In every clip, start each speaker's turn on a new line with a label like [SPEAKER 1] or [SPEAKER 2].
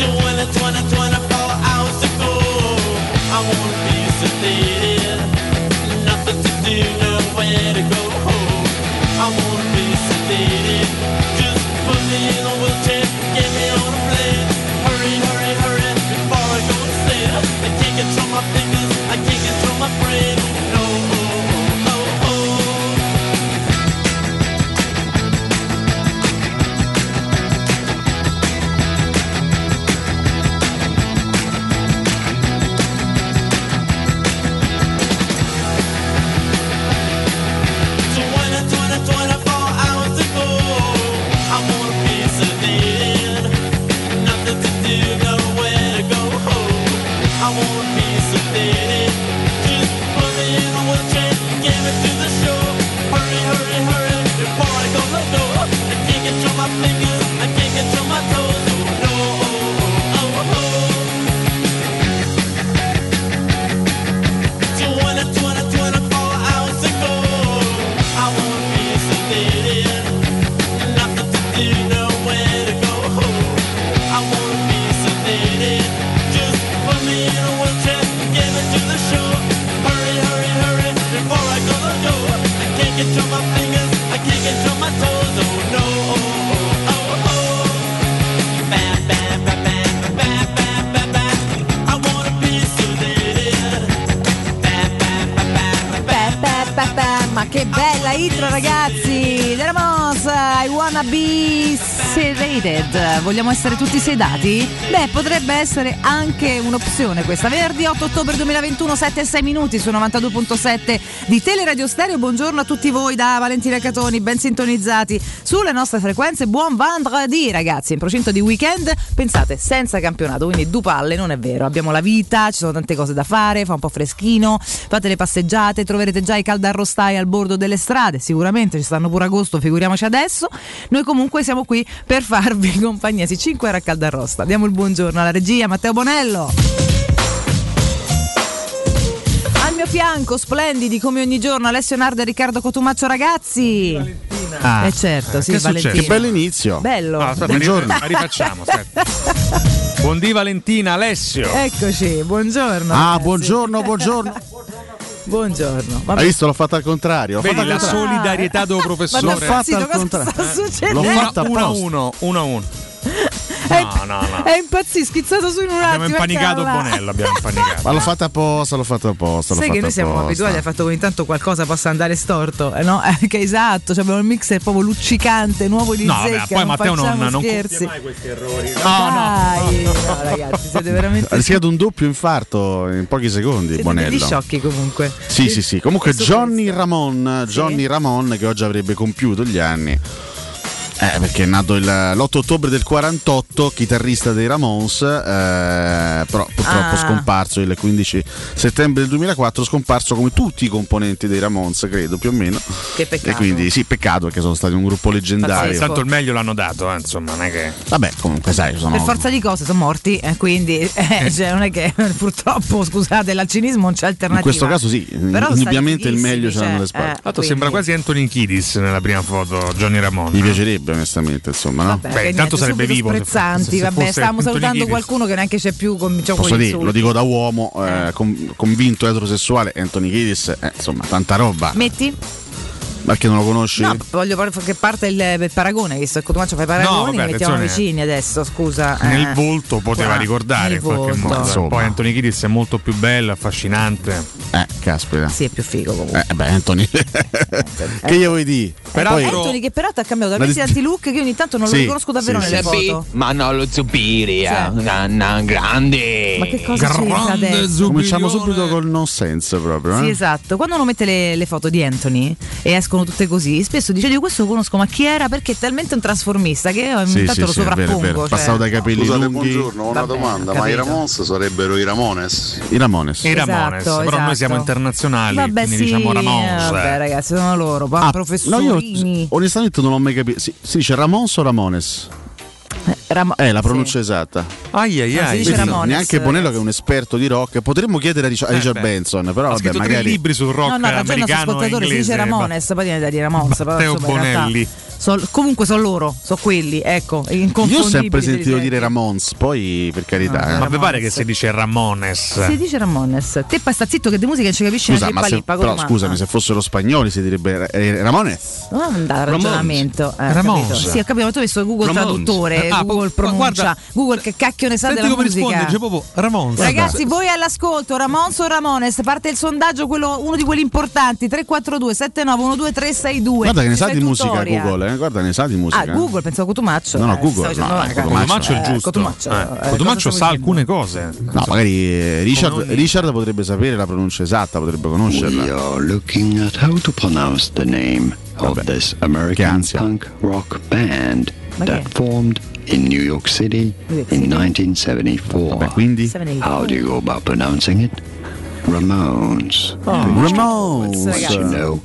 [SPEAKER 1] 20, 24 hours ago. I wanna be sedated, nothing to do, nowhere to go home. I wanna be sedated, just put me in a wheelchair, get me on a plane. Hurry, hurry, hurry, before I go insane. I can't control my fingers, I can't control my brain. No, oh, oh, oh, oh. I Fingers, I can't control my toes. Oh, no, oh, oh, oh, oh. I wanna Control my fingers, I can't control my toes. Oh no, oh, oh, oh, oh. I wanna be
[SPEAKER 2] Beh, beh, beh, beh, ma che bella intro ragazzi! Dermos, I wanna be sedated. Vogliamo essere tutti sedati? Beh, potrebbe essere anche un'opzione questa. Venerdì 8 ottobre 2021, 7 e 6 minuti su 92.7 di Teleradio Stereo. Buongiorno a tutti voi da Valentina Catoni, ben sintonizzati sulle nostre frequenze. Buon vendredì ragazzi, in procinto di weekend. Pensate, senza campionato, quindi du palle, non è vero. Abbiamo la vita, ci sono tante cose da fare, fa un po' freschino, fate le passeggiate, troverete già i caldarrostai al bordo delle strade, sicuramente ci stanno pure agosto, figuriamoci adesso. Noi comunque siamo qui per farvi compagnia, sì, 5 ore a caldarrosta. Diamo il buongiorno alla regia Matteo Bonello. Al mio fianco, splendidi come ogni giorno, Alessio Nardo e Riccardo Cotumaccio ragazzi.
[SPEAKER 3] Ah.
[SPEAKER 2] eh certo, sì,
[SPEAKER 3] Che è successo?
[SPEAKER 2] Valentina.
[SPEAKER 3] Che bell'inizio.
[SPEAKER 2] Bello.
[SPEAKER 3] No, aspetta, Buongiorno. ri- rifacciamo, aspetta. Buondì Valentina, Alessio.
[SPEAKER 2] Ecco. Eccoci, buongiorno.
[SPEAKER 3] Ah,
[SPEAKER 2] ragazzi.
[SPEAKER 3] buongiorno, buongiorno.
[SPEAKER 2] buongiorno.
[SPEAKER 3] Hai visto? L'ho fatta al contrario. l'ho
[SPEAKER 2] Vedi,
[SPEAKER 3] fatta al
[SPEAKER 2] la
[SPEAKER 3] contrario.
[SPEAKER 2] solidarietà
[SPEAKER 3] Ah.
[SPEAKER 2] do professore.
[SPEAKER 3] L'ho fatta
[SPEAKER 2] Zitto,
[SPEAKER 3] al
[SPEAKER 2] cosa
[SPEAKER 3] contrario.
[SPEAKER 2] sta succedendo?
[SPEAKER 3] L'ho fatta
[SPEAKER 2] 1 a
[SPEAKER 3] 1 1 1.
[SPEAKER 2] Eh,
[SPEAKER 3] No, no, no.
[SPEAKER 2] È impazzito, schizzato su in un attimo.
[SPEAKER 3] Abbiamo impanicato
[SPEAKER 2] Carla.
[SPEAKER 3] Bonello, abbiamo impanicato.
[SPEAKER 4] Ma l'ho fatta apposta, l'ho fatta apposta. l'ho
[SPEAKER 2] Sai che
[SPEAKER 4] fatta
[SPEAKER 2] noi siamo
[SPEAKER 4] apposta.
[SPEAKER 2] abituati al fatto che ogni tanto qualcosa possa andare storto, eh, no? Eh, Che esatto, cioè abbiamo il mixer proprio luccicante, nuovo di
[SPEAKER 3] No, vabbè,
[SPEAKER 2] zecca,
[SPEAKER 3] poi Matteo non-
[SPEAKER 2] facciamo
[SPEAKER 3] non compie
[SPEAKER 2] scherzi.
[SPEAKER 3] mai
[SPEAKER 2] questi
[SPEAKER 3] errori.
[SPEAKER 2] No, Dai, no, ragazzi, siete veramente
[SPEAKER 4] Ha rischiato un doppio infarto in pochi secondi.
[SPEAKER 2] siete
[SPEAKER 4] Bonello.
[SPEAKER 2] degli sciocchi comunque.
[SPEAKER 4] Sì, sì, sì. Comunque
[SPEAKER 2] Questo
[SPEAKER 4] Johnny Ramon, Johnny Ramon che oggi avrebbe compiuto gli anni. Eh, perché è nato il- l'8 ottobre del 48, chitarrista dei Ramones, eh, però purtroppo
[SPEAKER 2] Ah.
[SPEAKER 4] scomparso il 15 settembre del 2004, scomparso come tutti i componenti dei Ramones, credo più o meno.
[SPEAKER 2] Che peccato.
[SPEAKER 4] E quindi sì, peccato perché sono stati un gruppo leggendario.
[SPEAKER 2] Pazzesco. Tanto il
[SPEAKER 4] meglio l'hanno dato,
[SPEAKER 3] eh,
[SPEAKER 4] insomma, non è che... Vabbè, comunque sai, sono...
[SPEAKER 2] Per forza di cose sono morti, eh, quindi eh, cioè, non è che purtroppo, scusate, al cinismo non c'è alternativa.
[SPEAKER 4] In questo caso sì,
[SPEAKER 2] Però
[SPEAKER 4] indubbiamente il
[SPEAKER 2] stati
[SPEAKER 4] meglio ce
[SPEAKER 2] fighissimi,
[SPEAKER 4] l'hanno alle
[SPEAKER 2] cioè,
[SPEAKER 4] spalle.
[SPEAKER 2] eh, Tanto sembra
[SPEAKER 4] quasi Anthony Kiddis nella prima foto, Johnny Ramon.
[SPEAKER 3] eh.
[SPEAKER 4] Mi piacerebbe onestamente, insomma, no?
[SPEAKER 2] Vabbè, che niente, subito sprezzanti, vabbè, stavamo salutando qualcuno che neanche c'è più con diciamo,
[SPEAKER 4] Posso
[SPEAKER 2] con gli
[SPEAKER 4] dire, lo
[SPEAKER 2] insulti.
[SPEAKER 4] dico da uomo eh, con- convinto eterosessuale, Anthony Kiddis, eh, insomma, tanta roba.
[SPEAKER 2] Metti?
[SPEAKER 4] Perché non lo conosci?
[SPEAKER 2] No, voglio proprio che parte il, il paragone, visto che Cotumaccio fa i paragoni,
[SPEAKER 4] vabbè,
[SPEAKER 2] li mettiamo
[SPEAKER 4] attenzione.
[SPEAKER 2] vicini adesso, scusa. eh.
[SPEAKER 3] Nel volto poteva
[SPEAKER 2] Qua,
[SPEAKER 3] ricordare
[SPEAKER 2] nel
[SPEAKER 3] in qualche
[SPEAKER 2] volto.
[SPEAKER 3] modo.
[SPEAKER 4] Insomma.
[SPEAKER 3] Poi Anthony Kiddis è molto più bello, affascinante.
[SPEAKER 4] Eh, caspita.
[SPEAKER 2] Sì, è più figo comunque.
[SPEAKER 4] Eh, beh, Anthony. che gli vuoi dire?
[SPEAKER 2] Peraltro, Anthony che peraltro ha cambiato
[SPEAKER 4] La
[SPEAKER 2] talmente
[SPEAKER 4] dis-
[SPEAKER 2] tanti look che io ogni tanto non lo
[SPEAKER 4] Sì,
[SPEAKER 2] riconosco davvero
[SPEAKER 4] sì,
[SPEAKER 2] nelle
[SPEAKER 4] sì.
[SPEAKER 2] foto.
[SPEAKER 5] Ma no, lo Zupiria,
[SPEAKER 2] Sì.
[SPEAKER 5] nanna grande.
[SPEAKER 2] Ma che cosa c'entra adesso?
[SPEAKER 4] Cominciamo subito col nonsense proprio.
[SPEAKER 2] Sì,
[SPEAKER 4] eh?
[SPEAKER 2] esatto. Quando uno mette le, le foto di Anthony e escono tutte così, spesso dice io questo lo conosco, ma chi era? Perché è talmente un trasformista che io ogni
[SPEAKER 4] Sì,
[SPEAKER 2] tanto
[SPEAKER 4] sì,
[SPEAKER 2] lo
[SPEAKER 4] sì, è vero, è vero.
[SPEAKER 2] sovrappongo. cioè-
[SPEAKER 4] Passavo dai capelli
[SPEAKER 6] Scusate,
[SPEAKER 4] lunghi.
[SPEAKER 6] buongiorno, ho una
[SPEAKER 4] Vabbè,
[SPEAKER 6] domanda,
[SPEAKER 2] ho
[SPEAKER 6] ma i
[SPEAKER 2] capito.
[SPEAKER 6] Ramones sarebbero i Ramones?
[SPEAKER 4] I Ramones.
[SPEAKER 3] I Ramones,
[SPEAKER 2] Esatto,
[SPEAKER 3] però noi siamo
[SPEAKER 2] esatto.
[SPEAKER 3] internazionali,
[SPEAKER 2] Vabbè,
[SPEAKER 3] quindi
[SPEAKER 2] sì,
[SPEAKER 3] diciamo Ramones.
[SPEAKER 2] Vabbè, ragazzi, sono loro. poi
[SPEAKER 4] eh. Ah, no,
[SPEAKER 2] professorini.
[SPEAKER 4] io onestamente non ho mai capito. Si, si dice Ramons o Ramones?
[SPEAKER 2] Ram-
[SPEAKER 4] Eh, la pronuncia esatta.
[SPEAKER 3] Ai ai
[SPEAKER 2] No, si
[SPEAKER 3] ai.
[SPEAKER 2] dice
[SPEAKER 3] Vedi? Eh,
[SPEAKER 2] Ramones, eh,
[SPEAKER 4] neanche Bonello, che è un esperto di rock, potremmo chiedere a Richard, a Richard
[SPEAKER 3] beh.
[SPEAKER 4] Benson, però
[SPEAKER 3] ha
[SPEAKER 4] vabbè,
[SPEAKER 3] scritto tre
[SPEAKER 4] magari.
[SPEAKER 3] libri sul rock
[SPEAKER 2] no, no, ragiona il nostro
[SPEAKER 3] americano e
[SPEAKER 2] ascoltatore, si
[SPEAKER 3] inglese.
[SPEAKER 2] dice Ramones, poi viene da dire Ramones, però
[SPEAKER 3] Matteo
[SPEAKER 2] insomma, in realtà
[SPEAKER 3] Bonelli.
[SPEAKER 2] son- comunque sono loro, sono quelli, ecco, inconfondibili.
[SPEAKER 4] Io ho sempre sentito
[SPEAKER 2] dirigenti.
[SPEAKER 4] dire Ramons, poi per carità.
[SPEAKER 2] No,
[SPEAKER 4] eh.
[SPEAKER 3] Ma vi pare
[SPEAKER 2] Ramones.
[SPEAKER 3] che si dice Ramones?
[SPEAKER 2] Si dice Ramones. Te poi sta zitto che di musica non ci capisci
[SPEAKER 4] Scusa,
[SPEAKER 2] una
[SPEAKER 4] ma
[SPEAKER 2] trippa
[SPEAKER 4] se,
[SPEAKER 2] lippa,
[SPEAKER 4] però
[SPEAKER 2] come-
[SPEAKER 4] scusami, se fossero spagnoli si direbbe eh, Ramones.
[SPEAKER 2] Non andare al
[SPEAKER 7] Ramones.
[SPEAKER 2] ragionamento. Eh,
[SPEAKER 3] Ramones.
[SPEAKER 2] capito? Sì, ho capito, ma tu hai messo Google
[SPEAKER 7] Ramones.
[SPEAKER 2] traduttore,
[SPEAKER 3] Ah,
[SPEAKER 2] Google
[SPEAKER 3] gu- guarda-
[SPEAKER 2] pronuncia, Google che cacchio ne sa
[SPEAKER 3] Senti
[SPEAKER 2] della
[SPEAKER 3] come
[SPEAKER 2] musica.
[SPEAKER 3] risponde, c'è proprio Ramones.
[SPEAKER 2] Ragazzi, voi all'ascolto, Ramons o Ramones, parte il sondaggio, quello- uno di quelli importanti, 342 7912 362.
[SPEAKER 4] Guarda che ne sa
[SPEAKER 2] Fai
[SPEAKER 4] di musica
[SPEAKER 2] tutorial.
[SPEAKER 4] Google, eh, guarda ne sa di musica.
[SPEAKER 2] Ah, Google, pensavo Cotumaccio.
[SPEAKER 4] No, no,
[SPEAKER 2] eh,
[SPEAKER 4] Google,
[SPEAKER 2] stavo dicendo,
[SPEAKER 4] no,
[SPEAKER 2] vabbè,
[SPEAKER 4] Cotumaccio.
[SPEAKER 3] Cotumaccio è
[SPEAKER 2] eh,
[SPEAKER 3] giusto.
[SPEAKER 2] Cotumaccio,
[SPEAKER 3] Eh,
[SPEAKER 2] eh,
[SPEAKER 3] Cotumaccio
[SPEAKER 2] cosa
[SPEAKER 3] sa
[SPEAKER 2] stavo
[SPEAKER 3] alcune cose.
[SPEAKER 4] No, magari eh, Richard,
[SPEAKER 3] Come ogni-
[SPEAKER 4] Richard potrebbe sapere la pronuncia esatta, potrebbe
[SPEAKER 8] We
[SPEAKER 4] conoscerla.
[SPEAKER 8] are looking at how to pronounce the name of this American
[SPEAKER 4] ansia.
[SPEAKER 8] punk rock band that
[SPEAKER 2] Okay.
[SPEAKER 8] formed in New York City
[SPEAKER 2] New York
[SPEAKER 8] in
[SPEAKER 2] City.
[SPEAKER 4] Beh,
[SPEAKER 8] 1974.
[SPEAKER 4] quindi
[SPEAKER 2] dicendo.
[SPEAKER 8] How do you go about pronouncing it? Ramones. As you
[SPEAKER 4] Ramones.
[SPEAKER 8] know,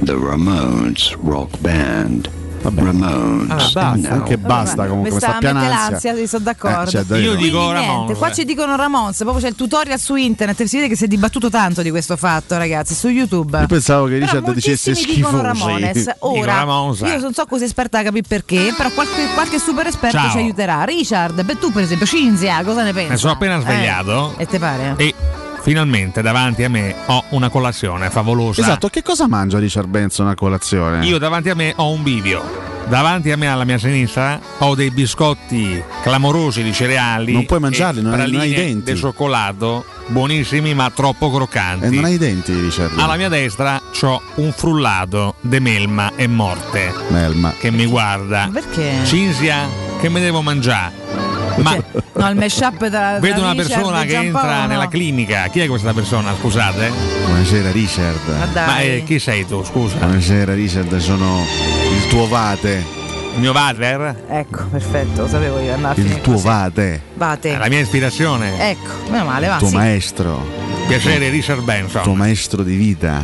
[SPEAKER 8] the Ramones rock band. Ramones.
[SPEAKER 3] Ah, basta,
[SPEAKER 8] Now,
[SPEAKER 4] Anche basta comunque, mi
[SPEAKER 2] mi sta
[SPEAKER 4] sta pianando.
[SPEAKER 2] mettendo l'ansia, sì, sono d'accordo.
[SPEAKER 4] Eh, cioè, dai,
[SPEAKER 3] Io
[SPEAKER 4] no.
[SPEAKER 3] dico
[SPEAKER 2] Quindi
[SPEAKER 3] Ramones.
[SPEAKER 2] niente, qua ci dicono Ramons, proprio c'è il tutorial su internet, si vede che si è dibattuto tanto di questo fatto, ragazzi, su YouTube.
[SPEAKER 4] Io pensavo che
[SPEAKER 2] Però
[SPEAKER 4] Richard dicesse
[SPEAKER 2] moltissimi dicono Ramones.
[SPEAKER 4] schifosi.
[SPEAKER 2] Ora,
[SPEAKER 3] Ramones.
[SPEAKER 2] io non so cosa esperta a capire perché, però qualche, qualche super esperto
[SPEAKER 3] Ciao.
[SPEAKER 2] ci aiuterà. Richard, beh, tu per esempio, Cinzia, cosa ne pensi?
[SPEAKER 3] Mi sono appena svegliato.
[SPEAKER 2] Eh, e te pare?
[SPEAKER 3] E finalmente davanti a me ho una colazione favolosa.
[SPEAKER 4] Esatto, che cosa mangia Richard Benson a colazione?
[SPEAKER 3] Io davanti a me ho un bivio. Davanti a me alla mia sinistra ho dei biscotti clamorosi di cereali.
[SPEAKER 4] Non puoi
[SPEAKER 3] e
[SPEAKER 4] mangiarli, non hai- non hai i
[SPEAKER 3] praline
[SPEAKER 4] denti.
[SPEAKER 3] Di cioccolato, buonissimi ma troppo croccanti.
[SPEAKER 4] E Eh, non hai i denti, Richard.
[SPEAKER 3] Alla mia destra c'ho un frullato de melma e morte
[SPEAKER 4] Melma.
[SPEAKER 3] che mi guarda.
[SPEAKER 2] Perché?
[SPEAKER 3] Cinzia, che me devo mangiare? Ma
[SPEAKER 2] No, il mashup tra
[SPEAKER 3] vedo
[SPEAKER 2] tra
[SPEAKER 3] una
[SPEAKER 2] Richard
[SPEAKER 3] persona
[SPEAKER 2] e
[SPEAKER 3] che
[SPEAKER 2] Giampaolo,
[SPEAKER 3] entra
[SPEAKER 2] no.
[SPEAKER 3] nella clinica. Chi è questa persona? Scusate.
[SPEAKER 4] Buonasera
[SPEAKER 2] Ma
[SPEAKER 4] Richard.
[SPEAKER 2] dai.
[SPEAKER 3] Ma eh, chi sei tu? Scusa.
[SPEAKER 4] Buonasera Richard, sono il tuo vate.
[SPEAKER 3] Il mio Wadler?
[SPEAKER 2] Ecco, perfetto, lo sapevo io andare a
[SPEAKER 4] Il
[SPEAKER 2] finire
[SPEAKER 4] tuo
[SPEAKER 2] così.
[SPEAKER 4] vate.
[SPEAKER 2] Vate.
[SPEAKER 3] La mia ispirazione.
[SPEAKER 2] Ecco, meno male, va.
[SPEAKER 4] tuo
[SPEAKER 2] sì.
[SPEAKER 4] maestro.
[SPEAKER 3] Piacere Richard
[SPEAKER 4] Il tuo
[SPEAKER 3] Benson.
[SPEAKER 4] maestro di vita.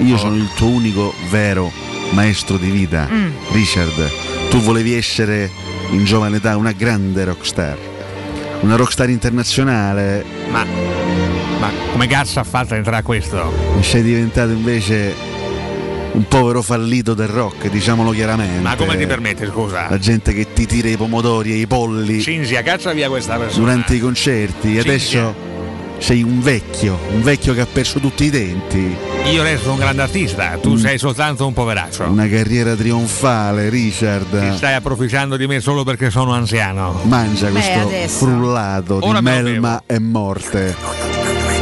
[SPEAKER 4] Io
[SPEAKER 3] Oh.
[SPEAKER 4] sono il tuo unico vero maestro di vita.
[SPEAKER 3] Mm.
[SPEAKER 4] Richard, tu volevi essere in giovane età una grande rockstar. Una rockstar internazionale
[SPEAKER 3] Ma, ma come cazzo ha fatto ad entrare questo?
[SPEAKER 4] e sei diventato invece un povero fallito del rock, diciamolo chiaramente.
[SPEAKER 3] Ma come ti permette, scusa?
[SPEAKER 4] La gente che ti tira i pomodori e i polli
[SPEAKER 3] Cinzia, caccia via questa persona.
[SPEAKER 4] durante i concerti.
[SPEAKER 3] Cinzia.
[SPEAKER 4] Adesso sei un vecchio, un vecchio che ha perso tutti i denti.
[SPEAKER 3] Io resto un grande artista, tu sei soltanto un poveraccio.
[SPEAKER 4] Una carriera trionfale,
[SPEAKER 3] Ti
[SPEAKER 4] Richard.
[SPEAKER 3] stai approfittando di me solo perché sono anziano.
[SPEAKER 4] Mangia questo
[SPEAKER 2] adesso.
[SPEAKER 4] frullato
[SPEAKER 3] Ora
[SPEAKER 4] di
[SPEAKER 3] me lo
[SPEAKER 4] melma e morte.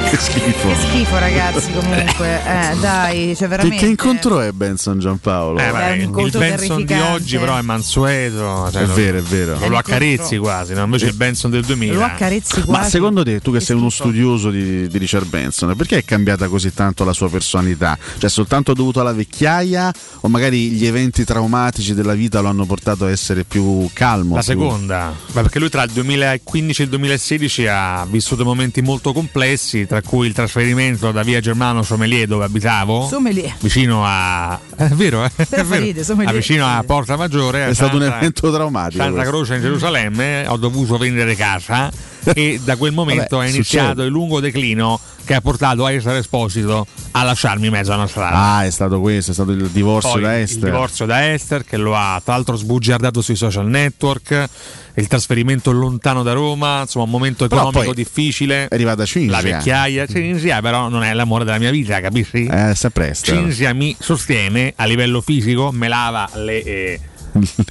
[SPEAKER 4] Che schifo.
[SPEAKER 2] Che schifo, ragazzi, comunque. Eh, dai, cioè
[SPEAKER 4] Che,
[SPEAKER 2] veramente.
[SPEAKER 4] che incontro è Benson Giampaolo?
[SPEAKER 3] Eh, vabbè,
[SPEAKER 2] un
[SPEAKER 3] il
[SPEAKER 2] incontro
[SPEAKER 3] Benson di
[SPEAKER 2] terrificante.
[SPEAKER 3] oggi però è mansueto. cioè,
[SPEAKER 4] È
[SPEAKER 3] non-
[SPEAKER 4] vero, è vero.
[SPEAKER 3] Non lo accarezzi quasi, no? invece il Benson del 2000.
[SPEAKER 2] Lo accarezzi quasi.
[SPEAKER 4] Ma secondo te, tu che
[SPEAKER 2] Che
[SPEAKER 4] sei uno
[SPEAKER 2] schifo.
[SPEAKER 4] studioso di, di Richard Benson, perché è cambiata così tanto la sua personalità? Cioè, soltanto dovuto alla vecchiaia o magari gli eventi traumatici della vita lo hanno portato a essere più calmo?
[SPEAKER 3] La
[SPEAKER 4] più-
[SPEAKER 3] seconda, ma perché lui tra il 2015 e il 2016 ha vissuto momenti molto complessi, tra cui il trasferimento da via Germano Sommelier dove abitavo,
[SPEAKER 2] Sommelier.
[SPEAKER 3] vicino a... È vero, eh?
[SPEAKER 2] Però
[SPEAKER 3] È
[SPEAKER 2] fa ridere,
[SPEAKER 3] vero.
[SPEAKER 2] sommelier.
[SPEAKER 3] Ah, vicino a Porta Maggiore. a
[SPEAKER 4] È stato un
[SPEAKER 3] Santa-
[SPEAKER 4] evento traumatico.
[SPEAKER 3] Santa
[SPEAKER 4] questo.
[SPEAKER 3] Croce in Gerusalemme, ho dovuto vendere casa e da quel momento
[SPEAKER 4] Vabbè,
[SPEAKER 3] è iniziato
[SPEAKER 4] succede.
[SPEAKER 3] il lungo declino che ha portato a essere esposito a lasciarmi in mezzo a una strada.
[SPEAKER 4] Ah, è stato questo, è stato il divorzio
[SPEAKER 3] Poi
[SPEAKER 4] da
[SPEAKER 3] Il
[SPEAKER 4] Esther.
[SPEAKER 3] divorzio da Esther che lo ha tra l'altro sbugiardato sui social network, il trasferimento lontano da Roma, insomma un momento
[SPEAKER 4] Però
[SPEAKER 3] economico
[SPEAKER 4] poi
[SPEAKER 3] difficile.
[SPEAKER 4] è arrivata Cinzia.
[SPEAKER 3] La vecchiaia, Cinzia però non è l'amore della mia vita, capisci?
[SPEAKER 4] Eh, sta presto.
[SPEAKER 3] Cinzia mi sostiene a livello fisico, me lava le... eh,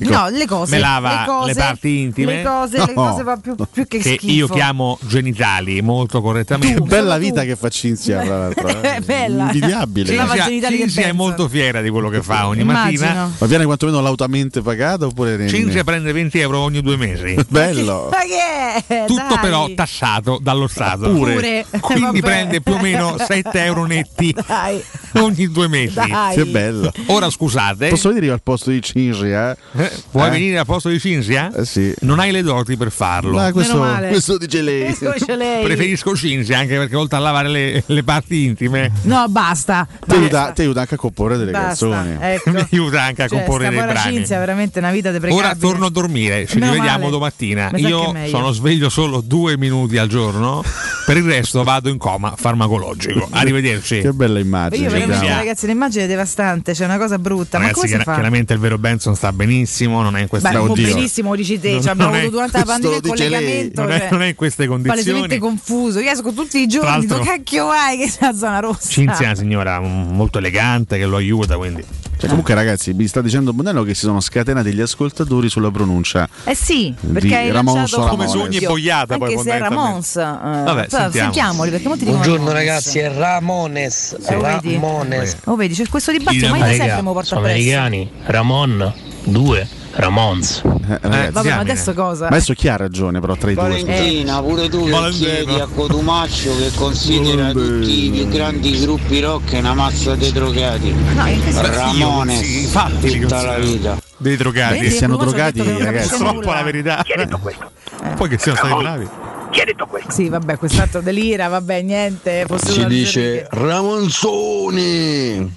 [SPEAKER 2] No, le cose.
[SPEAKER 3] Me lava
[SPEAKER 2] le, cose,
[SPEAKER 3] le parti intime.
[SPEAKER 2] Le cose, le
[SPEAKER 4] No.
[SPEAKER 2] cose fa più, più che,
[SPEAKER 3] che
[SPEAKER 2] schifo.
[SPEAKER 3] io chiamo genitali molto correttamente.
[SPEAKER 2] Tu.
[SPEAKER 4] Bella
[SPEAKER 2] Solo
[SPEAKER 4] vita che fa Cinzia, tra l'altro. eh.
[SPEAKER 2] È bella.
[SPEAKER 4] Invidiabile.
[SPEAKER 2] Sì, ma-
[SPEAKER 3] Cinzia,
[SPEAKER 2] genitali che
[SPEAKER 3] Cinzia è
[SPEAKER 2] pensa.
[SPEAKER 3] molto fiera di quello che fa ogni mattina.
[SPEAKER 2] Immagino.
[SPEAKER 4] Ma viene quantomeno lautamente pagata oppure...
[SPEAKER 3] Cinzia prende 20 euro ogni due mesi.
[SPEAKER 4] Bello.
[SPEAKER 2] Ma che è?
[SPEAKER 3] Tutto
[SPEAKER 2] Dai.
[SPEAKER 3] però tassato dallo Stato.
[SPEAKER 2] Pure. Pure.
[SPEAKER 3] Quindi
[SPEAKER 2] Vabbè.
[SPEAKER 3] prende più o meno 7 euro netti.
[SPEAKER 2] Dai.
[SPEAKER 3] ogni due mesi.
[SPEAKER 2] Dai.
[SPEAKER 4] Che bello.
[SPEAKER 3] Ora scusate,
[SPEAKER 4] Posso venire io al posto di Cinzia?
[SPEAKER 3] eh, vuoi
[SPEAKER 4] Eh?
[SPEAKER 3] venire al posto di Cinzia?
[SPEAKER 4] Eh, sì.
[SPEAKER 3] Non hai le doti per farlo.
[SPEAKER 4] Ah, questo,
[SPEAKER 2] Meno male.
[SPEAKER 4] questo dice lei.
[SPEAKER 2] Escoce lei.
[SPEAKER 3] Preferisco Cinzia anche perché oltre a lavare le, le parti intime
[SPEAKER 2] No, basta.
[SPEAKER 4] Ti
[SPEAKER 2] basta,
[SPEAKER 4] aiuta, ti aiuta anche a comporre delle
[SPEAKER 2] Basta,
[SPEAKER 4] canzoni.
[SPEAKER 2] ecco.
[SPEAKER 3] mi aiuta anche a
[SPEAKER 2] Cioè,
[SPEAKER 3] comporre
[SPEAKER 2] sta
[SPEAKER 3] dei
[SPEAKER 2] povera
[SPEAKER 3] brani.
[SPEAKER 2] Cinzia è veramente una vita deprecabile.
[SPEAKER 3] Ora torno a dormire, ci
[SPEAKER 2] Meno
[SPEAKER 3] rivediamo
[SPEAKER 2] male.
[SPEAKER 3] domattina.
[SPEAKER 2] Mi sa che è
[SPEAKER 3] Io
[SPEAKER 2] meglio.
[SPEAKER 3] sono sveglio solo due minuti al giorno, per il resto vado in coma farmacologico. Arrivederci.
[SPEAKER 4] Che bella immagine.
[SPEAKER 2] Io
[SPEAKER 4] che
[SPEAKER 2] veramente,
[SPEAKER 4] abbiamo.
[SPEAKER 3] Cinzia.
[SPEAKER 2] ragazzi, l'immagine è devastante, c'è una cosa brutta.
[SPEAKER 3] Ragazzi,
[SPEAKER 2] ma come si
[SPEAKER 3] chiar-
[SPEAKER 2] fa?
[SPEAKER 3] chiaramente il vero Benson sta benissimo, non è in queste
[SPEAKER 2] Beh, un po'
[SPEAKER 4] Oddio.
[SPEAKER 2] benissimo, lo dici te.
[SPEAKER 3] Non-
[SPEAKER 2] Cioè, abbiamo
[SPEAKER 3] non è-
[SPEAKER 2] avuto durante la
[SPEAKER 4] questo
[SPEAKER 2] pandemia il
[SPEAKER 4] lo dice lei.
[SPEAKER 2] collegamento.
[SPEAKER 3] non, è,
[SPEAKER 2] cioè,
[SPEAKER 3] non è in queste
[SPEAKER 2] palesemente
[SPEAKER 3] condizioni.
[SPEAKER 2] confuso. Io esco tutti i giorni, dico
[SPEAKER 3] l'altro-
[SPEAKER 2] cacchio vai che c'è la zona rossa.
[SPEAKER 3] Cinzia è una signora mm, molto elegante che lo aiuta, quindi
[SPEAKER 4] Cioè, comunque, ragazzi, mi sta dicendo Bonello che si sono scatenati gli ascoltatori sulla pronuncia.
[SPEAKER 2] Eh sì,
[SPEAKER 4] Di
[SPEAKER 2] perché hai
[SPEAKER 4] Ramon
[SPEAKER 2] lanciato
[SPEAKER 4] Sola
[SPEAKER 3] Come su ogni boiata,
[SPEAKER 2] Anche
[SPEAKER 3] poi,
[SPEAKER 2] se è Ramons.
[SPEAKER 3] fondamentalmente.
[SPEAKER 2] eh,
[SPEAKER 3] Vabbè,
[SPEAKER 2] però
[SPEAKER 3] sentiamo.
[SPEAKER 2] sentiamoli perché molti dicono
[SPEAKER 9] Buongiorno
[SPEAKER 2] Ramons.
[SPEAKER 9] ragazzi, è Ramones.
[SPEAKER 2] Eh, vedi?
[SPEAKER 9] Ramones.
[SPEAKER 2] Oh, vedi, c'è questo dibattito, ma io da sempre mi porta appresso.
[SPEAKER 10] Ramon, 2, Ramons.
[SPEAKER 4] Eh, ragazzi,
[SPEAKER 2] Vabbè, ma
[SPEAKER 3] Diamine.
[SPEAKER 2] adesso cosa?
[SPEAKER 4] Ma adesso chi ha ragione, però, tra i due? scusa?
[SPEAKER 5] Valentina, pure tu che
[SPEAKER 3] Valentina.
[SPEAKER 5] chiedi a Cotumaccio che considera
[SPEAKER 4] Valentina.
[SPEAKER 5] tutti i più grandi gruppi rock una mazza di drogati.
[SPEAKER 2] No, in che senso?
[SPEAKER 5] Ramones,
[SPEAKER 3] sì, infatti, li
[SPEAKER 5] tutta la
[SPEAKER 3] considero.
[SPEAKER 5] vita.
[SPEAKER 3] dei drogati.
[SPEAKER 2] Vedi,
[SPEAKER 4] siano
[SPEAKER 2] Cotumaccio ha detto
[SPEAKER 4] drogati,
[SPEAKER 2] che non capisce
[SPEAKER 4] ragazzi.
[SPEAKER 2] nulla.
[SPEAKER 3] Troppo la verità.
[SPEAKER 11] Chi ha detto questo?
[SPEAKER 3] Poi che siano stati bravi.
[SPEAKER 2] Sì, vabbè, quest'altro delira, vabbè, niente. fosse una miseria.
[SPEAKER 9] Ramonzoni.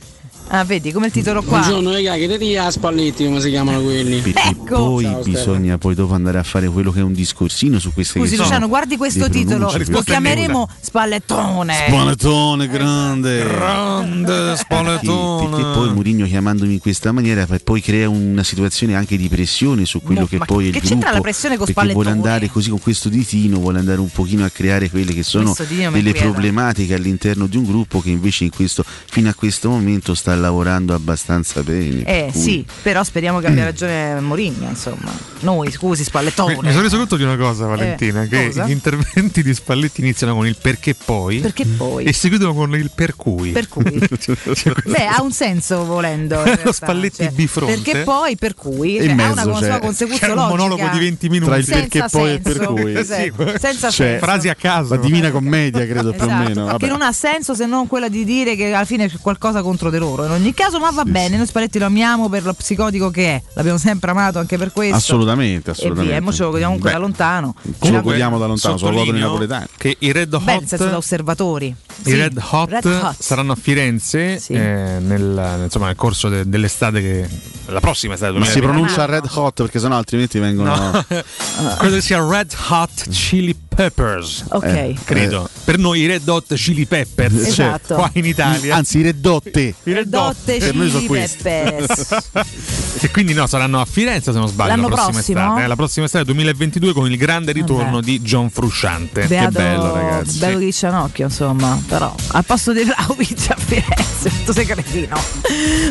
[SPEAKER 2] Ah, vedi, come il titolo qua.
[SPEAKER 5] Buongiorno ragazzi, che ti a spalletti come si chiamano quelli?
[SPEAKER 4] Perché
[SPEAKER 2] Ecco.
[SPEAKER 4] poi
[SPEAKER 5] Ciao, Stefano.
[SPEAKER 4] bisogna poi dopo andare a fare quello che è un discorsino su queste
[SPEAKER 2] Scusi,
[SPEAKER 4] che sono
[SPEAKER 2] Luciano, guardi questo
[SPEAKER 4] le
[SPEAKER 2] titolo.
[SPEAKER 4] pronunce,
[SPEAKER 2] Lo
[SPEAKER 3] risposta è
[SPEAKER 2] chiameremo Eh, Spallettone.
[SPEAKER 4] Spanettone grande.
[SPEAKER 3] Grande
[SPEAKER 4] Perché, perché poi Mourinho chiamandomi in questa maniera poi- poi crea una situazione anche di pressione su quello
[SPEAKER 2] Ma-
[SPEAKER 4] che
[SPEAKER 2] ma
[SPEAKER 4] poi è il
[SPEAKER 2] che c'entra
[SPEAKER 4] gruppo,
[SPEAKER 2] la pressione con
[SPEAKER 4] perché vuole
[SPEAKER 2] Spallettone?
[SPEAKER 4] andare così con questo ditino vuole andare un pochino a creare quelle che sono
[SPEAKER 2] Questo ditino mi
[SPEAKER 4] delle
[SPEAKER 2] inquieta.
[SPEAKER 4] problematiche all'interno di un gruppo che invece in questo, fino a questo momento sta lavorando abbastanza bene
[SPEAKER 2] Eh
[SPEAKER 4] per cui-
[SPEAKER 2] sì, però speriamo che abbia ragione Mourinho, insomma. Noi, scusi,
[SPEAKER 3] Mi, mi
[SPEAKER 2] Spallettone.
[SPEAKER 3] sono reso conto di una cosa, Valentina, che
[SPEAKER 2] eh. cosa?
[SPEAKER 3] gli interventi di Spalletti iniziano con il perché poi
[SPEAKER 2] Perché
[SPEAKER 3] e
[SPEAKER 2] poi?
[SPEAKER 3] si chiudono con il per cui.
[SPEAKER 2] Per cui? Beh, ha un senso volendo.
[SPEAKER 3] Lo
[SPEAKER 2] in realtà,
[SPEAKER 3] Spalletti
[SPEAKER 2] cioè,
[SPEAKER 3] bifronte.
[SPEAKER 2] Perché poi, per cui,
[SPEAKER 4] E
[SPEAKER 2] cioè,
[SPEAKER 4] in
[SPEAKER 2] ha una
[SPEAKER 4] mezzo,
[SPEAKER 2] con-
[SPEAKER 4] cioè,
[SPEAKER 2] sua conseguenza
[SPEAKER 3] C'è un
[SPEAKER 2] logica.
[SPEAKER 3] monologo di 20 minuti.
[SPEAKER 4] Tra il
[SPEAKER 2] senza
[SPEAKER 4] perché poi e
[SPEAKER 2] senso.
[SPEAKER 4] per cui.
[SPEAKER 2] Esatto,
[SPEAKER 3] Sì,
[SPEAKER 2] senza
[SPEAKER 4] cioè,
[SPEAKER 2] senso.
[SPEAKER 3] Frasi a caso.
[SPEAKER 4] la divina commedia credo più o
[SPEAKER 2] Esatto,
[SPEAKER 4] meno vabbè.
[SPEAKER 2] che non ha senso se non quella di dire che alla fine c'è qualcosa contro di loro in ogni caso ma va bene noi Spalletti lo amiamo per lo psicotico che è l'abbiamo sempre amato anche per questo
[SPEAKER 4] assolutamente
[SPEAKER 2] e
[SPEAKER 4] assolutamente
[SPEAKER 2] via e mo ce lo godiamo comunque
[SPEAKER 4] Beh,
[SPEAKER 2] da lontano
[SPEAKER 4] ce lo
[SPEAKER 3] Comunque,
[SPEAKER 4] godiamo da lontano solo
[SPEAKER 3] sottolineo
[SPEAKER 4] loro i napoletani
[SPEAKER 3] Che i Red Hot,
[SPEAKER 2] Beh, nel senso da osservatori
[SPEAKER 3] i
[SPEAKER 2] Sì,
[SPEAKER 3] Red Hot
[SPEAKER 2] Red Hot.
[SPEAKER 3] saranno a Firenze
[SPEAKER 2] Sì.
[SPEAKER 3] eh, nel, insomma, nel corso de- dell'estate, che, la prossima estate.
[SPEAKER 4] ma si
[SPEAKER 3] 2020.
[SPEAKER 4] pronuncia
[SPEAKER 2] Esatto.
[SPEAKER 4] red hot perché sennò altrimenti vengono
[SPEAKER 3] Credo che sia Red Hot Chili Peppers.
[SPEAKER 2] ok
[SPEAKER 4] Eh.
[SPEAKER 3] Credo. Per noi i Red Hot Chili Peppers. eh,
[SPEAKER 2] Esatto.
[SPEAKER 3] Qua in Italia.
[SPEAKER 4] anzi i reddotte
[SPEAKER 3] I Red Hot.
[SPEAKER 2] Dotte
[SPEAKER 4] per noi sono
[SPEAKER 2] Chili
[SPEAKER 4] questi.
[SPEAKER 2] Peppers.
[SPEAKER 3] E quindi no, saranno a Firenze se non sbaglio
[SPEAKER 2] L'anno
[SPEAKER 3] la prossima
[SPEAKER 2] prossimo?
[SPEAKER 3] estate. eh, la prossima estate 2022 con il grande ritorno
[SPEAKER 2] Vabbè.
[SPEAKER 3] di John Frusciante.
[SPEAKER 2] Beato,
[SPEAKER 4] Che bello, ragazzi.
[SPEAKER 2] bello di Cianocchio, insomma. Però al posto di Vlaovic a Firenze, tu sei cretino.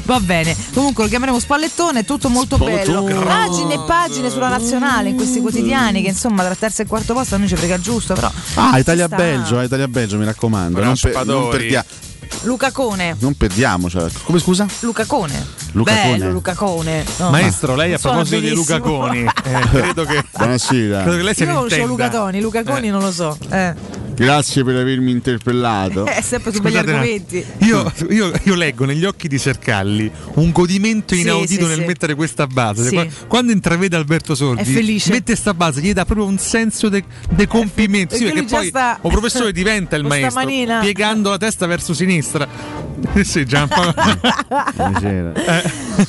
[SPEAKER 2] Va bene. Comunque lo chiameremo Spallettone, è tutto molto bello.
[SPEAKER 4] Spallettone.
[SPEAKER 2] Pagine e pagine sulla nazionale in questi quotidiani che insomma tra terzo e quarto posto a noi ci frega giusto, però.
[SPEAKER 4] ah
[SPEAKER 2] ci
[SPEAKER 4] Italia
[SPEAKER 2] sta.
[SPEAKER 4] Belgio eh, Italia Belgio mi raccomando non, per- non,
[SPEAKER 3] Raspadori.
[SPEAKER 4] perdia-
[SPEAKER 2] Lucacone.
[SPEAKER 4] non perdiamocela come scusa
[SPEAKER 2] Lucacone.
[SPEAKER 4] Lucacone.
[SPEAKER 2] Bello Lucacone. No,
[SPEAKER 3] Maestro, lei a
[SPEAKER 2] Suona
[SPEAKER 3] proposito di
[SPEAKER 2] benissimo.
[SPEAKER 3] Luca Coni, eh, credo, che, credo
[SPEAKER 4] buonasera
[SPEAKER 3] che lei se
[SPEAKER 2] Io
[SPEAKER 3] ne
[SPEAKER 2] non so
[SPEAKER 3] intenda.
[SPEAKER 2] Lucatoni, Lucaconi non lo so. Eh,
[SPEAKER 4] grazie per avermi interpellato
[SPEAKER 2] è Eh, sempre su quegli
[SPEAKER 3] Scusate un attimo.
[SPEAKER 2] argomenti.
[SPEAKER 3] Io, io- io leggo negli occhi di Sercalli un godimento
[SPEAKER 2] Sì,
[SPEAKER 3] inaudito
[SPEAKER 2] sì,
[SPEAKER 3] nel
[SPEAKER 2] sì.
[SPEAKER 3] mettere questa base.
[SPEAKER 2] Sì.
[SPEAKER 3] Qua- Quando intravede Alberto Sordi,
[SPEAKER 2] È felice.
[SPEAKER 3] mette questa base, gli dà proprio un senso de, de compimento. Sì,
[SPEAKER 2] perché
[SPEAKER 3] perché
[SPEAKER 2] lui già
[SPEAKER 3] poi
[SPEAKER 2] sta-
[SPEAKER 3] un professore diventa il
[SPEAKER 2] con sta
[SPEAKER 3] maestro,
[SPEAKER 2] manina.
[SPEAKER 3] piegando la testa verso sinistra. Eh, sì, Gianpaolo.
[SPEAKER 4] Buonasera.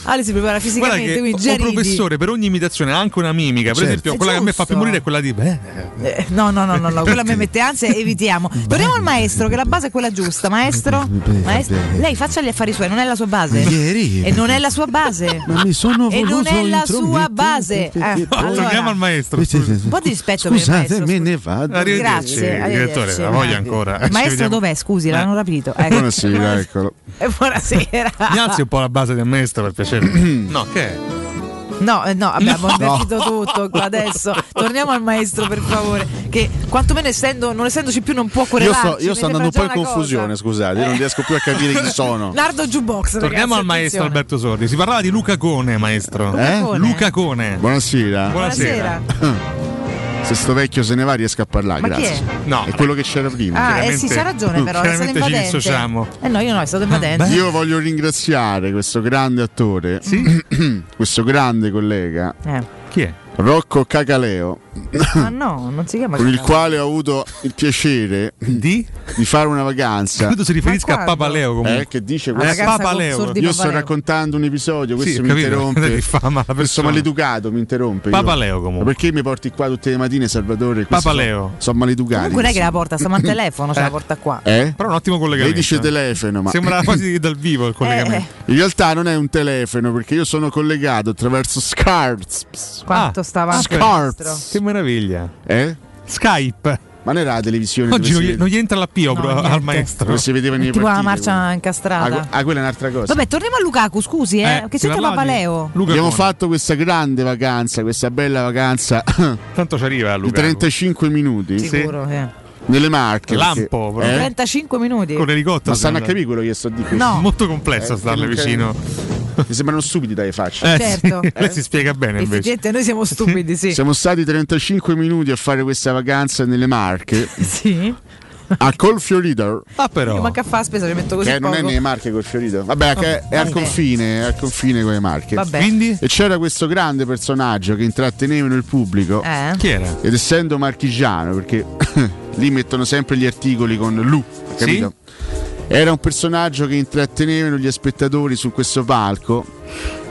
[SPEAKER 2] Ale si prepara
[SPEAKER 3] Eh, Guarda
[SPEAKER 2] fisicamente,
[SPEAKER 3] che
[SPEAKER 2] quindi
[SPEAKER 3] un
[SPEAKER 2] già ridi.
[SPEAKER 3] professore per ogni imitazione ha anche una mimica. Per
[SPEAKER 4] Certo.
[SPEAKER 3] esempio,
[SPEAKER 2] È
[SPEAKER 3] quella che a me fa più
[SPEAKER 2] giusto.
[SPEAKER 3] morire è quella di. Beh,
[SPEAKER 2] Eh, no, no, no, no, no, quella mi mette ansia, evitiamo. Torniamo al maestro, che la base è quella giusta. Maestro, maestro, lei faccia gli affari suoi, non è la sua base.
[SPEAKER 4] Ieri.
[SPEAKER 2] E non è la sua base.
[SPEAKER 4] ma mi sono
[SPEAKER 2] E non
[SPEAKER 4] voluto
[SPEAKER 2] è la sua
[SPEAKER 4] intromettere
[SPEAKER 2] base.
[SPEAKER 4] perché
[SPEAKER 2] Eh,
[SPEAKER 4] poi-
[SPEAKER 2] allora,
[SPEAKER 3] torniamo al maestro. scusi.
[SPEAKER 2] un po' di rispetto per il
[SPEAKER 4] Scusate,
[SPEAKER 2] maestro.
[SPEAKER 4] me
[SPEAKER 2] scusi.
[SPEAKER 4] ne vado.
[SPEAKER 3] Arrivederci,
[SPEAKER 2] Grazie,
[SPEAKER 3] direttore,
[SPEAKER 2] arrivederci.
[SPEAKER 3] la voglio ancora. Ci
[SPEAKER 2] Maestro
[SPEAKER 3] vediamo. Eh.
[SPEAKER 2] dov'è? Scusi, l'hanno rapito. Ecco.
[SPEAKER 4] Buonasera, eccolo.
[SPEAKER 2] Eh, Buonasera.
[SPEAKER 3] Mi alzi un po' la base del maestro per piacere. no, che è?
[SPEAKER 2] No, eh, no, abbiamo
[SPEAKER 3] No.
[SPEAKER 2] avvertito tutto qua adesso. Torniamo al maestro, per favore. Che quantomeno essendo, non essendoci più, non può
[SPEAKER 4] Io
[SPEAKER 2] querelare.
[SPEAKER 4] sto, io sto andando un po' in confusione, scusate, io non riesco più a capire chi sono.
[SPEAKER 2] Nardo Jukebox.
[SPEAKER 3] Torniamo
[SPEAKER 2] ragazzi,
[SPEAKER 3] al maestro
[SPEAKER 2] attenzione.
[SPEAKER 3] Alberto Sordi. Si parlava di Luca Cone, maestro.
[SPEAKER 4] Eh?
[SPEAKER 2] Cone.
[SPEAKER 3] Luca Cone.
[SPEAKER 4] Buonasera.
[SPEAKER 3] Buonasera.
[SPEAKER 2] Buonasera.
[SPEAKER 4] Se sto vecchio se ne va riesco a parlare,
[SPEAKER 2] Ma chi
[SPEAKER 4] grazie.
[SPEAKER 2] è?
[SPEAKER 3] No.
[SPEAKER 4] È quello che c'era prima.
[SPEAKER 2] Ah, eh sì, c'ha ragione però, è stato invadente. Eh no, io no, è stato invadente.
[SPEAKER 4] Io voglio ringraziare questo grande attore, questo grande collega.
[SPEAKER 2] Eh.
[SPEAKER 3] Chi è?
[SPEAKER 4] Rocco Cacaleo,
[SPEAKER 2] Ma Ah, no, non si chiama
[SPEAKER 4] con il
[SPEAKER 2] Cacaleo.
[SPEAKER 4] quale ho avuto il piacere
[SPEAKER 3] di,
[SPEAKER 4] fare una vacanza.
[SPEAKER 3] Credo si riferisca Ma a quando? Papa Leo, comunque.
[SPEAKER 4] Eh, che dice
[SPEAKER 3] Ah,
[SPEAKER 4] questo?
[SPEAKER 3] ragazza, Papa con Leo. sordi
[SPEAKER 4] Io
[SPEAKER 3] Papa
[SPEAKER 4] sto
[SPEAKER 3] Leo.
[SPEAKER 4] raccontando un episodio, questo
[SPEAKER 3] Sì,
[SPEAKER 4] mi
[SPEAKER 3] capito.
[SPEAKER 4] interrompe.
[SPEAKER 3] Diffama la
[SPEAKER 4] questo
[SPEAKER 3] persona.
[SPEAKER 4] maleducato mi interrompe.
[SPEAKER 3] Papa
[SPEAKER 4] io.
[SPEAKER 3] Leo, comunque.
[SPEAKER 4] Ma Perché mi porti qua tutte le mattine, Salvatore? Questi
[SPEAKER 3] Papa
[SPEAKER 4] sono-
[SPEAKER 3] Leo.
[SPEAKER 4] Sono maleducati.
[SPEAKER 2] Comunque lei che la porta, stiamo al telefono, ce la porta qua.
[SPEAKER 4] Eh?
[SPEAKER 3] Però un ottimo collegamento. eh.
[SPEAKER 4] Lei dice telefono, ma
[SPEAKER 3] Sembra quasi dal vivo il collegamento.
[SPEAKER 4] in realtà non è un telefono perché io sono collegato attraverso Scarps.
[SPEAKER 2] Quanto
[SPEAKER 4] Ah,
[SPEAKER 2] stava anche il nostro.
[SPEAKER 4] Scarps.
[SPEAKER 3] Che meraviglia.
[SPEAKER 4] Eh?
[SPEAKER 3] Skype.
[SPEAKER 4] Ma non era la televisione
[SPEAKER 3] Oggi non
[SPEAKER 4] dove
[SPEAKER 3] gli,
[SPEAKER 4] si-
[SPEAKER 3] non gli entra la P oh. proprio
[SPEAKER 4] niente.
[SPEAKER 3] al maestro.
[SPEAKER 4] Dove si vedeva nei
[SPEAKER 2] Tipo la
[SPEAKER 4] partiti.
[SPEAKER 2] marcia
[SPEAKER 4] Ah,
[SPEAKER 2] incastrata.
[SPEAKER 4] que- ah, quella è un'altra cosa.
[SPEAKER 2] Vabbè, torniamo a Lukaku, scusi, eh. che c'entra Papaleo?
[SPEAKER 4] Abbiamo fatto questa grande vacanza, questa bella vacanza
[SPEAKER 3] Tanto ci arriva
[SPEAKER 4] di 35 minuti
[SPEAKER 2] Sicuro, eh. sì.
[SPEAKER 4] nelle Marche.
[SPEAKER 3] Lampo,
[SPEAKER 4] perché- eh?
[SPEAKER 2] 35 minuti.
[SPEAKER 3] Con l'elicottero.
[SPEAKER 4] Ma stanno a
[SPEAKER 3] sembra.
[SPEAKER 4] capire quello che sto Eh, dicendo.
[SPEAKER 2] No.
[SPEAKER 3] Molto complesso starle vicino.
[SPEAKER 4] Mi sembrano stupidi dalle facce.
[SPEAKER 3] Eh, sì,
[SPEAKER 2] Certo.
[SPEAKER 3] lei si spiega bene invece.
[SPEAKER 2] Effettivamente noi siamo stupidi, sì.
[SPEAKER 4] Siamo stati 35 minuti a fare questa vacanza nelle Marche
[SPEAKER 2] Sì.
[SPEAKER 4] a Colfiorito,
[SPEAKER 3] Ah,
[SPEAKER 2] Io
[SPEAKER 3] però.
[SPEAKER 2] manca a fare spesa, ci metto così
[SPEAKER 4] che Eh, non è
[SPEAKER 2] poco.
[SPEAKER 4] nelle Marche Colfiorito, vabbè, che è al
[SPEAKER 2] vabbè.
[SPEAKER 4] confine, è al confine con le Marche.
[SPEAKER 2] Vabbè.
[SPEAKER 3] Quindi?
[SPEAKER 4] E c'era questo grande personaggio che intrattenevano il pubblico.
[SPEAKER 2] Eh?
[SPEAKER 3] Chi era?
[SPEAKER 4] Ed essendo marchigiano, perché lì mettono sempre gli articoli con Lu, capito? Era un personaggio che intrattenevano gli spettatori su questo palco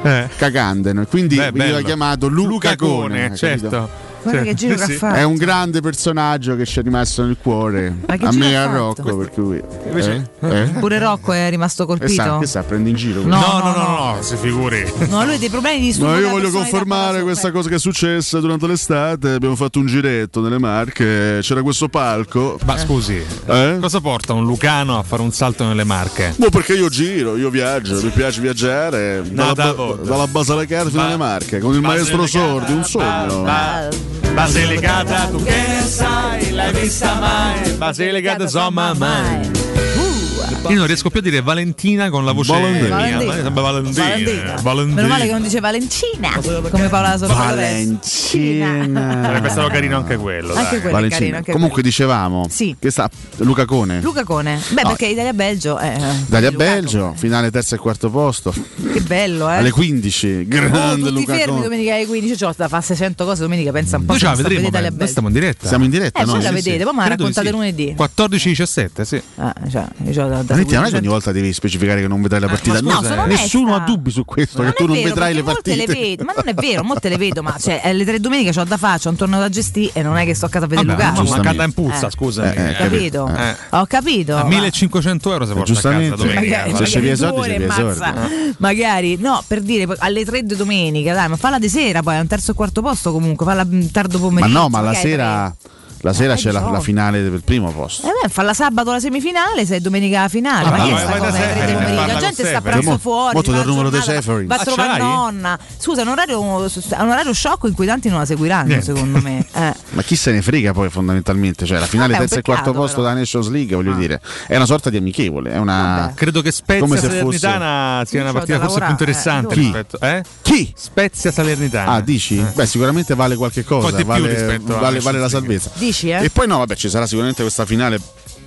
[SPEAKER 3] Eh.
[SPEAKER 4] cagandano. E Quindi
[SPEAKER 3] Beh,
[SPEAKER 4] veniva
[SPEAKER 3] bello.
[SPEAKER 4] chiamato Lu
[SPEAKER 3] Luca Cone,
[SPEAKER 4] Cacone, capito?
[SPEAKER 3] certo.
[SPEAKER 2] Guarda che giro che ha fatto.
[SPEAKER 4] È un grande personaggio che ci è rimasto nel cuore.
[SPEAKER 2] Ma che
[SPEAKER 4] A
[SPEAKER 2] giro
[SPEAKER 4] me e
[SPEAKER 2] ha
[SPEAKER 4] a
[SPEAKER 2] fatto?
[SPEAKER 4] Rocco, per cui.
[SPEAKER 3] Invece-
[SPEAKER 4] Eh? Eh?
[SPEAKER 2] Pure Rocco è rimasto
[SPEAKER 4] Che sta,
[SPEAKER 2] colpito.
[SPEAKER 4] che sta, prende Esatto, in giro.
[SPEAKER 2] No,
[SPEAKER 3] No,
[SPEAKER 2] no,
[SPEAKER 3] no, no, no, si figuri.
[SPEAKER 2] No, lui ha dei problemi di studio.
[SPEAKER 4] No, io
[SPEAKER 2] della
[SPEAKER 4] voglio
[SPEAKER 2] personalità
[SPEAKER 4] confermare
[SPEAKER 2] proprio.
[SPEAKER 4] questa cosa che è successa durante l'estate. Abbiamo fatto un giretto nelle Marche, c'era questo palco.
[SPEAKER 3] Ma scusi,
[SPEAKER 4] Eh?
[SPEAKER 3] cosa porta un lucano a fare un salto nelle marche?
[SPEAKER 4] Boh, perché io giro, io viaggio, mi piace viaggiare dalla,
[SPEAKER 3] da
[SPEAKER 4] ba-
[SPEAKER 3] voto.
[SPEAKER 4] dalla base alla carta fino alle Marche, con il maestro Sordi, un sogno.
[SPEAKER 3] Base legata, tu che ne sai, l'hai vista mai? Base legata, insomma, mai. Io non riesco più a dire Valentina con la voce
[SPEAKER 4] Valentina.
[SPEAKER 3] mia. Ma sembra Valentina.
[SPEAKER 2] Valentina.
[SPEAKER 3] Valentina.
[SPEAKER 2] Meno male che non dice Valentina, come Paola la sorella.
[SPEAKER 3] Sarebbe stato carino anche quello.
[SPEAKER 2] Anche
[SPEAKER 3] dai.
[SPEAKER 2] quello è carino. Anche
[SPEAKER 4] Comunque dicevamo
[SPEAKER 2] Sì.
[SPEAKER 4] che sta Luca Cone.
[SPEAKER 2] quello. Luca Cone. Beh,
[SPEAKER 4] No.
[SPEAKER 2] perché Italia-Belgio. Eh,
[SPEAKER 4] Dalia
[SPEAKER 2] Lukaku.
[SPEAKER 4] Belgio, finale terzo e quarto posto,
[SPEAKER 2] Che bello, eh.
[SPEAKER 4] alle 15.
[SPEAKER 2] Oh,
[SPEAKER 4] Grande
[SPEAKER 2] tutti
[SPEAKER 4] Luca
[SPEAKER 2] fermi
[SPEAKER 4] Cone.
[SPEAKER 2] domenica alle 15. C'ho da fare 600 cose domenica. Pensa un po'.
[SPEAKER 3] Noi ce la
[SPEAKER 2] sta
[SPEAKER 3] vedremo. beh,
[SPEAKER 2] vedere Italia-Belgio.
[SPEAKER 3] Noi stiamo in diretta.
[SPEAKER 4] Siamo in diretta,
[SPEAKER 2] Eh,
[SPEAKER 4] no?
[SPEAKER 2] voi la
[SPEAKER 4] Sì, sì.
[SPEAKER 2] vedete, poi me la
[SPEAKER 3] Credo di
[SPEAKER 2] raccontate
[SPEAKER 3] sì.
[SPEAKER 2] lunedì.
[SPEAKER 3] 14-17, sì.
[SPEAKER 2] Ah, cioè, io c'ho da, da
[SPEAKER 4] Valentina, non è che ogni volta devi specificare che non vedrai la partita.
[SPEAKER 2] ma scusa,
[SPEAKER 4] No,
[SPEAKER 2] eh.
[SPEAKER 4] nessuno ha
[SPEAKER 2] onesta.
[SPEAKER 4] dubbi su questo, che
[SPEAKER 2] è
[SPEAKER 4] tu non
[SPEAKER 2] vero,
[SPEAKER 4] vedrai le
[SPEAKER 2] perché molte
[SPEAKER 4] partite.
[SPEAKER 2] vedo, ma non è vero, molte le vedo, ma cioè, eh, le tre domeniche c'ho da fare, c'ho un torneo da gestire e non è che sto a casa a vedere
[SPEAKER 3] Vabbè,
[SPEAKER 2] Lukaku.
[SPEAKER 3] ma
[SPEAKER 4] giustamente.
[SPEAKER 3] canta in puzza,
[SPEAKER 2] Eh.
[SPEAKER 3] scusami.
[SPEAKER 4] Eh, eh,
[SPEAKER 3] Eh.
[SPEAKER 2] Capito?
[SPEAKER 4] Eh.
[SPEAKER 2] Ho capito.
[SPEAKER 3] A
[SPEAKER 2] ma-
[SPEAKER 3] 1500 euro se porta a casa
[SPEAKER 4] giustamente.
[SPEAKER 3] domenica. Eh.
[SPEAKER 4] Magari-
[SPEAKER 3] guarda.
[SPEAKER 4] se c'è via
[SPEAKER 2] due
[SPEAKER 4] Sordi, c'è
[SPEAKER 2] ore,
[SPEAKER 4] via
[SPEAKER 2] mazza. Eh. Magari no, per dire poi alle tre di domenica, dai, ma falla di sera poi, a un terzo e quarto posto comunque, falla mm, tardo
[SPEAKER 4] Ma
[SPEAKER 2] pomeriggio.
[SPEAKER 4] no, ma la
[SPEAKER 2] magari
[SPEAKER 4] sera, la sera
[SPEAKER 2] Eh,
[SPEAKER 4] c'è la,
[SPEAKER 2] diciamo.
[SPEAKER 4] la finale del primo posto.
[SPEAKER 2] tre. Eh beh, falla sabato la semifinale, se è domenica la finale,
[SPEAKER 3] Ah,
[SPEAKER 2] ma
[SPEAKER 3] ma
[SPEAKER 2] che
[SPEAKER 3] vai-
[SPEAKER 2] sta
[SPEAKER 3] vai da
[SPEAKER 2] cosa alle tre
[SPEAKER 3] Seferi,
[SPEAKER 2] di domenica?
[SPEAKER 3] parla
[SPEAKER 2] La
[SPEAKER 3] con
[SPEAKER 2] gente sta a
[SPEAKER 3] Seferi.
[SPEAKER 2] pranzo
[SPEAKER 4] Mo-
[SPEAKER 2] fuori,
[SPEAKER 4] mo te
[SPEAKER 2] va
[SPEAKER 4] lo
[SPEAKER 2] a
[SPEAKER 4] numero dei
[SPEAKER 2] giornata,
[SPEAKER 4] Seferi.
[SPEAKER 2] va
[SPEAKER 3] Ah,
[SPEAKER 2] a trovare
[SPEAKER 3] ce l'hai?
[SPEAKER 2] nonna. Scusa, è un orario, è un orario sciocco in cui tanti non la seguiranno,
[SPEAKER 3] Niente.
[SPEAKER 2] secondo me. Eh.
[SPEAKER 4] Ma chi se ne frega poi fondamentalmente? Cioè la finale
[SPEAKER 2] Vabbè, Ah, è un
[SPEAKER 4] terzo e quarto
[SPEAKER 2] peccato,
[SPEAKER 4] posto
[SPEAKER 2] però. Ah.
[SPEAKER 4] della Nations League, voglio dire, è una sorta di amichevole, è una...
[SPEAKER 3] Credo che Spezia
[SPEAKER 4] Come se
[SPEAKER 3] Salernitana sia una
[SPEAKER 2] Io c'ho
[SPEAKER 3] partita
[SPEAKER 2] da
[SPEAKER 3] forse più
[SPEAKER 2] lavorare,
[SPEAKER 3] interessante
[SPEAKER 2] eh,
[SPEAKER 4] Chi?
[SPEAKER 3] rispetto. Eh?
[SPEAKER 4] Chi?
[SPEAKER 3] Spezia Salernitana.
[SPEAKER 4] Ah, dici? Beh, sicuramente vale qualche cosa,
[SPEAKER 3] Un po' di più
[SPEAKER 4] vale,
[SPEAKER 3] rispetto alla
[SPEAKER 4] vale- vale la
[SPEAKER 3] Nations League.
[SPEAKER 4] salvezza.
[SPEAKER 2] Dici, eh?
[SPEAKER 4] E poi no, vabbè, ci sarà sicuramente questa finale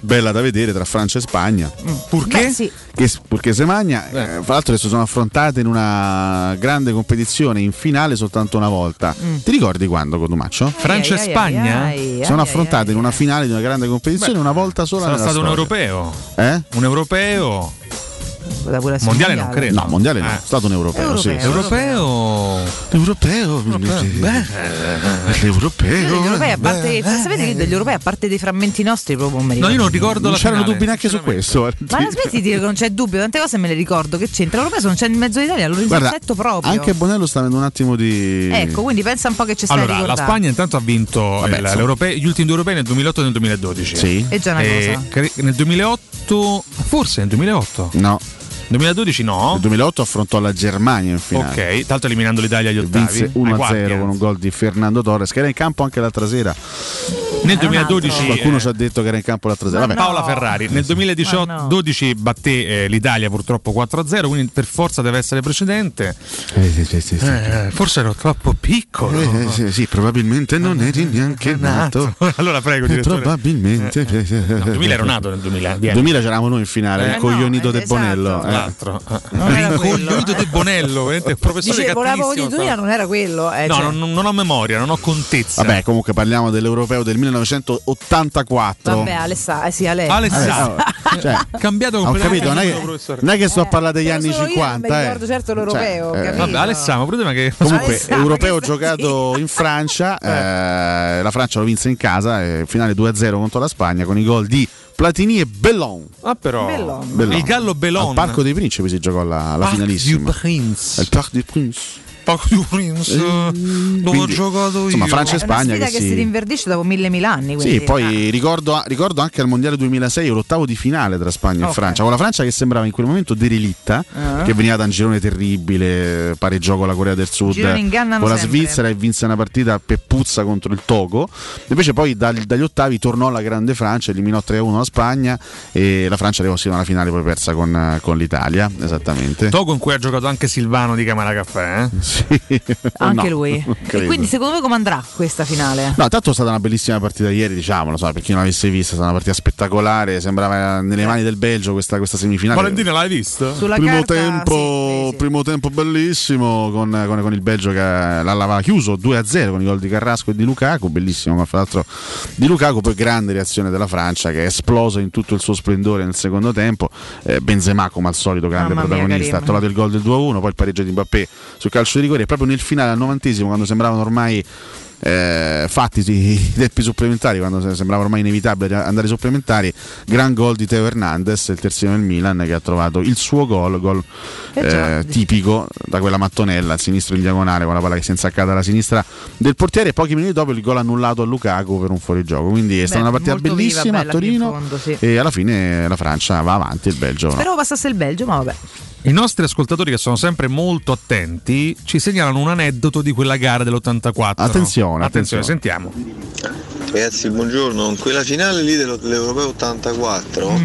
[SPEAKER 4] bella da vedere tra Francia e Spagna.
[SPEAKER 3] Purché?
[SPEAKER 2] Beh, sì.
[SPEAKER 4] Che s- perché Semagna, eh, fra l'altro, adesso sono affrontate in una grande competizione in finale soltanto una volta. Ti ricordi quando, Cotumaccio?
[SPEAKER 3] Mm. Francia e
[SPEAKER 2] Ai, ai,
[SPEAKER 3] Spagna?
[SPEAKER 2] ai, ai, ai,
[SPEAKER 4] Sono
[SPEAKER 2] ai,
[SPEAKER 4] affrontate
[SPEAKER 2] ai,
[SPEAKER 4] in una
[SPEAKER 2] ai.
[SPEAKER 4] finale di una grande competizione una volta sola
[SPEAKER 3] Sarà
[SPEAKER 4] nella
[SPEAKER 3] stato un
[SPEAKER 4] storia.
[SPEAKER 3] europeo.
[SPEAKER 4] Eh?
[SPEAKER 3] Un europeo.
[SPEAKER 2] Poteva pure essere
[SPEAKER 3] Mondiale non credo.
[SPEAKER 4] No, mondiale no,
[SPEAKER 3] Eh.
[SPEAKER 4] è stato un europeo, sì.
[SPEAKER 2] Europeo.
[SPEAKER 3] Europeo.
[SPEAKER 4] Europeo,
[SPEAKER 3] Eh,
[SPEAKER 2] Io
[SPEAKER 3] oh,
[SPEAKER 2] degli
[SPEAKER 4] europeo.
[SPEAKER 2] europei, a parte, sapete che degli europei, a parte dei frammenti nostri, proprio me li
[SPEAKER 3] No, io non
[SPEAKER 2] ricordo.
[SPEAKER 3] ricordo
[SPEAKER 4] Non
[SPEAKER 3] la
[SPEAKER 4] c'erano
[SPEAKER 3] finale,
[SPEAKER 4] dubbi neanche su questo. guardi.
[SPEAKER 2] Ma non smetti di dire che non c'è dubbio, tante cose me le ricordo che c'entra. L'europeo se non c'è in mezzo d'Italia, lo
[SPEAKER 4] Guarda,
[SPEAKER 2] rispetto proprio.
[SPEAKER 4] anche Bonello sta avendo un attimo di.
[SPEAKER 2] Ecco, quindi pensa un po' che ci stai
[SPEAKER 3] Allora, la
[SPEAKER 2] ricordando.
[SPEAKER 3] Spagna intanto ha vinto eh,
[SPEAKER 4] Vabbè,
[SPEAKER 3] il-
[SPEAKER 4] insomma.
[SPEAKER 3] l'europeo- gli ultimi due europei nel 2008 e nel 2012.
[SPEAKER 4] Sì.
[SPEAKER 2] È già una
[SPEAKER 3] Eh,
[SPEAKER 2] cosa.
[SPEAKER 3] cre- nel 2008, forse nel 2008,
[SPEAKER 4] No,
[SPEAKER 3] 2012 no.
[SPEAKER 4] nel 2008 affrontò la Germania in finale.
[SPEAKER 3] Ok, tanto eliminando l'Italia agli
[SPEAKER 4] Vinse
[SPEAKER 3] ottavi. Ai quarti,
[SPEAKER 4] 1-0 con un
[SPEAKER 3] anzi.
[SPEAKER 4] gol di Fernando Torres, che era in campo anche l'altra sera.
[SPEAKER 3] Nel 2012
[SPEAKER 4] Qualcuno
[SPEAKER 3] eh,
[SPEAKER 4] ci ha detto che era in campo l'altra sera. Vabbè.
[SPEAKER 3] Paola Ferrari nel 2012 batté eh, l'Italia purtroppo 4-0, quindi per forza deve essere precedente. Eh, forse ero troppo piccolo.
[SPEAKER 4] Eh, eh, sì, sì, probabilmente non eri neanche
[SPEAKER 2] Ah.
[SPEAKER 4] nato.
[SPEAKER 3] allora prego,
[SPEAKER 4] Eh,
[SPEAKER 3] direttore. Eh,
[SPEAKER 4] probabilmente.
[SPEAKER 3] No, 2000 ero nato nel 2000. vieni.
[SPEAKER 4] 2000 c'eravamo noi in finale,
[SPEAKER 3] Eh,
[SPEAKER 4] il
[SPEAKER 3] no,
[SPEAKER 4] coglionito
[SPEAKER 3] eh,
[SPEAKER 4] De
[SPEAKER 3] esatto.
[SPEAKER 4] Bonello. eh.
[SPEAKER 3] L'altro. Coglionito De Bonello, veramente, professore
[SPEAKER 2] Dice, volavo di
[SPEAKER 3] cattivissimo.
[SPEAKER 2] Duria, non era quello. eh,
[SPEAKER 3] No,
[SPEAKER 2] cioè.
[SPEAKER 3] non, non ho memoria, non ho contezza.
[SPEAKER 4] Vabbè, comunque parliamo dell'Europeo del 1984.
[SPEAKER 2] Vabbè, Alessà, eh, sì, Ale.
[SPEAKER 4] Alessà. cioè,
[SPEAKER 3] Cambiato
[SPEAKER 4] Ho capito, non è
[SPEAKER 3] completamente
[SPEAKER 4] che, non è che sto a parlare degli anni
[SPEAKER 2] Eh, Solo io non
[SPEAKER 4] 50.
[SPEAKER 2] mi
[SPEAKER 4] eh.
[SPEAKER 2] ricordo certo l'europeo,
[SPEAKER 4] Cioè, eh,
[SPEAKER 2] capito?
[SPEAKER 3] Vabbè, Alessandro, pure ma che
[SPEAKER 4] Comunque,
[SPEAKER 2] Alessà,
[SPEAKER 4] europeo giocato in Francia, eh, la Francia lo vinse in casa, eh, finale 2-0 contro la Spagna con i gol di Platini e Bellon.
[SPEAKER 3] Ah, però
[SPEAKER 4] Bellon.
[SPEAKER 3] il gallo Belon.
[SPEAKER 4] Al Parco dei Principi si giocò la, la
[SPEAKER 3] Parc
[SPEAKER 4] finalissima.
[SPEAKER 3] du Prince.
[SPEAKER 4] Al Parc des Princes.
[SPEAKER 3] Parco di Prince. Dove ho
[SPEAKER 4] Eh, quindi,
[SPEAKER 3] giocato io.
[SPEAKER 4] insomma, Francia e
[SPEAKER 2] È una
[SPEAKER 4] Spagna
[SPEAKER 2] sfida
[SPEAKER 4] che
[SPEAKER 2] che si
[SPEAKER 4] si...
[SPEAKER 2] rinverdisce dopo mille mila anni.
[SPEAKER 4] Sì,
[SPEAKER 2] quindi,
[SPEAKER 4] poi ricordo, ricordo anche al Mondiale 2006 l'ottavo di finale tra Spagna
[SPEAKER 2] Ok.
[SPEAKER 4] e Francia, con la Francia che sembrava in quel momento derelitta,
[SPEAKER 2] Ah.
[SPEAKER 4] che veniva da un girone terribile, pareggiò con la Corea del Sud,
[SPEAKER 2] Gironi ingannano
[SPEAKER 4] con la
[SPEAKER 2] sempre.
[SPEAKER 4] Svizzera e vinse una partita peppuzza contro il Togo, invece poi dal- dagli ottavi tornò la grande Francia, eliminò 3-1 la Spagna e la Francia arrivò sino alla finale poi persa con, con l'Italia, esattamente.
[SPEAKER 3] Togo in cui ha giocato anche Silvano di Camera Caffè. eh?
[SPEAKER 2] Anche
[SPEAKER 4] No,
[SPEAKER 2] lui.
[SPEAKER 4] non
[SPEAKER 2] E
[SPEAKER 4] credo.
[SPEAKER 2] quindi secondo voi come andrà questa finale?
[SPEAKER 4] No, tanto è stata una bellissima partita ieri, diciamolo, so, per chi non l'avesse vista, è stata una partita spettacolare, sembrava nelle mani del Belgio questa, questa semifinale.
[SPEAKER 3] Valentina l'hai visto?
[SPEAKER 2] Sulla
[SPEAKER 4] primo,
[SPEAKER 2] carta,
[SPEAKER 4] tempo, primo tempo bellissimo con, con- con il Belgio che l'aveva chiuso 2-0 con i gol di Carrasco e di Lukaku, bellissimo, ma fra l'altro di Lukaku poi grande reazione della Francia che è esplosa in tutto il suo splendore nel secondo tempo, Eh, Benzema come al solito grande
[SPEAKER 2] Mamma mia,
[SPEAKER 4] protagonista, ha
[SPEAKER 2] Karim.
[SPEAKER 4] trovato il gol del 2-1, poi il pareggio di Mbappé sul calcio di rigore e proprio nel finale al novantesimo quando sembravano ormai eh, fatti i i tempi supplementari quando se- sembrava ormai inevitabile andare ai supplementari gran gol di Teo Hernandez il terzino del Milan che ha trovato il suo gol gol
[SPEAKER 2] Eh già.
[SPEAKER 4] eh, tipico da quella mattonella al sinistro in diagonale con la palla che si è insaccata alla sinistra del portiere e pochi minuti dopo il gol annullato a Lukaku per un fuorigioco quindi è stata
[SPEAKER 2] Beh,
[SPEAKER 4] una partita
[SPEAKER 2] molto viva,
[SPEAKER 4] bellissima
[SPEAKER 2] bella,
[SPEAKER 4] a
[SPEAKER 2] fino in
[SPEAKER 4] Torino
[SPEAKER 2] fondo, sì.
[SPEAKER 4] e alla fine la Francia va avanti e il Belgio no.
[SPEAKER 2] Spero passasse il Belgio, ma vabbè.
[SPEAKER 3] I nostri ascoltatori che sono sempre molto attenti ci segnalano un aneddoto di quella gara dell'84.
[SPEAKER 4] Attenzione,
[SPEAKER 3] attenzione,
[SPEAKER 4] attenzione.
[SPEAKER 3] sentiamo.
[SPEAKER 12] Ragazzi, buongiorno. In quella finale lì dello- dell'Europeo 84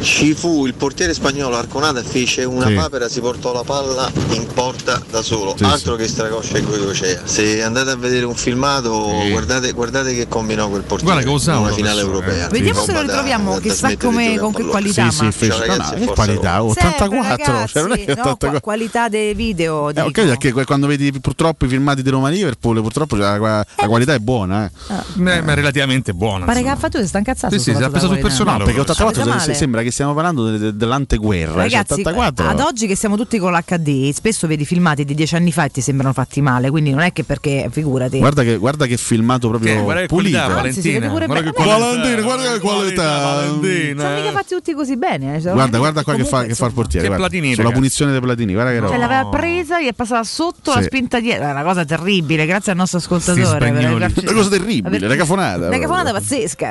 [SPEAKER 12] ci fu il portiere spagnolo Arconada fece una
[SPEAKER 4] Sì.
[SPEAKER 12] papera, si portò la palla in porta da solo,
[SPEAKER 4] Sì,
[SPEAKER 12] altro che Stracoscia e Goiocea. Se andate a vedere un filmato,
[SPEAKER 4] Sì.
[SPEAKER 12] guardate, guardate che combinò quel portiere
[SPEAKER 3] Guarda che usava
[SPEAKER 12] in una
[SPEAKER 3] la
[SPEAKER 12] finale
[SPEAKER 3] persona,
[SPEAKER 12] europea.
[SPEAKER 3] eh.
[SPEAKER 2] Vediamo se
[SPEAKER 12] Roba
[SPEAKER 2] lo
[SPEAKER 12] da-
[SPEAKER 2] ritroviamo,
[SPEAKER 12] da
[SPEAKER 2] chissà
[SPEAKER 12] smettere di
[SPEAKER 2] come-
[SPEAKER 12] giocare
[SPEAKER 2] con
[SPEAKER 12] a
[SPEAKER 2] che
[SPEAKER 12] pallone.
[SPEAKER 2] qualità,
[SPEAKER 4] sì,
[SPEAKER 2] ma-
[SPEAKER 4] sì, fece,
[SPEAKER 3] Cioè,
[SPEAKER 12] Ciao,
[SPEAKER 4] no,
[SPEAKER 12] ragazzi,
[SPEAKER 4] no, che
[SPEAKER 12] forza
[SPEAKER 4] qualità, oh,
[SPEAKER 12] Roma.
[SPEAKER 2] Sempre,
[SPEAKER 4] 84, cioè, non è
[SPEAKER 2] ragazzi,
[SPEAKER 4] che
[SPEAKER 2] no,
[SPEAKER 4] 84.
[SPEAKER 2] qua- qualità dei video.
[SPEAKER 4] Eh, ho
[SPEAKER 2] dico.
[SPEAKER 4] capito perché que- quando vedi purtroppo i filmati di Roma Liverpool, purtroppo la, la qualità è buona. eh.
[SPEAKER 2] Ah.
[SPEAKER 3] Eh, ma è relativamente buona.
[SPEAKER 2] Pare che
[SPEAKER 3] insomma.
[SPEAKER 2] ha fatto, si sta incazzato.
[SPEAKER 3] Sì, sì, si è appeso sul
[SPEAKER 4] No,
[SPEAKER 3] personale.
[SPEAKER 4] perché 84
[SPEAKER 2] Avete
[SPEAKER 4] se-
[SPEAKER 2] male?
[SPEAKER 4] sembra che stiamo parlando de- de- dell'anteguerra. cioè,
[SPEAKER 2] Ragazzi,
[SPEAKER 4] 84.
[SPEAKER 2] ad oggi che siamo tutti con l'HD, spesso vedi filmati di dieci anni fa e ti sembrano fatti male, quindi non è che perché, figurati.
[SPEAKER 4] Guarda che, guarda che filmato proprio
[SPEAKER 3] Che- guarda che
[SPEAKER 4] pulito.
[SPEAKER 3] qualità,
[SPEAKER 2] Anzi, si vede
[SPEAKER 3] Valentina.
[SPEAKER 2] pure
[SPEAKER 3] Guarda che
[SPEAKER 2] bene.
[SPEAKER 3] qualità.
[SPEAKER 4] Valentina, guarda che qualità.
[SPEAKER 3] Valentina. eh.
[SPEAKER 2] sono mica fatti tutti così bene. eh, cioè,
[SPEAKER 4] Guarda, guarda qua che fa,
[SPEAKER 2] comunque,
[SPEAKER 4] che fa il
[SPEAKER 2] insomma.
[SPEAKER 4] portiere.
[SPEAKER 3] Che
[SPEAKER 4] guarda.
[SPEAKER 3] Platini,
[SPEAKER 4] Sulla
[SPEAKER 3] ragazzi.
[SPEAKER 4] punizione dei Platini, guarda che
[SPEAKER 3] No.
[SPEAKER 4] roba.
[SPEAKER 2] Cioè, l'aveva presa, gli è passata sotto la
[SPEAKER 4] Sì.
[SPEAKER 2] spinta dietro. È una cosa terribile, grazie al nostro ascoltatore.
[SPEAKER 3] spagnoli.
[SPEAKER 4] Una cosa terribile, una cafonata.
[SPEAKER 2] Una cafonata
[SPEAKER 4] proprio.
[SPEAKER 2] pazzesca,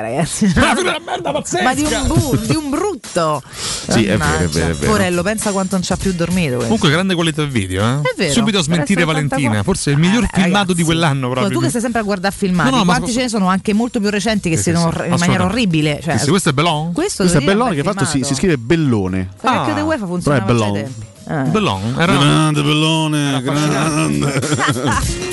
[SPEAKER 2] ragazzi.
[SPEAKER 4] Ah,
[SPEAKER 2] Ma di un, bu- di un brutto.
[SPEAKER 4] Sì, è vero, è vero, è vero.
[SPEAKER 2] Porello, pensa quanto non ci ha più dormito. questo.
[SPEAKER 3] Comunque, grande qualità video, eh?
[SPEAKER 2] È vero.
[SPEAKER 3] Subito a
[SPEAKER 2] Per
[SPEAKER 3] smentire
[SPEAKER 2] essere
[SPEAKER 3] Valentina.
[SPEAKER 2] 84.
[SPEAKER 3] Forse il miglior
[SPEAKER 2] Eh,
[SPEAKER 3] filmato
[SPEAKER 2] ragazzi,
[SPEAKER 3] di quell'anno, proprio.
[SPEAKER 2] Tu che stai sempre a guardare filmati,
[SPEAKER 3] No, no, ma-
[SPEAKER 2] quanti ce ne sono anche molto più recenti che
[SPEAKER 3] Sì, sì,
[SPEAKER 2] siano
[SPEAKER 3] sì,
[SPEAKER 2] in maniera
[SPEAKER 3] assolutamente.
[SPEAKER 2] orribile. Cioè,
[SPEAKER 3] Sì, sì, questo è Belon?
[SPEAKER 2] questo
[SPEAKER 4] Questo è
[SPEAKER 2] devo dire,
[SPEAKER 4] Bellone che
[SPEAKER 2] un
[SPEAKER 4] ha
[SPEAKER 2] bel
[SPEAKER 4] fatto si, si
[SPEAKER 2] filmato.
[SPEAKER 4] scrive Bellone.
[SPEAKER 2] Il vecchio
[SPEAKER 3] Ah,
[SPEAKER 2] di UEFA funzionava
[SPEAKER 4] però è
[SPEAKER 2] già ai
[SPEAKER 4] Bellon.
[SPEAKER 2] tempi. Eh.
[SPEAKER 3] Belon? Era
[SPEAKER 4] Grande Bellone, grande.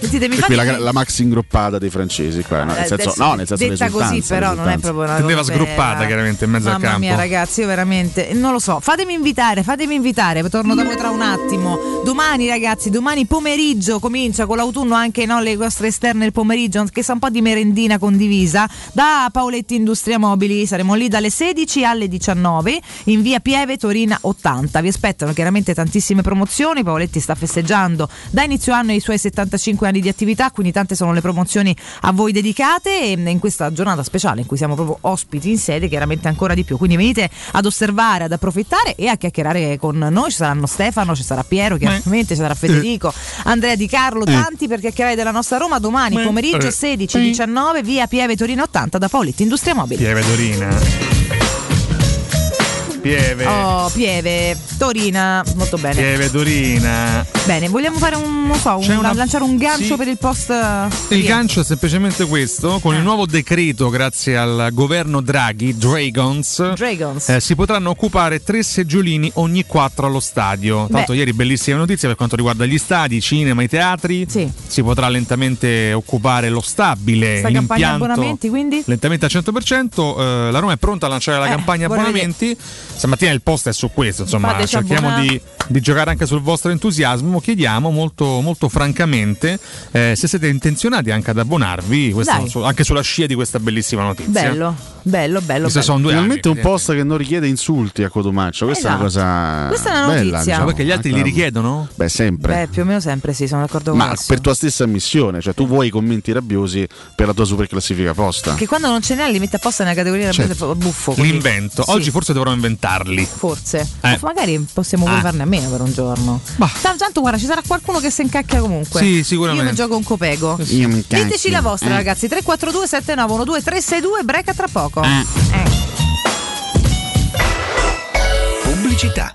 [SPEAKER 2] Sentitemi,
[SPEAKER 4] E qui la,
[SPEAKER 2] fatemi-
[SPEAKER 4] la max ingroppata dei francesi qua, no?
[SPEAKER 2] Eh,
[SPEAKER 4] nel senso,
[SPEAKER 2] adesso,
[SPEAKER 4] no, nel senso
[SPEAKER 2] detta così
[SPEAKER 4] risultanza,
[SPEAKER 2] però non è
[SPEAKER 4] risultanza.
[SPEAKER 2] proprio una
[SPEAKER 3] Tendeva
[SPEAKER 2] cosa
[SPEAKER 3] sgruppata,
[SPEAKER 2] vera.
[SPEAKER 3] chiaramente, in mezzo al
[SPEAKER 2] Mamma mia
[SPEAKER 3] campo.
[SPEAKER 2] ragazzi io veramente non lo so fatemi invitare fatemi invitare torno da voi tra un attimo domani ragazzi domani pomeriggio comincia con l'autunno anche no, le vostre esterne il pomeriggio che sa un po' di merendina condivisa da Paoletti Industria Mobili saremo lì dalle 16 alle 19 in via Pieve Torina 80 vi aspettano chiaramente tantissime promozioni Paoletti sta festeggiando da inizio anno i suoi 75 anni di attività quindi tante sono le promozioni a voi dedicate e in questa giornata speciale in cui siamo proprio ospiti in sede chiaramente ancora di più quindi venite ad osservare ad approfittare e a chiacchierare con noi ci saranno Stefano ci sarà Piero chiaramente
[SPEAKER 3] Eh.
[SPEAKER 2] ci sarà Federico Andrea Di Carlo tanti per chiacchierare della nostra Roma domani
[SPEAKER 3] Beh.
[SPEAKER 2] pomeriggio
[SPEAKER 3] Eh.
[SPEAKER 2] 16-19 via Pieve Torino 80 da Paoletti Industria Mobili
[SPEAKER 3] Pieve Dorina. Pieve.
[SPEAKER 2] Oh Pieve Dorina, molto bene.
[SPEAKER 3] Pieve Dorina.
[SPEAKER 2] Bene, vogliamo fare un, non so, un-
[SPEAKER 3] una-
[SPEAKER 2] lanciare un gancio
[SPEAKER 3] sì.
[SPEAKER 2] per il post. eh,
[SPEAKER 3] Il gancio è semplicemente questo, con
[SPEAKER 2] Ah.
[SPEAKER 3] il nuovo decreto grazie al governo Draghi, Dragons,
[SPEAKER 2] Dragons.
[SPEAKER 3] eh, si potranno occupare tre seggiolini ogni quattro allo stadio. Tanto
[SPEAKER 2] Beh.
[SPEAKER 3] ieri bellissima notizia per quanto riguarda gli stadi, i cinema, i teatri, si potrà lentamente occupare lo stabile,
[SPEAKER 2] Sta
[SPEAKER 3] l'impianto.
[SPEAKER 2] campagna abbonamenti, quindi?
[SPEAKER 3] Lentamente al 100%, eh, la Roma è pronta a lanciare la
[SPEAKER 2] Eh,
[SPEAKER 3] campagna
[SPEAKER 2] vorrei
[SPEAKER 3] abbonamenti. Stamattina il post è su questo, insomma,
[SPEAKER 2] Fateci
[SPEAKER 3] cerchiamo
[SPEAKER 2] abbonare.
[SPEAKER 3] di, di giocare anche sul vostro entusiasmo. Chiediamo molto, molto francamente eh, se siete intenzionati anche ad abbonarvi, questo
[SPEAKER 2] Dai.
[SPEAKER 3] su- anche sulla scia di questa bellissima notizia.
[SPEAKER 2] Bello, bello, bello. bello.
[SPEAKER 4] Finalmente un post che non richiede insulti a Codomaccio. Questa è
[SPEAKER 2] Esatto.
[SPEAKER 4] una cosa.
[SPEAKER 2] Questa è una
[SPEAKER 4] bella,
[SPEAKER 2] notizia.
[SPEAKER 4] diciamo.
[SPEAKER 2] Ma perché gli altri li
[SPEAKER 3] richiedono?
[SPEAKER 4] Beh,
[SPEAKER 3] eh.
[SPEAKER 4] sempre.
[SPEAKER 2] Beh, più o meno sempre sì, sono d'accordo con
[SPEAKER 4] Ma
[SPEAKER 2] questo.
[SPEAKER 4] per tua stessa missione, cioè tu vuoi i commenti rabbiosi per la tua superclassifica posta.
[SPEAKER 2] Che quando non ce n'è li mette apposta nella categoria da
[SPEAKER 4] Certo.
[SPEAKER 2] prendere buffo. quindi-
[SPEAKER 3] L'invento.
[SPEAKER 2] Sì.
[SPEAKER 3] Oggi forse dovrò inventarli.
[SPEAKER 2] Forse.
[SPEAKER 3] Eh.
[SPEAKER 2] Ma Magari possiamo pure
[SPEAKER 3] Ah.
[SPEAKER 2] farne a meno per un giorno. Tan- Tanto guarda, ci sarà qualcuno che si incacchia comunque.
[SPEAKER 3] Sì, sicuramente.
[SPEAKER 2] Io non gioco un copego.
[SPEAKER 3] Io mi incacchio.
[SPEAKER 2] Diteci la vostra,
[SPEAKER 3] Eh.
[SPEAKER 2] ragazzi. 342 7912 362 break a tra poco.
[SPEAKER 3] Eh.
[SPEAKER 13] Pubblicità.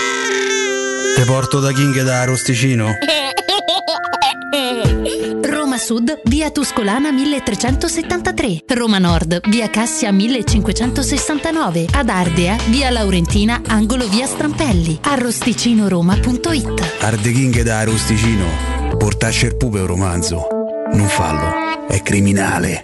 [SPEAKER 5] Te porto da King e da Rosticino?
[SPEAKER 1] Roma Sud, via Tuscolana 1373. Roma Nord, via Cassia 1569. Ad Ardea, via Laurentina, angolo via Strampelli. Arrosticinoroma.it
[SPEAKER 5] Arde King e da Rosticino? Portasce il pupe un romanzo. Non fallo, è criminale.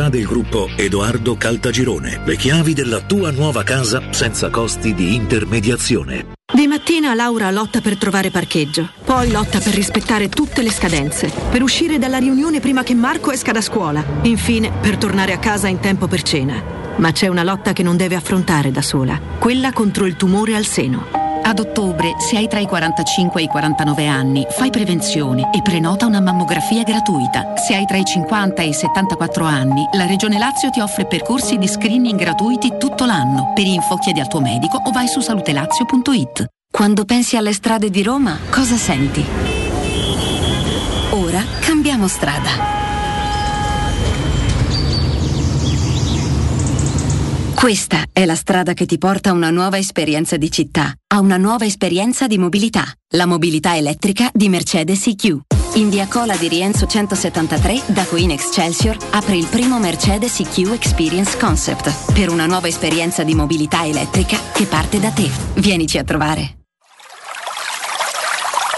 [SPEAKER 14] del gruppo Edoardo Caltagirone. Le chiavi della tua nuova casa senza costi di intermediazione.
[SPEAKER 15] Di mattina Laura lotta per trovare parcheggio, poi lotta per rispettare tutte le scadenze, per uscire dalla riunione prima che Marco esca da scuola, infine per tornare a casa in tempo per cena. Ma c'è una lotta che non deve affrontare da sola, quella contro il tumore al seno.
[SPEAKER 16] Ad ottobre, se hai tra i 45 e i 49 anni, fai prevenzione e prenota una mammografia gratuita. Se hai tra i 50 e i 74 anni, la Regione Lazio ti offre percorsi di screening gratuiti tutto l'anno. Per info chiedi al tuo medico o vai su salutelazio.it. Quando pensi alle strade di Roma, cosa senti? Ora cambiamo strada. Questa è la strada che ti porta a una nuova esperienza di città, a una nuova esperienza di mobilità, la mobilità elettrica di Mercedes EQ. In via Cola di Rienzo 173, da qui in Excelsior, apre il primo Mercedes EQ Experience Concept per una nuova esperienza di mobilità elettrica che parte da te. Vienici a trovare.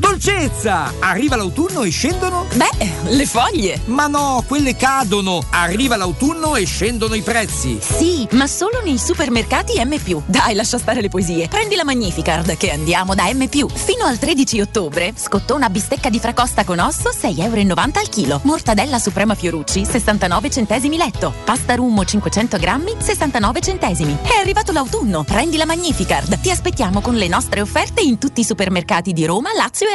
[SPEAKER 17] Dolcezza! Arriva l'autunno e scendono? Beh, le foglie! Ma no, quelle cadono! Arriva l'autunno e scendono i prezzi!
[SPEAKER 7] Sì, ma solo nei supermercati M. Dai, lascia stare le poesie. Prendi la Magnificard che andiamo da M. Fino al 13 ottobre, scottona bistecca di fracosta con osso 6,90 euro al chilo. Mortadella Suprema Fiorucci 69 centesimi letto. Pasta rummo 500 grammi 69 centesimi. È arrivato l'autunno, prendi la Magnificard. Ti aspettiamo con le nostre offerte in tutti i supermercati di Roma, Lazio e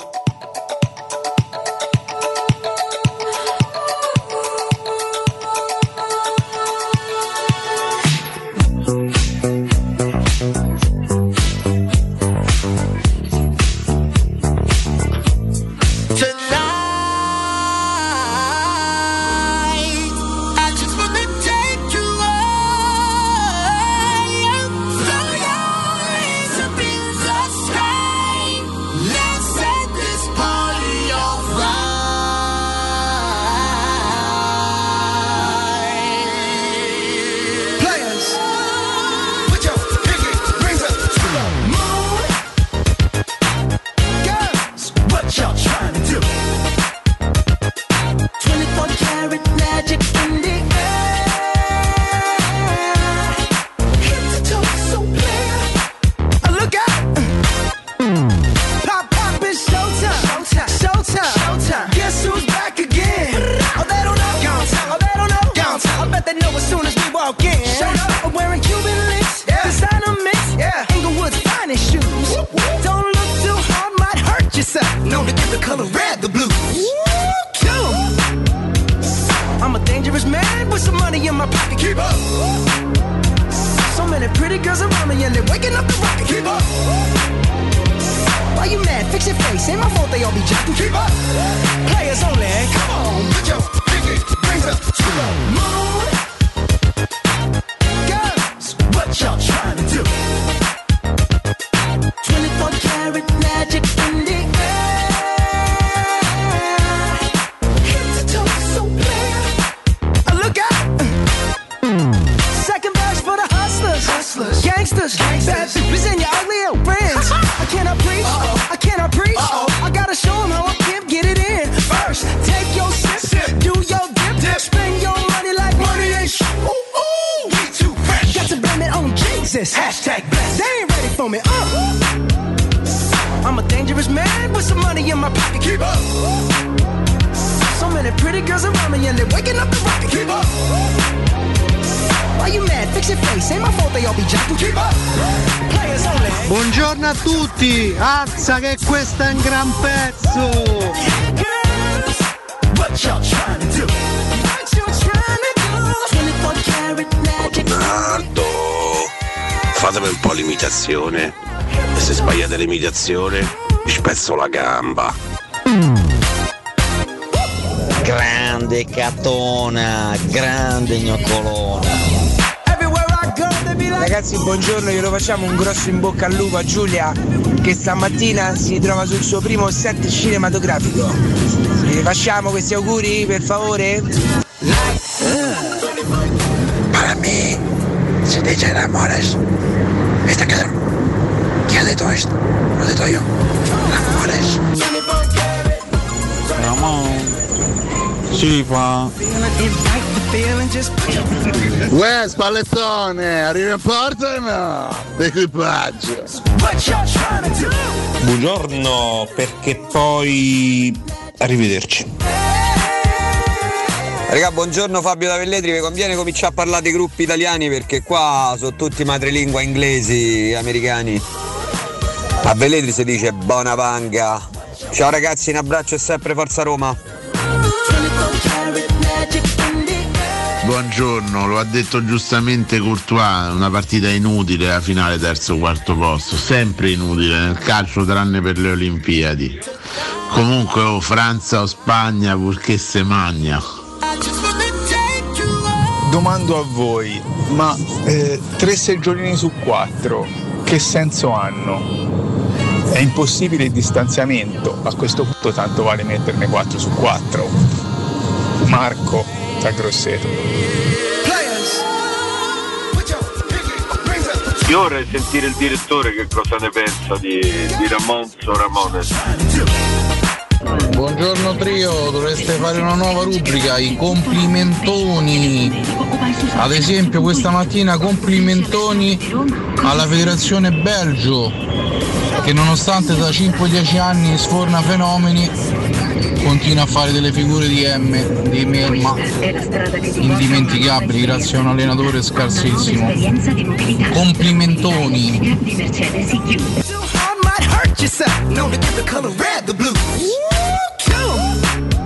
[SPEAKER 1] Tonight, I just wanna take you higher. So high, so big, so sky. Let's set this party on fire. Players, put your pinky rings up to the moon. Girls, what y'all trying to do? 24 karat magic in the air. Hit to toe, so clear. Uh, Look out! Pop, pop, it's showtime. Showtime. Showtime. Showtime. Guess who's back again? Oh, they don't know. Gone time. Oh, they don't know. Gone time. I bet they know as soon as we walk in. Shut up. I'm wearing Cuban links. Yeah. Designer mix. Yeah. Inglewood's finest shoes. Don't look too hard, might hurt yourself. Known to give the color red the blues. Kill 'em. I'm a dangerous man with some money in my pocket. Keep up. So many pretty girls around me and they're waking up the rocket. Keep up. Why you mad? Fix your face. Ain't my fault they all be jacking. Keep up. Players only. Come on, put your pinky rings up to the moon. Girls, what y'all trying to do? 24 karat magic in the air. Head to toe, so clear. Uh, Look out! Second verse for the hustlers, hustlers, gangsters, gangsters. Bad bitches and your ugly old friends. I cannot preach. I cannot preach. I gotta show 'em how I can get it in. First, take your sip, do your dip, spend your money like money ain't sh- ooh, ooh, we too fresh. Got to blame it on Jesus. Hashtag blessed. They ain't ready for me. Uh. I'm a dangerous man with some money in my pocket. Keep up. So many pretty girls around me and they're waking up the rocket. Keep up. Why you mad? Fix your face. Ain't my fault they all be jacking. Keep up. Players only.
[SPEAKER 18] Buongiorno a tutti, azza che questo è un gran pezzo!
[SPEAKER 1] What y'all trying to do? What you trying to do? 24 karat magic.
[SPEAKER 19] Nardo, fatemi un po' l'imitazione. E se sbagliate l'imitazione, vi spezzo la gamba.
[SPEAKER 20] Grande catona, grande gnoccolona.
[SPEAKER 5] Ragazzi, buongiorno, glielo facciamo un grosso in bocca al lupo a Giulia che stamattina si trova sul suo primo set cinematografico. Gli facciamo questi auguri, per favore?
[SPEAKER 1] Para mí, se te echan amores, está claro. ¿Quién ha detto esto? Lo detto yo. Amores.
[SPEAKER 20] Si fa.
[SPEAKER 19] Uè, spallettone, arrivi in porto o no? D'equipaggio.
[SPEAKER 21] Buongiorno, perché poi arrivederci.
[SPEAKER 5] Raga, buongiorno Fabio da Velletri, vi conviene cominciare a parlare dei gruppi italiani perché qua sono tutti madrelingua inglesi, americani. A Velletri si dice buona vanga. Ciao ragazzi, un abbraccio e sempre Forza Roma.
[SPEAKER 19] Buongiorno, lo ha detto giustamente Courtois, una partita inutile la finale terzo quarto posto, sempre inutile nel calcio tranne per le Olimpiadi. Comunque o Franza o Spagna purché se magna.
[SPEAKER 22] Domando a voi, ma eh, tre seggiolini su quattro che senso hanno? È impossibile il distanziamento, a questo punto tanto vale metterne 4 su 4.
[SPEAKER 23] Marco da Grosseto.
[SPEAKER 8] Io vorrei sentire il direttore che cosa ne pensa di, di Ramonzo Ramones.
[SPEAKER 5] Buongiorno trio, dovreste fare una nuova rubrica, i complimentoni. Ad esempio questa mattina complimentoni alla Federazione Belgio che nonostante da 5-10 anni sforna fenomeni continua a fare delle figure di M, di merma, indimenticabili grazie a un allenatore scarsissimo. Complimentoni.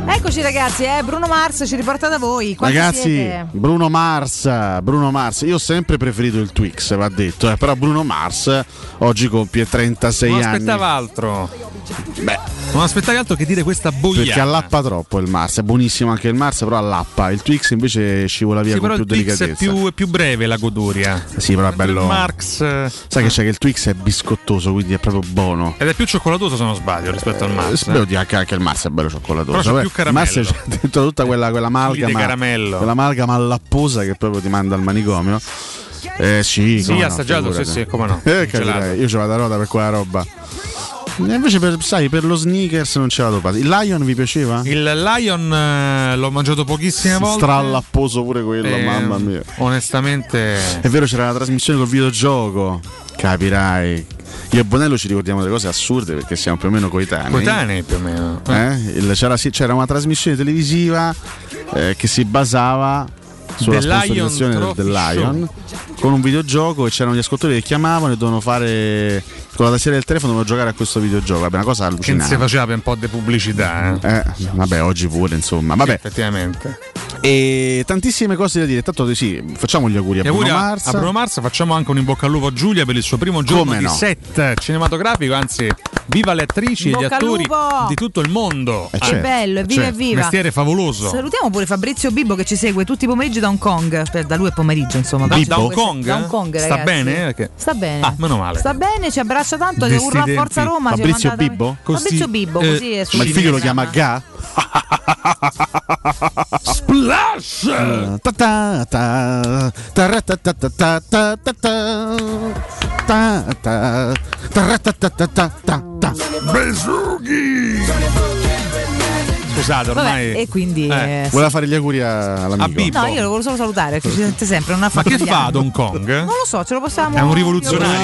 [SPEAKER 2] Eccoci ragazzi, eh, Bruno Mars ci riporta da voi. Quanti
[SPEAKER 4] Ragazzi,
[SPEAKER 2] siete?
[SPEAKER 4] Bruno Mars, Bruno Mars, io ho sempre preferito il Twix, va detto, eh, però Bruno Mars oggi compie 36
[SPEAKER 3] Non
[SPEAKER 4] anni.
[SPEAKER 3] aspettava altro. Non aspettavi altro che dire questa boia.
[SPEAKER 4] Perché allappa troppo il Mars, è buonissimo anche il Mars, però allappa. Il Twix invece scivola via
[SPEAKER 3] Sì,
[SPEAKER 4] con
[SPEAKER 3] però
[SPEAKER 4] più
[SPEAKER 3] il Twix è
[SPEAKER 4] delicatezza.
[SPEAKER 3] più, è più breve la goduria.
[SPEAKER 4] Sì, però è bello.
[SPEAKER 3] Marx. eh,
[SPEAKER 4] Sai che c'è che il Twix è biscottoso, quindi è proprio buono.
[SPEAKER 3] Ed è più cioccolatoso se non sbaglio rispetto al Marx.
[SPEAKER 4] Eh, Spero di anche, anche il Mars è bello
[SPEAKER 3] Però
[SPEAKER 4] cioccolatoso.
[SPEAKER 3] c'è
[SPEAKER 4] Vabbè,
[SPEAKER 3] più
[SPEAKER 4] il Mars
[SPEAKER 3] caramello.
[SPEAKER 4] c'è dentro tutta quella, quella amalgama,
[SPEAKER 3] Fili di caramello.
[SPEAKER 4] quella amalgama allapposa che proprio ti manda al manicomio. Eh sì,
[SPEAKER 3] Sì,
[SPEAKER 4] come no,
[SPEAKER 3] assaggiato, sì,
[SPEAKER 4] figurati.
[SPEAKER 3] sì, come no.
[SPEAKER 4] Eh,
[SPEAKER 3] Gelato.
[SPEAKER 4] capirai, io ci vado a roda per quella roba. E invece, per, sai, per lo sneakers non ce l'ho pazzo. Il Lion vi piaceva?
[SPEAKER 3] Il Lion eh, l'ho mangiato pochissime volte.
[SPEAKER 4] Strallapposo pure quello,
[SPEAKER 3] Eh,
[SPEAKER 4] mamma mia.
[SPEAKER 3] Onestamente.
[SPEAKER 4] Ehm, È vero, c'era la trasmissione col videogioco. Capirai. Io e Bonello ci ricordiamo delle cose assurde perché siamo più o meno coetanei.
[SPEAKER 3] Coetanei più o meno.
[SPEAKER 4] Eh? Il- c'era, sì, c'era una trasmissione televisiva eh, che si basava sulla
[SPEAKER 3] The Lion
[SPEAKER 4] sponsorizzazione del, del
[SPEAKER 3] Trophy
[SPEAKER 4] Lion con un videogioco e c'erano gli ascoltatori che chiamavano e dovevano fare con la tastiera del telefono dovevano giocare a questo videogioco. Vabbè, una cosa
[SPEAKER 3] Che si
[SPEAKER 4] allucinante.
[SPEAKER 3] faceva per un po' di pubblicità. Eh.
[SPEAKER 4] Eh, vabbè, oggi pure, insomma. Vabbè.
[SPEAKER 3] Effettivamente.
[SPEAKER 4] E tantissime cose da dire. Tanto sì, facciamo gli auguri a
[SPEAKER 3] E auguri
[SPEAKER 4] Bruno
[SPEAKER 3] a-
[SPEAKER 4] Mars.
[SPEAKER 3] a Bruno Mars facciamo anche un in bocca al lupo a Giulia per il suo primo giorno
[SPEAKER 4] Come
[SPEAKER 3] di
[SPEAKER 4] no.
[SPEAKER 3] set cinematografico, anzi viva le attrici
[SPEAKER 2] In
[SPEAKER 3] e gli
[SPEAKER 2] bocca al
[SPEAKER 3] attori
[SPEAKER 2] lupo!
[SPEAKER 3] di tutto il mondo.
[SPEAKER 4] Eh,
[SPEAKER 2] Che
[SPEAKER 4] certo,
[SPEAKER 2] bello, evviva evviva.
[SPEAKER 3] Mestiere favoloso.
[SPEAKER 2] Salutiamo pure Fabrizio Bibbo che ci segue tutti i pomeriggi da Hong Kong. Per- Da lui è pomeriggio, insomma.
[SPEAKER 3] Da-
[SPEAKER 2] però
[SPEAKER 3] da Hong
[SPEAKER 2] comunque-
[SPEAKER 3] Kong?
[SPEAKER 2] Da Hong Kong,
[SPEAKER 3] Sta
[SPEAKER 2] ragazzi.
[SPEAKER 3] bene? Perché-
[SPEAKER 2] Sta bene.
[SPEAKER 3] Ah, meno male.
[SPEAKER 2] Sta bene, ci abbraccia tanto. Che urla a
[SPEAKER 3] Dissidenti.
[SPEAKER 2] Forza Roma. ci
[SPEAKER 3] Fabrizio
[SPEAKER 2] manda-
[SPEAKER 3] Bibbo?
[SPEAKER 2] Fabrizio
[SPEAKER 3] Così,
[SPEAKER 2] Bibbo,
[SPEAKER 3] eh,
[SPEAKER 2] così è
[SPEAKER 4] Ma il figlio lo
[SPEAKER 2] successo.
[SPEAKER 4] chiama Ga?
[SPEAKER 3] Splash!
[SPEAKER 4] Ta ta ta ta ta ta ta ta ta ta ta ta ta ta ta ta ta ta ta ta
[SPEAKER 3] Scusate,
[SPEAKER 2] Vabbè,
[SPEAKER 4] ormai-
[SPEAKER 2] e quindi. eh,
[SPEAKER 4] Voleva fare gli auguri a- all'amico.
[SPEAKER 2] No, io lo volevo solo salutare perché ci sente sempre. Non ha
[SPEAKER 4] Ma
[SPEAKER 2] fatto
[SPEAKER 4] che
[SPEAKER 2] gli
[SPEAKER 4] fa
[SPEAKER 2] anni.
[SPEAKER 4] ad Hong Kong?
[SPEAKER 2] Non lo so, ce lo possiamo.
[SPEAKER 4] È un rivoluzionario.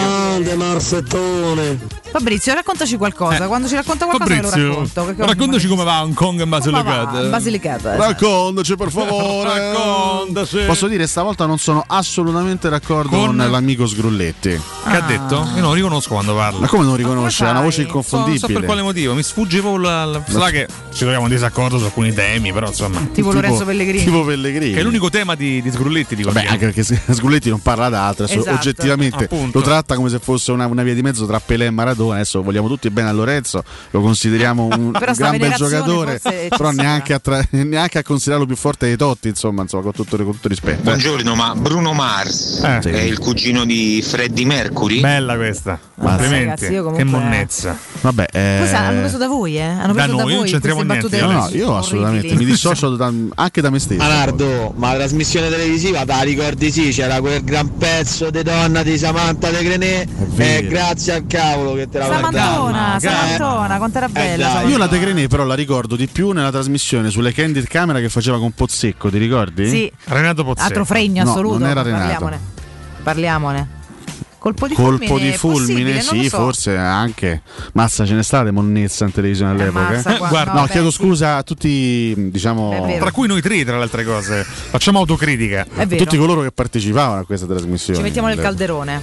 [SPEAKER 2] Grande Marsettone. Fabrizio, raccontaci qualcosa. Quando ci racconta qualcosa, ve lo racconto. perché
[SPEAKER 3] Fabrizio,
[SPEAKER 2] ho-
[SPEAKER 3] raccontaci come va a Hong Kong in Basilicata.
[SPEAKER 2] va? In Basilicata.
[SPEAKER 4] Raccontaci per favore.
[SPEAKER 3] Raccontaci.
[SPEAKER 4] Posso dire, stavolta non sono assolutamente d'accordo con,
[SPEAKER 3] Con-
[SPEAKER 4] l'amico Sgrulletti.
[SPEAKER 3] Che
[SPEAKER 2] Ah.
[SPEAKER 3] ha detto? Io non lo riconosco quando parla.
[SPEAKER 4] Ma come non riconosce? Ha una voce
[SPEAKER 3] So- Non
[SPEAKER 4] inconfondibile.
[SPEAKER 3] so per quale motivo, mi sfugge proprio la. la-
[SPEAKER 4] Ma-
[SPEAKER 3] sarà che ci troviamo in disaccordo su alcuni temi, però insomma.
[SPEAKER 4] Tipo Lorenzo Pellegrini. tipo Pellegrini.
[SPEAKER 3] Che è l'unico tema di, di Sgrulletti, dico.
[SPEAKER 4] Vabbè, anche perché S- Sgrulletti non parla d'altro, adesso
[SPEAKER 3] Esatto.
[SPEAKER 4] oggettivamente
[SPEAKER 3] Appunto.
[SPEAKER 4] lo tratta come se fosse una, una via di mezzo tra Pelé e Maradona. Adesso vogliamo tutti bene a Lorenzo, lo consideriamo un
[SPEAKER 2] Però sta
[SPEAKER 4] gran bel
[SPEAKER 2] venerazione
[SPEAKER 4] giocatore,
[SPEAKER 2] forse ci
[SPEAKER 4] però
[SPEAKER 2] sarà.
[SPEAKER 4] neanche a, tra- neanche a considerarlo più forte dei Totti, insomma, insomma, con, tutto, con tutto rispetto. eh.
[SPEAKER 24] Buongiorno, ma Bruno Mars
[SPEAKER 4] Eh.
[SPEAKER 24] è il cugino di Freddie Mercury?
[SPEAKER 3] Bella questa,
[SPEAKER 4] Mazza.
[SPEAKER 3] complimenti.
[SPEAKER 2] Ragazzi,
[SPEAKER 3] che
[SPEAKER 2] io comunque-
[SPEAKER 3] monnezza.
[SPEAKER 4] Vabbè, eh,
[SPEAKER 2] Poi sa- hanno preso da voi, eh? Hanno preso da, voi queste battute
[SPEAKER 4] No, no,
[SPEAKER 2] orribili.
[SPEAKER 4] io assolutamente mi dissocio da- anche da me stesso.
[SPEAKER 12] Manardo, ma la trasmissione televisiva te la Ah, ricordi sì, c'era quel gran pezzo di donna di Samantha De Grenet
[SPEAKER 4] vero.
[SPEAKER 12] e grazie al cavolo che te la Eh.
[SPEAKER 2] Samantona,
[SPEAKER 12] guardavi.
[SPEAKER 4] Eh,
[SPEAKER 2] Samantona, quanto era bella.
[SPEAKER 4] Io la
[SPEAKER 2] Samantona.
[SPEAKER 4] De Grenet però la ricordo di più nella trasmissione sulle candid camera che faceva con Pozzecco, ti ricordi?
[SPEAKER 2] Sì.
[SPEAKER 3] Renato
[SPEAKER 2] Altro fregno
[SPEAKER 4] No,
[SPEAKER 2] assoluto.
[SPEAKER 4] Non era
[SPEAKER 2] Parliamone.
[SPEAKER 4] Renato.
[SPEAKER 2] Parliamone. Colpo di
[SPEAKER 4] Colpo
[SPEAKER 2] fulmine.
[SPEAKER 4] di fulmine,
[SPEAKER 2] possibile, non lo
[SPEAKER 4] sì,
[SPEAKER 2] so.
[SPEAKER 4] forse anche. Mazza, ce ne sta di monnezza in televisione all'epoca.
[SPEAKER 2] mazza,
[SPEAKER 4] eh?
[SPEAKER 2] guarda,
[SPEAKER 4] no,
[SPEAKER 2] no,
[SPEAKER 4] chiedo
[SPEAKER 2] pensi.
[SPEAKER 4] scusa a tutti, diciamo,
[SPEAKER 3] Tra cui noi tre, tra le altre cose. Facciamo autocritica.
[SPEAKER 2] È vero.
[SPEAKER 4] tutti coloro che partecipavano a questa trasmissione.
[SPEAKER 2] Ci mettiamo nel calderone.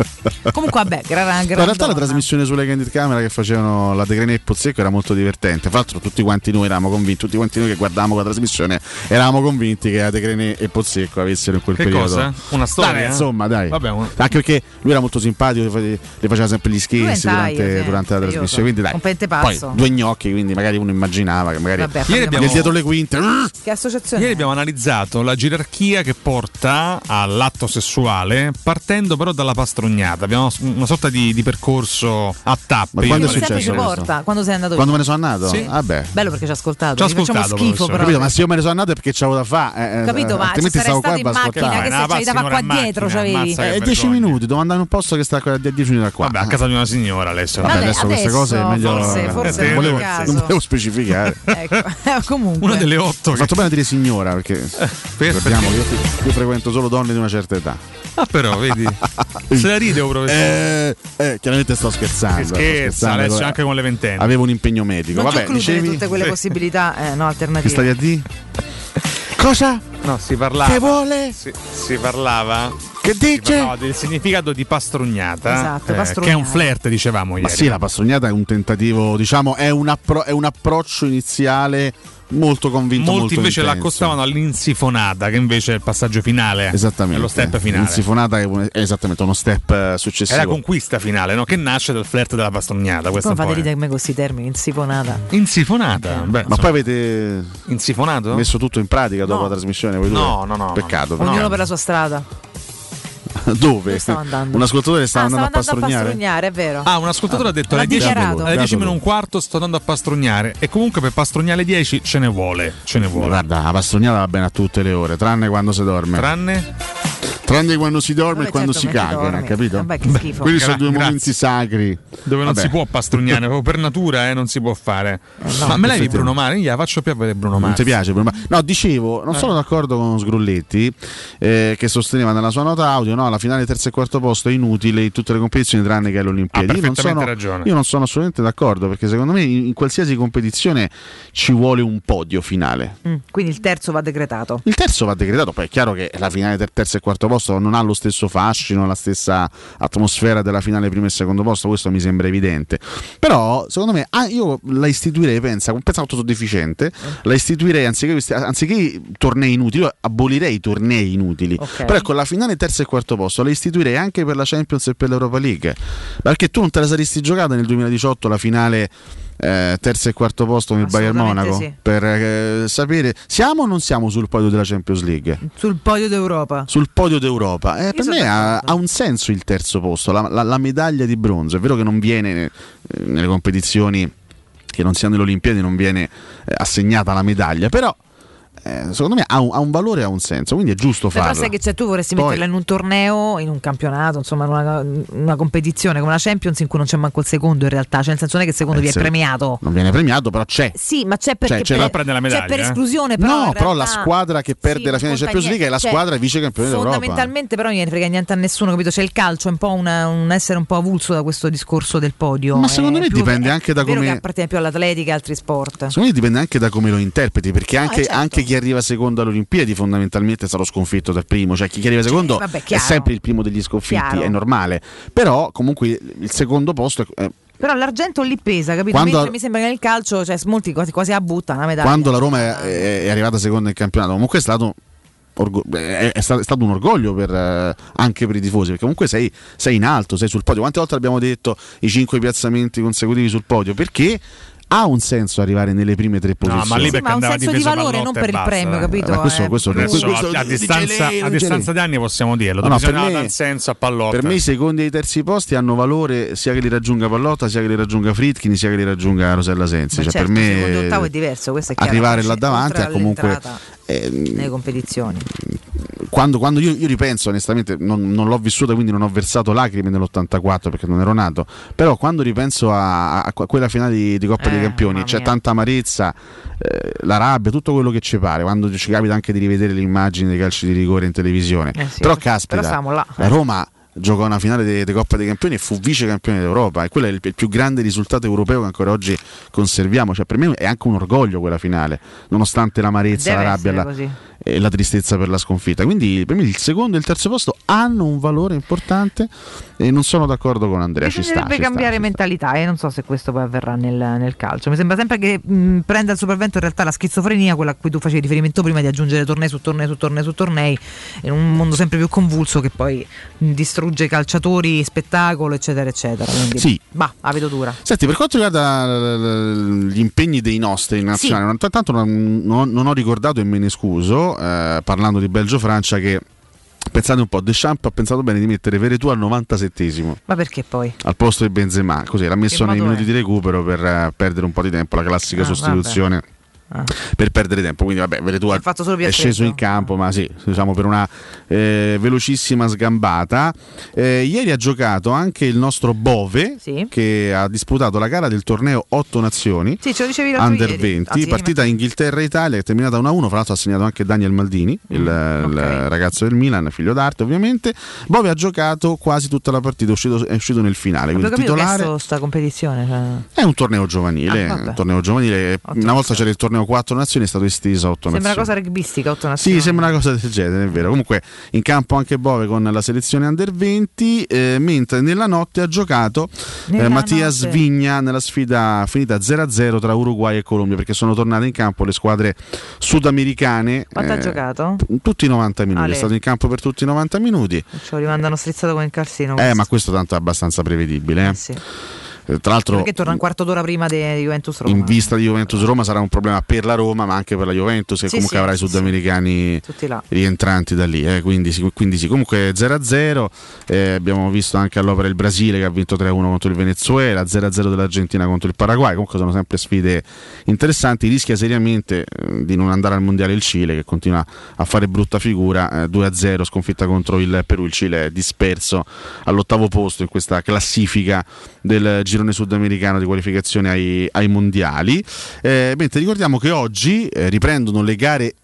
[SPEAKER 2] Comunque, vabbè, gra- gra-
[SPEAKER 4] No, in realtà la
[SPEAKER 2] grandona.
[SPEAKER 4] trasmissione sulle candid camera che facevano la De Grenet e Pozzecco era molto divertente. Fra l'altro, tutti quanti noi eravamo convinti, tutti quanti noi che guardavamo la trasmissione, eravamo convinti che la De Grenet e Pozzecco avessero in quel
[SPEAKER 3] Che
[SPEAKER 4] periodo.
[SPEAKER 3] cosa? Una storia?
[SPEAKER 4] Dai, insomma, dai.
[SPEAKER 3] Vabbè, un-
[SPEAKER 4] Anche perché lui era molto simpatico, le fa- le faceva sempre gli
[SPEAKER 25] Lui è
[SPEAKER 4] scherzi
[SPEAKER 25] taglio,
[SPEAKER 4] durante,
[SPEAKER 25] sì,
[SPEAKER 4] durante la
[SPEAKER 25] curioso.
[SPEAKER 4] trasmissione. Quindi dai,
[SPEAKER 25] Un pente
[SPEAKER 4] poi
[SPEAKER 25] pazzo.
[SPEAKER 4] due gnocchi, quindi magari uno immaginava che magari
[SPEAKER 25] Vabbè,
[SPEAKER 3] Ieri abbiamo-
[SPEAKER 4] nel dietro le quinte.
[SPEAKER 25] Che associazione?
[SPEAKER 3] Ieri abbiamo analizzato la gerarchia che porta all'atto sessuale partendo però dalla pastrognata. Abbiamo una sorta di, di percorso a tappe.
[SPEAKER 4] Ma quando è
[SPEAKER 3] Io parlo-
[SPEAKER 25] Sempre ci porta quando sei andato
[SPEAKER 4] Quando me
[SPEAKER 25] via?
[SPEAKER 4] ne sono andato? Ah,
[SPEAKER 3] Sì.
[SPEAKER 4] Vabbè.
[SPEAKER 25] bello perché ci ha ascoltato
[SPEAKER 4] Ci ha
[SPEAKER 25] Ci facciamo
[SPEAKER 4] ascoltato,
[SPEAKER 25] schifo
[SPEAKER 4] professore.
[SPEAKER 25] però
[SPEAKER 4] Capito, ma se io me ne sono andato è perché c'avevo da fare.
[SPEAKER 25] Capito, ma ci
[SPEAKER 4] eh, altrimenti
[SPEAKER 25] sarei
[SPEAKER 4] stavo qua
[SPEAKER 25] stato
[SPEAKER 4] e
[SPEAKER 25] in macchina
[SPEAKER 4] ascoltavo.
[SPEAKER 25] che se ci dava qua dietro c'avevi
[SPEAKER 4] Eh, 10 minuti, devo andare in un posto che sta a 10 minuti da qua.
[SPEAKER 3] Vabbè, a casa di una signora adesso. Eh,
[SPEAKER 4] Vabbè, adesso, queste cose è meglio.
[SPEAKER 25] forse- forse
[SPEAKER 4] non,
[SPEAKER 25] non
[SPEAKER 4] volevo,
[SPEAKER 25] è il caso.
[SPEAKER 4] non volevo specificare.
[SPEAKER 25] Eh, comunque
[SPEAKER 3] Una delle otto. Eh,
[SPEAKER 4] Ho fatto bene a dire signora perché sappiamo che io, io frequento solo donne di una certa età.
[SPEAKER 3] Ah, però, vedi. Se la ride, oh, professore.
[SPEAKER 4] Eh, eh, chiaramente sto scherzando.
[SPEAKER 3] Si
[SPEAKER 4] sto
[SPEAKER 3] scherza,
[SPEAKER 4] scherzando,
[SPEAKER 3] adesso
[SPEAKER 4] allora.
[SPEAKER 3] anche con le ventenne.
[SPEAKER 4] Avevo un impegno medico.
[SPEAKER 25] non
[SPEAKER 4] Vabbè,
[SPEAKER 25] concludere
[SPEAKER 4] dicevi
[SPEAKER 25] tutte quelle
[SPEAKER 4] Sì.
[SPEAKER 25] possibilità eh, no
[SPEAKER 4] che stavi
[SPEAKER 25] alternative
[SPEAKER 4] a dire? Cosa?
[SPEAKER 3] No, si parlava.
[SPEAKER 4] Che vuole?
[SPEAKER 3] Si, si parlava.
[SPEAKER 4] Che
[SPEAKER 3] dice? del significato di pastrognata.
[SPEAKER 4] Esatto,
[SPEAKER 3] Eh, Che è
[SPEAKER 4] pastrugnata.
[SPEAKER 3] un flirt, dicevamo ieri.
[SPEAKER 4] Ma sì, la passognata è un tentativo, diciamo, è un, appro- è un approccio iniziale molto convinto.
[SPEAKER 3] Molti
[SPEAKER 4] molto
[SPEAKER 3] invece
[SPEAKER 4] intenso.
[SPEAKER 3] l'accostavano all'insifonata, che invece è il passaggio finale.
[SPEAKER 4] Esattamente.
[SPEAKER 3] È lo step finale.
[SPEAKER 4] L'insifonata è, un- è esattamente uno step eh,
[SPEAKER 3] È
[SPEAKER 4] successivo.
[SPEAKER 3] la conquista finale, no? Che nasce dal flirt della pastrognata. Questo è
[SPEAKER 25] come
[SPEAKER 3] un
[SPEAKER 25] fate
[SPEAKER 3] po', eh.
[SPEAKER 25] ridere con me con questi termini insiponata
[SPEAKER 3] Insifonata. Beh,
[SPEAKER 4] Ma poi avete
[SPEAKER 3] insifonato?
[SPEAKER 4] Eh, messo tutto in pratica dopo
[SPEAKER 25] No.
[SPEAKER 4] la trasmissione? Voi due?
[SPEAKER 3] No, no, no,
[SPEAKER 4] Peccato.
[SPEAKER 25] ognuno
[SPEAKER 4] perché-
[SPEAKER 25] per la sua strada
[SPEAKER 4] Dove?
[SPEAKER 25] stavo andando?
[SPEAKER 4] Un ascoltatore stava
[SPEAKER 25] Ah,
[SPEAKER 4] andando
[SPEAKER 25] stavo
[SPEAKER 4] a
[SPEAKER 25] andando a
[SPEAKER 4] pastrugnare.
[SPEAKER 25] pastrugnare è vero
[SPEAKER 3] Ah, un ascoltatore ha detto
[SPEAKER 25] L'ha
[SPEAKER 3] alle 10,
[SPEAKER 25] dichiarato.
[SPEAKER 3] alle 10 meno un quarto sto andando a pastrognare e comunque per pastrognare alle 10 ce ne vuole, ce ne vuole.
[SPEAKER 4] Guarda, la pastrugnata va bene a tutte le ore, tranne quando si dorme.
[SPEAKER 3] Tranne?
[SPEAKER 4] Tranne quando si dorme e quando
[SPEAKER 25] certo,
[SPEAKER 4] si caga, capito? Quelli sono due momenti sacri.
[SPEAKER 3] dove non
[SPEAKER 4] Vabbè.
[SPEAKER 3] si può pastrugnare, proprio per natura eh, non si può fare. Ma
[SPEAKER 25] Eh,
[SPEAKER 3] me levi
[SPEAKER 4] effettivamente.
[SPEAKER 3] Bruno Mars? Io la faccio più a vedere Bruno Eh.
[SPEAKER 4] Non
[SPEAKER 3] Mars.
[SPEAKER 4] ti piace? Bruno Mars? No, dicevo, non sono d'accordo con Sgrulletti eh, che sosteneva nella sua nota audio, no, la finale terzo e quarto posto è inutile in tutte le competizioni tranne che alle Olimpiadi.
[SPEAKER 3] Ha
[SPEAKER 4] io, non sono,
[SPEAKER 3] Ah, perfettamente ragione.
[SPEAKER 4] io non sono assolutamente d'accordo perché secondo me in, in qualsiasi competizione ci vuole un podio finale.
[SPEAKER 25] Mm, quindi il terzo va decretato
[SPEAKER 4] Il terzo va decretato, poi è chiaro che la finale del terzo e quarto posto non ha lo stesso fascino, la stessa atmosfera della finale primo e secondo posto, questo mi sembra evidente. Però secondo me ah, io la istituirei, pensa, un pezzo autodeficiente, la istituirei anziché, questi- anziché i tornei inutili, io abolirei i tornei inutili.
[SPEAKER 2] Ok.
[SPEAKER 4] Però ecco, la finale terzo e quarto posto la istituirei anche per la Champions e per l'Europa League, perché tu non te la saresti giocata nel 2018 la finale... eh, terzo e quarto posto nel Bayern
[SPEAKER 25] Assolutamente
[SPEAKER 4] Monaco
[SPEAKER 25] sì.
[SPEAKER 4] per eh, sapere siamo o non siamo sul podio della Champions League?
[SPEAKER 25] sul podio d'Europa
[SPEAKER 4] Sul podio d'Europa. Eh, per
[SPEAKER 25] sono
[SPEAKER 4] me ha, ha un senso il terzo posto, la, la- la medaglia di bronzo. È vero che non viene eh, nelle competizioni che non siano le Olimpiadi, non viene eh, assegnata la medaglia, però eh, secondo me ha un, ha un valore e ha un senso, quindi è giusto
[SPEAKER 25] Beh, Però
[SPEAKER 4] farlo.
[SPEAKER 25] sai che c'è, tu vorresti
[SPEAKER 4] Poi-
[SPEAKER 25] metterla in un torneo, in un campionato, insomma, in una, una competizione come la Champions in cui non c'è manco il secondo in realtà, cioè nel senso non è che il secondo
[SPEAKER 4] Eh,
[SPEAKER 25] vi è
[SPEAKER 4] se-
[SPEAKER 25] premiato.
[SPEAKER 4] Non viene premiato, però c'è.
[SPEAKER 25] Sì, ma c'è
[SPEAKER 4] Cioè,
[SPEAKER 25] perché
[SPEAKER 4] c'è-
[SPEAKER 25] per,
[SPEAKER 4] Però prende la
[SPEAKER 25] c'è
[SPEAKER 4] medaglia,
[SPEAKER 25] per
[SPEAKER 4] eh?
[SPEAKER 25] esclusione
[SPEAKER 4] No,
[SPEAKER 25] però in
[SPEAKER 4] però la
[SPEAKER 25] realtà-
[SPEAKER 4] squadra che perde
[SPEAKER 25] sì,
[SPEAKER 4] la finale
[SPEAKER 25] non
[SPEAKER 4] di
[SPEAKER 25] conta
[SPEAKER 4] Champions League è la
[SPEAKER 25] niente.
[SPEAKER 4] squadra
[SPEAKER 25] Cioè,
[SPEAKER 4] vice campione d'Europa.
[SPEAKER 25] Fondamentalmente però non gliene frega niente a nessuno, capito? C'è il calcio, è un po' una- un essere un po' avulso da questo discorso del podio.
[SPEAKER 4] Ma
[SPEAKER 25] È
[SPEAKER 4] secondo me
[SPEAKER 25] più-
[SPEAKER 4] dipende anche da
[SPEAKER 25] è vero
[SPEAKER 4] come-
[SPEAKER 25] che appartiene più all'atletica e altri sport.
[SPEAKER 4] Secondo me dipende anche da come lo interpreti, perché
[SPEAKER 25] Certo. No,
[SPEAKER 4] anche,
[SPEAKER 25] eh, certo.
[SPEAKER 4] anche chi arriva secondo alle Olimpiadi fondamentalmente sarà sconfitto dal primo, cioè chi arriva secondo
[SPEAKER 25] vabbè,
[SPEAKER 4] è
[SPEAKER 25] chiaro.
[SPEAKER 4] sempre il primo degli sconfitti,
[SPEAKER 25] Chiaro.
[SPEAKER 4] è normale, però comunque il secondo posto è... eh,
[SPEAKER 25] Però l'argento lì pesa, capito?
[SPEAKER 4] Quando-
[SPEAKER 25] Mentre mi sembra che nel calcio, cioè, molti quasi, quasi la buttano la medaglia.
[SPEAKER 4] quando la Roma è, è- è arrivata seconda in campionato, comunque è stato, orgo- è- è sta- è stato un orgoglio per, eh, anche per i tifosi, perché comunque sei, sei in alto, sei sul podio. Quante volte abbiamo detto i cinque piazzamenti consecutivi sul podio? Perché ha un senso arrivare nelle prime tre
[SPEAKER 3] ma
[SPEAKER 4] posizioni.
[SPEAKER 3] lì perché Sì, ma ha un andava senso di difeso valore, Pallotta non e per il basta, premio, eh. capito?
[SPEAKER 4] Ma questo,
[SPEAKER 3] Eh,
[SPEAKER 4] questo-
[SPEAKER 3] adesso,
[SPEAKER 4] questo-
[SPEAKER 3] a, a distanza,
[SPEAKER 4] dice lei,
[SPEAKER 3] a
[SPEAKER 4] dice lei.
[SPEAKER 3] distanza di anni possiamo dirlo.
[SPEAKER 4] No, no, per
[SPEAKER 3] Bisogna
[SPEAKER 4] me-
[SPEAKER 3] dal senso a pallotta.
[SPEAKER 4] Per me i secondi e i terzi posti hanno valore sia che li raggiunga Pallotta, sia che li raggiunga Fritkin, sia che li raggiunga Rosella Sensi.
[SPEAKER 25] Ma
[SPEAKER 4] Cioè,
[SPEAKER 25] certo,
[SPEAKER 4] per me
[SPEAKER 25] secondo e ottavo è diverso, questo è chiaro.
[SPEAKER 4] arrivare là
[SPEAKER 25] Oltre
[SPEAKER 4] davanti è comunque Eh,
[SPEAKER 25] all'entrata
[SPEAKER 4] ehm,
[SPEAKER 25] nelle competizioni.
[SPEAKER 4] quando, quando io, io ripenso onestamente non, non l'ho vissuta quindi non ho versato lacrime nell'84 perché non ero nato però quando ripenso a, a quella finale di, di Coppa
[SPEAKER 25] Eh,
[SPEAKER 4] dei Campioni c'è tanta amarezza eh, la rabbia tutto quello che ci pare quando ci capita anche di rivedere le immagini dei calci di rigore in televisione
[SPEAKER 25] Eh sì,
[SPEAKER 4] però
[SPEAKER 25] però
[SPEAKER 4] caspita
[SPEAKER 25] stavamo là.
[SPEAKER 4] la Roma giocò una finale di Coppa dei Campioni e fu vice campione d'Europa e quello è il, il più grande risultato europeo che ancora oggi conserviamo cioè, per me è anche un orgoglio quella finale nonostante l'amarezza,
[SPEAKER 25] Deve
[SPEAKER 4] la rabbia
[SPEAKER 25] essere
[SPEAKER 4] la-
[SPEAKER 25] così.
[SPEAKER 4] e la tristezza per la sconfitta quindi per me il secondo e il terzo posto hanno un valore importante e non sono d'accordo con Andrea. Ci sta.
[SPEAKER 2] Bisognerebbe
[SPEAKER 4] ci sta.
[SPEAKER 2] cambiare mentalità e non so se questo poi avverrà nel, nel calcio. Mi sembra sempre che mh, prenda il sopravvento in realtà la schizofrenia, quella a cui tu facevi riferimento prima di aggiungere tornei su tornei su tornei su tornei, in un mondo sempre più convulso che poi mh, distrugge calciatori, spettacolo, eccetera, eccetera. Quindi,
[SPEAKER 4] Sì.
[SPEAKER 2] Bah, la vedo dura.
[SPEAKER 4] Senti, per quanto riguarda l- l- gli impegni dei nostri in nazionale, non- tanto non, non- non ho ricordato e me ne scuso, eh, parlando di Belgio-Francia, che pensate un po', Deschamps ha pensato bene di mettere Veretù al 97esimo
[SPEAKER 2] Ma perché poi?
[SPEAKER 4] al posto di Benzema, così l'ha messo nei
[SPEAKER 2] modo
[SPEAKER 4] minuti di
[SPEAKER 2] è?
[SPEAKER 4] recupero per eh, perdere un po' di tempo, la classica
[SPEAKER 2] Ah,
[SPEAKER 4] sostituzione. Per perdere tempo, quindi vabbè, Veretù ha-
[SPEAKER 2] fatto solo
[SPEAKER 4] è
[SPEAKER 2] piastrezzo.
[SPEAKER 4] sceso in campo, ma sì, diciamo per una eh, velocissima sgambata. Eh, ieri ha giocato anche il nostro Bove, che ha disputato la gara del torneo 8 Nazioni.
[SPEAKER 2] Sì, ce lo dicevi l'altro
[SPEAKER 4] Under
[SPEAKER 2] ieri. Ah,
[SPEAKER 4] 20,
[SPEAKER 2] Anzi, ieri
[SPEAKER 4] partita Inghilterra-Italia che è terminata 1-1, fra l'altro ha segnato anche Daniel Maldini, il,
[SPEAKER 2] Mm,
[SPEAKER 4] il ragazzo del Milan, figlio d'arte ovviamente. Bove ha giocato quasi tutta la partita, è uscito, è uscito nel finale,
[SPEAKER 2] Abbiamo
[SPEAKER 4] quindi
[SPEAKER 2] capito che è
[SPEAKER 4] titolare.
[SPEAKER 2] sto- sta competizione. cioè.
[SPEAKER 4] È un torneo giovanile,
[SPEAKER 2] Ah,
[SPEAKER 4] un
[SPEAKER 2] vabbè.
[SPEAKER 4] torneo giovanile. una volta c'era il torneo 4 nazioni, è stato esteso a 8
[SPEAKER 2] Sembra una
[SPEAKER 4] nazioni.
[SPEAKER 2] cosa rugbistica, otto
[SPEAKER 4] Sì, sembra una cosa del genere, è vero. Comunque in campo anche Bove con la selezione under 20, eh, mentre nella notte ha giocato
[SPEAKER 2] Nella
[SPEAKER 4] eh, Mattia
[SPEAKER 2] notte.
[SPEAKER 4] Svigna nella sfida finita 0-0 tra Uruguay e Colombia, perché sono tornate in campo le squadre sudamericane.
[SPEAKER 2] Quanto ha
[SPEAKER 4] eh,
[SPEAKER 2] giocato?
[SPEAKER 4] Tutti i 90 minuti,
[SPEAKER 2] Ale.
[SPEAKER 4] è stato in campo per tutti i 90 minuti.
[SPEAKER 2] Ce lo rimandano strizzato come il calzino.
[SPEAKER 4] Eh,
[SPEAKER 2] questo.
[SPEAKER 4] ma questo tanto è abbastanza prevedibile. eh. Eh, Tra l'altro,
[SPEAKER 2] Perché torna un quarto d'ora prima di Juventus Roma.
[SPEAKER 4] in vista di Juventus Roma sarà un problema per la Roma, ma anche per la Juventus, che
[SPEAKER 2] Sì,
[SPEAKER 4] comunque
[SPEAKER 2] sì,
[SPEAKER 4] avrà i
[SPEAKER 2] sì, sì.
[SPEAKER 4] sudamericani
[SPEAKER 2] Tutti là.
[SPEAKER 4] rientranti da lì. eh, Quindi, sì, quindi sì. comunque 0-0. eh, abbiamo visto anche all'opera il Brasile che ha vinto 3-1 contro il Venezuela, 0-0 dell'Argentina contro il Paraguay. Comunque sono sempre sfide interessanti. Rischia seriamente eh, di non andare al mondiale il Cile che continua a fare brutta figura. eh, 2-0 sconfitta contro il Perù. Il Cile è disperso all'ottavo posto in questa classifica del girone sudamericano di qualificazione ai, ai mondiali. Eh, mentre ricordiamo che oggi eh, riprendono le gare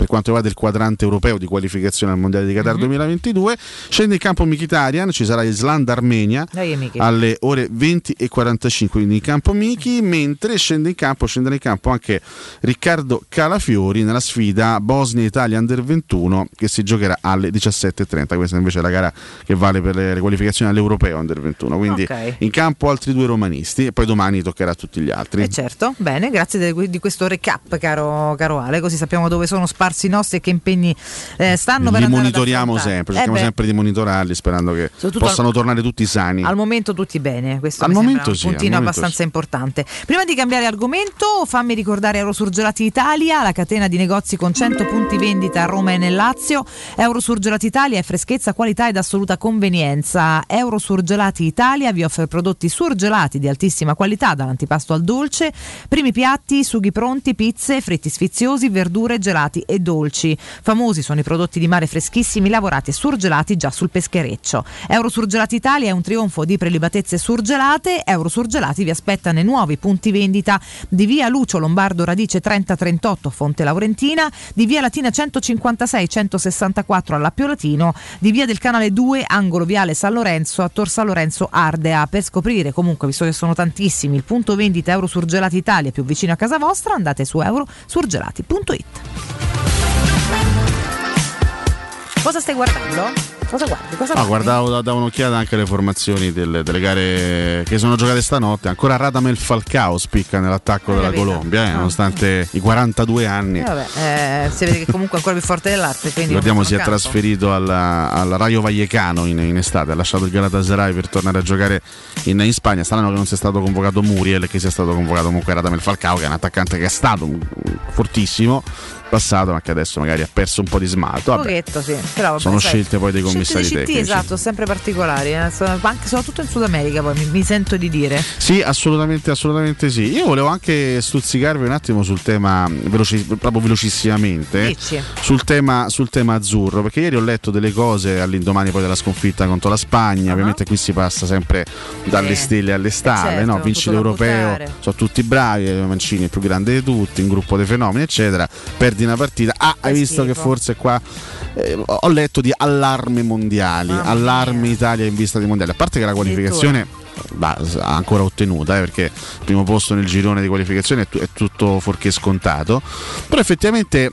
[SPEAKER 4] per quanto riguarda il quadrante europeo di qualificazione al Mondiale di
[SPEAKER 2] Mhm.
[SPEAKER 4] Qatar 2022, scende in campo Mkhitaryan, ci sarà Islanda-Armenia
[SPEAKER 2] Dai, amici.
[SPEAKER 4] alle ore 20 e 45, quindi in campo
[SPEAKER 2] Mhm.
[SPEAKER 4] Michi, mentre scende in campo, scenderà in campo anche Riccardo Calafiori nella sfida Bosnia-Italia Under 21 che si giocherà alle 17.30, questa invece è la gara che vale per le qualificazioni all'Europeo Under 21, quindi
[SPEAKER 2] Ok.
[SPEAKER 4] in campo altri due romanisti e poi domani toccherà a tutti gli altri.
[SPEAKER 2] Eh certo, bene, grazie de- di questo recap caro, caro Ale, così sappiamo dove sono sparsi i nostri e che impegni eh, stanno per
[SPEAKER 4] li
[SPEAKER 2] andare ad
[SPEAKER 4] monitoriamo
[SPEAKER 2] affrontare.
[SPEAKER 4] sempre,
[SPEAKER 2] Eh
[SPEAKER 4] cerchiamo
[SPEAKER 2] beh,
[SPEAKER 4] sempre di monitorarli sperando che
[SPEAKER 2] Soprattutto
[SPEAKER 4] possano
[SPEAKER 2] al-
[SPEAKER 4] tornare tutti sani.
[SPEAKER 2] Al momento tutti bene, questo
[SPEAKER 4] Al
[SPEAKER 2] mi sembra
[SPEAKER 4] momento
[SPEAKER 2] un
[SPEAKER 4] sì, al
[SPEAKER 2] puntino
[SPEAKER 4] momento
[SPEAKER 2] abbastanza
[SPEAKER 4] sì.
[SPEAKER 2] importante. Prima di cambiare argomento, fammi ricordare Eurosurgelati Italia, la catena di negozi con 100 punti vendita a Roma e nel Lazio. Eurosurgelati Italia è freschezza, qualità ed assoluta convenienza. Eurosurgelati Italia vi offre prodotti surgelati di altissima qualità, dall'antipasto al dolce, primi piatti, sughi pronti, pizze, fritti sfiziosi, verdure, gelati e dolci. Famosi sono i prodotti di mare freschissimi, lavorati e surgelati già sul peschereccio. Eurosurgelati Italia è un trionfo di prelibatezze surgelate. Eurosurgelati vi aspetta nei nuovi punti vendita di via Lucio Lombardo Radice 3038 Fonte Laurentina, di via Latina 156 164 all'Appio Latino, di via del Canale 2 Angolo Viale San Lorenzo a Tor San Lorenzo Ardea. Per scoprire comunque, visto che sono tantissimi, il punto vendita Eurosurgelati Italia più vicino a casa vostra, andate su eurosurgelati.it. Cosa stai guardando? Cosa guardi? Cosa
[SPEAKER 4] Ah,
[SPEAKER 2] guardi?
[SPEAKER 4] guardavo, da- davo un'occhiata anche alle formazioni delle, delle gare che sono giocate stanotte. Ancora Radamel Falcao spicca nell'attacco della
[SPEAKER 2] capito.
[SPEAKER 4] Colombia, eh,
[SPEAKER 2] Ah.
[SPEAKER 4] nonostante i 42 anni.
[SPEAKER 2] Eh, vabbè, eh, si vede che comunque è ancora più forte dell'arte. Quindi
[SPEAKER 4] Ricordiamo
[SPEAKER 2] non
[SPEAKER 4] si è
[SPEAKER 2] sono campo.
[SPEAKER 4] trasferito alla, alla Rayo Vallecano in, in estate, ha lasciato il Galatasaray per tornare a giocare in, in Spagna. Strano che non sia stato convocato Muriel, che sia stato convocato comunque Radamel Falcao, che è un attaccante che è stato un- un fortissimo passato, ma che adesso magari ha perso un po' di smalto.
[SPEAKER 2] Un
[SPEAKER 4] Vabbè,
[SPEAKER 2] pochetto, sì. Però, vabbè,
[SPEAKER 4] sono
[SPEAKER 2] sai,
[SPEAKER 4] scelte poi dei
[SPEAKER 2] esatto. scelte
[SPEAKER 4] commissari
[SPEAKER 2] di CT,
[SPEAKER 4] tecnici.
[SPEAKER 2] esatto, sempre particolari. eh. Sono- ma anche- soprattutto in Sud America, poi mi, mi sento di dire.
[SPEAKER 4] Sì, assolutamente, assolutamente sì. Io volevo anche stuzzicarvi un attimo sul tema, veloci- proprio velocissimamente, eh,
[SPEAKER 2] Dici.
[SPEAKER 4] sul tema, sul tema azzurro, perché ieri ho letto delle cose all'indomani poi della sconfitta contro la Spagna, ovviamente qui si passa sempre dalle
[SPEAKER 2] Ah. Eh,
[SPEAKER 4] stelle alle stalle,
[SPEAKER 2] certo,
[SPEAKER 4] no?
[SPEAKER 2] non
[SPEAKER 4] vinci
[SPEAKER 2] tutto da
[SPEAKER 4] l'europeo,
[SPEAKER 2] buttare.
[SPEAKER 4] sono tutti bravi, eh, Mancini è il più grande di tutti, un gruppo dei fenomeni, eccetera, perdi una partita, ah, hai visto che
[SPEAKER 2] schifo.
[SPEAKER 4] forse qua... eh, ho letto di allarme mondiali,
[SPEAKER 2] Mamma
[SPEAKER 4] allarme Italia in vista dei mondiali, a parte che la qualificazione va- ha ancora ottenuta eh, perché il primo posto nel girone di qualificazione è, tu- è tutto fuorché scontato però effettivamente eh,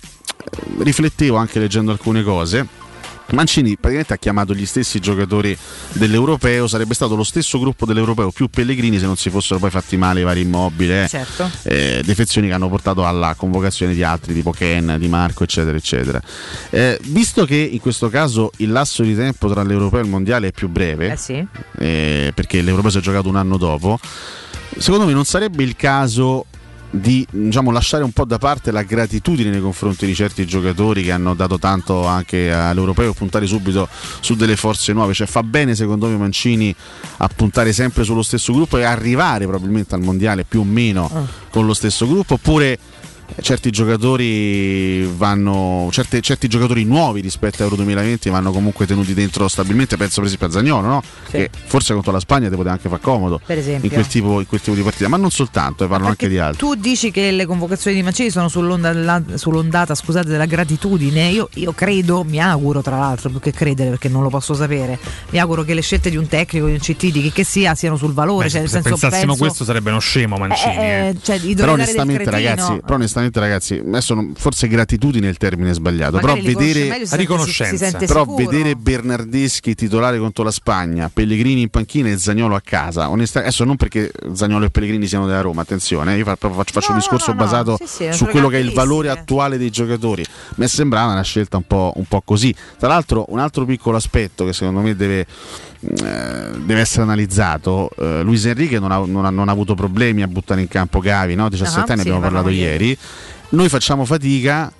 [SPEAKER 4] riflettevo anche leggendo alcune cose Mancini praticamente ha chiamato gli stessi giocatori dell'Europeo, sarebbe stato lo stesso gruppo dell'Europeo più Pellegrini se non si fossero poi fatti male i vari immobili, eh.
[SPEAKER 2] Certo.
[SPEAKER 4] Eh, defezioni che hanno portato alla convocazione di altri tipo Ken, Di Marco, eccetera, eccetera. Eh, visto che in questo caso il lasso di tempo tra l'Europeo e il Mondiale è più breve,
[SPEAKER 2] Eh sì.
[SPEAKER 4] eh, perché l'Europeo si è giocato un anno dopo. Secondo me non sarebbe il caso di diciamo, lasciare un po' da parte la gratitudine nei confronti di certi giocatori che hanno dato tanto anche all'Europeo e puntare subito su delle forze nuove. Cioè, fa bene secondo me Mancini a puntare sempre sullo stesso gruppo e arrivare probabilmente al mondiale più o meno con lo stesso gruppo oppure certi giocatori vanno certe- certi giocatori nuovi rispetto a Euro 2020 vanno comunque tenuti dentro stabilmente penso per esempio a Zagnolo no? che forse contro la Spagna ti poteva anche far comodo
[SPEAKER 2] Per esempio.
[SPEAKER 4] in quel tipo, in quel tipo di partita ma non soltanto e parlo anche di altri
[SPEAKER 2] Tu dici che le convocazioni di Mancini sono sull'onda- la- sull'ondata scusate, della gratitudine. Io, io credo, mi auguro tra l'altro, più che credere perché non lo posso sapere, mi auguro che le scelte di un tecnico, di un CT, di chi che sia, siano sul valore.
[SPEAKER 3] Beh,
[SPEAKER 2] cioè, nel
[SPEAKER 3] se
[SPEAKER 2] senso,
[SPEAKER 3] pensassimo
[SPEAKER 2] penso-
[SPEAKER 3] questo sarebbe uno scemo Mancini.
[SPEAKER 2] Eh, eh,
[SPEAKER 3] eh.
[SPEAKER 2] cioè, di
[SPEAKER 4] però
[SPEAKER 2] dover dare del
[SPEAKER 4] onestamente,
[SPEAKER 2] cretino.
[SPEAKER 4] ragazzi, però onestamente ragazzi adesso non- forse gratitudine è il termine sbagliato
[SPEAKER 2] Magari li
[SPEAKER 4] però
[SPEAKER 2] conosce
[SPEAKER 4] vedere
[SPEAKER 2] meglio, si sente- Riconoscenza. si sente
[SPEAKER 4] però
[SPEAKER 2] sicuro.
[SPEAKER 4] vedere Bernardeschi titolare contro la Spagna Pellegrini in panchina e Zagnolo a casa onesta- adesso non perché Zagnolo e Pellegrini siano della Roma attenzione eh, io fa- proprio faccio, faccio un discorso basato
[SPEAKER 2] sì, sì,
[SPEAKER 4] su
[SPEAKER 2] sono
[SPEAKER 4] quello che è il valore attuale dei giocatori mi sembrava una scelta un po', un po' così tra l'altro un altro piccolo aspetto che secondo me deve eh, deve essere analizzato. Eh, Luis Enrique non ha, non ha- non ha avuto problemi a buttare in campo Gavi, no? 17
[SPEAKER 12] Ah,
[SPEAKER 4] anni,
[SPEAKER 12] sì,
[SPEAKER 4] abbiamo
[SPEAKER 12] ne
[SPEAKER 4] parlato
[SPEAKER 12] parlavamo
[SPEAKER 4] ieri. Noi facciamo fatica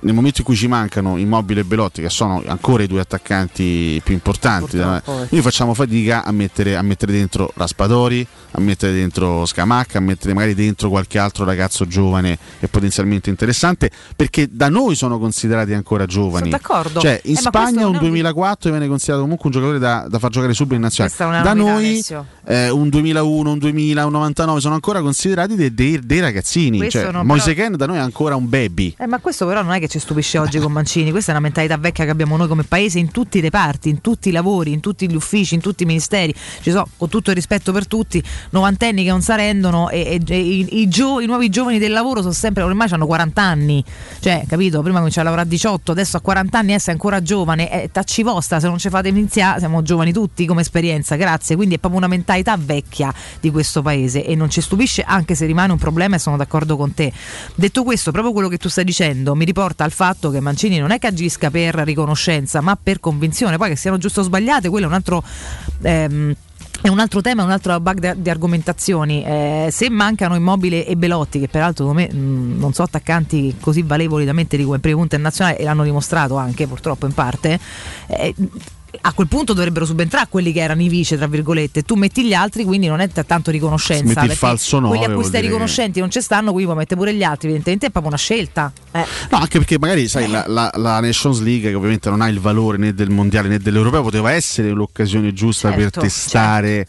[SPEAKER 4] nel momento in cui ci mancano Immobile e Belotti, che sono ancora i due attaccanti più importanti,
[SPEAKER 12] Purtroppo, eh.
[SPEAKER 4] noi facciamo fatica a mettere, a mettere dentro Raspadori, a mettere dentro Scamacca, a mettere magari dentro qualche altro ragazzo giovane e potenzialmente interessante, perché da noi sono considerati ancora giovani.
[SPEAKER 2] Sono d'accordo.
[SPEAKER 4] Cioè, in
[SPEAKER 2] Eh, ma questo
[SPEAKER 4] Spagna un
[SPEAKER 2] non-
[SPEAKER 4] 2004 viene considerato comunque un giocatore da, da far giocare subito in nazionale.
[SPEAKER 2] Questa è una
[SPEAKER 4] da
[SPEAKER 2] novità,
[SPEAKER 4] noi
[SPEAKER 2] Alessio.
[SPEAKER 4] eh, un 2001, un 2000, un 99 sono ancora considerati dei, dei- dei ragazzini.
[SPEAKER 2] Questo
[SPEAKER 4] Cioè,
[SPEAKER 2] no,
[SPEAKER 4] Moise
[SPEAKER 2] però-
[SPEAKER 4] Kean da noi è ancora un baby.
[SPEAKER 2] Eh, ma questo però non è che ci stupisce oggi con Mancini, questa è una mentalità vecchia che abbiamo noi come paese in tutti i reparti, in tutti i lavori, in tutti gli uffici, in tutti i ministeri. Ci sono, con tutto il rispetto per tutti, novantenni che non si rendono e, e- e i, i gio- i nuovi giovani del lavoro sono sempre, ormai hanno 40 anni, cioè capito? Prima cominciava a lavorare a 18, adesso a 40 anni essere ancora giovane, eh, tacci vostra, se non ci fate iniziare siamo giovani tutti come esperienza, grazie. Quindi è proprio una mentalità vecchia di questo paese e non ci stupisce anche se rimane un problema e sono d'accordo con te. Detto questo, proprio quello che tu stai dicendo mi riporta al fatto che Mancini non è che agisca per riconoscenza, ma per convinzione. Poi che siano giusto o sbagliate, quello è un altro. ehm, è un altro tema, è un altro bug di- di argomentazioni. Eh, se mancano Immobile e Belotti, che peraltro secondo me mh, non sono attaccanti così valevoli da mettere come primo punto internazionale, e l'hanno dimostrato anche purtroppo in parte, eh, a quel punto dovrebbero subentrare quelli che erano i vice, tra virgolette. Tu metti gli altri, quindi non è t- tanto riconoscenza.
[SPEAKER 4] Metti il
[SPEAKER 2] perché
[SPEAKER 4] falso nove,
[SPEAKER 2] Quelli a cui
[SPEAKER 4] vuol
[SPEAKER 2] stai
[SPEAKER 4] dire che-
[SPEAKER 2] riconoscenti non ci stanno, quindi puoi mettere pure gli altri. Evidentemente è proprio una scelta. Eh.
[SPEAKER 4] No, anche perché magari sai, la, la- la Nations League, che ovviamente non ha il valore né del mondiale né dell'europeo, poteva essere l'occasione giusta
[SPEAKER 2] Certo,
[SPEAKER 4] per testare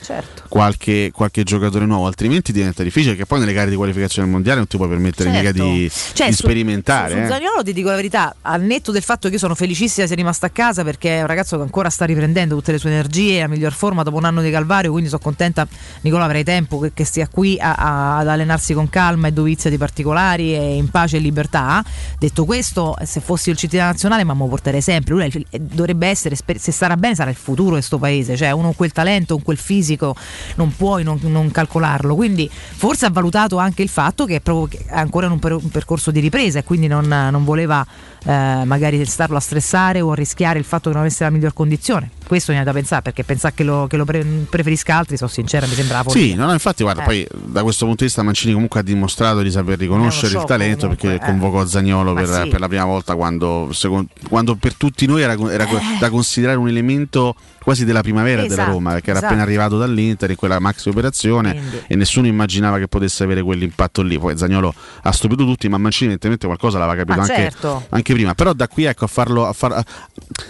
[SPEAKER 4] Qualche, qualche giocatore nuovo, altrimenti diventa difficile. Perché poi nelle gare di qualificazione del mondiale non ti puoi permettere
[SPEAKER 2] Certo.
[SPEAKER 4] mica di,
[SPEAKER 2] Cioè,
[SPEAKER 4] di
[SPEAKER 2] su-
[SPEAKER 4] sperimentare.
[SPEAKER 2] Su
[SPEAKER 4] eh.
[SPEAKER 2] Zaniolo ti dico la verità, al netto del fatto che io sono felicissima sia rimasto a casa perché è un ragazzo che ancora sta riprendendo tutte le sue energie, è a miglior forma dopo un anno di calvario, quindi sono contenta, Nicola avrai tempo che, che stia qui a- a- ad allenarsi con calma e dovizia di particolari e in pace e libertà. Detto questo, se fossi il cittadino nazionale ma me lo porterei sempre, lui è il- eh, dovrebbe essere, sper- se starà bene sarà il futuro di questo paese, cioè uno con quel talento, con quel fisico non puoi non, non calcolarlo, quindi forse ha valutato anche il fatto che è, proprio, che è ancora in un, per- un percorso di ripresa e quindi non, non voleva eh, magari starlo a stressare o a rischiare il fatto che non avesse la miglior condizione. Questo mi è da pensare perché pensare che lo, che lo pre- preferisca altri, sono sincera, mi sembrava
[SPEAKER 4] Sì, no, no, infatti, guarda,
[SPEAKER 2] Eh.
[SPEAKER 4] poi da questo punto di vista Mancini comunque ha dimostrato di saper riconoscere
[SPEAKER 2] sciocco,
[SPEAKER 4] il talento perché
[SPEAKER 2] comunque, eh.
[SPEAKER 4] convocò Zagnolo
[SPEAKER 2] Ma
[SPEAKER 4] per,
[SPEAKER 2] sì.
[SPEAKER 4] per la prima volta quando, secon- quando per tutti noi era, era
[SPEAKER 2] Eh.
[SPEAKER 4] da considerare un elemento quasi della primavera della
[SPEAKER 12] Esatto,
[SPEAKER 4] Roma, perché era
[SPEAKER 12] esatto.
[SPEAKER 4] appena arrivato dall'Inter in quella maxi operazione
[SPEAKER 12] Quindi.
[SPEAKER 4] e nessuno immaginava che potesse avere quell'impatto lì. Poi Zagnolo ha stupito tutti, ma Mancini evidentemente qualcosa l'aveva capito
[SPEAKER 2] Ah,
[SPEAKER 12] Ma
[SPEAKER 4] anche,
[SPEAKER 12] certo.
[SPEAKER 4] anche prima. Però da qui ecco a farlo a far- a-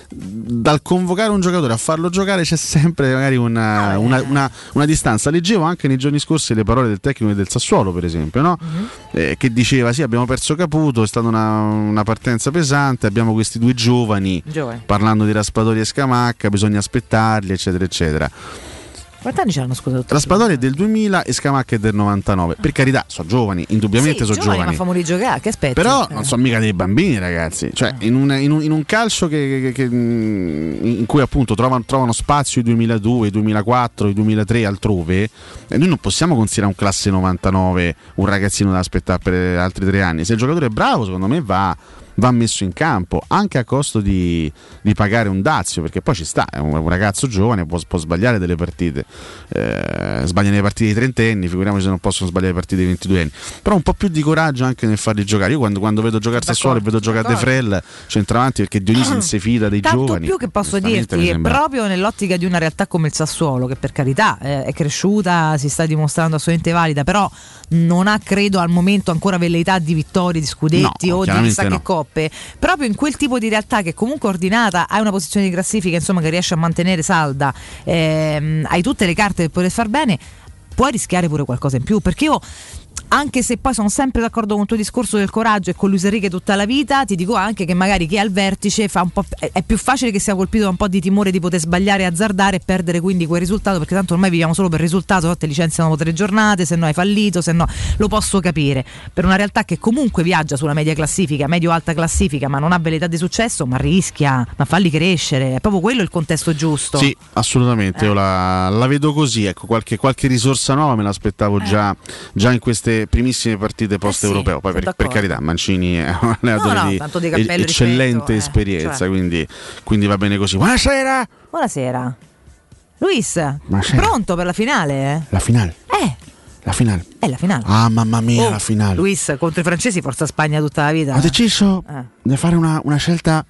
[SPEAKER 4] dal convocare un giocatore a farlo giocare c'è sempre magari
[SPEAKER 2] Ah,
[SPEAKER 4] una,
[SPEAKER 2] eh.
[SPEAKER 4] una- una- una distanza. Leggevo anche nei giorni scorsi le parole del tecnico del Sassuolo, per esempio, no?
[SPEAKER 2] Mhm.
[SPEAKER 4] Eh, che diceva: Sì, abbiamo perso Caputo, è stata una, una partenza pesante. Abbiamo questi due giovani
[SPEAKER 2] Giovani.
[SPEAKER 4] parlando di Raspadori e Scamacca, bisogna aspettarli, eccetera, eccetera.
[SPEAKER 2] Quanti anni c'erano, scusa?
[SPEAKER 4] La Spadori è del 2000 e Scamacca è del 99. Per carità, sono giovani, indubbiamente
[SPEAKER 2] sì,
[SPEAKER 4] sono giovani.
[SPEAKER 2] ma famoli giocare, che aspetti?
[SPEAKER 4] Però
[SPEAKER 2] Eh.
[SPEAKER 4] non sono mica dei bambini, ragazzi. Cioè, in, una- in un, in un calcio che- che- che- mm, in cui appunto trovano, trovano spazio i 2002, i 2004, i 2003 altrove, eh, noi non possiamo considerare un classe 99 un ragazzino da aspettare per altri tre anni. Se il giocatore è bravo, secondo me va. va messo in campo anche a costo di, di pagare un dazio perché poi ci sta, è un, un ragazzo giovane può, può sbagliare delle partite Eh, sbaglia le partite dei trentenni figuriamoci se non possono sbagliare le partite dei ventiduenni però un po' più di coraggio anche nel farli giocare io quando, quando vedo giocare Sassuolo e vedo giocare De Frel centravanti perché Dionisi non si fida dei
[SPEAKER 2] Ah, Tanto
[SPEAKER 4] giovani
[SPEAKER 2] più che posso
[SPEAKER 4] Onestamente
[SPEAKER 2] dirti,
[SPEAKER 4] mi sembra-
[SPEAKER 2] proprio nell'ottica di una realtà come il Sassuolo, che per carità eh, è cresciuta, si sta dimostrando assolutamente valida, però non ha credo al momento ancora velleità di vittorie, di scudetti
[SPEAKER 12] No,
[SPEAKER 2] o di
[SPEAKER 12] chiaramente
[SPEAKER 2] chissà
[SPEAKER 12] no.
[SPEAKER 2] che coppe. Proprio in quel tipo di realtà che comunque è ordinata, hai una posizione di classifica insomma, che riesci a mantenere salda, ehm, hai tutte le carte per poter far bene, puoi rischiare pure qualcosa in più, perché io anche se poi sono sempre d'accordo con il tuo discorso del coraggio e con Luis Enrique tutta la vita, ti dico anche che magari chi è al vertice fa un po', è è più facile che sia colpito da un po' di timore di poter sbagliare, e azzardare e perdere quindi quel risultato, perché tanto ormai viviamo solo per il risultato, no? ti licenziano dopo tre giornate, se no hai fallito, se no lo posso capire. Per una realtà che comunque viaggia sulla media classifica, medio-alta classifica, ma non ha velleità di successo, ma rischia, ma falli crescere, è proprio quello il contesto giusto. Eh.
[SPEAKER 4] Sì, assolutamente, io la, la vedo così, ecco, qualche, qualche risorsa nuova me l'aspettavo
[SPEAKER 2] Eh.
[SPEAKER 4] già, già in queste primissime partite post-europeo, poi per, per carità Mancini è un allenatore
[SPEAKER 2] no,
[SPEAKER 4] di,
[SPEAKER 2] tanto di cappello
[SPEAKER 4] e-
[SPEAKER 2] e
[SPEAKER 4] eccellente
[SPEAKER 2] rispetto, eh,
[SPEAKER 4] esperienza,
[SPEAKER 2] cioè.
[SPEAKER 4] quindi, quindi va bene così. Buonasera!
[SPEAKER 2] Buonasera. Luis,
[SPEAKER 4] Buonasera.
[SPEAKER 2] pronto per la finale?
[SPEAKER 4] La finale.
[SPEAKER 2] Eh.
[SPEAKER 4] La finale.
[SPEAKER 2] È la finale.
[SPEAKER 4] Ah mamma mia,
[SPEAKER 2] Oh,
[SPEAKER 4] la finale.
[SPEAKER 2] Luis, contro i francesi, forza Spagna tutta la vita.
[SPEAKER 4] Ho deciso
[SPEAKER 2] Eh.
[SPEAKER 4] di fare una, una scelta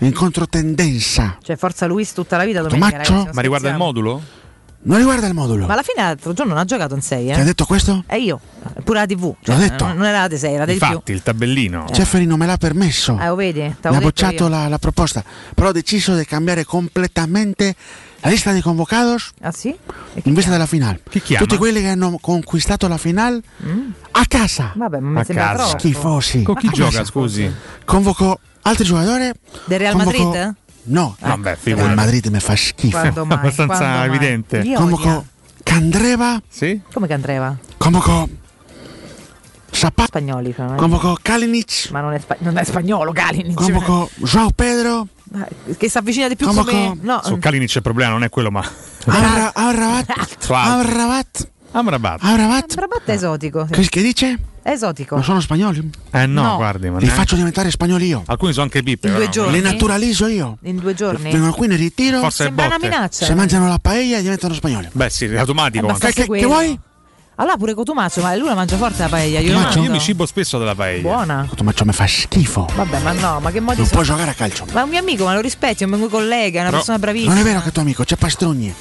[SPEAKER 4] in controtendenza.
[SPEAKER 2] Cioè, forza Luis tutta la vita domenica.
[SPEAKER 4] Tomaccio?
[SPEAKER 2] ragazzi, non
[SPEAKER 4] Ma riguarda il
[SPEAKER 2] scherziamo.
[SPEAKER 3] Modulo?
[SPEAKER 4] Non riguarda il modulo.
[SPEAKER 2] Ma alla fine l'altro giorno non ha giocato in 6, eh?
[SPEAKER 4] Ti ha detto questo?
[SPEAKER 2] E io, pure la TV. Cioè,
[SPEAKER 4] detto.
[SPEAKER 2] Non non era di 6, era del più.
[SPEAKER 3] Infatti, il tabellino.
[SPEAKER 11] Eh. Cioè,
[SPEAKER 4] Ceferi non me l'ha permesso.
[SPEAKER 2] Eh, lo vedi? T'avevo
[SPEAKER 4] Mi ha
[SPEAKER 2] detto
[SPEAKER 4] bocciato
[SPEAKER 2] io.
[SPEAKER 4] la, la proposta, però ho deciso di cambiare completamente la lista dei convocados
[SPEAKER 2] Ah, sì?
[SPEAKER 4] in vista della finale.
[SPEAKER 2] chiama?
[SPEAKER 4] Tutti quelli che hanno conquistato la finale a casa.
[SPEAKER 2] Mm. Vabbè, ma mi A sembra casa. troppo.
[SPEAKER 4] Schifosi.
[SPEAKER 2] Con chi
[SPEAKER 4] A
[SPEAKER 2] gioca,
[SPEAKER 4] casa.
[SPEAKER 3] scusi?
[SPEAKER 4] Convoco altri giocatori.
[SPEAKER 2] Del Real
[SPEAKER 4] convoco-
[SPEAKER 2] Madrid?
[SPEAKER 4] No,
[SPEAKER 2] Eh,
[SPEAKER 3] No, beh,
[SPEAKER 4] il
[SPEAKER 3] figurati.
[SPEAKER 4] Real Madrid mi fa schifo.
[SPEAKER 2] Quando mai?
[SPEAKER 3] Abbastanza
[SPEAKER 2] Quando mai?
[SPEAKER 3] evidente.
[SPEAKER 2] Li
[SPEAKER 4] Convoco
[SPEAKER 2] odia.
[SPEAKER 4] Candreva,
[SPEAKER 3] Sì?
[SPEAKER 2] Come Candreva?
[SPEAKER 4] convoco Sapat,
[SPEAKER 2] Spagnoli. cioè, non è-
[SPEAKER 4] convoco Kalinic,
[SPEAKER 2] Ma non è, spa- non è spagnolo, Galin.
[SPEAKER 4] convoco Joao Pedro,
[SPEAKER 2] Che si avvicina di più
[SPEAKER 4] Convoco-
[SPEAKER 2] come... No, mm.
[SPEAKER 3] Su Kalinic il problema non è quello, ma.
[SPEAKER 4] Amra- Amrabat,
[SPEAKER 3] Su altri.
[SPEAKER 4] Amrabat.
[SPEAKER 3] Amrabat.
[SPEAKER 4] Amrabat.
[SPEAKER 2] Amrabat è esotico. sì.
[SPEAKER 4] Che, che dice?
[SPEAKER 2] Esotico.
[SPEAKER 4] Non sono spagnoli?
[SPEAKER 3] Eh no,
[SPEAKER 2] No.
[SPEAKER 3] guardi, ma
[SPEAKER 4] Li
[SPEAKER 3] neanche-
[SPEAKER 4] faccio diventare spagnoli io.
[SPEAKER 3] Alcuni sono anche pippe.
[SPEAKER 2] In due
[SPEAKER 3] però.
[SPEAKER 2] giorni?
[SPEAKER 4] Li naturalizzo io.
[SPEAKER 2] In due giorni?
[SPEAKER 4] Vengono qui in ritiro.
[SPEAKER 3] Forse Sembra botte. una minaccia.
[SPEAKER 4] Se
[SPEAKER 2] eh.
[SPEAKER 4] mangiano la paella diventano spagnoli.
[SPEAKER 3] Beh, sì, è automatico.
[SPEAKER 2] Ma
[SPEAKER 3] anche.
[SPEAKER 2] che, vuoi? Allora pure Cotumaccio, ma lui la mangia forte la paella, io
[SPEAKER 3] Io,
[SPEAKER 2] la
[SPEAKER 3] mangio- io
[SPEAKER 2] mangio.
[SPEAKER 3] mi cibo spesso della paella.
[SPEAKER 2] Buona.
[SPEAKER 4] Cotumaccio mi fa schifo.
[SPEAKER 2] Vabbè, ma no, ma che modi
[SPEAKER 4] Non
[SPEAKER 2] sono?
[SPEAKER 4] puoi giocare a calcio.
[SPEAKER 2] Ma è un mio amico, ma lo rispetti, è un mio collega, è una
[SPEAKER 4] Però-
[SPEAKER 2] persona bravissima.
[SPEAKER 4] Non è vero che tuo amico c'è Pastrugni.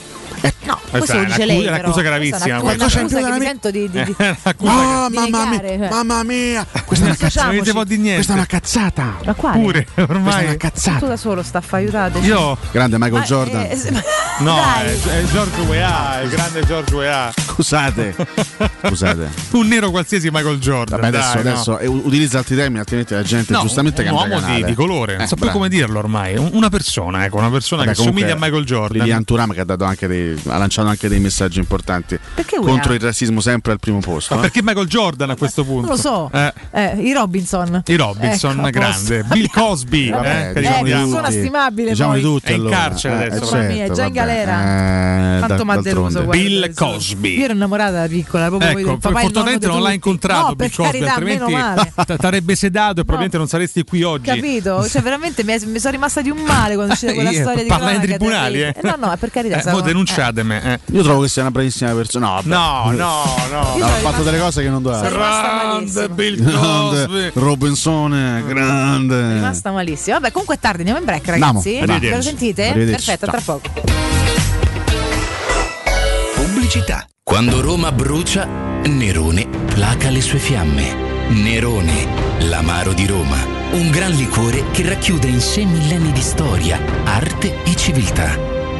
[SPEAKER 4] Eh,
[SPEAKER 2] No,
[SPEAKER 3] Questa
[SPEAKER 2] questo lo
[SPEAKER 3] Esatto, è
[SPEAKER 2] dice
[SPEAKER 3] un'accu-
[SPEAKER 2] lei.
[SPEAKER 3] è
[SPEAKER 2] però.
[SPEAKER 3] un'accusa
[SPEAKER 2] Questa è
[SPEAKER 3] gravissima,
[SPEAKER 2] un'accu-
[SPEAKER 3] questa.
[SPEAKER 2] È un'accusa
[SPEAKER 4] Qualcosa
[SPEAKER 2] che
[SPEAKER 4] in
[SPEAKER 2] mi
[SPEAKER 4] più
[SPEAKER 2] sento di... di, di...
[SPEAKER 11] Eh,
[SPEAKER 4] Oh,
[SPEAKER 2] di
[SPEAKER 4] mamma
[SPEAKER 2] negare,
[SPEAKER 4] mia,
[SPEAKER 2] cioè.
[SPEAKER 4] mamma mia. Questa è una
[SPEAKER 2] Associamoci.
[SPEAKER 4] cazzata.
[SPEAKER 2] Non vedevo di niente.
[SPEAKER 4] Questa è una cazzata.
[SPEAKER 2] Ma quale? Pure,
[SPEAKER 4] Questa è una
[SPEAKER 2] Tu
[SPEAKER 4] cazzata.
[SPEAKER 2] da solo, Staff, aiutateci.
[SPEAKER 4] Grande Michael
[SPEAKER 2] Ma,
[SPEAKER 4] Jordan.
[SPEAKER 2] eh, se- ma-
[SPEAKER 3] No,
[SPEAKER 2] Dai.
[SPEAKER 3] è, è Giorgio Weah, è il grande Giorgio Weah.
[SPEAKER 4] Scusate. Scusate.
[SPEAKER 3] Un nero qualsiasi Michael Jordan.
[SPEAKER 4] Vabbè, adesso,
[SPEAKER 3] dai, no.
[SPEAKER 4] adesso eh, u- utilizza altri termini, altrimenti la gente
[SPEAKER 3] No,
[SPEAKER 4] giustamente
[SPEAKER 3] un
[SPEAKER 4] cambia
[SPEAKER 3] uomo
[SPEAKER 4] canale.
[SPEAKER 3] di, di colore, non
[SPEAKER 4] Eh,
[SPEAKER 3] so più
[SPEAKER 4] bravo.
[SPEAKER 3] come dirlo ormai. Un- Una persona, ecco, una persona
[SPEAKER 4] Vabbè,
[SPEAKER 3] che
[SPEAKER 4] comunque,
[SPEAKER 3] somiglia a Michael Jordan.
[SPEAKER 4] Lilian Thuram che ha, dato anche dei- ha lanciato anche dei messaggi importanti
[SPEAKER 2] Perché Weah?
[SPEAKER 4] contro il razzismo sempre al primo posto. eh.
[SPEAKER 3] Ma perché Michael Jordan a questo punto?
[SPEAKER 2] Non lo so.
[SPEAKER 3] Eh,
[SPEAKER 2] Eh, I Robinson.
[SPEAKER 3] I Robinson,
[SPEAKER 2] Ecco, a posto.
[SPEAKER 3] grande. Bill Cosby,
[SPEAKER 4] Vabbè,
[SPEAKER 3] eh,
[SPEAKER 4] diciamo di
[SPEAKER 3] per i
[SPEAKER 4] tutti.
[SPEAKER 2] Sono stimabile
[SPEAKER 4] Diciamo di
[SPEAKER 2] poi.
[SPEAKER 4] tutti
[SPEAKER 3] È in
[SPEAKER 4] allora.
[SPEAKER 3] carcere
[SPEAKER 4] Eh, eh,
[SPEAKER 3] adesso,
[SPEAKER 2] Mamma mia,
[SPEAKER 4] certo,
[SPEAKER 2] è già in
[SPEAKER 4] vabbè.
[SPEAKER 2] galera.
[SPEAKER 4] Eh,
[SPEAKER 2] Quanto
[SPEAKER 4] da-
[SPEAKER 2] m'ha deluso,
[SPEAKER 4] d'altronde.
[SPEAKER 2] guarda,
[SPEAKER 3] Bill
[SPEAKER 2] questo.
[SPEAKER 3] Cosby.
[SPEAKER 2] Io ero innamorata da piccola, proprio
[SPEAKER 3] Ecco,
[SPEAKER 2] il papà e il nonno
[SPEAKER 3] fortunatamente
[SPEAKER 2] di
[SPEAKER 3] non l'ha
[SPEAKER 2] tutti.
[SPEAKER 3] incontrato
[SPEAKER 2] No,
[SPEAKER 3] Bill
[SPEAKER 2] per
[SPEAKER 3] Cosby,
[SPEAKER 2] carità, meno male.
[SPEAKER 3] altrimenti t- t'avrebbe sedato e probabilmente non saresti qui oggi.
[SPEAKER 2] Capito? Cioè, veramente mi, è- mi sono rimasta di un male quando c'è quella
[SPEAKER 3] Eh,
[SPEAKER 2] storia di
[SPEAKER 3] parla in
[SPEAKER 2] cronaca
[SPEAKER 3] tribunali,
[SPEAKER 2] terribile.
[SPEAKER 3] eh.
[SPEAKER 2] No, no, per carità.
[SPEAKER 3] Eh,
[SPEAKER 2] sarò-
[SPEAKER 3] mo denunciatemi. eh.
[SPEAKER 4] Io trovo che sia una bravissima persona. No, vabbè.
[SPEAKER 3] No, no, no.
[SPEAKER 4] Ha fatto delle cose che non doveva.
[SPEAKER 2] Sono rimasta
[SPEAKER 3] Grande
[SPEAKER 2] malissimo.
[SPEAKER 3] Bill
[SPEAKER 4] Grande
[SPEAKER 3] Cosby.
[SPEAKER 4] Robinsone,
[SPEAKER 2] Sono
[SPEAKER 4] grande.
[SPEAKER 2] rimasta malissimo. Vabbè, comunque è tardi, andiamo in break, ragazzi.
[SPEAKER 4] Andiamo.
[SPEAKER 2] Ve lo sentite?
[SPEAKER 4] Arrivederci.
[SPEAKER 2] Perfetto, a tra
[SPEAKER 4] Ciao.
[SPEAKER 2] poco.
[SPEAKER 26] Pubblicità. Quando Roma brucia, Nerone placa le sue fiamme. Nerone, l'amaro di Roma. Un gran liquore che racchiude in sé millenni di storia, arte e civiltà.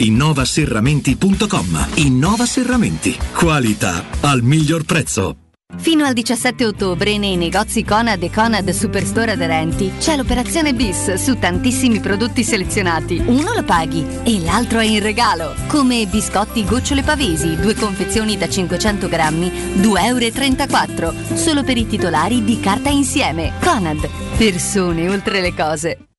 [SPEAKER 14] innovaserramenti.com. Innova Serramenti. Qualità al miglior prezzo.
[SPEAKER 16] Fino al 17 ottobre nei negozi Conad e Conad Superstore aderenti c'è l'operazione BIS su tantissimi prodotti selezionati. Uno lo paghi e l'altro è in regalo, come biscotti gocciole pavesi, due confezioni da 500 grammi, 2,34 euro, solo per i titolari di Carta Insieme. Conad, persone oltre le cose.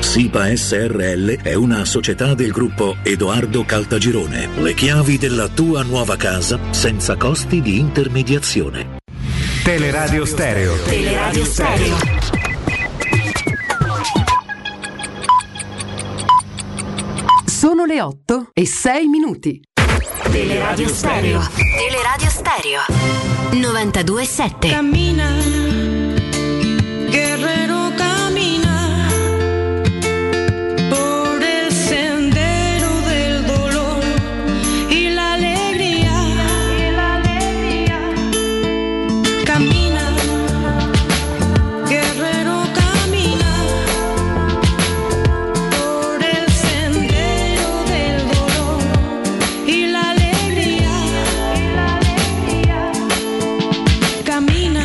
[SPEAKER 26] SIPA SRL è una società del gruppo Edoardo Caltagirone. Le chiavi della tua nuova casa senza costi di intermediazione.
[SPEAKER 27] Teleradio Stereo.
[SPEAKER 26] Teleradio Stereo.
[SPEAKER 2] Sono le 8 e 6 minuti.
[SPEAKER 16] Teleradio Stereo. Teleradio Stereo. 92.7.
[SPEAKER 1] Cammina, guerrero camina por el sendero del dolor y la alegría. Camina, guerrero camina por el sendero del dolor y la alegría. Camina.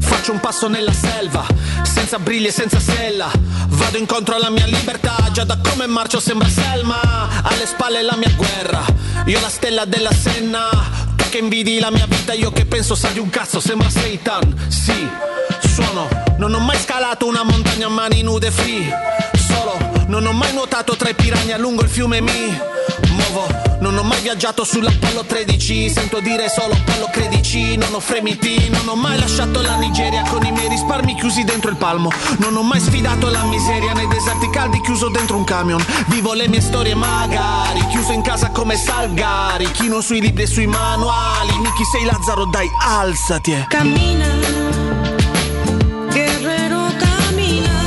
[SPEAKER 28] Faccio un passo nella selva, senza briglie e senza sella. Vado incontro alla mia libertà, già da come marcio sembra Selma. Alle spalle la mia guerra, io la stella della Senna. Tu che invidi la mia vita, io che penso sa di un cazzo, sembra Satan. Sì, suono. Non ho mai scalato una montagna a mani nude free. Solo, non ho mai nuotato tra i piragni lungo il fiume Mi. Muovo, non ho mai viaggiato sull'Apollo 13. Sento dire solo Apollo 13. Non ho fremiti, non ho mai lasciato la Nigeria con i miei risparmi chiusi dentro il palmo. Non ho mai sfidato la miseria nei deserti caldi chiuso dentro un camion. Vivo le mie storie magari, chiuso in casa come Salgari. Chino sui libri e sui manuali. Miki sei Lazzaro, dai, alzati. eh.
[SPEAKER 1] Camina, guerrero camina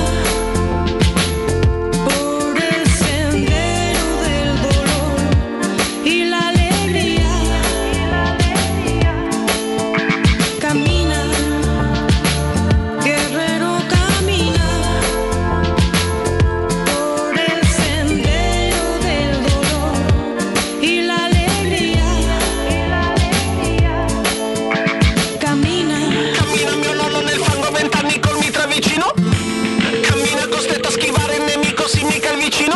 [SPEAKER 1] por el sendero del dolor y la alegría. Camina, guerrero camina por el sendero del dolor y la alegría. Cammina
[SPEAKER 28] Cammina mio nonno nel fango vent'anni col mitra vicino Cammina costretto a schivare il nemico si mica il vicino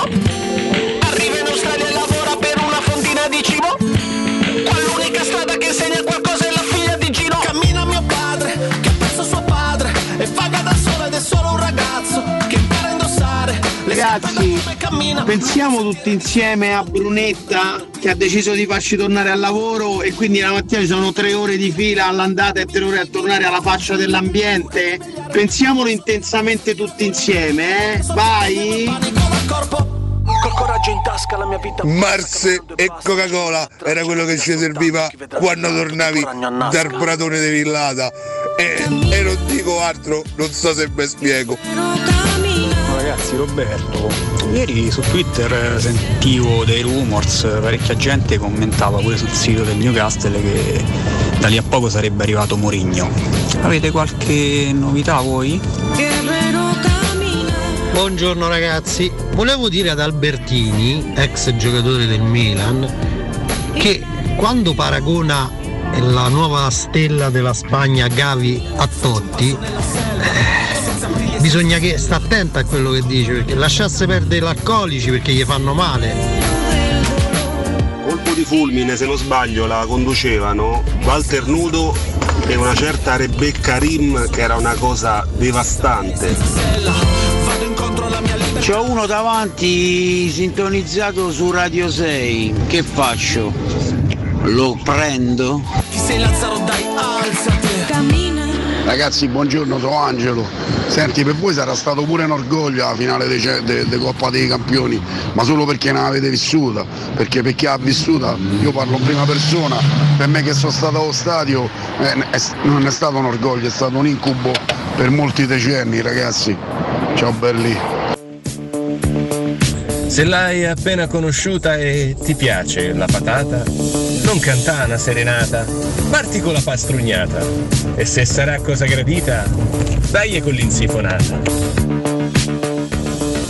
[SPEAKER 28] Arriva in Australia e lavora per una fontina di cibo Qua l'unica strada che insegna qualcosa è la figlia di Gino Cammina mio padre che ha perso suo padre E vaga da solo ed è solo un ragazzo che impara a indossare le scarpe da
[SPEAKER 5] Ragazzi,
[SPEAKER 28] come cammina
[SPEAKER 5] pensiamo tutti insieme a Brunetta che ha deciso di farci tornare al lavoro e quindi la mattina ci sono tre ore di fila all'andata e tre ore a tornare alla faccia dell'ambiente. Pensiamolo intensamente tutti insieme, eh? Vai!
[SPEAKER 28] Col coraggio in tasca la mia vita
[SPEAKER 29] Marse e Coca-Cola era quello che ci serviva quando tornavi dal pratone di Villata. E, e non dico altro, non so se mi spiego.
[SPEAKER 30] Ragazzi, Roberto, ieri su Twitter eh, sentivo dei rumors, eh, parecchia gente commentava pure sul sito del Newcastle che da lì a poco sarebbe arrivato Mourinho. Avete qualche novità voi?
[SPEAKER 12] Buongiorno ragazzi, volevo dire ad Albertini, ex giocatore del Milan, che quando paragona la nuova stella della Spagna Gavi a Totti, eh, bisogna che sta attenta a quello che dice, perché lasciasse perdere l'alcolici perché gli fanno male.
[SPEAKER 11] Colpo di fulmine, se non sbaglio, la conducevano Walter Nudo e una certa Rebecca Rim che era una cosa devastante.
[SPEAKER 5] C'è uno davanti sintonizzato su Radio 6. Che faccio? Lo prendo?
[SPEAKER 28] Chi sei Lazzaro dai alzati
[SPEAKER 1] Cammina
[SPEAKER 29] Ragazzi, buongiorno, sono Angelo. Senti, per voi sarà stato pure un orgoglio la finale di Coppa dei Campioni, ma solo perché non l'avete vissuta, perché per chi l'ha vissuta, io parlo in prima persona, per me che sono stato allo stadio eh, è s- non è stato un orgoglio, è stato un incubo per molti decenni, ragazzi. Ciao belli.
[SPEAKER 31] Se l'hai appena conosciuta e ti piace la patata, non cantà una serenata, parti con la pastrugnata. E se sarà cosa gradita, dai con l'insifonata.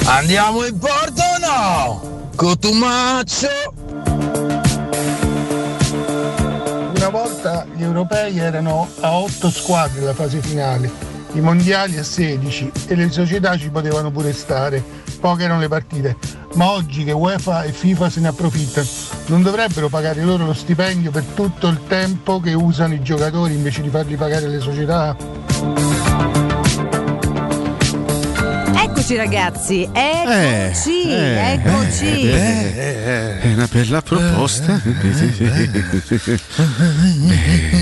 [SPEAKER 5] Andiamo in porto o no? Cotumaccio!
[SPEAKER 32] Una volta gli europei erano a 8 squadre la fase finale, i mondiali a 16 e le società ci potevano pure stare, poche erano le partite, ma oggi che UEFA e FIFA se ne approfittano, non dovrebbero pagare loro lo stipendio per tutto il tempo che usano i giocatori invece di farli pagare le società?
[SPEAKER 2] Eccoci ragazzi, eccoci,
[SPEAKER 4] eh,
[SPEAKER 2] eccoci.
[SPEAKER 4] eh, eh, eh, una bella proposta. eh,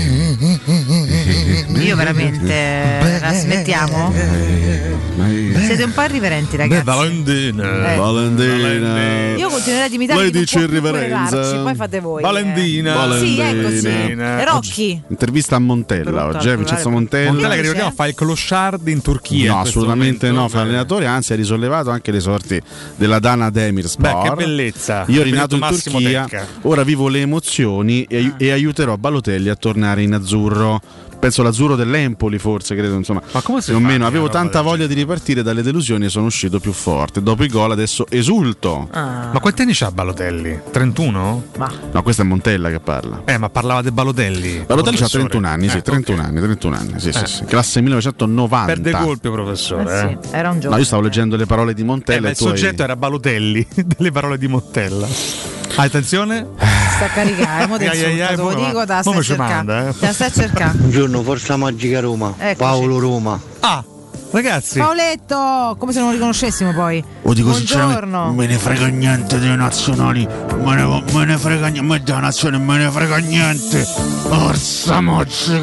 [SPEAKER 2] Io veramente la smettiamo?
[SPEAKER 4] eh,
[SPEAKER 2] Siete un po' irriverenti
[SPEAKER 3] Beh,
[SPEAKER 2] ragazzi.
[SPEAKER 3] Valentina,
[SPEAKER 2] Eh.
[SPEAKER 4] Valentina.
[SPEAKER 2] Io continuerei ad imitarvi
[SPEAKER 4] Lei
[SPEAKER 2] non
[SPEAKER 4] dice
[SPEAKER 2] può più
[SPEAKER 4] irriverenza.
[SPEAKER 2] querellarci, poi fate voi. eh.
[SPEAKER 4] Valentina.
[SPEAKER 2] Sì, eccoci.
[SPEAKER 4] Valentina.
[SPEAKER 2] Rocchi.
[SPEAKER 4] Intervista a Montella oggi, eh, Vincenzo Montella.
[SPEAKER 3] Montella che ricordiamo fa il clochard in
[SPEAKER 4] No,
[SPEAKER 3] Turchia. in questo
[SPEAKER 4] assolutamente
[SPEAKER 3] momento.
[SPEAKER 4] no, fra allenatori, anzi ha risollevato anche le sorti della Dana Demirspor.
[SPEAKER 3] Beh, che bellezza.
[SPEAKER 4] Io rinato in
[SPEAKER 3] Benvenuto Massimo Ah.
[SPEAKER 4] Turchia,
[SPEAKER 3] Tecca.
[SPEAKER 4] ora vivo le emozioni e, e aiuterò Balotelli a tornare in azzurro. Penso l'azzurro dell'Empoli forse, credo, insomma. Ma come
[SPEAKER 3] si
[SPEAKER 4] più o
[SPEAKER 3] fa
[SPEAKER 4] meno,
[SPEAKER 3] una
[SPEAKER 4] avevo
[SPEAKER 3] roba
[SPEAKER 4] tanta
[SPEAKER 3] del
[SPEAKER 4] voglia di ripartire dalle delusioni e sono uscito più forte. Dopo il gol adesso esulto.
[SPEAKER 3] Ma
[SPEAKER 4] Ah,
[SPEAKER 3] quanti anni c'ha Balotelli? 31?
[SPEAKER 4] No, questa è Montella che parla.
[SPEAKER 3] Eh, ma parlava di Balotelli.
[SPEAKER 4] Balotelli ha
[SPEAKER 3] professore.
[SPEAKER 4] 31 anni, sì,
[SPEAKER 3] Eh,
[SPEAKER 4] 31 anni, 31 anni, sì, sì,
[SPEAKER 3] Eh.
[SPEAKER 4] sì. classe 1990.
[SPEAKER 3] Perde colpi, professore. eh.
[SPEAKER 2] Era un
[SPEAKER 4] No, io stavo leggendo le parole di
[SPEAKER 3] Eh,
[SPEAKER 4] Montella
[SPEAKER 3] ma
[SPEAKER 4] e
[SPEAKER 3] il
[SPEAKER 4] tu hai-
[SPEAKER 3] soggetto era Balotelli, delle parole di Montella. Attenzione,
[SPEAKER 2] sta a caricare, mo te
[SPEAKER 3] Ai, ai, ai,
[SPEAKER 2] insulta, te lo
[SPEAKER 3] come va?
[SPEAKER 2] dico, te la
[SPEAKER 3] Come ci
[SPEAKER 2] stai
[SPEAKER 3] manda,
[SPEAKER 2] cercando.
[SPEAKER 3] eh?
[SPEAKER 2] Te la stai cercando.
[SPEAKER 25] Buongiorno, Forza Magica Roma.
[SPEAKER 2] Eccoci.
[SPEAKER 25] Paolo Roma.
[SPEAKER 3] Ah, ragazzi.
[SPEAKER 2] Paoletto, come se non lo riconoscessimo poi.
[SPEAKER 25] Lo dico
[SPEAKER 2] Buongiorno.
[SPEAKER 25] me ne frega niente delle nazionali, me ne, me ne frega niente, me della nazione me ne frega niente. Forza Magica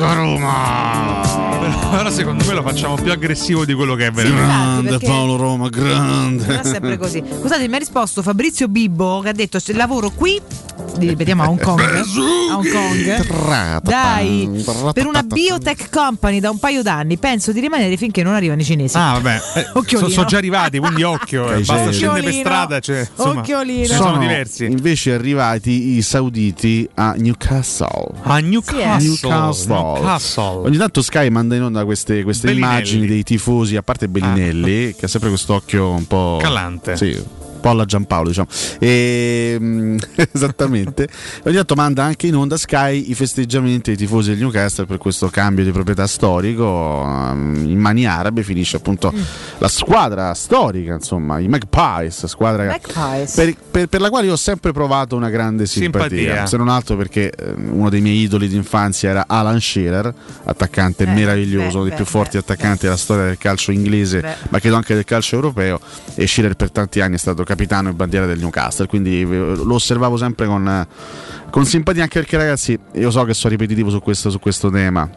[SPEAKER 25] Roma!
[SPEAKER 3] Però secondo me lo facciamo più aggressivo di quello che è veramente.
[SPEAKER 2] Grande esatto, perché- Paolo
[SPEAKER 25] Roma,
[SPEAKER 2] Però è sempre così. Scusate, mi ha risposto Fabrizio Bibbo che ha detto "Se lavoro qui, li ripetiamo a Hong Kong, eh? a Hong Kong. eh?
[SPEAKER 4] mm,
[SPEAKER 2] Dai, per una biotech company da un paio d'anni, penso di rimanere finché non arrivano i cinesi.
[SPEAKER 3] Ah, vabbè, eh,
[SPEAKER 2] Occhiolino.
[SPEAKER 3] so- sono già arrivati, quindi occhio. eh, basta
[SPEAKER 4] Occhiolino.
[SPEAKER 3] scendere per strada. Cioè, insomma,
[SPEAKER 2] Occhiolino.
[SPEAKER 3] ce ne sono diversi.
[SPEAKER 4] Invece arrivati i sauditi a Newcastle.
[SPEAKER 3] A Newcastle.
[SPEAKER 4] Newcastle.
[SPEAKER 3] Newcastle.
[SPEAKER 4] Ogni tanto Sky manda in onda queste, queste
[SPEAKER 3] Bellinelli. Ah.
[SPEAKER 4] immagini dei tifosi, a parte Bellinelli, che ha sempre quest'occhio un po'.
[SPEAKER 3] Calante.
[SPEAKER 4] Sì. Un po' alla Giampaolo, diciamo. E, mm, esattamente. Ogni tanto manda anche in onda Sky i festeggiamenti dei tifosi del Newcastle per questo cambio di proprietà storico. um, In mani arabe finisce appunto la squadra storica, insomma, i Magpies, squadra che-
[SPEAKER 2] Magpies.
[SPEAKER 4] per, per- per la quale io ho sempre provato una grande simpatia,
[SPEAKER 3] Simpatia.
[SPEAKER 4] se non altro perché eh, uno dei miei idoli d'infanzia era Alan Shearer, attaccante meraviglioso,
[SPEAKER 3] beh,
[SPEAKER 4] uno dei
[SPEAKER 3] beh,
[SPEAKER 4] più forti attaccanti della storia del calcio inglese,
[SPEAKER 3] Beh.
[SPEAKER 4] ma credo anche del calcio europeo e Shearer per tanti anni è stato capitano e bandiera del Newcastle, quindi eh, lo osservavo sempre con, eh, con simpatia anche perché ragazzi, io so che sono ripetitivo su questo- su questo tema,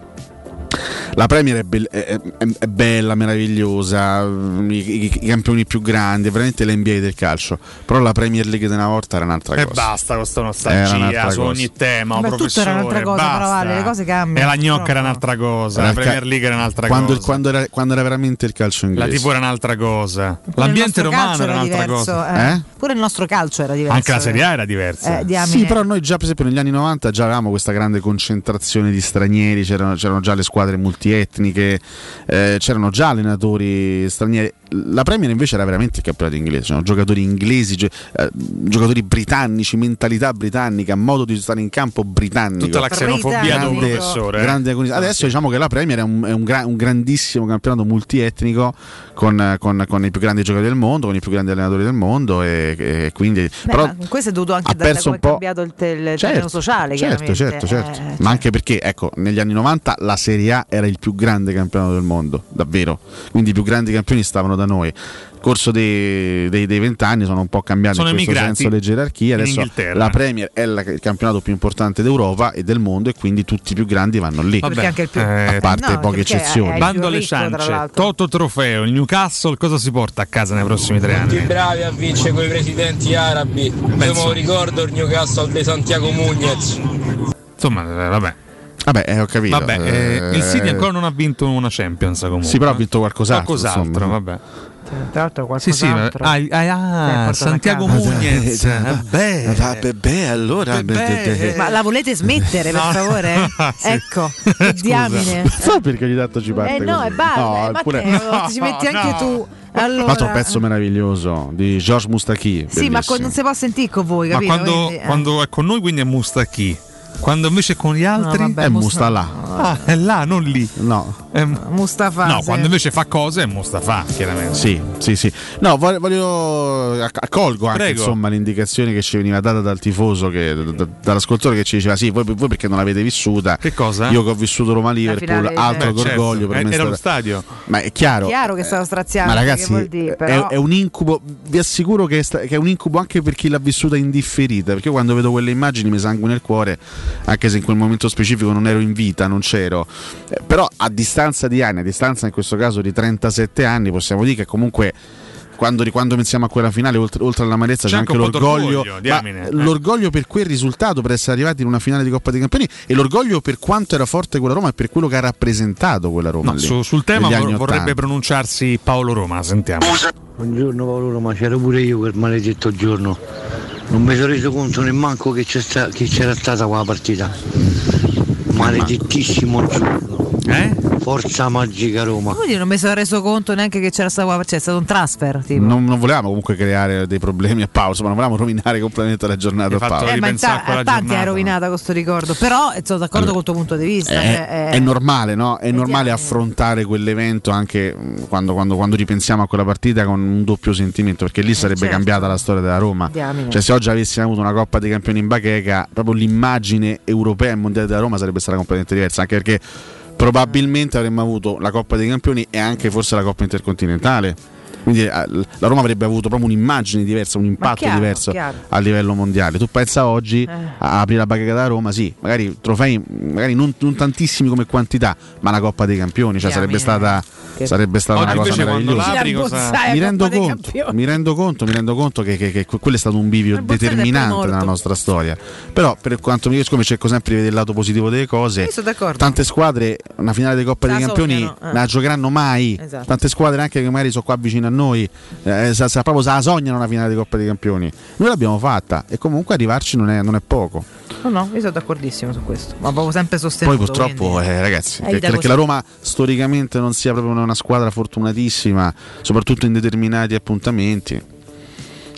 [SPEAKER 4] la Premier è, bel- è- è- è bella, meravigliosa, mm, i, i- i campioni più grandi, è veramente l'NBA del calcio. Però la Premier League di una volta era un'altra
[SPEAKER 3] E
[SPEAKER 4] cosa.
[SPEAKER 3] basta con sta
[SPEAKER 4] Era
[SPEAKER 3] nostalgia
[SPEAKER 4] un'altra
[SPEAKER 3] su
[SPEAKER 4] cosa.
[SPEAKER 3] ogni tema.
[SPEAKER 2] Ma
[SPEAKER 3] oh,
[SPEAKER 2] tutto era un'altra
[SPEAKER 3] professore,
[SPEAKER 2] cosa,
[SPEAKER 3] basta.
[SPEAKER 2] però vale, le cose cambiano.
[SPEAKER 3] E la gnocca
[SPEAKER 2] purtroppo.
[SPEAKER 3] era un'altra cosa,
[SPEAKER 4] Era
[SPEAKER 3] la
[SPEAKER 4] il ca-
[SPEAKER 3] Premier League era un'altra
[SPEAKER 4] quando,
[SPEAKER 3] cosa.
[SPEAKER 4] quando era, quando era veramente il calcio
[SPEAKER 3] La
[SPEAKER 4] inglese.
[SPEAKER 3] TV era un'altra cosa.
[SPEAKER 2] Pure il
[SPEAKER 3] L'ambiente
[SPEAKER 2] nostro
[SPEAKER 3] romano
[SPEAKER 2] calcio
[SPEAKER 3] era un'altra
[SPEAKER 2] diverso,
[SPEAKER 3] cosa.
[SPEAKER 2] eh. Pure il nostro calcio era diverso.
[SPEAKER 3] Anche la Serie A era diversa.
[SPEAKER 2] Eh, diamine.
[SPEAKER 4] Sì, però noi già per esempio negli anni 90 già avevamo questa grande concentrazione di stranieri, c'erano, c'erano già le squadre multietniche, eh, c'erano già allenatori stranieri. La Premier invece era veramente il campionato inglese, c'erano giocatori inglesi, gio- eh, giocatori britannici, mentalità britannica, modo di stare in campo britannico.
[SPEAKER 3] Tutta la xenofobia di un
[SPEAKER 4] Grande-
[SPEAKER 3] professore. eh.
[SPEAKER 4] grande agonista. Adesso diciamo che la Premier è un, è un gra- un grandissimo campionato multietnico con, eh, con- con i più grandi giocatori del mondo, con i più grandi allenatori del mondo e, e quindi...
[SPEAKER 2] Beh,
[SPEAKER 4] però
[SPEAKER 2] ma questo è dovuto anche
[SPEAKER 4] ha
[SPEAKER 2] da da
[SPEAKER 4] perso
[SPEAKER 2] come è
[SPEAKER 4] un po'.
[SPEAKER 2] cambiato il, tel- il terreno sociale.
[SPEAKER 4] certo,
[SPEAKER 2] chiaramente.
[SPEAKER 4] certo, certo.
[SPEAKER 2] Eh,
[SPEAKER 4] Ma anche perché, ecco, negli anni 90 la Serie A era il più grande campionato del mondo, davvero. Quindi i più grandi campioni stavano da noi. Nel corso dei dei- dei vent'anni sono un po' cambiate
[SPEAKER 3] Sono
[SPEAKER 4] in questo
[SPEAKER 3] emigrati
[SPEAKER 4] senso le gerarchie.
[SPEAKER 3] in
[SPEAKER 4] Adesso
[SPEAKER 3] Inghilterra.
[SPEAKER 4] la Premier è la- il campionato più importante d'Europa e del mondo, e quindi tutti i più grandi vanno lì.
[SPEAKER 3] Vabbè, Perché anche il più- eh,
[SPEAKER 4] a parte
[SPEAKER 3] no,
[SPEAKER 4] poche
[SPEAKER 3] perché
[SPEAKER 4] eccezioni.
[SPEAKER 3] Bando alle ciance, Toto Trofeo, il Newcastle, cosa si porta a casa nei prossimi tre anni?
[SPEAKER 12] bravi a vincere con i presidenti arabi. Io me lo ricordo il Newcastle di Santiago Mugnez.
[SPEAKER 3] Insomma, eh, vabbè.
[SPEAKER 4] Vabbè, eh, ho capito.
[SPEAKER 3] Vabbè, eh, il City
[SPEAKER 4] Eh,
[SPEAKER 3] ancora non ha vinto una Champions comunque.
[SPEAKER 4] Sì, però ha vinto qualcos'altro,
[SPEAKER 3] Qualcos'altro,
[SPEAKER 4] insomma.
[SPEAKER 3] vabbè.
[SPEAKER 26] Tra l'altro
[SPEAKER 3] Sì, sì, ma-
[SPEAKER 26] qualcos'altro.
[SPEAKER 3] ah, il- ah,
[SPEAKER 26] portato a
[SPEAKER 3] Santiago
[SPEAKER 26] casa.
[SPEAKER 3] Muñez. eh,
[SPEAKER 26] Ah, dai,
[SPEAKER 3] Beh,
[SPEAKER 25] beh, allora.
[SPEAKER 2] eh, Ma la volete smettere, per
[SPEAKER 4] No.
[SPEAKER 2] favore?
[SPEAKER 4] Sì.
[SPEAKER 2] Ecco, che diamine.
[SPEAKER 4] Eh, Sai perché ogni tanto ci parte
[SPEAKER 2] Eh no,
[SPEAKER 4] così?
[SPEAKER 2] è balla, eh,
[SPEAKER 4] è pure-
[SPEAKER 2] Matteo, ci metti anche tu. Allora,
[SPEAKER 4] Tra l'altro un pezzo meraviglioso di Georges Moustaki.
[SPEAKER 2] Sì, ma con- non si può sentire con voi,
[SPEAKER 3] ma
[SPEAKER 2] capito?
[SPEAKER 3] quando,
[SPEAKER 2] Quindi, eh.
[SPEAKER 3] quando è con noi quindi è Mustachi. Quando invece è con gli altri
[SPEAKER 2] vabbè,
[SPEAKER 4] È Musta là.
[SPEAKER 3] Ah, è là, non lì.
[SPEAKER 4] No.
[SPEAKER 2] Mustafa.
[SPEAKER 3] no,
[SPEAKER 2] sì.
[SPEAKER 3] quando invece fa cose è Mustafa, chiaramente.
[SPEAKER 4] Sì, sì, sì. No, voglio, voglio- acc- accolgo anche
[SPEAKER 3] Prego.
[SPEAKER 4] insomma, l'indicazione che ci veniva data dal tifoso, che- d- d- dall'ascoltatore che ci diceva: Sì, voi, voi perché non l'avete vissuta. Che
[SPEAKER 3] cosa?
[SPEAKER 4] Io che ho vissuto Roma Liverpool,
[SPEAKER 2] finale-
[SPEAKER 4] altro
[SPEAKER 2] Beh,
[SPEAKER 4] che
[SPEAKER 2] certo,
[SPEAKER 4] orgoglio per
[SPEAKER 3] eh,
[SPEAKER 4] me. è
[SPEAKER 3] era lo
[SPEAKER 4] stata-
[SPEAKER 3] stadio.
[SPEAKER 4] Ma è chiaro.
[SPEAKER 2] chiaro che stavo straziando,
[SPEAKER 4] Eh, Ma
[SPEAKER 2] che
[SPEAKER 4] ragazzi, eh,
[SPEAKER 2] vuol dire,
[SPEAKER 4] è-
[SPEAKER 2] però.
[SPEAKER 4] è un incubo, vi assicuro che è, sta- che è un incubo anche per chi l'ha vissuta indifferita, perché io quando vedo quelle immagini mi sanguina il cuore, anche se in quel momento specifico non ero in vita, non c'ero. Eh, però a distanza di anni, a distanza in questo caso di 37 anni, possiamo dire che comunque quando, ri- quando pensiamo a quella finale, oltre, oltre all'amarezza, c'è,
[SPEAKER 3] C'è anche
[SPEAKER 4] anche
[SPEAKER 3] un po'
[SPEAKER 4] l'orgoglio.
[SPEAKER 3] d'orgoglio,
[SPEAKER 4] ma
[SPEAKER 3] diamine, eh.
[SPEAKER 4] L'orgoglio per quel risultato, per essere arrivati in una finale di Coppa dei Campioni e l'orgoglio per quanto era forte quella Roma e per quello che ha rappresentato quella Roma.
[SPEAKER 3] No,
[SPEAKER 4] lì,
[SPEAKER 3] su- sul tema
[SPEAKER 4] negli
[SPEAKER 3] vor-
[SPEAKER 4] anni
[SPEAKER 3] vorrebbe
[SPEAKER 4] 80.
[SPEAKER 3] pronunciarsi Paolo Roma, sentiamo.
[SPEAKER 25] Buongiorno Paolo Roma, c'ero pure io quel maledetto giorno. Non mi sono reso conto neanche che, c'è sta- che c'era stata quella partita. Maledettissimo giorno.
[SPEAKER 2] Eh?
[SPEAKER 33] Forza Magica Roma.
[SPEAKER 2] Quindi non mi sono reso conto neanche che c'era stato, c'è stato un transfer. Tipo.
[SPEAKER 4] Non, non volevamo comunque creare dei problemi a pausa, ma non volevamo rovinare completamente la giornata a pausa.
[SPEAKER 2] Eh, ma in ta- a tanti è rovinata con sto ricordo, però eh, sono d'accordo col tuo punto di vista.
[SPEAKER 4] è,
[SPEAKER 2] cioè, eh,
[SPEAKER 4] è normale, no? È normale affrontare quell'evento anche mh, quando, quando- quando ripensiamo a quella partita con un doppio sentimento, perché lì sarebbe
[SPEAKER 2] certo.
[SPEAKER 4] cambiata la storia della Roma.
[SPEAKER 2] Diamine.
[SPEAKER 4] Cioè, se oggi avessimo avuto una Coppa dei Campioni in bacheca, proprio l'immagine europea e mondiale della Roma sarebbe stata completamente diversa, anche perché probabilmente avremmo avuto la Coppa dei Campioni e anche forse la Coppa Intercontinentale. Quindi eh, la Roma avrebbe avuto proprio un'immagine diversa, un impatto
[SPEAKER 2] chiaro,
[SPEAKER 4] diverso
[SPEAKER 2] chiaro.
[SPEAKER 4] a livello mondiale. Tu pensa oggi
[SPEAKER 3] Eh.
[SPEAKER 4] a aprire la bacheca da Roma, sì, magari trofei, magari non, non tantissimi come quantità, ma la Coppa dei Campioni, cioè sarebbe stata, sarebbe stata
[SPEAKER 3] Oggi
[SPEAKER 4] una cosa
[SPEAKER 3] invece quando
[SPEAKER 4] meravigliosa.
[SPEAKER 3] l'apri cosa- Bozzai a
[SPEAKER 4] Mi
[SPEAKER 3] Coppa
[SPEAKER 4] rendo
[SPEAKER 3] dei
[SPEAKER 4] conto,
[SPEAKER 3] Campioni.
[SPEAKER 4] mi rendo conto, mi rendo conto che, che- che quello è stato un bivio determinante nella nostra storia. Però per quanto mi riguarda, siccome cerco sempre di vedere il lato positivo delle cose,
[SPEAKER 2] Io sono d'accordo.
[SPEAKER 4] tante squadre una finale di Coppa
[SPEAKER 2] La
[SPEAKER 4] dei Campioni
[SPEAKER 2] sognano, eh.
[SPEAKER 4] la giocheranno mai.
[SPEAKER 2] Esatto.
[SPEAKER 4] Tante squadre anche che magari sono qua vicino a noi, eh, sa, sa- proprio se la sognano una finale di Coppa dei Campioni. Noi l'abbiamo fatta e comunque arrivarci non è, non è poco.
[SPEAKER 2] No, no, io sono d'accordissimo su questo, ma avevo sempre sostenuto.
[SPEAKER 4] Poi purtroppo,
[SPEAKER 2] quindi-
[SPEAKER 4] eh, ragazzi,
[SPEAKER 2] Eh,
[SPEAKER 4] che,
[SPEAKER 2] gli dà
[SPEAKER 4] che-
[SPEAKER 2] così.
[SPEAKER 4] che la Roma storicamente non sia proprio una squadra fortunatissima, soprattutto in determinati appuntamenti.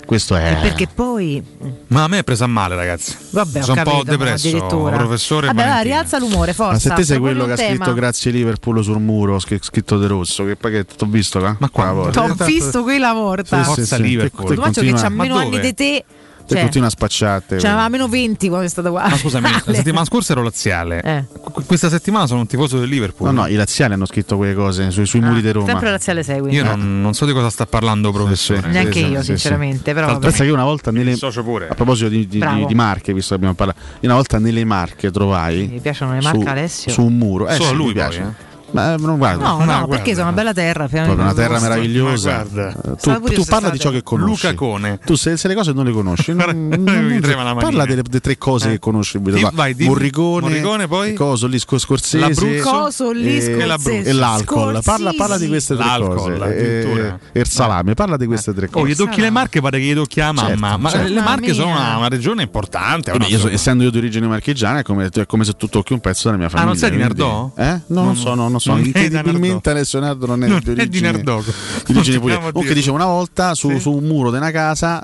[SPEAKER 4] Questo è.
[SPEAKER 2] Eh, Perché poi
[SPEAKER 3] Ma a me è presa male, ragazzi.
[SPEAKER 2] Vabbè, ho
[SPEAKER 3] sono un po'
[SPEAKER 2] capito, ma
[SPEAKER 3] depresso.
[SPEAKER 2] addirittura.
[SPEAKER 3] Professore,
[SPEAKER 2] Vabbè, allora,
[SPEAKER 3] Valentino.
[SPEAKER 2] rialza l'umore, forza.
[SPEAKER 4] Ma se te sei
[SPEAKER 2] proponi
[SPEAKER 4] quello che
[SPEAKER 2] un
[SPEAKER 4] ha
[SPEAKER 2] tema.
[SPEAKER 4] scritto grazie Liverpool sul muro, sch- scritto De Rosso, che poi che t'ho visto qua? Ma qua
[SPEAKER 2] T'ho visto qui la morta.
[SPEAKER 4] Sì, sì, Forza sì. Liverpool.
[SPEAKER 2] Tu faccio che
[SPEAKER 4] Continua.
[SPEAKER 2] c'ha
[SPEAKER 4] Ma
[SPEAKER 2] meno
[SPEAKER 4] dove?
[SPEAKER 2] anni di te.
[SPEAKER 4] Te
[SPEAKER 2] Cioè,
[SPEAKER 4] continua a spacciate.
[SPEAKER 2] cioè, aveva meno 20 quando è stato qua.
[SPEAKER 3] Ma scusami, la
[SPEAKER 2] Ale.
[SPEAKER 3] settimana scorsa ero laziale.
[SPEAKER 4] Eh.
[SPEAKER 3] Qu- Questa settimana sono un tifoso del Liverpool.
[SPEAKER 4] No, no, i laziali hanno scritto quelle cose sui, sui muri di Roma.
[SPEAKER 2] Ah, Sempre razziale segui.
[SPEAKER 3] Io non, non so di cosa sta parlando, professore.
[SPEAKER 2] Neanche io, sinceramente, però vabbè.
[SPEAKER 4] Pensa che io una volta nelle. A proposito di, di-
[SPEAKER 2] Bravo.
[SPEAKER 4] di Marche, visto che abbiamo parlato, io una volta nelle Marche trovai.
[SPEAKER 2] Mi piacciono le marche
[SPEAKER 4] su,
[SPEAKER 2] Alessio.
[SPEAKER 4] Su un muro. Eh,
[SPEAKER 3] Solo
[SPEAKER 4] sì,
[SPEAKER 3] a lui
[SPEAKER 4] mi
[SPEAKER 3] poi,
[SPEAKER 4] piace.
[SPEAKER 3] eh.
[SPEAKER 4] Ma eh, non guarda.
[SPEAKER 2] No, no, perché sono una bella terra.
[SPEAKER 4] Proprio una terra meravigliosa. Eh, Tu,
[SPEAKER 2] Stavo pure
[SPEAKER 4] tu
[SPEAKER 2] io
[SPEAKER 4] parla
[SPEAKER 2] st'estate.
[SPEAKER 4] di ciò che conosci.
[SPEAKER 3] Luca Cone.
[SPEAKER 4] Tu se, se le cose non le conosci, non- non- non-
[SPEAKER 3] Mi trema la manina. Eh.
[SPEAKER 4] parla delle, delle tre cose che conosci. in vita.
[SPEAKER 3] Di-
[SPEAKER 4] Guarda,
[SPEAKER 3] vai, dimmi.
[SPEAKER 4] Morricone,
[SPEAKER 3] Morricone, poi?
[SPEAKER 4] il Coso lì, Sco- Scorsese, Eh,
[SPEAKER 3] L'Abruzzo. Coso lì,
[SPEAKER 4] e-
[SPEAKER 3] Scorsese.
[SPEAKER 4] e l'Abruzzo. e l'alcol. Parla, parla di queste tre
[SPEAKER 3] L'alcol,
[SPEAKER 4] cose.
[SPEAKER 3] addirittura.
[SPEAKER 4] E, e il salame, parla di queste tre cose.
[SPEAKER 3] Oh, gli tocchi le marche, pare che gli tocchi la mamma.
[SPEAKER 4] Certo,
[SPEAKER 3] Ma
[SPEAKER 4] certo.
[SPEAKER 3] le
[SPEAKER 4] Mamma
[SPEAKER 3] marche sono
[SPEAKER 4] mia.
[SPEAKER 3] una, una regione importante.
[SPEAKER 4] Vabbè, io so- essendo io di origine marchigiana è come, è come se tu tocchi un pezzo della mia famiglia.
[SPEAKER 3] Ah, non sei di
[SPEAKER 4] quindi-
[SPEAKER 3] Nardò?
[SPEAKER 4] Eh? No, non so, no, non so.
[SPEAKER 3] Non è da
[SPEAKER 4] Incredibilmente Alessio Nardo non è
[SPEAKER 3] Non
[SPEAKER 4] di
[SPEAKER 3] è di
[SPEAKER 4] origine
[SPEAKER 3] Nardò.
[SPEAKER 4] di origine
[SPEAKER 3] Continuiamo
[SPEAKER 4] pugliese.
[SPEAKER 3] a
[SPEAKER 4] Comunque
[SPEAKER 3] dirlo.
[SPEAKER 4] dicevo una volta su, su un muro di una casa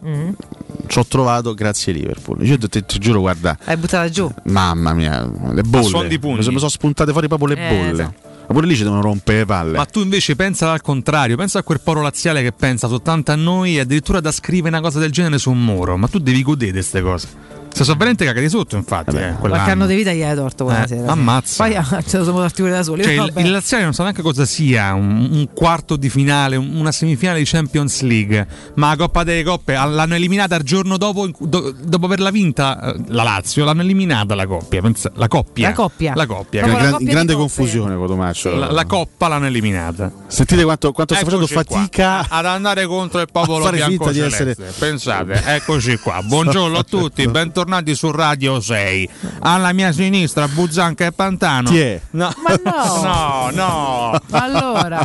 [SPEAKER 4] ci ho trovato grazie a Liverpool. Io te- ti giuro, guarda,
[SPEAKER 2] Hai buttata giù.
[SPEAKER 4] mamma mia, le
[SPEAKER 3] suon
[SPEAKER 4] bolle.
[SPEAKER 3] di pugni.
[SPEAKER 4] Mi sono, mi sono spuntate fuori proprio le
[SPEAKER 3] Eh,
[SPEAKER 4] bolle. Ma pure lì ci devono rompere le palle.
[SPEAKER 3] Ma tu invece pensa al contrario, pensa a quel poro laziale che pensa soltanto a noi e addirittura da scrivere una cosa del genere su un muro. Ma tu devi godere queste cose. Se sono veramente cagati sotto, infatti. eh,
[SPEAKER 2] Qualche
[SPEAKER 3] quell'anno.
[SPEAKER 2] anno di vita gli hai torto quella
[SPEAKER 3] Eh,
[SPEAKER 2] sera.
[SPEAKER 3] ammazza.
[SPEAKER 2] Poi ah, ce lo siamo torti pure da soli.
[SPEAKER 3] Cioè,
[SPEAKER 2] Io,
[SPEAKER 3] il,
[SPEAKER 2] vabbè.
[SPEAKER 3] il laziale non sa neanche cosa sia un, un quarto di finale, un- una semifinale di Champions League. Ma la Coppa delle Coppe ah, l'hanno eliminata il giorno dopo, in- do- dopo averla vinta eh, la Lazio, l'hanno eliminata la coppia. pensa- la coppia.
[SPEAKER 4] La coppia.
[SPEAKER 3] La coppia.
[SPEAKER 4] Gran- gran- grande confusione, Cotomaccio.
[SPEAKER 3] La, la coppa l'hanno eliminata.
[SPEAKER 4] Sentite quanto, quanto sto facendo
[SPEAKER 3] Eccoci
[SPEAKER 4] fatica.
[SPEAKER 3] qua, Ah, ad andare contro il
[SPEAKER 4] a
[SPEAKER 3] popolo
[SPEAKER 4] fare
[SPEAKER 3] bianco
[SPEAKER 4] finta di
[SPEAKER 3] celeste. Pensate, eccoci qua. Buongiorno a tutti, bentornati su Radio 6. Alla mia sinistra Buzzanca e Pantano.
[SPEAKER 4] Chi è?
[SPEAKER 3] No.
[SPEAKER 2] no.
[SPEAKER 3] no, no.
[SPEAKER 2] Ma allora?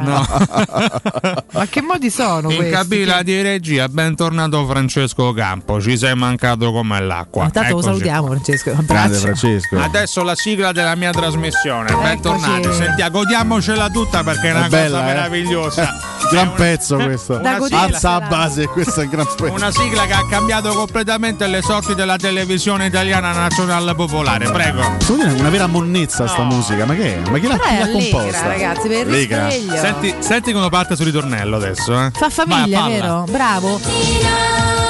[SPEAKER 2] Ma che modi sono
[SPEAKER 3] In
[SPEAKER 2] questi?
[SPEAKER 3] cabina di regia, bentornato Francesco Campo. Ci sei mancato come l'acqua.
[SPEAKER 2] Ma Intanto lo
[SPEAKER 3] Eccoci
[SPEAKER 2] salutiamo Francesco. un
[SPEAKER 4] Grande
[SPEAKER 2] abbraccio.
[SPEAKER 4] Francesco.
[SPEAKER 3] Adesso la sigla della mia trasmissione. Bentornati. Sentiamo, godiamocela tutta perché è una
[SPEAKER 4] È bella,
[SPEAKER 3] cosa
[SPEAKER 4] eh?
[SPEAKER 3] meravigliosa.
[SPEAKER 4] Gran pezzo questo.
[SPEAKER 3] Da godere.
[SPEAKER 4] Alza a base, questo è un gran pezzo.
[SPEAKER 3] Una sigla che ha cambiato completamente le sorti della televisione italiana nazionale popolare. Prego.
[SPEAKER 4] Devo dire, è una vera monnezza sta musica, ma che è? Ma chi l'ha, chi
[SPEAKER 2] Però Eh, è
[SPEAKER 4] l'ha
[SPEAKER 2] allegra,
[SPEAKER 4] composta?
[SPEAKER 2] ragazzi, per il
[SPEAKER 4] Allegra.
[SPEAKER 2] risveglio.
[SPEAKER 3] Senti, senti come parte sul ritornello adesso. Eh?
[SPEAKER 2] Fa famiglia, vero? Bravo.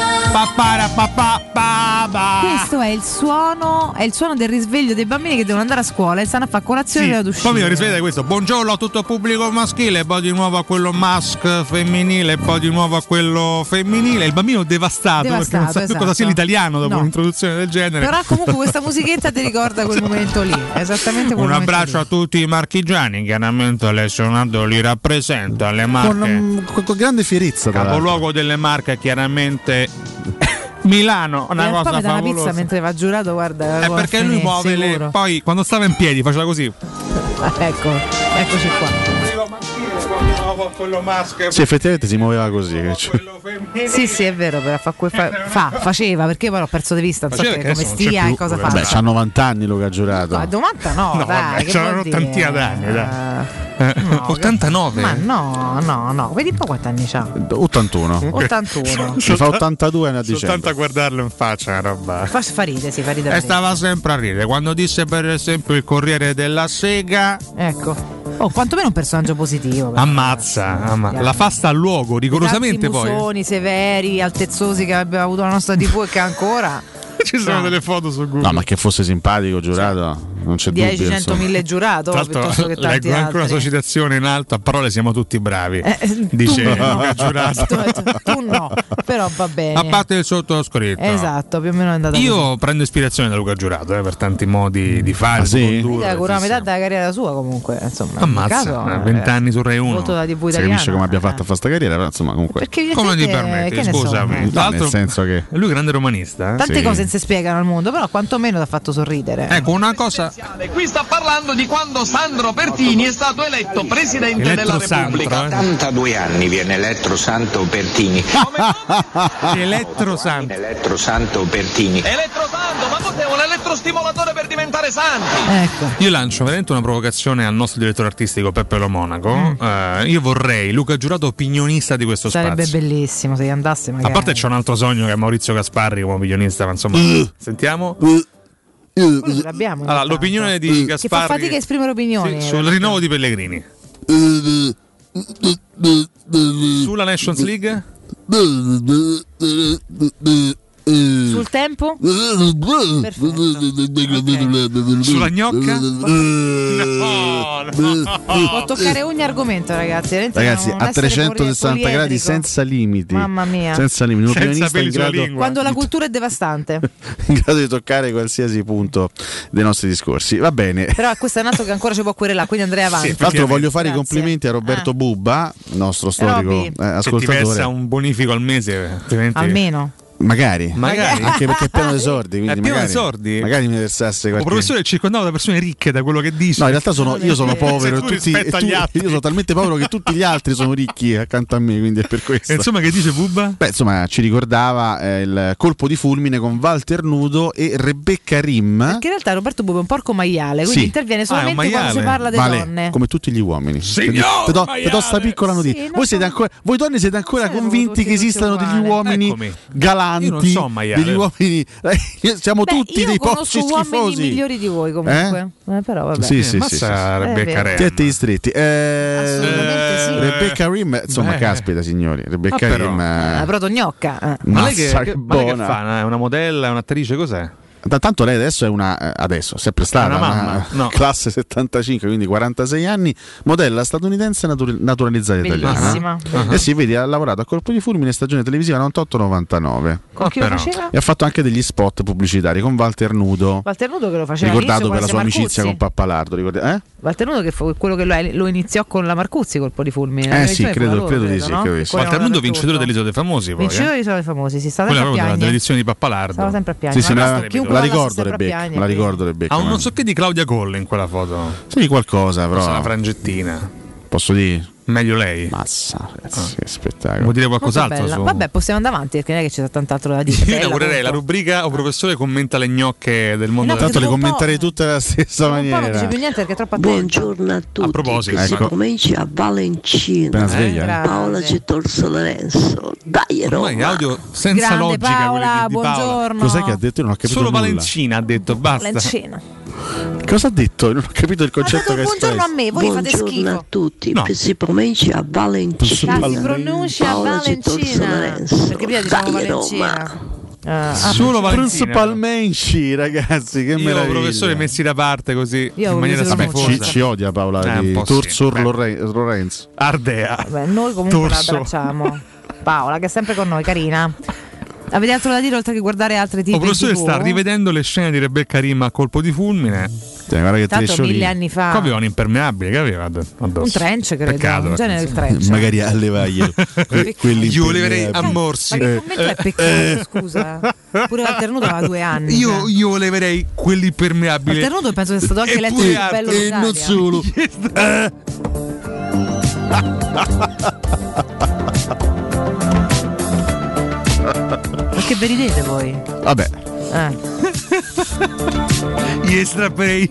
[SPEAKER 2] Questo è il suono, è il suono del risveglio dei bambini che devono andare a scuola e stanno a fare colazione e ad uscire.
[SPEAKER 3] Poi mi risvegliate questo. Buongiorno a tutto il pubblico maschile, poi di nuovo a quello mask femminile, poi di nuovo a quello femminile. Il bambino devastato, perché non
[SPEAKER 2] Devastato,
[SPEAKER 3] sa più
[SPEAKER 2] esatto.
[SPEAKER 3] cosa sia l'italiano dopo
[SPEAKER 2] No.
[SPEAKER 3] un'introduzione del genere.
[SPEAKER 2] Però comunque questa musichetta ti ricorda quel momento lì, esattamente quel
[SPEAKER 3] Un
[SPEAKER 2] momento.
[SPEAKER 3] abbraccio a tutti i marchigiani, chiaramente Alessio Nardo li rappresenta, le marche.
[SPEAKER 4] Con, con- con grande fierezza. tra l'altro.
[SPEAKER 3] Capoluogo delle marche, chiaramente Milano, una
[SPEAKER 2] Eh, poi
[SPEAKER 3] cosa
[SPEAKER 2] mi dà una pizza
[SPEAKER 3] favolosa.
[SPEAKER 2] mentre va giurato, guarda.
[SPEAKER 3] È perché lui muove le. Poi quando stava in piedi faceva così.
[SPEAKER 2] Ecco, eccoci qua.
[SPEAKER 26] nuovo con lo maschero.
[SPEAKER 4] Sì, effettivamente si muoveva così. cioè.
[SPEAKER 2] Sì, sì, è vero, però fa, que- fa- fa- faceva, perché poi l'ho perso di vista, non so
[SPEAKER 4] Faceva
[SPEAKER 2] che-
[SPEAKER 4] che
[SPEAKER 2] come
[SPEAKER 4] adesso non c'è
[SPEAKER 2] stia e
[SPEAKER 4] più,
[SPEAKER 3] eh.
[SPEAKER 2] cosa
[SPEAKER 4] Vabbè,
[SPEAKER 2] fa.
[SPEAKER 4] c'ha 90 anni Luca
[SPEAKER 2] Ma
[SPEAKER 4] Giurato.
[SPEAKER 2] 90 no,
[SPEAKER 4] No,
[SPEAKER 2] dai,
[SPEAKER 4] vabbè,
[SPEAKER 2] che
[SPEAKER 4] c'erano
[SPEAKER 2] vuol dire?
[SPEAKER 4] tantina d'anni, dai.
[SPEAKER 3] Eh, 89.
[SPEAKER 2] Ma no, no, no, vedi un po' quanti anni c'ha.
[SPEAKER 4] 81.
[SPEAKER 2] 81.
[SPEAKER 4] Si fa 82 anni a
[SPEAKER 3] Soltanto
[SPEAKER 4] dicembre.
[SPEAKER 3] a guardarlo in faccia, roba.
[SPEAKER 2] Fa fa ridere, si fa ridere.
[SPEAKER 3] E stava sempre a ridere quando disse, per esempio, il Corriere della Sega.
[SPEAKER 2] Ecco. Oh, quantomeno un personaggio positivo. però.
[SPEAKER 3] Ammazza, amma- la fa sta al luogo, rigorosamente
[SPEAKER 2] Tanti
[SPEAKER 3] poi.
[SPEAKER 2] musoni severi, altezzosi che abbiamo avuto la nostra TV e che ancora
[SPEAKER 3] Ci sono delle foto su Google.
[SPEAKER 4] No, ma che fosse simpatico Giurato, non c'è
[SPEAKER 2] 10,
[SPEAKER 4] dubbio.
[SPEAKER 2] 100,
[SPEAKER 4] insomma.
[SPEAKER 2] 1000 giurato
[SPEAKER 3] Tra l'altro,
[SPEAKER 2] piuttosto che tanti
[SPEAKER 3] leggo anche una
[SPEAKER 2] altri.
[SPEAKER 3] sua citazione in alto, a parole siamo tutti bravi.
[SPEAKER 2] Eh,
[SPEAKER 3] dice
[SPEAKER 2] tu no.
[SPEAKER 3] Luca Giurato.
[SPEAKER 2] Tu no, però va bene.
[SPEAKER 3] A parte il sottoscritto.
[SPEAKER 2] Esatto, più o meno è andata così.
[SPEAKER 3] Io prendo ispirazione da Luca Giurato eh, per tanti modi di fare. di condurre.
[SPEAKER 2] Mica curava metà della carriera sua comunque, insomma. in
[SPEAKER 3] Ammazza,
[SPEAKER 2] caso,
[SPEAKER 3] eh, 20 anni su Rai 1.
[SPEAKER 2] Molto da TV
[SPEAKER 4] Si
[SPEAKER 2] italiana.
[SPEAKER 4] capisce come abbia fatto a fare questa carriera, però insomma comunque.
[SPEAKER 2] eh. Perché Come ti permetti? che ne so, Scusami. eh.
[SPEAKER 4] No,
[SPEAKER 3] Tra l'altro-
[SPEAKER 4] nel senso che
[SPEAKER 3] Lui è grande romanista. eh?
[SPEAKER 2] Tante
[SPEAKER 3] Sì.
[SPEAKER 2] cose non si spiegano al mondo, però quantomeno ti ha fatto sorridere.
[SPEAKER 3] Ecco, una cosa.
[SPEAKER 14] E qui sta parlando di quando Sandro Pertini è stato eletto presidente della
[SPEAKER 3] eh?
[SPEAKER 14] Repubblica.
[SPEAKER 31] 82 anni viene elettro Santo Pertini.
[SPEAKER 3] elettro Santo.
[SPEAKER 31] Elettro Santo Pertini.
[SPEAKER 14] Elettrosanto, ma cos'è un elettrostimolatore per diventare santi?
[SPEAKER 3] Io lancio veramente una provocazione al nostro direttore artistico Peppe Lo Monaco. Eh, io vorrei Luca Giurato opinionista di questo
[SPEAKER 2] Sarebbe
[SPEAKER 3] spazio.
[SPEAKER 2] bellissimo se gli andasse
[SPEAKER 3] A
[SPEAKER 2] magari.
[SPEAKER 3] parte c'è un altro sogno che è Maurizio Gasparri come opinionista, ma insomma.
[SPEAKER 4] Eh.
[SPEAKER 3] Sentiamo.
[SPEAKER 2] Quello ce l'abbiamo.
[SPEAKER 3] Allora, l'opinione
[SPEAKER 4] Eh.
[SPEAKER 3] di
[SPEAKER 2] Che fa
[SPEAKER 3] Gasparri
[SPEAKER 2] fatica a esprimere opinioni.
[SPEAKER 3] sul rinnovo di Pellegrini. Sulla Nations League?
[SPEAKER 2] eh, Sul tempo?
[SPEAKER 3] Sulla gnocca?
[SPEAKER 2] Può toccare ogni argomento, ragazzi. veramente
[SPEAKER 4] Ragazzi,
[SPEAKER 2] non
[SPEAKER 4] a
[SPEAKER 2] essere
[SPEAKER 4] 360
[SPEAKER 2] poliedrico.
[SPEAKER 4] gradi senza limiti.
[SPEAKER 2] Mamma mia.
[SPEAKER 4] Senza limiti, un opinionista in grado,
[SPEAKER 2] Quando la cultura è devastante.
[SPEAKER 4] in grado di toccare qualsiasi punto dei nostri discorsi. Va bene.
[SPEAKER 2] Però questo è un altro che ancora ci può querelare, quindi andrei avanti.
[SPEAKER 4] Tra l'altro voglio fare i
[SPEAKER 2] Grazie. Ah.
[SPEAKER 4] complimenti a Roberto Bubba, nostro storico
[SPEAKER 2] Robby.
[SPEAKER 4] eh,
[SPEAKER 3] Se ti versa
[SPEAKER 4] ascoltatore.
[SPEAKER 3] un bonifico al mese, altrimenti-
[SPEAKER 2] Almeno.
[SPEAKER 4] Magari,
[SPEAKER 3] Magari.
[SPEAKER 4] anche perché è pieno di sordi, quindi
[SPEAKER 3] È pieno di
[SPEAKER 4] magari,
[SPEAKER 3] sordi?
[SPEAKER 4] magari mi versasse
[SPEAKER 3] Un
[SPEAKER 4] qualche
[SPEAKER 3] professore è circondato da persone ricche da quello che dice.
[SPEAKER 4] No, in realtà sono, io sono povero e
[SPEAKER 3] tu
[SPEAKER 4] tutti, e
[SPEAKER 3] rispetto
[SPEAKER 4] tu-
[SPEAKER 3] agli altri.
[SPEAKER 4] io sono talmente povero che tutti gli altri sono ricchi accanto a me, quindi è per questo.
[SPEAKER 3] E insomma, che dice Bubba?
[SPEAKER 4] Beh, insomma, ci ricordava eh, il colpo di fulmine con Walter Nudo e Rebecca Rim.
[SPEAKER 2] Che in realtà Roberto Bubba è un porco maiale, quindi
[SPEAKER 4] Sì.
[SPEAKER 2] interviene
[SPEAKER 4] Ah, è un
[SPEAKER 2] solamente
[SPEAKER 4] maiale.
[SPEAKER 2] quando si parla delle
[SPEAKER 4] Vale,
[SPEAKER 2] donne.
[SPEAKER 4] come tutti gli uomini.
[SPEAKER 2] Signor
[SPEAKER 4] Te do, te do sta
[SPEAKER 2] maiale!
[SPEAKER 4] piccola notizia. voi, siete ancora, voi donne siete ancora convinti che esistano degli uomini
[SPEAKER 3] Eccomi.
[SPEAKER 4] galanti,
[SPEAKER 3] Io non so un maiale.
[SPEAKER 4] degli uomini. Siamo tutti
[SPEAKER 2] Io
[SPEAKER 4] dei porci
[SPEAKER 2] conosco uomini
[SPEAKER 4] schifosi.
[SPEAKER 2] migliori di voi comunque. Eh? però vabbè.
[SPEAKER 4] Sì, sì, sì, sì.
[SPEAKER 2] Rebecca È vero. Rim.
[SPEAKER 4] Tetti stretti. Eh, Rebecca Rim, insomma,
[SPEAKER 3] Beh.
[SPEAKER 4] caspita, signori. Rebecca
[SPEAKER 3] Eh. Ah, però.
[SPEAKER 4] Rim. eh,
[SPEAKER 2] La protognocca. eh.
[SPEAKER 3] Ma lei che,
[SPEAKER 4] Mazza,
[SPEAKER 3] che-
[SPEAKER 4] che
[SPEAKER 3] ma lei che
[SPEAKER 4] buona.
[SPEAKER 3] fa? Una- È una modella, è un'attrice, cos'è?
[SPEAKER 4] Da- Tanto lei adesso è una, eh, adesso, sempre stata,
[SPEAKER 3] È una mamma,
[SPEAKER 4] una
[SPEAKER 3] no.
[SPEAKER 4] classe 75, quindi 46 anni, modella statunitense natur- naturalizzata
[SPEAKER 2] Bellissima.
[SPEAKER 4] italiana.
[SPEAKER 2] Ah.
[SPEAKER 4] E si vede, ha lavorato a Colpo di Fulmine stagione televisiva 98-99.
[SPEAKER 2] Con chi lo però. faceva?
[SPEAKER 4] E ha fatto anche degli spot pubblicitari con Walter Nudo,
[SPEAKER 2] Walter Nudo che lo faceva
[SPEAKER 4] ricordato
[SPEAKER 2] all'inizio
[SPEAKER 4] per la sua
[SPEAKER 2] con Alessia
[SPEAKER 4] amicizia con
[SPEAKER 2] Marcuzzi.
[SPEAKER 4] Pappalardo. ricordi- eh?
[SPEAKER 2] Walter Nudo che fu quello che lo, lo iniziò con la Marcuzzi col polifulmine.
[SPEAKER 4] Eh sì, credo, credo di sì. credo di sì.
[SPEAKER 3] Walter Nudo vincitore dell'Isola dei Famosi. Poi,
[SPEAKER 2] Vincitore
[SPEAKER 3] eh.
[SPEAKER 2] di Sono dei Famosi, si sta
[SPEAKER 3] Quella
[SPEAKER 2] sempre a
[SPEAKER 3] proprio della-
[SPEAKER 2] piagne.
[SPEAKER 3] dell'edizione di Pappalardo.
[SPEAKER 2] Stavo sempre a piangere.
[SPEAKER 4] Sì, sì, me
[SPEAKER 2] Ma
[SPEAKER 4] la,
[SPEAKER 2] basta, chi un
[SPEAKER 4] me la
[SPEAKER 2] po' sta
[SPEAKER 4] ricordo
[SPEAKER 2] sempre a
[SPEAKER 4] Rebecca,
[SPEAKER 2] piagne,
[SPEAKER 4] me la
[SPEAKER 2] quindi.
[SPEAKER 4] ricordo Rebecca.
[SPEAKER 3] Ha un
[SPEAKER 4] ma-
[SPEAKER 3] non so che di Claudia Colle in quella foto.
[SPEAKER 4] Sì, qualcosa però.
[SPEAKER 3] Forse una frangettina.
[SPEAKER 4] Posso dire?
[SPEAKER 3] Meglio lei.
[SPEAKER 4] Massa, ragazzi, che spettacolo.
[SPEAKER 3] Vuol dire
[SPEAKER 2] Molto
[SPEAKER 3] qualcos'altro?
[SPEAKER 2] bella.
[SPEAKER 3] Su...
[SPEAKER 2] Vabbè, possiamo andare avanti perché non è che c'è tant'altro da dire.
[SPEAKER 3] Io
[SPEAKER 2] Bella,
[SPEAKER 3] inaugurerei la
[SPEAKER 2] punto.
[SPEAKER 3] rubrica O professore commenta le gnocche del mondo
[SPEAKER 2] Eh, No, perché Tanto le dopo un po'- commenterei
[SPEAKER 4] tutte alla stessa
[SPEAKER 2] Un po' non dice più niente perché è troppo attento.
[SPEAKER 11] Buongiorno a tutti.
[SPEAKER 3] A proposito,
[SPEAKER 11] si
[SPEAKER 3] ecco.
[SPEAKER 11] comincia a Valentino.
[SPEAKER 4] Appena sveglia,
[SPEAKER 2] eh.
[SPEAKER 11] Paola G. Torso Lorenzo. Dai,
[SPEAKER 3] Ormai
[SPEAKER 11] Roma.
[SPEAKER 3] audio senza
[SPEAKER 11] Grande
[SPEAKER 3] logica
[SPEAKER 11] Paola,
[SPEAKER 3] quelli di- di Paola.
[SPEAKER 11] buongiorno.
[SPEAKER 4] Cos'è che ha detto? Io non ho capito
[SPEAKER 3] Solo
[SPEAKER 4] nulla.
[SPEAKER 3] Valencina ha detto basta.
[SPEAKER 2] Valencina.
[SPEAKER 4] Cosa ha detto? Io Non ho capito il concetto che ha espresso.
[SPEAKER 11] buongiorno
[SPEAKER 2] a me, voi fate schifo.
[SPEAKER 11] a tutti. Si pronuncia a
[SPEAKER 4] Ah,
[SPEAKER 11] Valentino.
[SPEAKER 4] si
[SPEAKER 2] pronuncia
[SPEAKER 11] Paola G. Torso
[SPEAKER 2] Valencina.
[SPEAKER 11] Lorenzo.
[SPEAKER 2] Perché prima diciamo
[SPEAKER 11] Dai,
[SPEAKER 2] Valencina.
[SPEAKER 11] Roma.
[SPEAKER 2] Ah,
[SPEAKER 3] Solo Valentina.
[SPEAKER 4] Principalmente, ragazzi, che
[SPEAKER 3] Io
[SPEAKER 4] meraviglia.
[SPEAKER 3] professore messi da parte così
[SPEAKER 2] Io
[SPEAKER 3] in
[SPEAKER 2] ho
[SPEAKER 3] maniera
[SPEAKER 2] preso il
[SPEAKER 4] Vabbè, ci,
[SPEAKER 3] schifosa.
[SPEAKER 4] ci odia Paola
[SPEAKER 3] Eh, un
[SPEAKER 4] di
[SPEAKER 3] po' sì.
[SPEAKER 4] Torsor Lore- Lorenzo.
[SPEAKER 3] Ardea.
[SPEAKER 2] Beh, noi comunque
[SPEAKER 4] Torso.
[SPEAKER 2] la abbracciamo. Paola, che è sempre con noi, carina. Avete altro da dire oltre che guardare altre tipi
[SPEAKER 3] Oh, professore sta rivedendo le scene di Rebecca Rima a colpo di fulmine.
[SPEAKER 4] Cioè, guarda che
[SPEAKER 2] Tanto trisciolino. mille anni fa.
[SPEAKER 3] Qua aveva un impermeabile che aveva ad- addosso.
[SPEAKER 2] Un trench, credo.
[SPEAKER 3] Peccato,
[SPEAKER 2] In genere il
[SPEAKER 3] perché,
[SPEAKER 2] trench. Eh,
[SPEAKER 3] insomma.
[SPEAKER 4] Magari allevaglio. Quelli
[SPEAKER 3] Io volevo Eh. a
[SPEAKER 4] impermeabili.
[SPEAKER 3] morsi.
[SPEAKER 4] Ma che
[SPEAKER 2] commento è peccato, scusa. Pure Walter Nudo aveva due anni.
[SPEAKER 3] Eh.
[SPEAKER 2] eh.
[SPEAKER 3] Io, io volevo quelli impermeabili. eh,
[SPEAKER 2] Walter Nudo penso che sia stato anche eletto
[SPEAKER 3] Eppure
[SPEAKER 2] il più
[SPEAKER 3] Arte-
[SPEAKER 2] bello
[SPEAKER 3] e
[SPEAKER 2] d'Italia.
[SPEAKER 3] non solo.
[SPEAKER 2] Perché ve ridete voi? Eh.
[SPEAKER 4] Vabbè.
[SPEAKER 3] Gli strapperei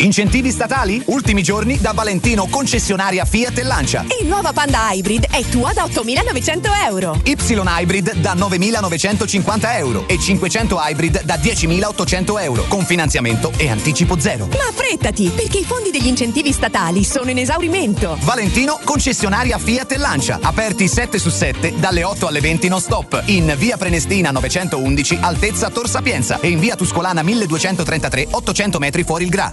[SPEAKER 34] Incentivi statali? Ultimi giorni da Valentino, concessionaria Fiat e Lancia.
[SPEAKER 17] E nuova Panda Hybrid è tua da 8.900 euro.
[SPEAKER 34] Y Hybrid da 9.950 euro e 500 Hybrid da 10.800 euro con finanziamento e anticipo zero.
[SPEAKER 17] Ma affrettati, perché i fondi degli incentivi statali sono in esaurimento.
[SPEAKER 34] Valentino, concessionaria Fiat e Lancia, aperti 7 su 7 dalle 8 alle 20 non stop, in via Prenestina 911 altezza Tor Sapienza e in via Tuscolana 1233 800 metri fuori il Gra.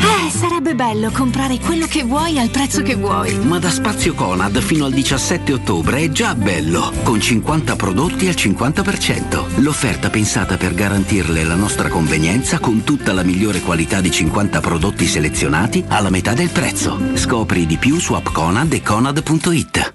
[SPEAKER 35] Eh, sarebbe bello comprare quello che vuoi al prezzo che vuoi.
[SPEAKER 5] Ma da Spazio Conad fino al 17 ottobre è già bello, con 50 prodotti al 50%. L'offerta pensata per garantirle la nostra convenienza con tutta la migliore qualità di 50 prodotti selezionati alla metà del prezzo. Scopri di più su app Conad e conad.it.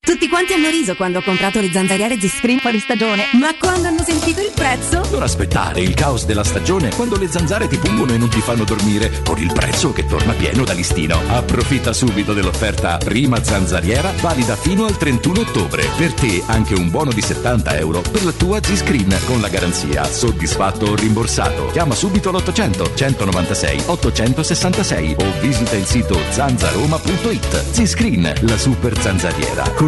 [SPEAKER 16] Tutti quanti hanno riso quando ho comprato le zanzariere Z-Screen fuori stagione, ma quando hanno sentito il prezzo?
[SPEAKER 26] Non aspettare il caos della stagione quando le zanzare ti pungono e non ti fanno dormire con il prezzo che torna pieno da listino. Approfitta subito dell'offerta prima zanzariera valida fino al 31 ottobre. Per te anche un buono di 70 euro per la tua Z-Screen con la garanzia soddisfatto o rimborsato. Chiama subito l'800 196 866 o visita il sito zanzaroma.it. Z-Screen, la super zanzariera con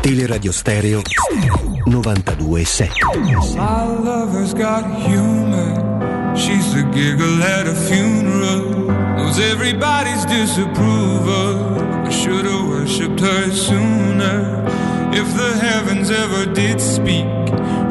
[SPEAKER 36] Teleradio Stereo 927.
[SPEAKER 19] My lover's got humor. She's a giggle at a funeral. Knows everybody's disapproval. I should've worshipped her sooner. If the heavens ever did speak,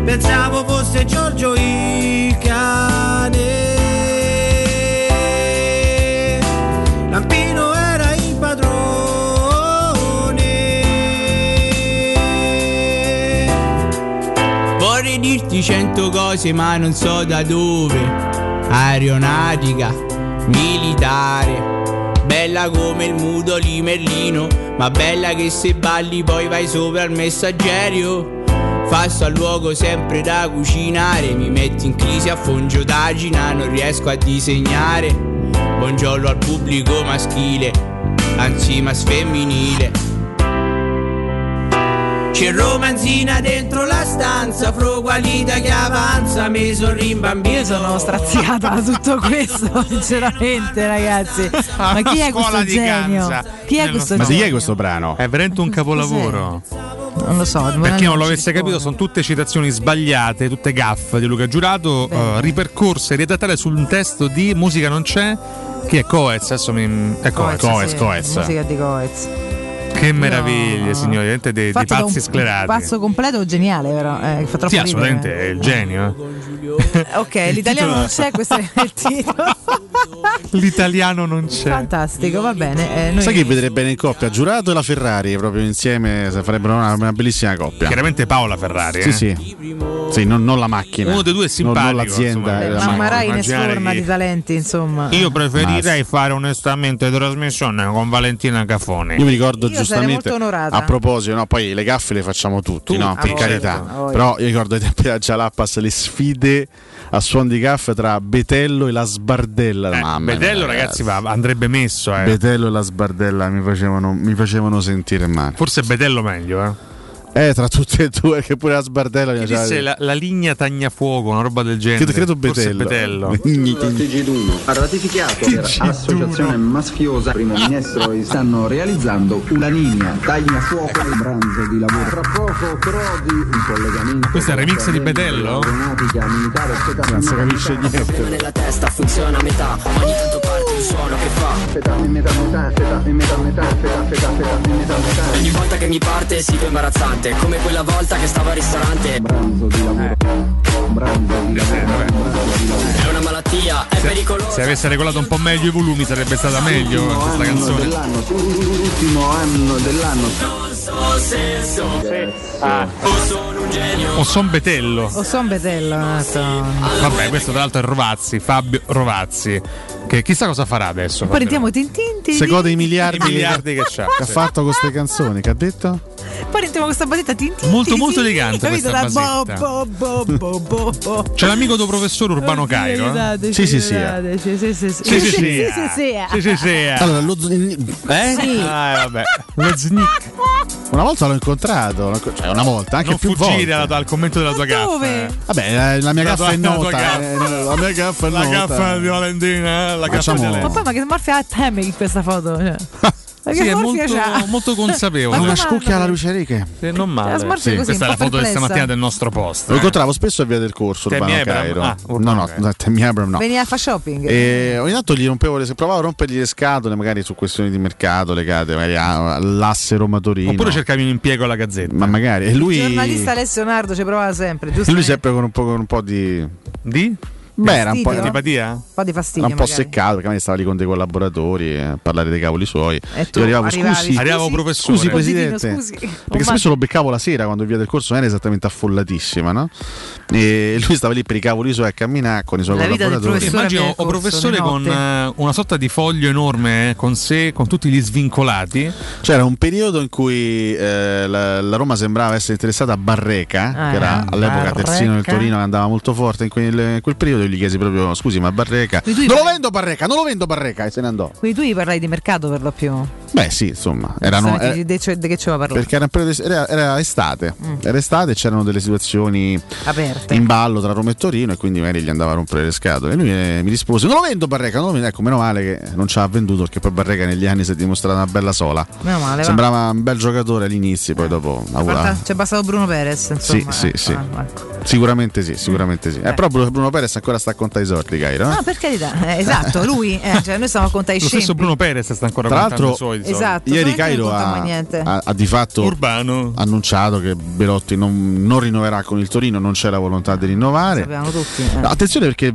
[SPEAKER 33] Pensavo fosse Giorgio il cane. Lampino era il padrone. Vorrei dirti cento cose ma non so da dove Aeronautica, militare Bella come il muto di Merlino Ma bella che se balli poi vai sopra al messaggero Passo al luogo sempre da cucinare Mi metti in crisi a fongiotagina Non riesco a disegnare Buongiorno al pubblico maschile Anzi ma femminile c'è romanzina dentro la stanza, frogualita che avanza, mi son rimbambito. Io sono
[SPEAKER 2] straziata da tutto questo, sinceramente, ragazzi. Ma chi è questo
[SPEAKER 3] Scuola di
[SPEAKER 2] genio?
[SPEAKER 3] Ganza.
[SPEAKER 2] Chi è questo
[SPEAKER 3] Ma di chi
[SPEAKER 2] genio?
[SPEAKER 3] è questo brano? È veramente un capolavoro.
[SPEAKER 2] Non lo so,
[SPEAKER 3] Per chi non lo avesse
[SPEAKER 2] ci
[SPEAKER 3] capito, sono tutte citazioni sbagliate, tutte gaffe di Luca Giurato, eh, ripercorse, riadattate su un testo di Musica non c'è, che è Coez. Adesso mi. È Coez, Coez,
[SPEAKER 2] sì,
[SPEAKER 3] Coez.
[SPEAKER 2] Musica di Coez.
[SPEAKER 3] Che meraviglia, signori, veramente dei, dei
[SPEAKER 2] Fatto da
[SPEAKER 3] pazzi
[SPEAKER 2] un
[SPEAKER 3] sclerati.
[SPEAKER 2] Pazzo completo geniale, però. Eh, fa troppo
[SPEAKER 3] sì,
[SPEAKER 2] ridere.
[SPEAKER 3] assolutamente, è il genio. eh.
[SPEAKER 2] Ok, l'italiano non c'è, questo è il titolo. Ah,
[SPEAKER 3] L'italiano non c'è.
[SPEAKER 2] Fantastico, va bene. eh, noi-
[SPEAKER 4] Sai che vedrebbe bene in coppia? Giurato e la Ferrari proprio insieme se farebbero una, una bellissima coppia.
[SPEAKER 3] Chiaramente Paola Ferrari.
[SPEAKER 4] Sì,
[SPEAKER 3] eh.
[SPEAKER 4] sì. Sì, non, non la macchina.
[SPEAKER 3] Uno dei due è
[SPEAKER 4] Non-
[SPEAKER 3] simpatico,
[SPEAKER 4] Non l'azienda.
[SPEAKER 3] insomma.
[SPEAKER 4] la
[SPEAKER 3] Ma-
[SPEAKER 2] Mamma Rai ne
[SPEAKER 3] immaginare
[SPEAKER 2] sforma
[SPEAKER 3] chi-
[SPEAKER 2] di talenti, insomma.
[SPEAKER 4] Ah.
[SPEAKER 3] Io preferirei fare onestamente trasmissione con Valentina Cafone.
[SPEAKER 4] Io mi ricordo
[SPEAKER 2] Io sarei
[SPEAKER 4] giustamente
[SPEAKER 2] molto onorata.
[SPEAKER 4] a proposito, no, poi le gaffe le facciamo tutti, no, per
[SPEAKER 3] Tutti, certo.
[SPEAKER 4] carità.
[SPEAKER 3] Ah, voglio.
[SPEAKER 4] Però io ricordo ai tempi della Jalapas le sfide a suon di gaffe tra Betello e la Sbardella. Mamma mia,
[SPEAKER 3] Eh, Betello, ragazzi, va- andrebbe messo. Eh.
[SPEAKER 4] Betello e la Sbardella mi facevano, mi facevano sentire male.
[SPEAKER 3] Forse Betello meglio, eh.
[SPEAKER 4] Eh, tra tutte e due, perché pure la Sbardella mi
[SPEAKER 3] Chi
[SPEAKER 4] faceva-
[SPEAKER 3] disse la, la ligna tagnafuoco, una roba del genere?
[SPEAKER 4] Credo- credo
[SPEAKER 3] Forse
[SPEAKER 4] Betello.
[SPEAKER 5] TG1 ha ratificato per associazione maschiosa primo ministro e stanno realizzando una linea taglia fuoco e branzo di lavoro tra poco Crodi un collegamento
[SPEAKER 3] Questo è il remix di Betello?
[SPEAKER 5] aeronautica militare non si capisce niente nella testa funziona a metà ogni tanto parte un suono che fa feta e metà metà feta e metà metà feta feta feta e metà metà ogni volta che mi parte sito imbarazzante come quella volta che stavo al ristorante branzo di lavoro branzo di lavoro è una malattia è pericolosa
[SPEAKER 3] Se avesse regolato un po' meglio i volumi sarebbe stata meglio eh,
[SPEAKER 5] Ultimo
[SPEAKER 3] questa
[SPEAKER 5] anno
[SPEAKER 3] canzone.
[SPEAKER 5] dell'anno, ultimo anno dell'anno.
[SPEAKER 3] O Son Betello.
[SPEAKER 2] O son Betello, un
[SPEAKER 3] Vabbè, questo tra l'altro è Rovazzi, Fabio Rovazzi, che chissà cosa farà adesso.
[SPEAKER 2] Poi sentiamo Tintin,
[SPEAKER 4] Se
[SPEAKER 2] Tintin.
[SPEAKER 4] gode i miliardi,
[SPEAKER 3] I miliardi che c'ha,
[SPEAKER 4] ha
[SPEAKER 3] sì.
[SPEAKER 4] fatto con queste canzoni, che ha detto?
[SPEAKER 2] Poi sentiamo questa basetta Tintin.
[SPEAKER 3] Molto,
[SPEAKER 2] Tintin,
[SPEAKER 3] molto
[SPEAKER 2] Tintin,
[SPEAKER 3] elegante questa
[SPEAKER 2] capito? Da
[SPEAKER 3] basetta.
[SPEAKER 2] bo, bo, bo, bo, bo, bo.
[SPEAKER 3] C'è l'amico tuo professore Urbano
[SPEAKER 2] Oddio,
[SPEAKER 3] Cairo. eh?
[SPEAKER 2] aiutateci, aiutateci, esatto, Sì, sì, sì.
[SPEAKER 3] Sì, sì, sì.
[SPEAKER 2] sì,
[SPEAKER 3] Sì, sì, sì.
[SPEAKER 4] Allora, lo Zn- eh?
[SPEAKER 2] Sì.
[SPEAKER 3] Ah, vabbè.
[SPEAKER 4] Una volta l'ho incontrato, l'ho inco- cioè una volta, anche
[SPEAKER 3] Non
[SPEAKER 4] più
[SPEAKER 3] fuggire
[SPEAKER 4] volte.
[SPEAKER 3] dalla- dal commento della tua gaffa.
[SPEAKER 2] dove?
[SPEAKER 3] eh.
[SPEAKER 4] Vabbè, la, la mia
[SPEAKER 3] La
[SPEAKER 4] gaffa
[SPEAKER 3] tua-
[SPEAKER 4] è
[SPEAKER 3] la tua
[SPEAKER 4] nota.
[SPEAKER 3] gaffa.
[SPEAKER 4] eh, La mia gaffa è
[SPEAKER 3] La
[SPEAKER 4] nota.
[SPEAKER 3] gaffa di Valentina, eh, la gaffa
[SPEAKER 4] Facciamo-
[SPEAKER 3] di
[SPEAKER 2] Ma
[SPEAKER 3] Alessio.
[SPEAKER 2] poi ma che smorfia ha Temi in questa foto? cioè.
[SPEAKER 3] Sì, è molto, molto consapevole.
[SPEAKER 4] Una scucchia alla luce righe.
[SPEAKER 3] Eh, Non male.
[SPEAKER 4] La smorfia così,
[SPEAKER 3] Questa è
[SPEAKER 4] un
[SPEAKER 3] la
[SPEAKER 4] po'
[SPEAKER 3] foto di
[SPEAKER 4] perplessa.
[SPEAKER 3] stamattina del nostro posto.
[SPEAKER 4] Lo
[SPEAKER 3] eh.
[SPEAKER 4] incontravo spesso a via del corso
[SPEAKER 3] Temi
[SPEAKER 4] Urbano
[SPEAKER 3] Abram.
[SPEAKER 4] Cairo.
[SPEAKER 3] Ah,
[SPEAKER 4] no, no, no, Temi Abram no.
[SPEAKER 2] Veniva a fa shopping.
[SPEAKER 3] Eh,
[SPEAKER 4] E ogni tanto gli rompevo le, provavo a rompergli le scatole, magari su questioni di mercato legate magari a- all'asse Roma Torino.
[SPEAKER 3] Oppure cercavi un impiego alla gazzetta.
[SPEAKER 4] Ma magari. E
[SPEAKER 2] Il
[SPEAKER 4] lui,
[SPEAKER 2] giornalista Alessio Nardo ci provava sempre, giusto?
[SPEAKER 4] lui sempre con un po', con un po' di.
[SPEAKER 3] Di?
[SPEAKER 4] Beh, era un po'.
[SPEAKER 2] Fastidio?
[SPEAKER 3] Antipatia?
[SPEAKER 2] Un po' di
[SPEAKER 4] Era
[SPEAKER 2] fastidio.
[SPEAKER 4] un po'
[SPEAKER 2] magari.
[SPEAKER 4] seccato perché magari stava lì con dei collaboratori eh, a parlare dei cavoli suoi.
[SPEAKER 2] tu
[SPEAKER 4] Io arrivavo,
[SPEAKER 2] arrivavi,
[SPEAKER 4] scusi,
[SPEAKER 2] scusi, Arrivavo,
[SPEAKER 3] professore.
[SPEAKER 4] Scusi,
[SPEAKER 2] Zitino,
[SPEAKER 4] presidente.
[SPEAKER 2] scusi. Oh,
[SPEAKER 4] Perché
[SPEAKER 2] ma-
[SPEAKER 4] spesso lo beccavo la sera quando via del corso non era esattamente affollatissima, no? E lui stava lì per i cavoli suoi a camminare con i suoi collaboratori.
[SPEAKER 3] Immagino un professore con eh, una sorta di foglio enorme eh, con sé, con tutti gli svincolati.
[SPEAKER 4] C'era un periodo in cui eh, la, la Roma sembrava essere interessata a Barreca, eh,
[SPEAKER 3] Ah,
[SPEAKER 4] che
[SPEAKER 2] Eh,
[SPEAKER 4] era all'epoca
[SPEAKER 3] Barreca.
[SPEAKER 4] terzino del Torino che andava molto forte in quel, in quel periodo. Io gli chiesi proprio: Scusi, ma Barreca.
[SPEAKER 2] Quindi tu-
[SPEAKER 4] Non lo vendo Barreca, non lo vendo Barreca e se ne andò.
[SPEAKER 2] Quindi tu gli parlai di mercato per lo più.
[SPEAKER 4] Beh, sì, insomma, erano.
[SPEAKER 2] Sapete
[SPEAKER 4] eh,
[SPEAKER 2] di, di- di che ci va a parlare?
[SPEAKER 4] perché era, un periodo di- era- era estate,
[SPEAKER 2] Mm.
[SPEAKER 4] era estate e c'erano delle situazioni
[SPEAKER 2] Aperte.
[SPEAKER 4] in ballo tra Roma e Torino e quindi magari gli andava a rompere le scatole. E lui eh, mi rispose: Non lo vendo Barreca, non lo vendo. Ecco, meno male che non ci ha venduto perché poi Barreca negli anni si è dimostrata una bella sola.
[SPEAKER 2] Meno male, va.
[SPEAKER 4] Sembrava un bel giocatore all'inizio, poi dopo ha avuto-
[SPEAKER 2] Basta- C'è bastato Bruno Perez.
[SPEAKER 4] Sì,
[SPEAKER 2] Insomma. eh, Ah, ecco.
[SPEAKER 4] sì, sì. Sicuramente sì, sicuramente sì. Eh, però Bruno Bruno Perez ancora sta a contare i soldi, Cairo. eh?
[SPEAKER 2] Ah, per carità, eh, esatto, lui, eh, cioè noi stiamo a contare i
[SPEAKER 4] Lo stesso
[SPEAKER 2] scempi.
[SPEAKER 3] Bruno Perez sta ancora
[SPEAKER 4] Tra
[SPEAKER 3] contando
[SPEAKER 4] l'altro,
[SPEAKER 3] i suoi. di solito.
[SPEAKER 2] Esatto,
[SPEAKER 4] Ieri
[SPEAKER 2] non è che
[SPEAKER 4] Cairo
[SPEAKER 2] non conta
[SPEAKER 4] ha,
[SPEAKER 2] mai niente.
[SPEAKER 4] ha- ha di fatto annunciato che Belotti non, non rinnoverà con il Torino, non c'è la volontà di rinnovare.
[SPEAKER 2] Sapevamo tutti. eh.
[SPEAKER 4] Attenzione perché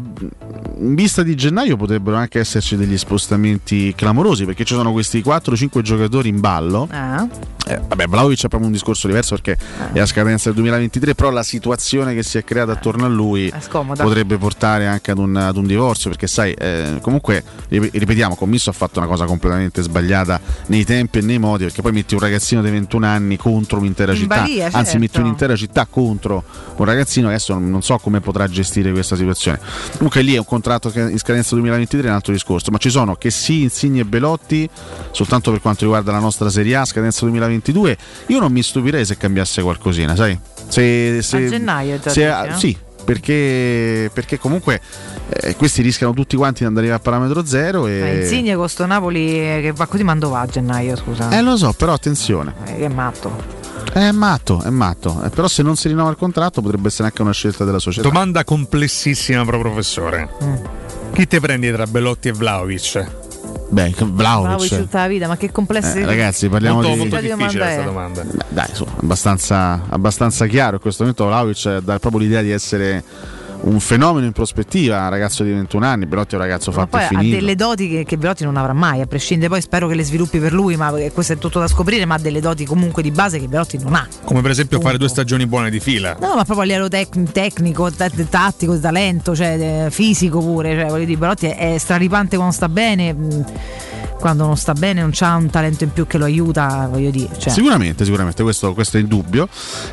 [SPEAKER 4] in vista di gennaio potrebbero anche esserci degli spostamenti clamorosi perché ci sono questi 4-5 giocatori in ballo.
[SPEAKER 2] Ah.
[SPEAKER 4] Eh, vabbè, Vlaovic è proprio un discorso diverso perché
[SPEAKER 2] Eh.
[SPEAKER 4] è a scadenza del 2023, però la situazione che si è creata attorno a lui
[SPEAKER 2] scomoda.
[SPEAKER 4] potrebbe portare anche ad un, ad un divorzio perché sai, eh, comunque, ri- ripetiamo, Commisso ha fatto una cosa completamente sbagliata nei tempi e nei modi perché poi metti un ragazzino di 21 anni contro un'intera
[SPEAKER 2] In
[SPEAKER 4] città,
[SPEAKER 2] balia,
[SPEAKER 4] anzi
[SPEAKER 2] certo.
[SPEAKER 4] metti un'intera città contro un ragazzino, adesso non so come potrà gestire questa situazione. Comunque lì è un contratto che in scadenza 2023 è un altro discorso, ma ci sono che sì, Insigne e Belotti, soltanto per quanto riguarda la nostra Serie A, scadenza 2022, io non mi stupirei se cambiasse qualcosina, sai? Se, se-
[SPEAKER 2] A gennaio già
[SPEAKER 4] se-
[SPEAKER 2] dici, eh? no?
[SPEAKER 4] Sì, perché, perché comunque eh, questi rischiano tutti quanti di andare a parametro zero
[SPEAKER 2] Ma
[SPEAKER 4] e...
[SPEAKER 2] Insigne con sto Napoli eh, che va così mandova a gennaio, scusa.
[SPEAKER 4] Eh lo so, però attenzione.
[SPEAKER 2] Eh, Che matto.
[SPEAKER 4] È matto, è matto. Eh, Però se non si rinnova il contratto potrebbe essere anche una scelta della società.
[SPEAKER 3] Domanda complessissima, pro professore. Chi te prendi tra Bellotti e Vlaovic?
[SPEAKER 4] Beh,
[SPEAKER 2] Bravo,
[SPEAKER 4] Vlaovic.
[SPEAKER 2] tutta la vita, ma che complessi.
[SPEAKER 4] Eh, ragazzi, parliamo
[SPEAKER 3] molto,
[SPEAKER 4] di-
[SPEAKER 3] molto
[SPEAKER 2] Questa
[SPEAKER 3] difficile questa
[SPEAKER 2] domanda è-
[SPEAKER 3] domanda.
[SPEAKER 4] Beh, dai, insomma, abbastanza, abbastanza chiaro. In questo momento Vlaovic eh, dà proprio l'idea di essere un fenomeno in prospettiva. Un ragazzo di 21 anni, Belotti è un ragazzo
[SPEAKER 2] Ma
[SPEAKER 4] fatto
[SPEAKER 2] poi
[SPEAKER 4] e
[SPEAKER 2] ha
[SPEAKER 4] finito.
[SPEAKER 2] delle doti che, che Belotti non avrà mai, a prescindere. Poi spero che le sviluppi per lui, ma perché questo è tutto da scoprire. Ma ha delle doti comunque di base che Belotti non ha.
[SPEAKER 3] Come per esempio fare due stagioni buone di fila.
[SPEAKER 2] No, ma proprio a livello tec- tecnico, ta- tattico, talento, cioè eh, fisico pure. Cioè, voglio dire, Belotti è, è straripante quando sta bene. mh, Quando non sta bene, non c'ha un talento in più che lo aiuta, voglio dire. Cioè,
[SPEAKER 4] Sicuramente, sicuramente, questo, questo è indubbio.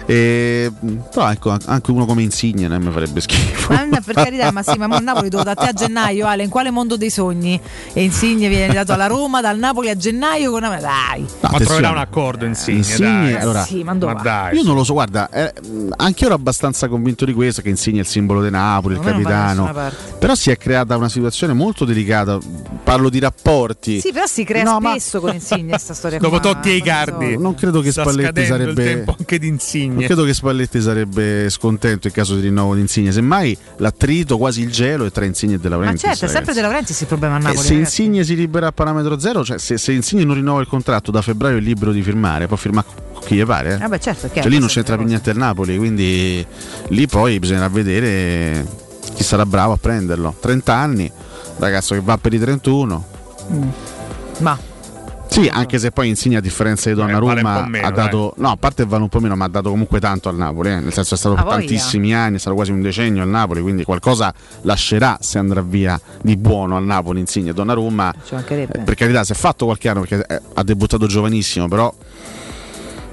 [SPEAKER 4] E, mh, però ecco, an- anche uno come Insigne non mi farebbe schifo.
[SPEAKER 2] Ma no, Eh, per carità, ma sì, ma mo a Napoli devo da te a gennaio, Ale, in quale mondo dei sogni? E Insigne viene dato alla Roma, dal Napoli a gennaio con una...
[SPEAKER 3] Ma
[SPEAKER 2] Dai!
[SPEAKER 4] attenzione.
[SPEAKER 3] troverà un accordo Insigne,
[SPEAKER 4] Insigne,
[SPEAKER 3] dai.
[SPEAKER 4] allora,
[SPEAKER 2] Sì, ma dove?
[SPEAKER 3] dai.
[SPEAKER 4] Io non lo so, guarda, eh, mh, anche io ero abbastanza convinto di questo, che Insigne è il simbolo di Napoli, il
[SPEAKER 2] Secondo me non va da
[SPEAKER 4] capitano.
[SPEAKER 2] nessuna parte.
[SPEAKER 4] Però si è creata una situazione molto delicata, parlo di rapporti.
[SPEAKER 2] Sì, però si crea
[SPEAKER 4] No, ma-
[SPEAKER 2] spesso con Insigne questa storia
[SPEAKER 3] Dopo
[SPEAKER 2] qua,
[SPEAKER 3] Totti e i Cardi.
[SPEAKER 4] Non credo che
[SPEAKER 3] Sta
[SPEAKER 4] Spalletti
[SPEAKER 3] scadendo
[SPEAKER 4] sarebbe
[SPEAKER 3] il tempo anche di Insigne.
[SPEAKER 4] Non credo che Spalletti sarebbe scontento in caso di rinnovo di Insigne, semmai l'attrito, quasi il gelo è tra Insigne e De
[SPEAKER 2] Ma
[SPEAKER 4] Laurentiis.
[SPEAKER 2] certo, è sempre
[SPEAKER 4] ragazzi. Eh,
[SPEAKER 2] De Laurentiis il problema a
[SPEAKER 4] E
[SPEAKER 2] Napoli.
[SPEAKER 4] se
[SPEAKER 2] ragazzi.
[SPEAKER 4] Insigne si libera a parametro zero, cioè se, se Insigne non rinnova il contratto da febbraio è libero di firmare, può firmare con chi gli pare. eh.
[SPEAKER 2] Ah, beh, certo, è chiaro,
[SPEAKER 4] cioè, lì non
[SPEAKER 2] questa
[SPEAKER 4] c'entra più niente il Napoli, quindi lì poi bisognerà vedere chi sarà bravo a prenderlo. 30 anni, ragazzo che va per i 31.
[SPEAKER 2] Mm. Ma
[SPEAKER 4] Sì, anche se poi Insigne a differenza di Donnarumma
[SPEAKER 3] vale un po' meno,
[SPEAKER 4] ha dato no, a parte vale un po' meno, ma ha dato comunque tanto al Napoli, eh. nel senso è stato
[SPEAKER 3] Ha
[SPEAKER 4] per
[SPEAKER 3] voglia.
[SPEAKER 4] tantissimi anni, è stato quasi un decennio al Napoli, quindi qualcosa lascerà se andrà via di buono al Napoli Insigne Donnarumma.
[SPEAKER 2] ci
[SPEAKER 4] Eh,
[SPEAKER 2] mancherebbe.
[SPEAKER 4] per carità, si è fatto qualche anno perché eh, ha debuttato giovanissimo, però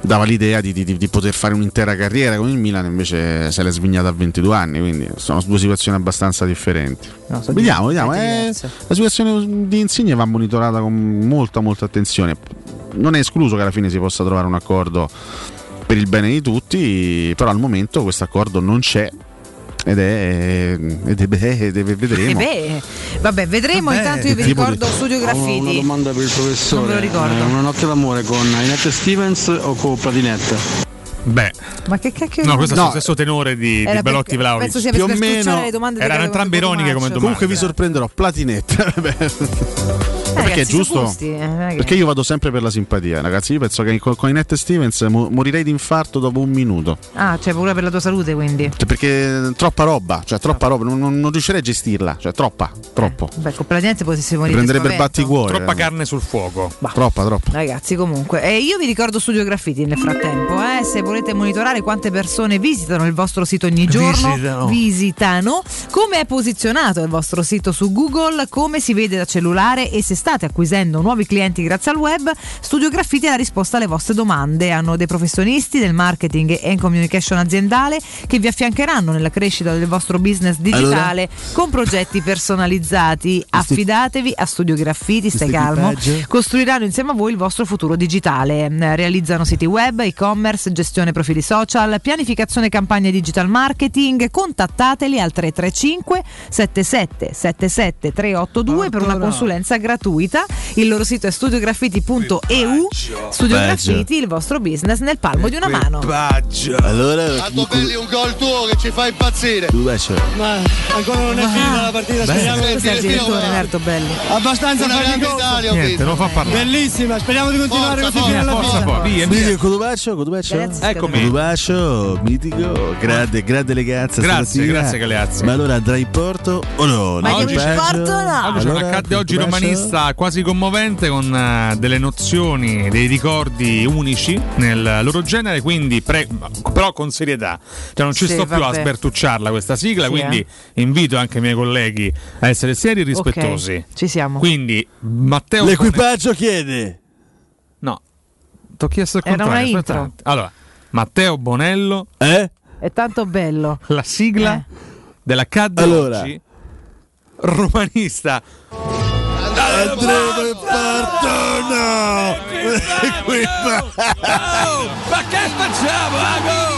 [SPEAKER 4] dava l'idea di, di- di poter fare un'intera carriera con il Milan, invece se l'è svignata a 22 anni, quindi sono due situazioni abbastanza differenti.
[SPEAKER 2] No, sono
[SPEAKER 4] vediamo,
[SPEAKER 2] di-
[SPEAKER 4] vediamo.
[SPEAKER 2] di-
[SPEAKER 4] eh,
[SPEAKER 2] diverse.
[SPEAKER 4] la situazione di Insigne va monitorata con molta, molta attenzione. Non è escluso che alla fine si possa trovare un accordo per il bene di tutti, però al momento questo accordo non c'è Ed è. Ed è, ed è-
[SPEAKER 2] E
[SPEAKER 4] vedremo.
[SPEAKER 2] Eh beh, vabbè, vedremo.
[SPEAKER 4] Vabbè.
[SPEAKER 2] Intanto io vi
[SPEAKER 4] Che tipo
[SPEAKER 2] ricordo
[SPEAKER 4] di-
[SPEAKER 2] Studio
[SPEAKER 5] Ho una- una
[SPEAKER 2] Graffiti.
[SPEAKER 5] domanda per il professore.
[SPEAKER 2] Non me lo ricordo.
[SPEAKER 5] Eh, Una notte d'amore con Inette Stevens o con Pratinette?
[SPEAKER 3] Beh,
[SPEAKER 2] Ma che cacchio
[SPEAKER 3] no, questo è lo stesso tenore di,
[SPEAKER 2] Era
[SPEAKER 3] di Belotti
[SPEAKER 2] perché-
[SPEAKER 3] Vlaovic.
[SPEAKER 2] penso sia per scastucciare le domande
[SPEAKER 3] erano
[SPEAKER 2] delle-
[SPEAKER 3] entrambe
[SPEAKER 2] delle
[SPEAKER 3] ironiche come
[SPEAKER 2] Cotumaccio.
[SPEAKER 3] domande.
[SPEAKER 4] Comunque vi sorprenderò, Platinette. Vabbè. perché è
[SPEAKER 2] Eh, ragazzi, sui
[SPEAKER 4] giusto?
[SPEAKER 2] gusti, eh, non è che-
[SPEAKER 4] Perché io vado sempre per la simpatia, ragazzi. Io penso che con, con Inette Stevens mo- morirei di infarto dopo un minuto.
[SPEAKER 2] Ah, c'è paura per la tua salute, quindi.
[SPEAKER 4] Cioè, perché troppa roba, cioè troppa roba, non, non- non riuscirei a gestirla, cioè troppa, troppo.
[SPEAKER 2] Beh, con la gente potessi
[SPEAKER 4] Mi
[SPEAKER 2] morire. di
[SPEAKER 4] prenderei per
[SPEAKER 2] spavento.
[SPEAKER 4] batticuore. eh.
[SPEAKER 3] Troppa carne sul fuoco.
[SPEAKER 4] Troppa, troppa.
[SPEAKER 2] Ragazzi, comunque, eh, io vi ricordo Studio Graffiti nel frattempo. eh, se volete monitorare quante persone visitano il vostro sito ogni giorno,
[SPEAKER 34] Visitano.
[SPEAKER 2] visitano, come è posizionato il vostro sito su Google, come si vede da cellulare e se state acquisendo nuovi clienti grazie al web, Studio Graffiti è la risposta alle vostre domande. Hanno dei professionisti del marketing e communication aziendale che vi affiancheranno nella crescita del vostro business digitale con progetti personalizzati. Affidatevi a Studio Graffiti, stai
[SPEAKER 16] Questo
[SPEAKER 2] calmo.
[SPEAKER 16] equipaggio.
[SPEAKER 2] Costruiranno insieme a voi il vostro futuro digitale. Mm, Realizzano siti web, e-commerce, gestione profili social, pianificazione campagne digital marketing. Contattateli al 335 77 77 382 per una consulenza gratuita. Il loro sito è studiograffiti.eu. Studio
[SPEAKER 37] Equipaggio.
[SPEAKER 2] Graffiti, il vostro business nel palmo di una mano.
[SPEAKER 37] Allora,
[SPEAKER 11] Belli un gol tuo che ci fa impazzire.
[SPEAKER 2] Ma ancora non è finita la partita,
[SPEAKER 11] speriamo che
[SPEAKER 2] Questo è il
[SPEAKER 11] sia-
[SPEAKER 2] direttore Nerto Belli.
[SPEAKER 11] Abbastanza faticoso.
[SPEAKER 3] Niente, non fa parlare.
[SPEAKER 11] Bellissima, speriamo di continuare
[SPEAKER 3] Forza,
[SPEAKER 11] così fino alla
[SPEAKER 3] forza,
[SPEAKER 11] fine.
[SPEAKER 3] forza, via, via.
[SPEAKER 11] Quindi, Codubaccio, Codubaccio.
[SPEAKER 3] Eccomi.
[SPEAKER 11] Codubaccio, mitico, grande, grande Legazza.
[SPEAKER 3] Grazie,
[SPEAKER 11] stamattina.
[SPEAKER 3] grazie,
[SPEAKER 4] Eh,
[SPEAKER 3] Galeazzi.
[SPEAKER 11] Ma allora andrà in porto o no?
[SPEAKER 3] Ma
[SPEAKER 11] No,
[SPEAKER 3] Ah, oggi-
[SPEAKER 11] Codubaccio?
[SPEAKER 3] Oggi c'è un
[SPEAKER 11] Allora,
[SPEAKER 3] accadde oggi
[SPEAKER 11] Codubaccio?
[SPEAKER 3] romanista quasi commovente con eh, delle nozioni, dei ricordi unici nel loro genere, quindi pre- però con serietà. Cioè non ci
[SPEAKER 1] Sì,
[SPEAKER 3] sto più a
[SPEAKER 1] vabbè.
[SPEAKER 3] sbertucciarla questa sigla,
[SPEAKER 2] Sì, eh.
[SPEAKER 3] quindi invito anche i miei colleghi a essere seri e rispettosi.
[SPEAKER 2] Ok, diciamo. ci siamo.
[SPEAKER 3] Quindi Matteo
[SPEAKER 11] L'equipaggio chiede.
[SPEAKER 3] No, ti ho chiesto il
[SPEAKER 2] Era una
[SPEAKER 3] contrario. aspetta
[SPEAKER 2] intro.
[SPEAKER 3] un attimo. Allora, Matteo Bonello
[SPEAKER 11] Eh?
[SPEAKER 2] È tanto bello.
[SPEAKER 3] la sigla dell'accadde oggi romanista
[SPEAKER 11] Andremo in porto no!
[SPEAKER 1] Ma che facciamo, Ago?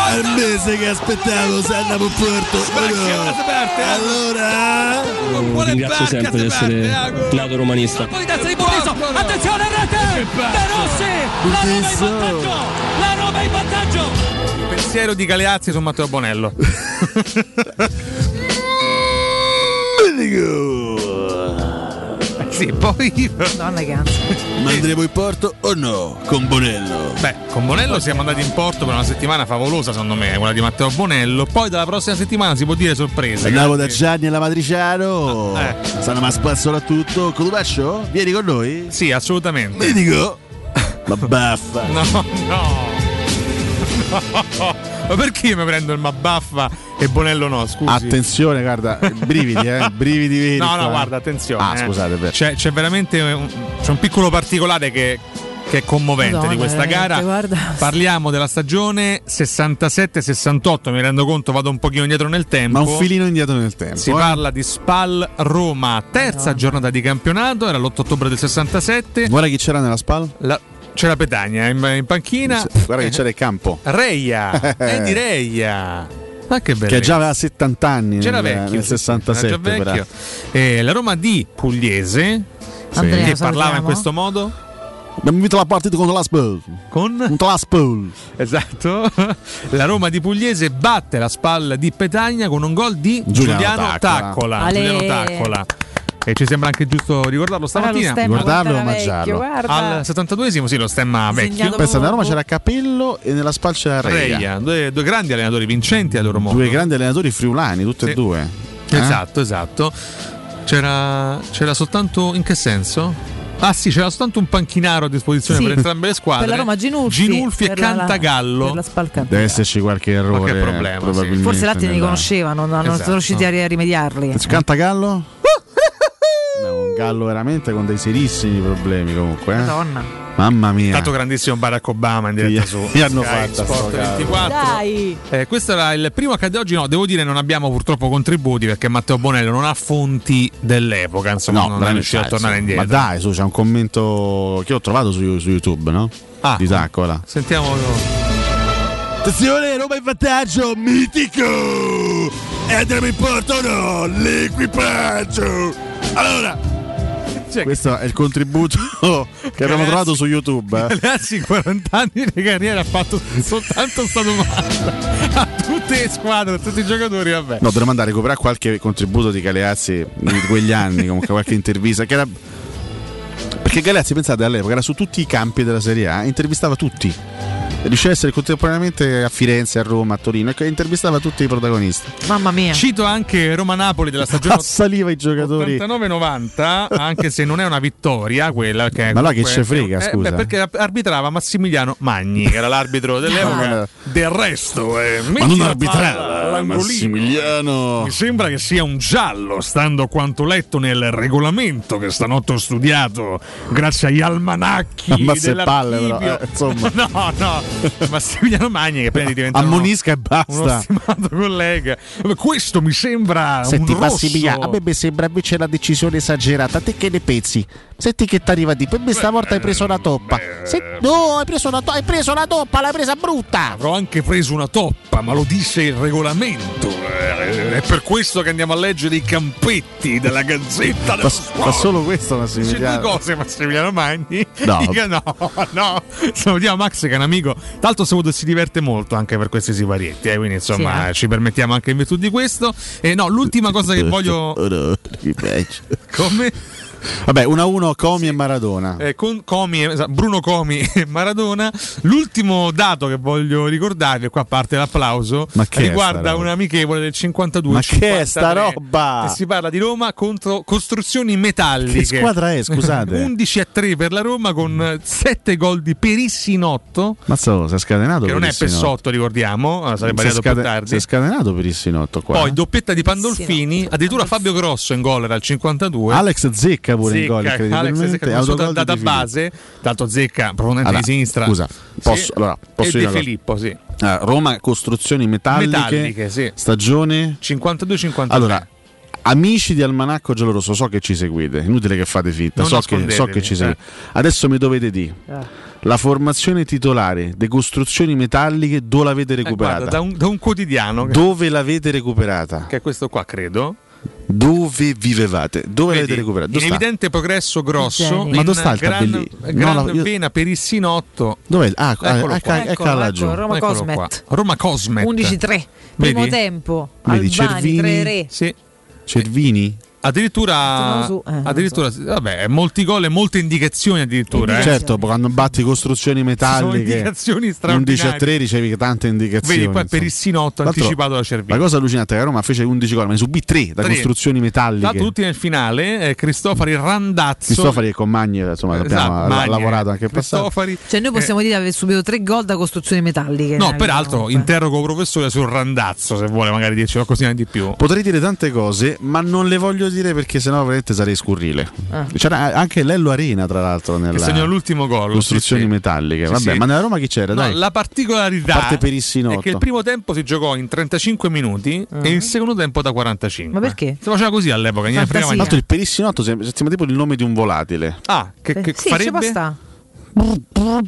[SPEAKER 11] Al mese che aspettavo, se andiamo in porto o no? Allora...
[SPEAKER 8] Mm, Ringrazio sempre di essere nato romanista.
[SPEAKER 1] Poi terza di Buttiso, attenzione a rete! De Rossi, la Roma in vantaggio! La Roma in vantaggio!
[SPEAKER 3] il pensiero di Galeazzi su Matteo Bonello Eh sì poi
[SPEAKER 2] Donna che ansia.
[SPEAKER 11] Ma andremo in porto o no? Con Bonello.
[SPEAKER 3] Beh, con Bonello siamo andati in porto per una settimana favolosa, secondo me, quella di Matteo Bonello. Poi dalla prossima settimana si può dire sorpresa.
[SPEAKER 11] Andavo da
[SPEAKER 3] quindi-
[SPEAKER 11] Gianni e la Matriciano.
[SPEAKER 3] Ah, eh.
[SPEAKER 11] Stanno ma spazzola tutto. Codubaccio, vieni con noi?
[SPEAKER 3] Sì, assolutamente.
[SPEAKER 11] Mi dico. Ma baffa.
[SPEAKER 3] No, no. No. Ma perché mi prendo il Mabaffa e Bonello no? Scusi.
[SPEAKER 4] Attenzione, guarda, brividi, eh, brividi veri.
[SPEAKER 3] No,
[SPEAKER 4] qua.
[SPEAKER 3] no, guarda, attenzione.
[SPEAKER 4] Ah,
[SPEAKER 3] eh.
[SPEAKER 4] scusate, beh.
[SPEAKER 3] C'è, c'è veramente un, c'è un piccolo particolare che, che è commovente
[SPEAKER 2] Madonna,
[SPEAKER 3] di questa
[SPEAKER 2] veramente,
[SPEAKER 3] gara.
[SPEAKER 2] guarda.
[SPEAKER 3] Parliamo della stagione 67-68, mi rendo conto, vado un pochino indietro nel tempo.
[SPEAKER 4] Ma un filino indietro nel tempo.
[SPEAKER 3] Si
[SPEAKER 4] eh.
[SPEAKER 3] parla di Spal Roma, terza giornata di campionato, era l'8 ottobre del 67.
[SPEAKER 4] Guarda chi c'era nella Spal?
[SPEAKER 3] c'era Petagna in, in panchina.
[SPEAKER 4] Guarda che c'era il campo.
[SPEAKER 3] Reia, è di Reia. Ma che bello.
[SPEAKER 4] Che già aveva 70 anni
[SPEAKER 3] C'era
[SPEAKER 4] nel,
[SPEAKER 3] vecchio,
[SPEAKER 4] nel
[SPEAKER 3] sì, sì,
[SPEAKER 4] 67
[SPEAKER 3] era già
[SPEAKER 4] però.
[SPEAKER 3] vecchio. Eh, la Roma di Pugliese
[SPEAKER 4] Andrea,
[SPEAKER 3] che
[SPEAKER 4] salutiamo.
[SPEAKER 3] parlava in questo modo
[SPEAKER 4] Abbiamo vinto la partita contro la Spal.
[SPEAKER 3] Con?
[SPEAKER 4] Contro la Spal.
[SPEAKER 3] Mm. esatto la Roma di Pugliese batte la spalla di Petagna con un gol di
[SPEAKER 4] Giuliano
[SPEAKER 3] Giuliano,
[SPEAKER 4] Taccola.
[SPEAKER 3] Taccola,
[SPEAKER 4] Ale. Ah,
[SPEAKER 3] Giuliano Taccola. e ci sembra anche giusto ricordarlo stamattina
[SPEAKER 4] stemma, Ricordarlo guarda, e omaggiarlo. vecchio, guarda.
[SPEAKER 3] al 72esimo sì lo stemma vecchio
[SPEAKER 4] Pensa, nella Roma c'era Capello e nella Spal c'era Reia.
[SPEAKER 3] Reia, due, due grandi allenatori vincenti a loro modo
[SPEAKER 4] Due grandi allenatori friulani, tutti
[SPEAKER 3] Sì.
[SPEAKER 4] e due. Eh?
[SPEAKER 3] Esatto, esatto. C'era, c'era soltanto in che senso? Ah sì, c'era soltanto un panchinaro a disposizione
[SPEAKER 2] Sì.
[SPEAKER 3] per entrambe le squadre.
[SPEAKER 2] Per la Roma Ginulfi,
[SPEAKER 3] e
[SPEAKER 2] per la-
[SPEAKER 3] Cantagallo.
[SPEAKER 2] per la Spalca.
[SPEAKER 4] Deve esserci qualche errore. eh,
[SPEAKER 3] Qualche problema, sì.
[SPEAKER 4] probabilmente,
[SPEAKER 2] Forse là te ne
[SPEAKER 4] nella-
[SPEAKER 2] conoscevano, non non
[SPEAKER 4] Esatto.
[SPEAKER 2] sono riusciti a ri- a rimediarli.
[SPEAKER 4] Canta Gallo? Beh, un gallo veramente con dei serissimi problemi comunque. eh.
[SPEAKER 2] Madonna.
[SPEAKER 4] Mamma mia.
[SPEAKER 3] Tanto grandissimo Barack Obama in diretta
[SPEAKER 4] Sì,
[SPEAKER 3] su
[SPEAKER 4] mi hanno
[SPEAKER 3] Sky
[SPEAKER 4] fatta sto
[SPEAKER 3] Sport
[SPEAKER 4] cavolo.
[SPEAKER 3] 24. Eh, questo era il primo accade oggi. No, devo dire, non abbiamo purtroppo contributi perché Matteo Bonello non ha fonti dell'epoca. Insomma, non è
[SPEAKER 4] veramente,
[SPEAKER 3] riuscito a
[SPEAKER 4] dai,
[SPEAKER 3] tornare
[SPEAKER 4] su.
[SPEAKER 3] indietro.
[SPEAKER 4] Ma dai, su, c'è un commento
[SPEAKER 3] Ah.
[SPEAKER 4] che ho trovato su, su YouTube, no? Di Taccola.
[SPEAKER 3] Sentiamo.
[SPEAKER 11] Attenzione, non Roma in vantaggio, mitico! E andiamo in porto o no? L'equipaggio! Allora,
[SPEAKER 4] Questo è il contributo che abbiamo trovato su YouTube. eh.
[SPEAKER 3] Ragazzi, 40 anni di carriera ha fatto soltanto sta domanda a tutte le squadre, a tutti i giocatori. Vabbè,
[SPEAKER 4] No, dovremmo andare a recuperare qualche contributo di Galeazzi di quegli anni, comunque qualche intervista. Che era... Perché Galeazzi, pensate, all'epoca era su tutti i campi della Serie A, intervistava tutti. Riusciva a essere contemporaneamente a Firenze, a Roma, a Torino e intervistava tutti i protagonisti.
[SPEAKER 2] Mamma mia.
[SPEAKER 3] Cito anche Roma-Napoli della stagione
[SPEAKER 4] Assaliva i giocatori.
[SPEAKER 3] 89-90, anche se non è una vittoria quella che è
[SPEAKER 4] Ma là che
[SPEAKER 3] comunque-
[SPEAKER 4] ce frega,
[SPEAKER 3] Eh,
[SPEAKER 4] scusa.
[SPEAKER 3] beh, perché arbitrava Massimiliano Magni, che era l'arbitro dell'epoca. Del resto, eh, metti
[SPEAKER 4] non
[SPEAKER 3] la
[SPEAKER 4] arbitrava,
[SPEAKER 3] palla all'angolino.
[SPEAKER 4] Massimiliano.
[SPEAKER 3] Mi sembra che sia un giallo, stando a quanto letto nel regolamento che stanotte ho studiato, grazie agli almanacchi.
[SPEAKER 4] Ammazza le palle, però,
[SPEAKER 3] dell'archivio.
[SPEAKER 4] eh, insomma.
[SPEAKER 3] no, no, Massimiliano Magni che prende diventa uno-
[SPEAKER 4] Ammonisca e
[SPEAKER 3] uno
[SPEAKER 4] basta.
[SPEAKER 3] stimato collega. Ma Questo mi sembra
[SPEAKER 4] Senti
[SPEAKER 3] Ah, un rosso.
[SPEAKER 4] Massimiliano, a me mi sembra invece la decisione esagerata, te che ne pensi? Senti che ti arriva di, per me stavolta hai preso una toppa. Se- no, hai preso una, to- hai preso una toppa, l'hai presa brutta.
[SPEAKER 3] Avrò anche preso una toppa, ma lo dice il regolamento. Eh, È per questo che andiamo a leggere i campetti della Gazzetta dello Sport.
[SPEAKER 4] questo
[SPEAKER 3] C'è due cose, Massimiliano Magni.
[SPEAKER 4] No.
[SPEAKER 3] Io no, no. Salutiamo Max, che è un amico. Tanto saluto si diverte molto anche per questi siparietti. Eh, quindi, insomma,
[SPEAKER 4] Sì, eh.
[SPEAKER 3] ci permettiamo anche in virtù di questo. E no, l'ultima cosa che voglio. Come?
[SPEAKER 4] Vabbè, 1-1 Comi e Maradona.
[SPEAKER 3] Eh, con Comi, e- esatto, Bruno Comi e Maradona. L'ultimo dato che voglio ricordarvi, e qua parte l'applauso,
[SPEAKER 4] Ma che è sta
[SPEAKER 3] riguarda
[SPEAKER 4] roba?
[SPEAKER 3] un amichevole del 52.
[SPEAKER 4] Ma che è sta
[SPEAKER 3] 53,
[SPEAKER 4] roba?
[SPEAKER 3] E si parla di Roma contro costruzioni metalliche.
[SPEAKER 4] Che squadra è, scusate?
[SPEAKER 3] 11 a 3 per la Roma con 7 gol di Perissinotto,
[SPEAKER 4] Mazza, si è scatenato
[SPEAKER 3] che non è
[SPEAKER 4] Perissinotto.
[SPEAKER 3] Pessotto, ricordiamo, ah, sarebbe
[SPEAKER 4] Si è
[SPEAKER 3] arrivato più
[SPEAKER 4] scate-
[SPEAKER 3] tardi.
[SPEAKER 4] Si è scatenato per il sinotto qua. eh?
[SPEAKER 3] Poi doppietta di Pandolfini, addirittura Fabio Grosso in gol era al 52.
[SPEAKER 4] Alex Zecca pure in gol,
[SPEAKER 3] Zecca, Alex
[SPEAKER 4] incredibilmente.
[SPEAKER 3] Zecca, come sono
[SPEAKER 4] Autogol di
[SPEAKER 3] andata a
[SPEAKER 4] Filippo.
[SPEAKER 3] base, tanto Zecca profondamente
[SPEAKER 4] Allora,
[SPEAKER 3] di sinistra.
[SPEAKER 4] scusa, posso-
[SPEAKER 3] Sì.
[SPEAKER 4] allora, posso dire
[SPEAKER 3] e De
[SPEAKER 4] una cosa?
[SPEAKER 3] Filippo, sì.
[SPEAKER 4] Ah, Roma Costruzioni Metalliche,
[SPEAKER 3] Metalliche, sì.
[SPEAKER 4] stagione
[SPEAKER 3] 52-53.
[SPEAKER 4] Allora, amici di Almanacco Giallorosso, so che ci seguite, inutile che fate finta,
[SPEAKER 3] Non
[SPEAKER 4] so che, so che
[SPEAKER 3] nascondetevi,
[SPEAKER 4] ci
[SPEAKER 3] eh.
[SPEAKER 4] seguite. Adesso mi dovete dire,
[SPEAKER 2] Ah.
[SPEAKER 4] la formazione titolare, de costruzioni metalliche, dove l'avete
[SPEAKER 3] Eh, guarda,
[SPEAKER 4] recuperata?
[SPEAKER 3] da, un, da un quotidiano che-
[SPEAKER 4] Dove l'avete recuperata?
[SPEAKER 3] che è questo qua, credo.
[SPEAKER 4] Dove vivevate? Dove l'avete recuperata?
[SPEAKER 3] In
[SPEAKER 4] Dove sta?
[SPEAKER 3] evidente progresso grosso,
[SPEAKER 4] Ma dove sta
[SPEAKER 3] in
[SPEAKER 4] il
[SPEAKER 3] gran, eh,
[SPEAKER 4] tabellino?
[SPEAKER 3] gran
[SPEAKER 4] No, la- io-
[SPEAKER 3] vena per il sinotto.
[SPEAKER 4] Dov'è? Ah, ah,
[SPEAKER 3] Eccolo
[SPEAKER 4] ecco-
[SPEAKER 3] qua.
[SPEAKER 4] eccola laggiù.
[SPEAKER 2] Roma
[SPEAKER 3] Eccolo
[SPEAKER 2] Cosmet.
[SPEAKER 3] qua. Roma Cosmet.
[SPEAKER 2] 11-3.
[SPEAKER 3] Vedi?
[SPEAKER 2] Primo tempo.
[SPEAKER 4] Vedi,
[SPEAKER 2] Albani,
[SPEAKER 4] Cervini.
[SPEAKER 2] 3 re.
[SPEAKER 3] Sì.
[SPEAKER 4] Cervini?
[SPEAKER 3] Addirittura,
[SPEAKER 2] Tornavo su, eh, non
[SPEAKER 3] addirittura vabbè, molti gol e molte indicazioni addirittura. eh.
[SPEAKER 4] Certo, quando batti costruzioni
[SPEAKER 3] Sono
[SPEAKER 4] metalliche
[SPEAKER 3] indicazioni
[SPEAKER 4] 11 a
[SPEAKER 3] straordinarie.
[SPEAKER 4] 3 ricevi tante indicazioni.
[SPEAKER 3] Vedi, poi per il
[SPEAKER 4] insomma.
[SPEAKER 3] sinotto
[SPEAKER 4] Tra l'altro,
[SPEAKER 3] anticipato da Cervini.
[SPEAKER 4] La cosa allucinante è che la Roma fece 11 gol, ma ne subì 3 da
[SPEAKER 3] Tre.
[SPEAKER 4] costruzioni
[SPEAKER 3] Tra l'altro
[SPEAKER 4] metalliche.
[SPEAKER 3] tutti nel finale, eh, Cristofari Randazzo.
[SPEAKER 4] Cristofari e Compagni, insomma,
[SPEAKER 3] Esatto,
[SPEAKER 4] abbiamo la-
[SPEAKER 3] Magni,
[SPEAKER 4] lavorato anche in passato.
[SPEAKER 3] Cristofari.
[SPEAKER 2] Cioè noi possiamo dire di aver subito tre gol da costruzioni metalliche.
[SPEAKER 3] Eh.
[SPEAKER 2] Eh.
[SPEAKER 3] No,
[SPEAKER 2] Dai,
[SPEAKER 3] peraltro interrogo il professore sul Randazzo, se vuole magari dirci qualcosina di più.
[SPEAKER 4] Potrei dire tante cose, ma non le voglio dire perché sennò veramente sarei scurrile.
[SPEAKER 3] Ah.
[SPEAKER 4] C'era anche Lello Arena, tra l'altro,
[SPEAKER 3] Che segnò
[SPEAKER 4] nella
[SPEAKER 3] l'ultimo gol.
[SPEAKER 4] costruzioni
[SPEAKER 3] sì, sì.
[SPEAKER 4] metalliche.
[SPEAKER 3] Sì,
[SPEAKER 4] Vabbè,
[SPEAKER 3] sì.
[SPEAKER 4] ma nella Roma chi c'era?
[SPEAKER 3] No,
[SPEAKER 4] Dai.
[SPEAKER 3] la particolarità
[SPEAKER 4] Parte Perissinotto.
[SPEAKER 3] è che il primo tempo si giocò in 35 minuti e
[SPEAKER 2] Uh-huh.
[SPEAKER 3] il secondo tempo da 45. Ma perché? Si faceva così all'epoca, ne
[SPEAKER 4] Tra
[SPEAKER 3] fregava niente.
[SPEAKER 4] l'altro il perissinotto sem- sembra tipo il nome di un volatile.
[SPEAKER 3] Ah, che, che
[SPEAKER 2] Sì, ci può
[SPEAKER 3] farebbe?
[SPEAKER 2] sta. Sembra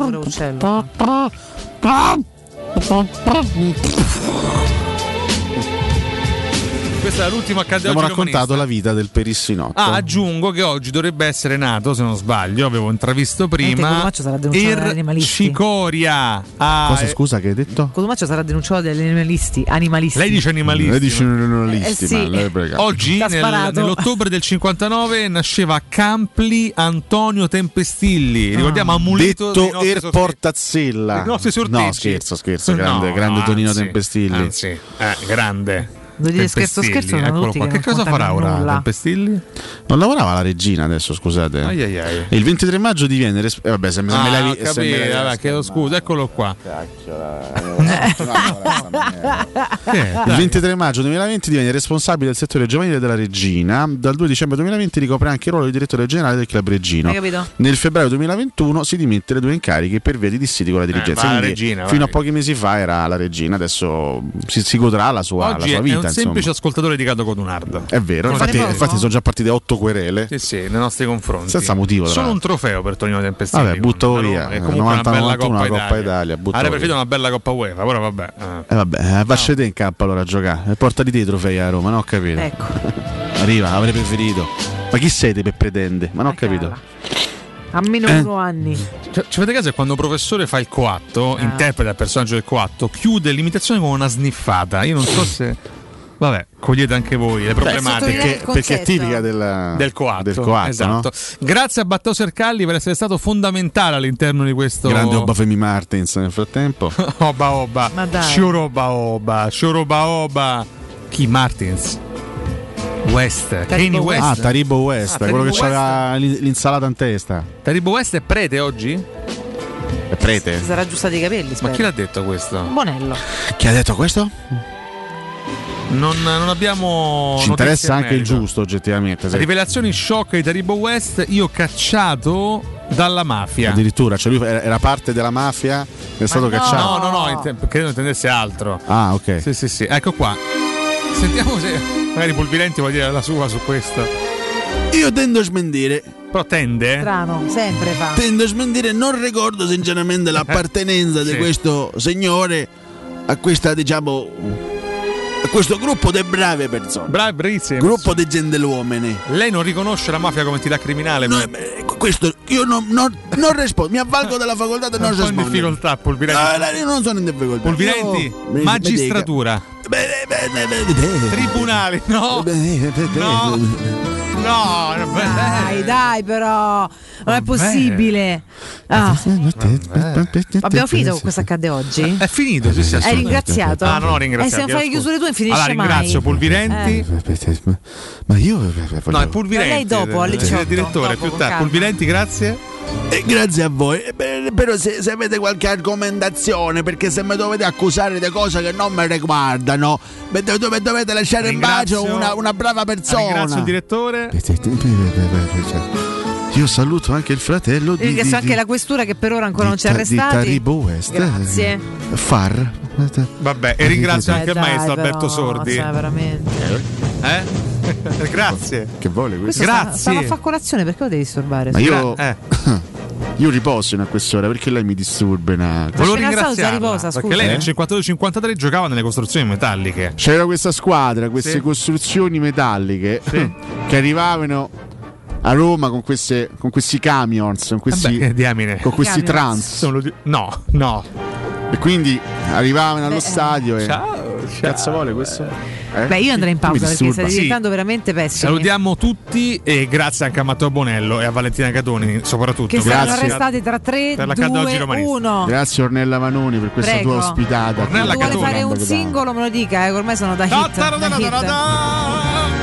[SPEAKER 2] un uccello.
[SPEAKER 3] Questa è l'ultima accade
[SPEAKER 4] Abbiamo
[SPEAKER 3] oggi
[SPEAKER 4] raccontato
[SPEAKER 3] romanista.
[SPEAKER 4] la vita del perissinotto.
[SPEAKER 3] Ah, aggiungo che oggi dovrebbe essere nato, se non sbaglio, avevo intravisto prima. Er
[SPEAKER 2] Codumaccio sarà denunciato dagli animalisti.
[SPEAKER 3] Cicoria. Ah,
[SPEAKER 4] Cosa
[SPEAKER 3] eh,
[SPEAKER 4] scusa che hai detto?
[SPEAKER 2] Codumaccio sarà denunciato dagli animalisti. Animalisti.
[SPEAKER 3] Lei dice animalisti.
[SPEAKER 4] Lei dice animalisti,
[SPEAKER 2] Eh, sì.
[SPEAKER 4] ma lei prega.
[SPEAKER 3] Oggi,
[SPEAKER 2] T'ha
[SPEAKER 3] nel-
[SPEAKER 2] sparato.
[SPEAKER 3] nell'ottobre del 59, nasceva a Campli Antonio Tempestilli. Ricordiamo amuleto
[SPEAKER 4] Ah.
[SPEAKER 3] dei
[SPEAKER 4] detto
[SPEAKER 3] nostri
[SPEAKER 4] Er
[SPEAKER 3] sorteggi.
[SPEAKER 4] Portazzella.
[SPEAKER 3] Dei nostri sorteggi.
[SPEAKER 4] No, scherzo, scherzo,
[SPEAKER 3] No,
[SPEAKER 4] grande, grande
[SPEAKER 3] anzi,
[SPEAKER 4] Tonino Tempestilli.
[SPEAKER 3] Anzi, eh, grande.
[SPEAKER 2] Vuol dire scherzo,
[SPEAKER 3] Tempestilli,
[SPEAKER 2] scherzo, sono
[SPEAKER 3] eccolo
[SPEAKER 2] tutti
[SPEAKER 3] qua.
[SPEAKER 2] che
[SPEAKER 3] Che
[SPEAKER 2] non
[SPEAKER 3] cosa farà
[SPEAKER 2] contano
[SPEAKER 3] ora
[SPEAKER 2] nulla.
[SPEAKER 3] Tempestilli?
[SPEAKER 4] Non lavorava la regina adesso, scusate.
[SPEAKER 3] Ai, ai, ai.
[SPEAKER 4] E il 23 maggio di Venere. eh, vabbè, se me, se
[SPEAKER 3] Ah,
[SPEAKER 4] me
[SPEAKER 3] ho
[SPEAKER 4] la se
[SPEAKER 3] capito,
[SPEAKER 4] me la-
[SPEAKER 3] vabbè, chiedo scusa, eccolo qua.
[SPEAKER 4] Il 23 maggio 2020 diviene responsabile del settore giovanile della Regina. Dal 2 dicembre 2020 ricopre anche il ruolo di direttore generale del club Reggino.
[SPEAKER 2] Hai capito?
[SPEAKER 4] Nel febbraio 2021 si dimette le due incariche per via di dissidi con la dirigenza.
[SPEAKER 3] va Eh, la
[SPEAKER 4] Quindi,
[SPEAKER 3] Regina,
[SPEAKER 4] fino
[SPEAKER 3] vai.
[SPEAKER 4] a pochi mesi fa era la Regina, adesso si, si godrà la sua, la
[SPEAKER 3] Oggi
[SPEAKER 4] sua
[SPEAKER 3] è
[SPEAKER 4] vita.
[SPEAKER 3] un un semplice ascoltatore di Cato Codunardo.
[SPEAKER 4] È vero,
[SPEAKER 3] Non
[SPEAKER 4] infatti,
[SPEAKER 3] è vero.
[SPEAKER 4] infatti sono già partite otto querele.
[SPEAKER 3] Sì, sì, nei nostri confronti.
[SPEAKER 4] Senza motivo, tra
[SPEAKER 3] Solo un
[SPEAKER 4] l'altro.
[SPEAKER 3] trofeo per Tonino Tempestini.
[SPEAKER 4] Vabbè, butto via.
[SPEAKER 3] È comunque una
[SPEAKER 4] 90,
[SPEAKER 3] bella
[SPEAKER 4] 91,
[SPEAKER 3] Coppa
[SPEAKER 4] una
[SPEAKER 3] Italia.
[SPEAKER 4] Coppa Italia, butto
[SPEAKER 3] Avrei
[SPEAKER 4] via.
[SPEAKER 3] preferito una bella Coppa UEFA, però vabbè. eh.
[SPEAKER 4] E vabbè, eh, vasce te in campo allora a giocare. E portati te i trofei a Roma, non ho capito.
[SPEAKER 3] Ecco.
[SPEAKER 4] Arriva, avrei preferito. Ma chi siete per pretende? Ma non ho capito.
[SPEAKER 2] A meno
[SPEAKER 3] Eh.
[SPEAKER 2] uno anni.
[SPEAKER 3] Cioè, ci fate caso che quando un professore fa il coatto,
[SPEAKER 2] Ah.
[SPEAKER 3] interpreta il personaggio del coatto, chiude l'imitazione con una sniffata. Io non so se. Vabbè, cogliete anche voi le problematiche.
[SPEAKER 4] perché, perché è tipica della-
[SPEAKER 3] del coatto,
[SPEAKER 4] del coatto,
[SPEAKER 3] esatto. Grazie a Battò Sercalli per essere stato fondamentale all'interno di questo
[SPEAKER 4] no? Grande Obafemi Martins nel frattempo.
[SPEAKER 3] Oba Oba
[SPEAKER 2] Ma dai.
[SPEAKER 3] Scioroba Oba Scioroba Oba Chi Martins West Kanye West
[SPEAKER 4] Ah, Taribo West,
[SPEAKER 3] Ah,
[SPEAKER 4] quello che
[SPEAKER 3] Taribo West.
[SPEAKER 4] c'aveva l'in- l'insalata in testa.
[SPEAKER 3] Taribo West è prete oggi?
[SPEAKER 4] È prete?
[SPEAKER 2] Si sarà giusta dei capelli,
[SPEAKER 3] Ma
[SPEAKER 2] spero.
[SPEAKER 3] chi l'ha detto questo? Oh,
[SPEAKER 2] Bonello.
[SPEAKER 4] Chi ha detto questo?
[SPEAKER 3] Non, non abbiamo
[SPEAKER 4] Ci
[SPEAKER 3] notizie in
[SPEAKER 4] interessa anche il
[SPEAKER 3] merito.
[SPEAKER 4] giusto, oggettivamente. sì.
[SPEAKER 3] Rivelazioni shock di Taribo West Io cacciato dalla mafia
[SPEAKER 4] Addirittura, cioè lui era era parte della mafia, è stato cacciato.
[SPEAKER 3] No no no inte- Credo intendesse altro
[SPEAKER 4] Ah, ok.
[SPEAKER 3] Sì, sì, sì, ecco qua. Sentiamo se magari Pulvirenti vuol dire la sua su questo.
[SPEAKER 11] Io tendo a smentire.
[SPEAKER 3] Però tende?
[SPEAKER 2] Strano, sempre fa.
[SPEAKER 11] Tendo a smentire, non ricordo sinceramente l'appartenenza
[SPEAKER 3] Sì.
[SPEAKER 11] di questo signore a questa, diciamo, a questo gruppo di brave persone.
[SPEAKER 3] Brave, bravissime.
[SPEAKER 11] Gruppo di gentiluomini.
[SPEAKER 3] Lei non riconosce la mafia come entità criminale. ma-
[SPEAKER 11] eh, Questo io non, non- non rispondo, mi avvalgo della facoltà di
[SPEAKER 3] è un
[SPEAKER 11] non
[SPEAKER 3] po' in
[SPEAKER 11] rispondere.
[SPEAKER 3] difficoltà
[SPEAKER 11] No, no,
[SPEAKER 3] Pulvirenti.
[SPEAKER 11] io non sono in difficoltà.
[SPEAKER 3] Pulvirenti,
[SPEAKER 11] Io- mi- mi
[SPEAKER 3] magistratura. Tribunale,
[SPEAKER 11] Eh,
[SPEAKER 3] no. No. No,
[SPEAKER 2] Dai, dai, però. Non è possibile. Ah. Abbiamo finito con questo accade oggi?
[SPEAKER 3] È
[SPEAKER 4] Eh,
[SPEAKER 3] finito, sì, sì,
[SPEAKER 2] Hai
[SPEAKER 3] assolutamente.
[SPEAKER 2] ringraziato?
[SPEAKER 3] Ah, no, no,
[SPEAKER 2] Eh, se
[SPEAKER 3] ringraziato.
[SPEAKER 2] non fai le chiusure tue, non finisce
[SPEAKER 3] Allora, ringrazio
[SPEAKER 2] mai.
[SPEAKER 3] Pulvirenti.
[SPEAKER 4] Eh, dica. Ma io. eh,
[SPEAKER 3] No, è Pulvirenti. Eh,
[SPEAKER 2] Ma Eh, lei dopo, alle
[SPEAKER 3] il
[SPEAKER 2] 18,
[SPEAKER 3] direttore,
[SPEAKER 2] dopo,
[SPEAKER 3] più
[SPEAKER 2] con
[SPEAKER 3] tardi.
[SPEAKER 2] calma.
[SPEAKER 3] Pulvirenti, grazie.
[SPEAKER 11] E grazie a voi. Eh, beh, Però se, se avete qualche argomentazione, perché se mi dovete accusare di cose che non mi riguardano, mi do- dove- dovete lasciare in pace
[SPEAKER 3] Ringrazio-
[SPEAKER 11] una, una brava
[SPEAKER 3] Ringrazio il
[SPEAKER 11] persona.
[SPEAKER 3] direttore.
[SPEAKER 4] cioè, Io saluto anche il fratello di. di-
[SPEAKER 2] Ringrazio
[SPEAKER 4] di-
[SPEAKER 2] anche la questura che per ora ancora non ci ha
[SPEAKER 4] di, di
[SPEAKER 2] arrestati.
[SPEAKER 4] Taribo West.
[SPEAKER 2] Grazie.
[SPEAKER 4] Far.
[SPEAKER 3] Vabbè, e ringrazio anche
[SPEAKER 2] Eh,
[SPEAKER 3] il
[SPEAKER 2] dai,
[SPEAKER 3] maestro
[SPEAKER 2] però,
[SPEAKER 3] Alberto Sordi.
[SPEAKER 2] cioè, veramente.
[SPEAKER 3] Eh? grazie.
[SPEAKER 4] Che vuole questo?
[SPEAKER 2] Questo sta- Stava a fare colazione, perché lo devi disturbare?
[SPEAKER 4] Ma io.
[SPEAKER 2] Scusa.
[SPEAKER 3] eh.
[SPEAKER 4] Io riposo in a quest'ora perché lei mi disturba. una-
[SPEAKER 3] Volevo
[SPEAKER 2] Appena stata
[SPEAKER 3] ringraziarla
[SPEAKER 2] riposa, scusa.
[SPEAKER 3] perché lei nel
[SPEAKER 4] Eh?
[SPEAKER 3] 52-53 giocava nelle costruzioni metalliche.
[SPEAKER 4] C'era questa squadra, queste
[SPEAKER 3] Sì.
[SPEAKER 4] costruzioni metalliche
[SPEAKER 3] Sì.
[SPEAKER 4] che arrivavano a Roma con, queste, con questi camions, con questi,
[SPEAKER 3] Vabbè, eh, diamine.
[SPEAKER 4] con questi
[SPEAKER 3] Camions.
[SPEAKER 4] trans.
[SPEAKER 3] Sono di- No, no.
[SPEAKER 4] E quindi arrivavano allo stadio e.
[SPEAKER 3] Ciao, ciao.
[SPEAKER 4] Cazzo vuole questo? Eh?
[SPEAKER 2] Beh, io andrei in
[SPEAKER 4] Tu mi
[SPEAKER 2] pausa perché
[SPEAKER 4] disturba.
[SPEAKER 2] stai
[SPEAKER 3] Sì.
[SPEAKER 2] diventando veramente pessimo.
[SPEAKER 3] Salutiamo tutti e grazie anche a Matteo Bonello e a Valentina Catoni, soprattutto.
[SPEAKER 2] Che saranno arrestati tra 3,
[SPEAKER 3] Per la Caddo oggi
[SPEAKER 2] 2,
[SPEAKER 3] romanista.
[SPEAKER 2] 1.
[SPEAKER 4] Grazie Ornella Manoni per questa
[SPEAKER 2] Prego.
[SPEAKER 4] tua ospitata.
[SPEAKER 3] Ornella
[SPEAKER 2] Se vuole fare un
[SPEAKER 4] Grande Catone.
[SPEAKER 2] singolo me lo dica, eh, che ormai sono da hit.
[SPEAKER 3] Da, da, da,
[SPEAKER 2] da
[SPEAKER 3] da,
[SPEAKER 2] hit.
[SPEAKER 3] da,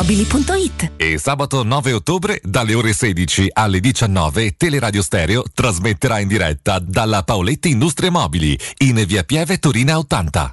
[SPEAKER 15] paolettimobili.it.
[SPEAKER 18] E sabato 9 ottobre dalle ore 16 alle 19 Teleradio Stereo trasmetterà in diretta dalla Paoletti Industrie Mobili in via Pieve Torina 80.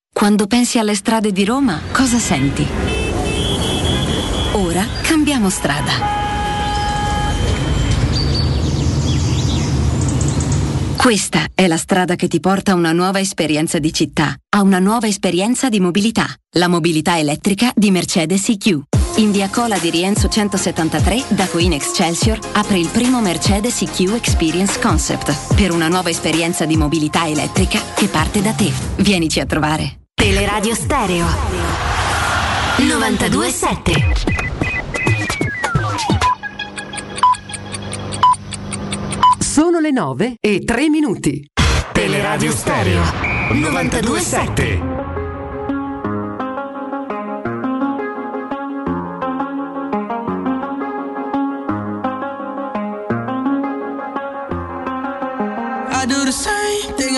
[SPEAKER 16] Quando pensi alle strade di Roma, cosa senti? Ora cambiamo strada. Questa è la strada che ti porta a una nuova esperienza di città, a una nuova esperienza di mobilità, la mobilità elettrica di Mercedes EQ. In via Cola di Rienzo 173, da Queen Excelsior, apre il primo Mercedes EQ Experience Concept per una nuova esperienza di mobilità elettrica che parte da te. Vienici a trovare.
[SPEAKER 7] Teleradio Stereo 927
[SPEAKER 38] Sono le 9 e 3 minuti.
[SPEAKER 7] Teleradio Stereo 927
[SPEAKER 1] I do the same thing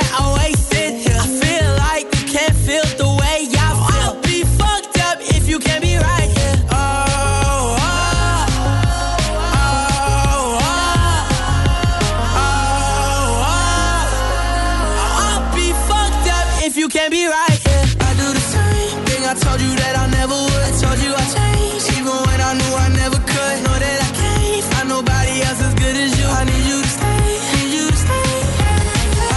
[SPEAKER 1] I wasted here. I feel like you can't feel the way I feel. I'll be fucked up if you can't be right here. Oh, oh, oh, oh. I'll be fucked up if you can't be right. Yeah. I do the same thing I told you that I never would. I told you I changed, even when I knew I never could. Know that I can't find nobody else as good as you. I need you to stay, need you to stay.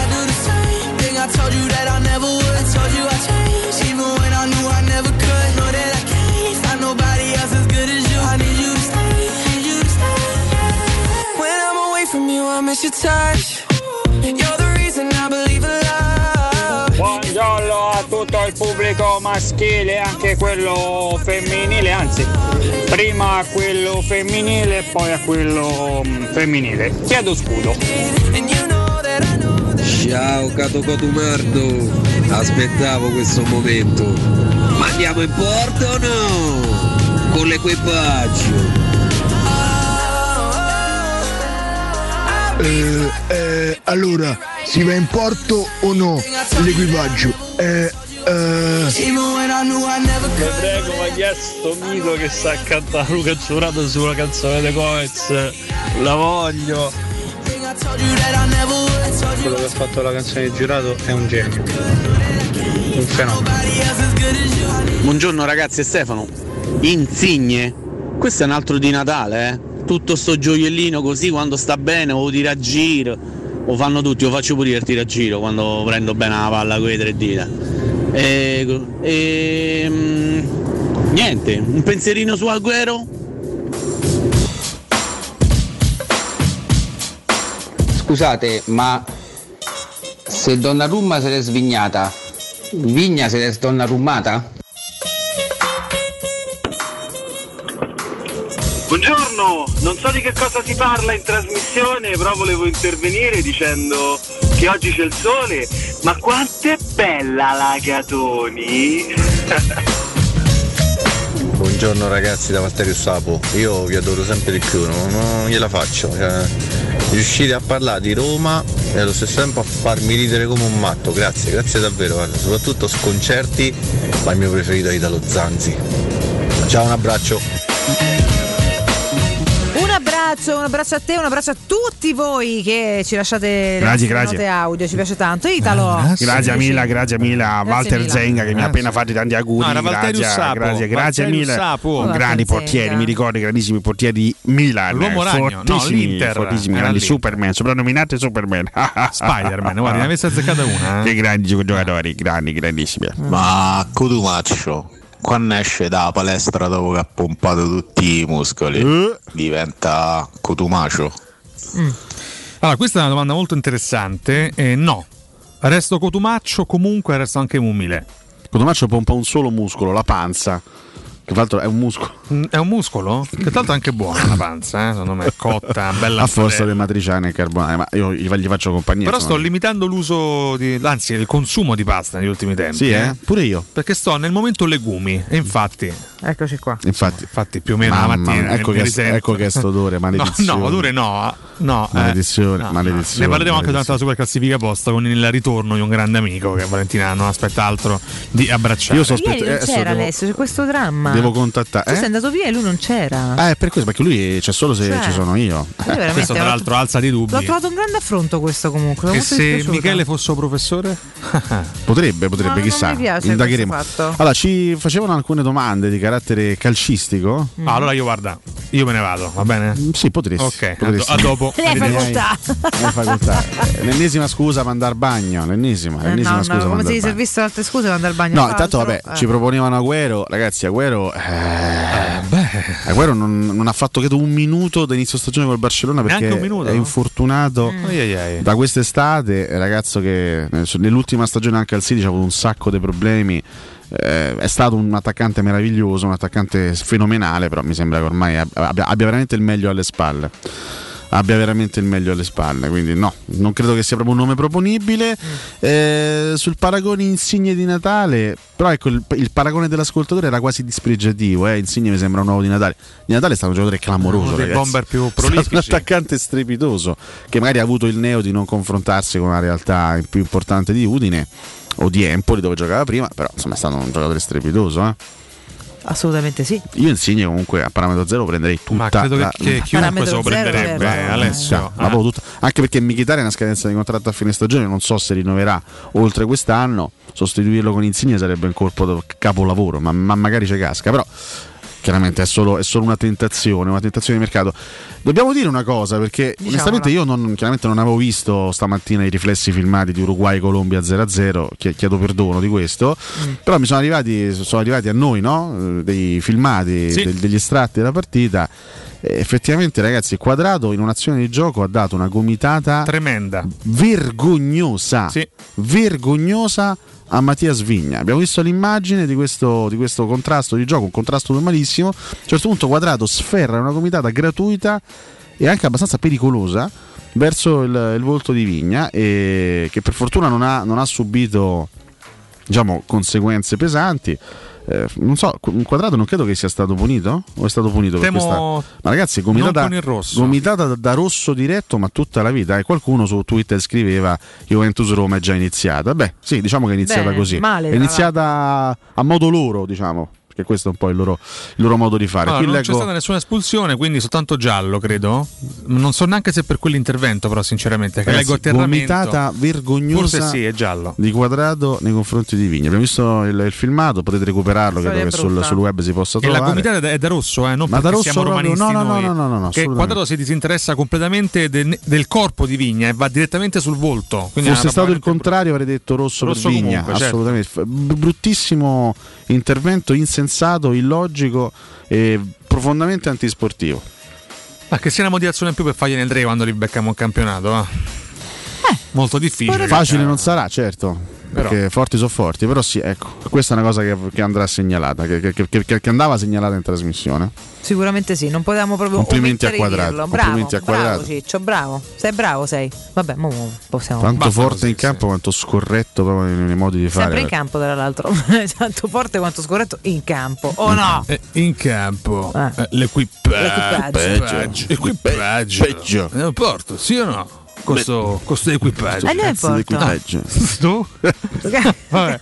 [SPEAKER 1] I do the same thing I told you that I never would. I told you I changed, even when I knew I never could. Know that I can't find nobody else as good as you. I need you to stay, need you to stay. When I'm away from you, I miss your touch. You're the reason I believe in love.
[SPEAKER 5] Buongiorno a tutto il pubblico maschile e anche quello femminile, anzi, prima a quello femminile e poi a quello mm, femminile. Chiedo scudo.
[SPEAKER 39] Ciao Cato Cotumardo, aspettavo questo momento. Ma andiamo in porto o no? Con l'equipaggio.
[SPEAKER 29] Eh, eh, allora, si va in porto o no? L'equipaggio. Eh, eh,
[SPEAKER 1] Even when I knew I never
[SPEAKER 40] Ti
[SPEAKER 1] could.
[SPEAKER 40] prego, ma chi è sto mito che sta cantando Luca Giurato su una canzone di Coez? La voglio.
[SPEAKER 1] Quello
[SPEAKER 40] che ha fatto la canzone di Giurato è un genio.
[SPEAKER 41] un fenomeno.
[SPEAKER 5] Buongiorno ragazzi, è Stefano. Insigne. Questo è un altro di Natale, eh. Tutto sto gioiellino così quando sta bene o tira a giro. O fanno tutti, o faccio pure il tiro a giro quando prendo bene la palla con le tre dita. E, e, mm, niente, un pensierino su Agüero?
[SPEAKER 42] Scusate, ma se Donnarumma se l'è svignata, Vigna se l'è sdonnarummata?
[SPEAKER 11] Buongiorno, non so di che cosa si parla in trasmissione, però volevo intervenire dicendo che oggi c'è il sole, ma quanto è bella la Gatoni!
[SPEAKER 12] Buongiorno ragazzi da Valterio Sapo, io vi adoro sempre di più, non, non gliela faccio. cioè, riuscite a parlare di Roma e allo stesso tempo a farmi ridere come un matto, grazie, grazie davvero, guarda, soprattutto sconcerti, ma il mio preferito è Italo Zanzi. Ciao, un abbraccio.
[SPEAKER 2] Un abbraccio, un abbraccio a te, un abbraccio a tutti voi che ci lasciate le
[SPEAKER 43] Grazie,
[SPEAKER 2] vostre
[SPEAKER 43] grazie. Ah,
[SPEAKER 2] note audio, ci piace tanto. Italo.
[SPEAKER 43] Grazie mille, grazie mille a Walter
[SPEAKER 2] mille.
[SPEAKER 43] Zenga che mi ha appena fatto i tanti auguri.
[SPEAKER 3] No, era Valterius
[SPEAKER 43] grazie,
[SPEAKER 3] Sapo,
[SPEAKER 43] grazie, grazie
[SPEAKER 3] Valterius
[SPEAKER 43] mille.
[SPEAKER 3] Sapo.
[SPEAKER 43] Con
[SPEAKER 3] Walter
[SPEAKER 43] grandi
[SPEAKER 3] Zenga.
[SPEAKER 43] portieri, mi ricordo i grandissimi portieri di Milan.
[SPEAKER 3] L'uomo ragno, no,
[SPEAKER 43] fortissimi,
[SPEAKER 3] l'Inter.
[SPEAKER 43] Fortissimi,
[SPEAKER 3] Era
[SPEAKER 43] grandi
[SPEAKER 3] lì.
[SPEAKER 43] Superman, soprannominati Superman.
[SPEAKER 3] Spider-Man, guarda, ne avesse azzeccata una, eh.
[SPEAKER 43] Che grandi gio- giocatori, grandi, grandissimi.
[SPEAKER 44] Ma Cotumaccio, quando esce dalla palestra dopo che ha pompato tutti i muscoli,
[SPEAKER 3] Eh.
[SPEAKER 44] diventa Cotumacio.
[SPEAKER 3] Allora, questa è una domanda molto interessante. Eh, no, resto Cotumaccio, comunque resto anche umile.
[SPEAKER 4] Cotumaccio pompa un solo muscolo, la panza. Che tra l'altro è un muscolo.
[SPEAKER 3] Mm, È un muscolo? Che tanto è anche buona la panza, eh? secondo me è cotta, bella
[SPEAKER 4] A forza
[SPEAKER 3] fredda.
[SPEAKER 4] delle matriciane e carbonare, ma Ah, io gli, gli faccio compagnia.
[SPEAKER 3] Però sto
[SPEAKER 4] insomma.
[SPEAKER 3] limitando l'uso, di, anzi il consumo di pasta negli ultimi tempi.
[SPEAKER 4] Sì, eh? Pure io.
[SPEAKER 3] Perché sto nel momento legumi e infatti...
[SPEAKER 2] Eccoci qua.
[SPEAKER 4] Infatti,
[SPEAKER 3] infatti più o meno la
[SPEAKER 4] Mamma
[SPEAKER 3] mattina...
[SPEAKER 4] mia,
[SPEAKER 3] mi-
[SPEAKER 4] ecco,
[SPEAKER 3] mi
[SPEAKER 4] che,
[SPEAKER 3] risento.
[SPEAKER 4] ecco che è sto odore, maledizione.
[SPEAKER 3] No, odore no, no, eh.
[SPEAKER 4] Maledizione, maledizione.
[SPEAKER 3] Ne parleremo anche durante la super classifica posta con il ritorno di un grande amico che Valentina non aspetta altro di abbracciare.
[SPEAKER 4] Io eh, sospetto-
[SPEAKER 2] Ieri non c'era adesso, c'è questo dramma.
[SPEAKER 4] Devo
[SPEAKER 2] Tu
[SPEAKER 4] contattare.
[SPEAKER 2] sei
[SPEAKER 4] Eh?
[SPEAKER 2] andato via e lui non c'era.
[SPEAKER 4] Ah, è per questo, perché lui c'è solo se
[SPEAKER 2] Cioè,
[SPEAKER 4] ci sono io.
[SPEAKER 2] veramente Questo, tra ho- l'altro,
[SPEAKER 3] alza di
[SPEAKER 2] L'ho trovato un grande affronto questo comunque.
[SPEAKER 4] E
[SPEAKER 2] molto
[SPEAKER 4] Eh, se
[SPEAKER 2] dispiaciuta.
[SPEAKER 4] Michele
[SPEAKER 3] fosse un professore?
[SPEAKER 4] Potrebbe, potrebbe,
[SPEAKER 2] No, non
[SPEAKER 4] chissà.
[SPEAKER 2] mi piace
[SPEAKER 4] Indagheremo.
[SPEAKER 2] questo fatto.
[SPEAKER 4] Allora, ci facevano alcune domande di carattere calcistico. Mm,
[SPEAKER 3] Ah, allora io guarda, io me ne vado, va bene?
[SPEAKER 4] Sì, potresti.
[SPEAKER 3] Ok,
[SPEAKER 4] potresti.
[SPEAKER 3] a, do- a dopo.
[SPEAKER 2] Le hai facoltà.
[SPEAKER 4] Le facoltà. Eh, L'ennesima scusa ma andare al bagno, l'ennesima,
[SPEAKER 2] Eh,
[SPEAKER 4] l'ennesima
[SPEAKER 2] no,
[SPEAKER 4] scusa
[SPEAKER 2] no,
[SPEAKER 4] ma
[SPEAKER 2] come
[SPEAKER 4] andare
[SPEAKER 2] se gli
[SPEAKER 4] al bagno.
[SPEAKER 2] servissero altre scuse per andare al bagno.
[SPEAKER 4] No,
[SPEAKER 2] Fa
[SPEAKER 4] intanto
[SPEAKER 2] altro.
[SPEAKER 4] vabbè, ci
[SPEAKER 2] Eh.
[SPEAKER 4] proponevano Agüero, ragazzi, Agüero eh, Agüero non, non ha fatto credo un minuto da inizio stagione col Barcellona
[SPEAKER 3] Neanche
[SPEAKER 4] perché
[SPEAKER 3] un minuto?
[SPEAKER 4] è infortunato
[SPEAKER 3] Mm. Ai ai ai.
[SPEAKER 4] da quest'estate, ragazzo che eh, su- nell'ultima stagione anche al City ha avuto un sacco di problemi. eh, è stato un attaccante meraviglioso, un attaccante fenomenale, però mi sembra che ormai ab- abbia, abbia veramente il meglio alle spalle. Abbia veramente il meglio alle spalle, quindi no, non credo che sia proprio un nome proponibile.
[SPEAKER 3] Mm.
[SPEAKER 4] Eh, sul paragone insigne di Natale, però ecco il, il paragone dell'ascoltatore era quasi dispregiativo. Eh. Insigne mi sembra un uovo di Natale. Di Natale è stato un giocatore clamoroso.
[SPEAKER 3] Uno dei
[SPEAKER 4] ragazzi.
[SPEAKER 3] bomber più
[SPEAKER 4] È stato
[SPEAKER 3] prolifici.
[SPEAKER 4] Un attaccante strepitoso che magari ha avuto il neo di non confrontarsi con una realtà più importante di Udine o di Empoli dove giocava prima, però insomma è stato un giocatore strepitoso. eh.
[SPEAKER 2] Assolutamente sì.
[SPEAKER 4] Io Insigne comunque a parametro zero prenderei tutta
[SPEAKER 3] Ma credo che-
[SPEAKER 4] la-
[SPEAKER 3] che
[SPEAKER 4] la-
[SPEAKER 3] chiunque se lo
[SPEAKER 2] parametro zero,
[SPEAKER 3] prenderebbe,
[SPEAKER 2] certo.
[SPEAKER 3] eh, Alessio.
[SPEAKER 4] Cioè, ma proprio tutta- Anche perché Michitare è una scadenza di contratto a fine stagione, non so se rinnoverà oltre quest'anno. Sostituirlo con Insigne sarebbe un colpo da capolavoro, ma, ma magari ci casca. Però chiaramente è solo, è solo una tentazione, una tentazione di mercato. Dobbiamo dire una cosa, perché
[SPEAKER 45] Diciamola.
[SPEAKER 4] onestamente io non, chiaramente non avevo visto stamattina i riflessi filmati di Uruguay-Colombia 0-0, chie- chiedo perdono di questo, però mi sono arrivati, sono arrivati a noi no? Eh, dei filmati,
[SPEAKER 3] Sì.
[SPEAKER 4] del- degli estratti della partita. Eh, Effettivamente, ragazzi, Quadrato in un'azione di gioco ha dato una gomitata
[SPEAKER 3] tremenda,
[SPEAKER 4] vergognosa, vergognosa a Mattia Svigna. Abbiamo visto l'immagine di questo, di questo contrasto di gioco, un contrasto normalissimo. A un certo punto, Quadrato sferra una gomitata gratuita e anche abbastanza pericolosa verso il, il volto di Vigna, e che per fortuna non ha, non ha subito diciamo, conseguenze pesanti. Eh, non so, un quadrato non credo che sia stato punito? O è stato punito
[SPEAKER 3] Temo
[SPEAKER 4] per questa? Ma ragazzi, gomitata,
[SPEAKER 3] non con il rosso.
[SPEAKER 4] gomitata da, da rosso diretto, ma tutta la vita. E qualcuno su Twitter scriveva Juventus Roma è già iniziata. Beh, sì, diciamo che è iniziata
[SPEAKER 2] Bene,
[SPEAKER 4] così.
[SPEAKER 2] male,
[SPEAKER 4] è
[SPEAKER 2] tra
[SPEAKER 4] iniziata a modo loro, diciamo. perché questo è un po' il loro, il loro modo di fare.
[SPEAKER 3] Allora,
[SPEAKER 4] Qui
[SPEAKER 3] non
[SPEAKER 4] leggo-
[SPEAKER 3] c'è stata nessuna espulsione, quindi soltanto giallo, credo. Non so neanche se per quell'intervento, però, sinceramente, che
[SPEAKER 4] Ragazzi,
[SPEAKER 3] leggo atterramento.
[SPEAKER 4] vomitata vergognosa
[SPEAKER 3] Forse sì, è giallo.
[SPEAKER 4] di quadrato nei confronti di Vigna. Abbiamo visto il, il filmato, potete recuperarlo,
[SPEAKER 3] Storia
[SPEAKER 4] credo che sul,
[SPEAKER 3] brutta.
[SPEAKER 4] sul web si possa
[SPEAKER 3] E la
[SPEAKER 4] trovare.
[SPEAKER 3] comitata è da- è da rosso, eh, non
[SPEAKER 4] Ma da
[SPEAKER 3] perché
[SPEAKER 4] rosso
[SPEAKER 3] siamo
[SPEAKER 4] proprio,
[SPEAKER 3] romanisti
[SPEAKER 4] no, no, no,
[SPEAKER 3] noi,
[SPEAKER 4] no, no, no, no,
[SPEAKER 3] che
[SPEAKER 4] assolutamente.
[SPEAKER 3] Quadrato si disinteressa completamente del, del corpo di Vigna e va direttamente sul volto. Quindi è
[SPEAKER 4] fosse
[SPEAKER 3] una
[SPEAKER 4] stato il contrario avrei detto rosso,
[SPEAKER 3] Rosso
[SPEAKER 4] per Vigna
[SPEAKER 3] comunque, certo.
[SPEAKER 4] assolutamente F- b- bruttissimo intervento insensato illogico e profondamente antisportivo
[SPEAKER 3] Ma Ah, che sia una motivazione in più per fargliene tre quando li becchiamo un campionato, va. Molto difficile.
[SPEAKER 4] facile
[SPEAKER 3] cacchio.
[SPEAKER 4] non sarà certo
[SPEAKER 3] Eh. Però.
[SPEAKER 4] perché forti sono forti però sì ecco questa è una cosa che, che andrà segnalata che, che- che- che- che andava segnalata in trasmissione
[SPEAKER 2] Sicuramente sì, non potevamo proprio
[SPEAKER 4] Complimenti a
[SPEAKER 2] omettere di
[SPEAKER 4] Quadrato,
[SPEAKER 2] dirlo. Bravo,
[SPEAKER 4] complimenti a Quadrato.
[SPEAKER 2] bravo Ciccio, bravo. Sei bravo, sei. Vabbè, mo possiamo
[SPEAKER 4] tanto
[SPEAKER 2] Basta.
[SPEAKER 4] forte in campo quanto scorretto proprio nei, nei modi di
[SPEAKER 2] Sempre
[SPEAKER 4] fare
[SPEAKER 2] in campo, tra l'altro. Tanto forte quanto scorretto in campo. Oh no!
[SPEAKER 3] Eh, in campo eh,
[SPEAKER 2] L'equipaggio.
[SPEAKER 3] l'equipaggio. Equipaggio.
[SPEAKER 4] Peggio.
[SPEAKER 3] Eh, Porto, sì o no? Questo, questo equipaggio.
[SPEAKER 2] Eh, noi Cazzo porto. d'equipaggio.
[SPEAKER 3] Ah, tu? Vabbè.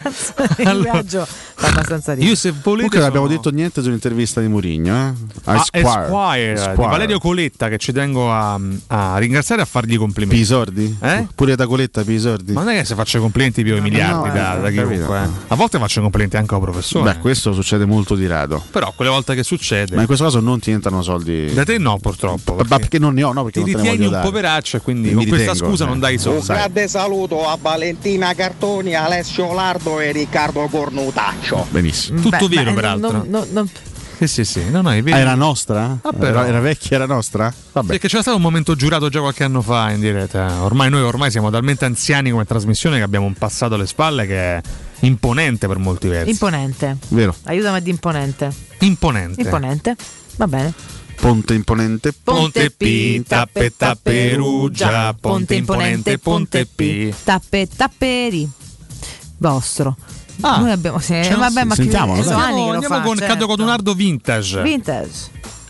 [SPEAKER 2] Il viaggio fa abbastanza ridere.
[SPEAKER 3] Io se
[SPEAKER 4] Comunque non abbiamo detto niente sull'intervista di Mourinho, eh? A
[SPEAKER 3] Ah,
[SPEAKER 4] Esquire.
[SPEAKER 3] Esquire, di
[SPEAKER 4] Esquire.
[SPEAKER 3] Valerio Coletta che ci tengo a, a ringraziare e a fargli i complimenti.
[SPEAKER 4] Pisordi?
[SPEAKER 3] Eh?
[SPEAKER 4] Pure da Coletta Pisordi?
[SPEAKER 3] Ma non è che se faccio i complimenti più i miliardi
[SPEAKER 4] no,
[SPEAKER 3] da,
[SPEAKER 4] eh,
[SPEAKER 3] da
[SPEAKER 4] capito.
[SPEAKER 3] chiunque. eh. A volte faccio i complimenti anche al professore.
[SPEAKER 4] Beh, questo succede molto di rado.
[SPEAKER 3] Però quelle volte che succede.
[SPEAKER 4] Ma in questo caso non ti entrano soldi.
[SPEAKER 3] Da te no, purtroppo.
[SPEAKER 4] Ma perché non ne ho, no? Perché
[SPEAKER 3] Ti
[SPEAKER 4] non te ne
[SPEAKER 3] ritieni
[SPEAKER 4] voglio
[SPEAKER 3] un
[SPEAKER 4] dare.
[SPEAKER 3] poveraccio e quindi
[SPEAKER 4] Mi
[SPEAKER 3] con questa
[SPEAKER 4] ritengo,
[SPEAKER 3] scusa
[SPEAKER 4] eh.
[SPEAKER 3] non dai i
[SPEAKER 4] Un
[SPEAKER 3] soldi.
[SPEAKER 46] Grande saluto a Valentina Cartoni, Alessio Lardo e Riccardo Cornutaccio.
[SPEAKER 4] Benissimo.
[SPEAKER 3] Tutto
[SPEAKER 2] Mm. Beh,
[SPEAKER 3] vero,
[SPEAKER 2] ma-
[SPEAKER 3] peraltro.
[SPEAKER 2] non- non- non-
[SPEAKER 3] Sì, sì, sì. No, no, è vero.
[SPEAKER 4] Ah, era nostra?
[SPEAKER 3] Ah, però.
[SPEAKER 4] era, era vecchia, era nostra? Vabbè.
[SPEAKER 3] Perché c'era stato un momento giurato già qualche anno fa in diretta. Ormai noi ormai siamo talmente anziani come trasmissione che abbiamo un passato alle spalle che è imponente per molti versi.
[SPEAKER 2] Imponente.
[SPEAKER 4] Vero.
[SPEAKER 2] Aiutami ad imponente.
[SPEAKER 3] Imponente.
[SPEAKER 2] Imponente. Va bene.
[SPEAKER 4] Ponte imponente.
[SPEAKER 2] Ponte P, tappe, tapperugia, ponte imponente, ponte
[SPEAKER 3] Eh,
[SPEAKER 2] P. Tappe, tapperi. Vostro. Noi abbiamo. sì,
[SPEAKER 3] Cioè,
[SPEAKER 2] vabbè, ma chi-
[SPEAKER 3] sentiamolo,
[SPEAKER 2] sono
[SPEAKER 3] dai.
[SPEAKER 2] anni che
[SPEAKER 3] andiamo,
[SPEAKER 2] lo
[SPEAKER 3] andiamo
[SPEAKER 2] fa,
[SPEAKER 3] con
[SPEAKER 2] cioè.
[SPEAKER 3] Cado Codunardo Vintage.
[SPEAKER 2] Vintage.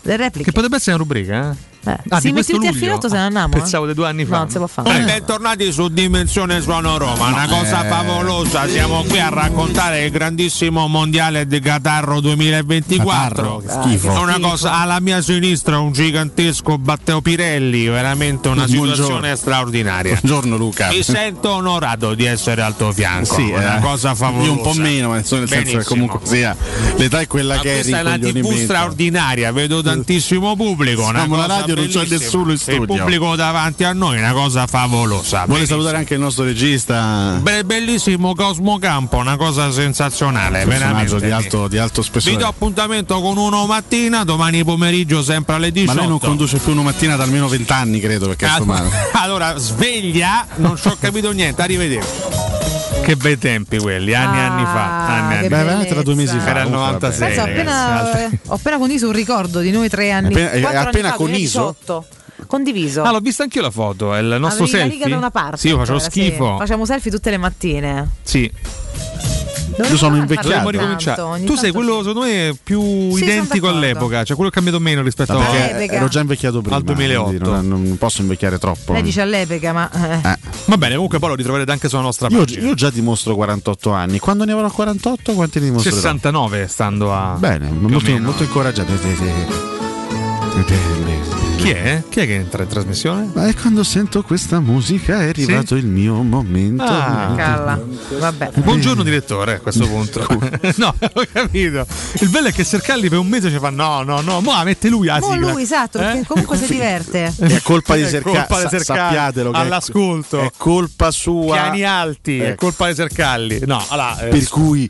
[SPEAKER 2] Le repliche.
[SPEAKER 3] Che potrebbe essere una rubrica, eh?
[SPEAKER 2] Ah, sì,
[SPEAKER 3] questo
[SPEAKER 2] mettiti a
[SPEAKER 3] luglio?
[SPEAKER 2] filato se ne andiamo, eh?
[SPEAKER 3] Pensavo dei due anni fa. Eh.
[SPEAKER 2] non si può fare.
[SPEAKER 3] Prego.
[SPEAKER 11] Bentornati su Dimensione Suono Roma, una
[SPEAKER 3] Eh.
[SPEAKER 11] cosa favolosa, siamo qui a raccontare il grandissimo mondiale di Qatarro 2024.
[SPEAKER 5] Qatarro, che schifo.
[SPEAKER 11] Una cosa, alla mia sinistra un gigantesco Matteo Pirelli, veramente una
[SPEAKER 5] Buongiorno.
[SPEAKER 11] situazione straordinaria.
[SPEAKER 5] Buongiorno, Luca.
[SPEAKER 11] Mi sento onorato di essere al tuo fianco,
[SPEAKER 5] Sì,
[SPEAKER 11] una
[SPEAKER 5] eh,
[SPEAKER 11] cosa favolosa.
[SPEAKER 5] Io un po' meno, ma nel senso che
[SPEAKER 11] Benissimo.
[SPEAKER 5] comunque sia l'età è quella
[SPEAKER 11] Ma
[SPEAKER 5] che
[SPEAKER 11] questa è una
[SPEAKER 5] ricoglioni in
[SPEAKER 11] TV
[SPEAKER 5] mezzo.
[SPEAKER 11] straordinaria, vedo tantissimo pubblico. una
[SPEAKER 5] Siamo alla
[SPEAKER 11] cosa
[SPEAKER 5] radio, non c'è
[SPEAKER 11] bellissima.
[SPEAKER 5] nessuno in
[SPEAKER 11] Il
[SPEAKER 5] studio.
[SPEAKER 11] pubblico davanti a noi, una cosa favolosa.
[SPEAKER 5] Vuole salutare anche il nostro regista.
[SPEAKER 11] Beh, bellissimo Cosmo Campo, una cosa sensazionale,
[SPEAKER 5] personaggio
[SPEAKER 3] eh.
[SPEAKER 11] veramente.
[SPEAKER 5] di alto, di alto
[SPEAKER 11] Vi do
[SPEAKER 5] spessore.
[SPEAKER 11] appuntamento con uno mattina, domani pomeriggio sempre alle 18.
[SPEAKER 5] Ma lei non conduce più una mattina da almeno vent'anni, credo, perché
[SPEAKER 11] Ah,
[SPEAKER 5] insomma.
[SPEAKER 11] allora, sveglia, non ci ho capito niente, arrivederci.
[SPEAKER 3] Che bei tempi quelli, eh.
[SPEAKER 5] Ah,
[SPEAKER 3] anni e anni
[SPEAKER 2] Ah,
[SPEAKER 3] fa. Anni, e anni
[SPEAKER 5] che Beh, veramente era due mesi bellezza. fa,
[SPEAKER 3] Era il
[SPEAKER 5] comunque,
[SPEAKER 3] 96.
[SPEAKER 2] Penso, ho, appena,
[SPEAKER 3] ragazzi.
[SPEAKER 2] eh, ho appena condiviso un ricordo di noi tre anni
[SPEAKER 3] Appena-
[SPEAKER 2] quattro
[SPEAKER 3] è
[SPEAKER 2] anni
[SPEAKER 3] appena
[SPEAKER 2] fa,
[SPEAKER 3] condiso?
[SPEAKER 2] 2018. Condiviso.
[SPEAKER 3] Ah, l'ho vista anch'io la foto, è il nostro
[SPEAKER 2] Avevi la
[SPEAKER 3] selfie.
[SPEAKER 2] riga da una parte.
[SPEAKER 3] sì, io faccio lo
[SPEAKER 2] ancora, sì.
[SPEAKER 3] schifo.
[SPEAKER 2] Facciamo selfie tutte le mattine.
[SPEAKER 3] Sì.
[SPEAKER 2] Dovremmo sono farlo invecchiato.
[SPEAKER 3] Dovremmo
[SPEAKER 2] ogni
[SPEAKER 3] ricominciare.
[SPEAKER 2] tanto, ogni
[SPEAKER 3] tu sei quello, secondo me, più
[SPEAKER 2] Sì,
[SPEAKER 3] identico
[SPEAKER 2] sono d'accordo.
[SPEAKER 3] all'epoca, cioè quello che ha cambiato meno rispetto
[SPEAKER 4] Vabbè,
[SPEAKER 5] eh,
[SPEAKER 3] a.
[SPEAKER 2] All'epoca.
[SPEAKER 4] eh, ero già invecchiato prima.
[SPEAKER 3] Al 2008.
[SPEAKER 4] quindi Non, non posso invecchiare troppo.
[SPEAKER 2] Lei dice all'epoca, ma eh,
[SPEAKER 3] Va bene, comunque poi lo ritroverete anche sulla nostra
[SPEAKER 4] Io,
[SPEAKER 3] pagina.
[SPEAKER 4] io già dimostro 48 anni. Quando ne avrò 48, quanti ne dimostrerò?
[SPEAKER 3] 69 stando a.
[SPEAKER 4] Bene,
[SPEAKER 3] più o
[SPEAKER 4] molto,
[SPEAKER 3] meno.
[SPEAKER 4] molto incoraggiato.
[SPEAKER 3] Chi è? Chi è che entra in trasmissione?
[SPEAKER 4] Ma e quando sento questa musica è arrivato il mio momento.
[SPEAKER 3] Ah.
[SPEAKER 2] calla. Vabbè.
[SPEAKER 3] Buongiorno direttore a questo punto. no, ho capito. Il bello è che Sercalli per un mese ci fa no, no, no, ma mette lui
[SPEAKER 4] Ah,
[SPEAKER 3] a
[SPEAKER 2] Mo' lui, esatto, perché
[SPEAKER 4] Eh?
[SPEAKER 2] comunque si diverte.
[SPEAKER 4] È colpa di
[SPEAKER 3] È
[SPEAKER 4] Sercalli,
[SPEAKER 3] colpa di
[SPEAKER 4] sa-
[SPEAKER 3] Sercalli,
[SPEAKER 4] sappiatelo che è-
[SPEAKER 3] all'ascolto.
[SPEAKER 4] È colpa sua.
[SPEAKER 3] Piani alti, è
[SPEAKER 4] Ecco.
[SPEAKER 3] colpa di Sercalli. No, allora eh,
[SPEAKER 4] Per cui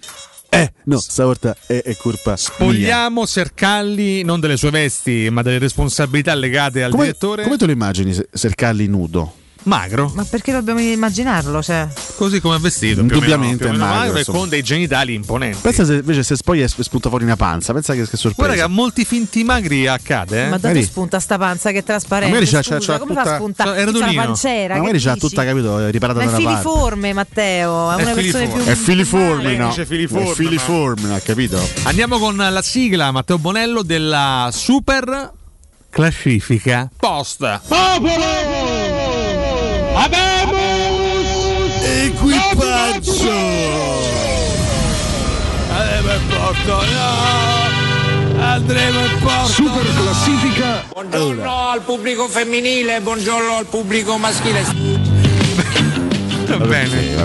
[SPEAKER 4] eh no, stavolta è, è colpa mia.
[SPEAKER 3] vogliamo Sercalli non delle sue vesti, ma delle responsabilità legate al
[SPEAKER 4] Come,
[SPEAKER 3] direttore.
[SPEAKER 4] come te lo immagini Se- Sercalli nudo?
[SPEAKER 3] Magro.
[SPEAKER 2] Ma perché dobbiamo immaginarlo? Cioè,
[SPEAKER 3] Così come è vestito, più o meno,
[SPEAKER 4] Indubbiamente
[SPEAKER 3] più o meno
[SPEAKER 4] è magro,
[SPEAKER 3] magro e
[SPEAKER 4] insomma.
[SPEAKER 3] con dei genitali imponenti.
[SPEAKER 4] Pensa se invece se poi è spunta fuori una panza, pensa che, che sorpresa.
[SPEAKER 3] Guarda che a molti finti magri accade, eh.
[SPEAKER 2] ma dato spunta sta panza che è trasparente.
[SPEAKER 4] Magari c'ha-
[SPEAKER 2] scusa,
[SPEAKER 4] c'ha- c'ha
[SPEAKER 2] come
[SPEAKER 4] tutta-
[SPEAKER 2] fa a spuntare?
[SPEAKER 3] Era
[SPEAKER 2] C'ha la
[SPEAKER 3] Donino.
[SPEAKER 2] pancera.
[SPEAKER 4] Ma
[SPEAKER 2] che
[SPEAKER 4] magari c'ha
[SPEAKER 2] dici?
[SPEAKER 4] tutta capito, è riparata
[SPEAKER 2] Ma è
[SPEAKER 4] da una parte.
[SPEAKER 2] filiforme, Matteo. È,
[SPEAKER 3] È
[SPEAKER 2] una persona
[SPEAKER 3] filiforme.
[SPEAKER 2] più.
[SPEAKER 4] È filiforme,
[SPEAKER 3] Lei
[SPEAKER 4] no?
[SPEAKER 3] dice filiforme,
[SPEAKER 4] È filiforme, ha capito?
[SPEAKER 3] Andiamo con la sigla Matteo Bonello della Super Classifica Post.
[SPEAKER 5] Equipaggio!
[SPEAKER 11] Eh, beh, porco.
[SPEAKER 1] porto, no! Andremo in porto! Super classifica!
[SPEAKER 5] Buongiorno al pubblico femminile, buongiorno al pubblico maschile.
[SPEAKER 3] Va bene.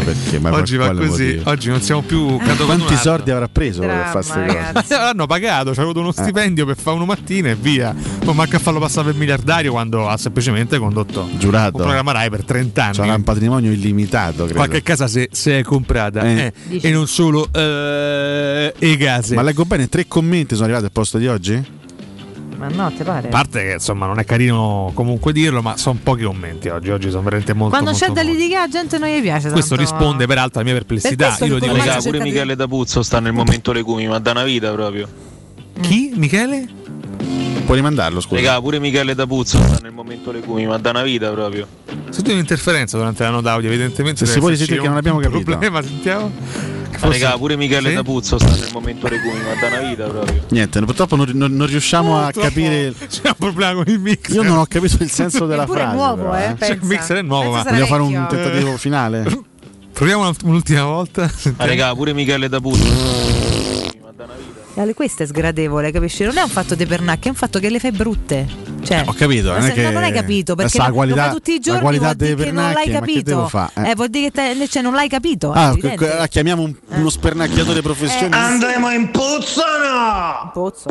[SPEAKER 3] oggi va così, oggi non siamo
[SPEAKER 2] Eh.
[SPEAKER 3] più
[SPEAKER 4] Quanti soldi avrà preso per fare queste cose?
[SPEAKER 3] L'hanno pagato, c'è
[SPEAKER 4] Eh.
[SPEAKER 3] avuto uno stipendio per fare una mattina e via. Non manca a farlo passare per miliardario quando ha semplicemente condotto
[SPEAKER 4] Giurato.
[SPEAKER 3] un programma Rai per 30 anni.
[SPEAKER 4] Sarà un patrimonio illimitato, credo.
[SPEAKER 3] Qualche casa se, se è comprata
[SPEAKER 4] Eh.
[SPEAKER 3] eh, e non solo eh, e case.
[SPEAKER 4] Ma leggo bene, tre commenti sono arrivati al posto di oggi?
[SPEAKER 2] Ma no, te pare?
[SPEAKER 3] A parte che insomma non è carino comunque dirlo, ma sono pochi commenti oggi. Oggi sono veramente molto.
[SPEAKER 2] Quando
[SPEAKER 3] molto
[SPEAKER 2] c'è da litigare, la gente non gli piace.
[SPEAKER 3] Questo
[SPEAKER 2] tanto.
[SPEAKER 3] risponde peraltro alla mia perplessità.
[SPEAKER 2] questo
[SPEAKER 3] Io lo
[SPEAKER 2] che
[SPEAKER 3] dico
[SPEAKER 2] ormai
[SPEAKER 3] già.
[SPEAKER 2] si cerca
[SPEAKER 3] pure
[SPEAKER 2] di-
[SPEAKER 3] Michele
[SPEAKER 40] D'Apuzzo sta nel momento legumi, ma da una vita proprio.
[SPEAKER 3] Chi? Michele?
[SPEAKER 4] Puoi rimandarlo, scusa.
[SPEAKER 40] Regà, pure Michele D'Apuzzo sta nel momento legumi, ma da una vita proprio.
[SPEAKER 3] Sentite un'interferenza durante la nota audio, evidentemente.
[SPEAKER 40] Se si
[SPEAKER 3] deve
[SPEAKER 40] può
[SPEAKER 3] esserci
[SPEAKER 40] risentire che non abbiamo
[SPEAKER 3] un
[SPEAKER 40] capito.
[SPEAKER 3] problema, sentiamo.
[SPEAKER 40] Ah,
[SPEAKER 3] Forse-
[SPEAKER 40] Regà, pure Michele
[SPEAKER 3] Sì?
[SPEAKER 40] D'Apuzzo sta nel momento legumi, ma da una vita proprio.
[SPEAKER 4] Niente, purtroppo non, non- non riusciamo a capire.
[SPEAKER 3] C'è un problema con il mix.
[SPEAKER 4] Io non ho capito il senso della
[SPEAKER 3] Eppure è
[SPEAKER 4] frase.
[SPEAKER 3] nuovo,
[SPEAKER 4] però,
[SPEAKER 3] eh, pensa. Cioè, il mixer è nuovo, Pensa ma- sarà
[SPEAKER 4] Vogliamo fare un
[SPEAKER 3] vecchio.
[SPEAKER 4] tentativo
[SPEAKER 3] Eh.
[SPEAKER 4] finale?
[SPEAKER 3] Proviamo un'alt- un'ultima volta.
[SPEAKER 40] Ah, regà, pure Michele D'Apuzzo.
[SPEAKER 2] Eh, Questo è sgradevole, capisci? Non è un fatto di pernacchia, è un fatto che le fai brutte. Cioè,
[SPEAKER 4] Eh, Ho capito, non è
[SPEAKER 2] Ma se-
[SPEAKER 4] che-
[SPEAKER 2] no, non hai capito
[SPEAKER 4] Adesso
[SPEAKER 2] perché
[SPEAKER 4] la
[SPEAKER 2] lo- lo
[SPEAKER 4] qualità-
[SPEAKER 2] fai tutti i
[SPEAKER 4] la
[SPEAKER 2] giorni
[SPEAKER 4] qualità
[SPEAKER 2] vuol dire
[SPEAKER 4] delle
[SPEAKER 2] che non l'hai
[SPEAKER 4] pernacchie, ma che
[SPEAKER 2] capito.
[SPEAKER 4] devo fa, eh?
[SPEAKER 2] Eh, vuol dire che te- cioè, non l'hai capito. è
[SPEAKER 4] Ah, que-
[SPEAKER 2] evidente. Eh.
[SPEAKER 4] que- la chiamiamo un- uno spernacchiatore professionista.
[SPEAKER 2] Andremo
[SPEAKER 1] in puzzo no!
[SPEAKER 2] Pozzo.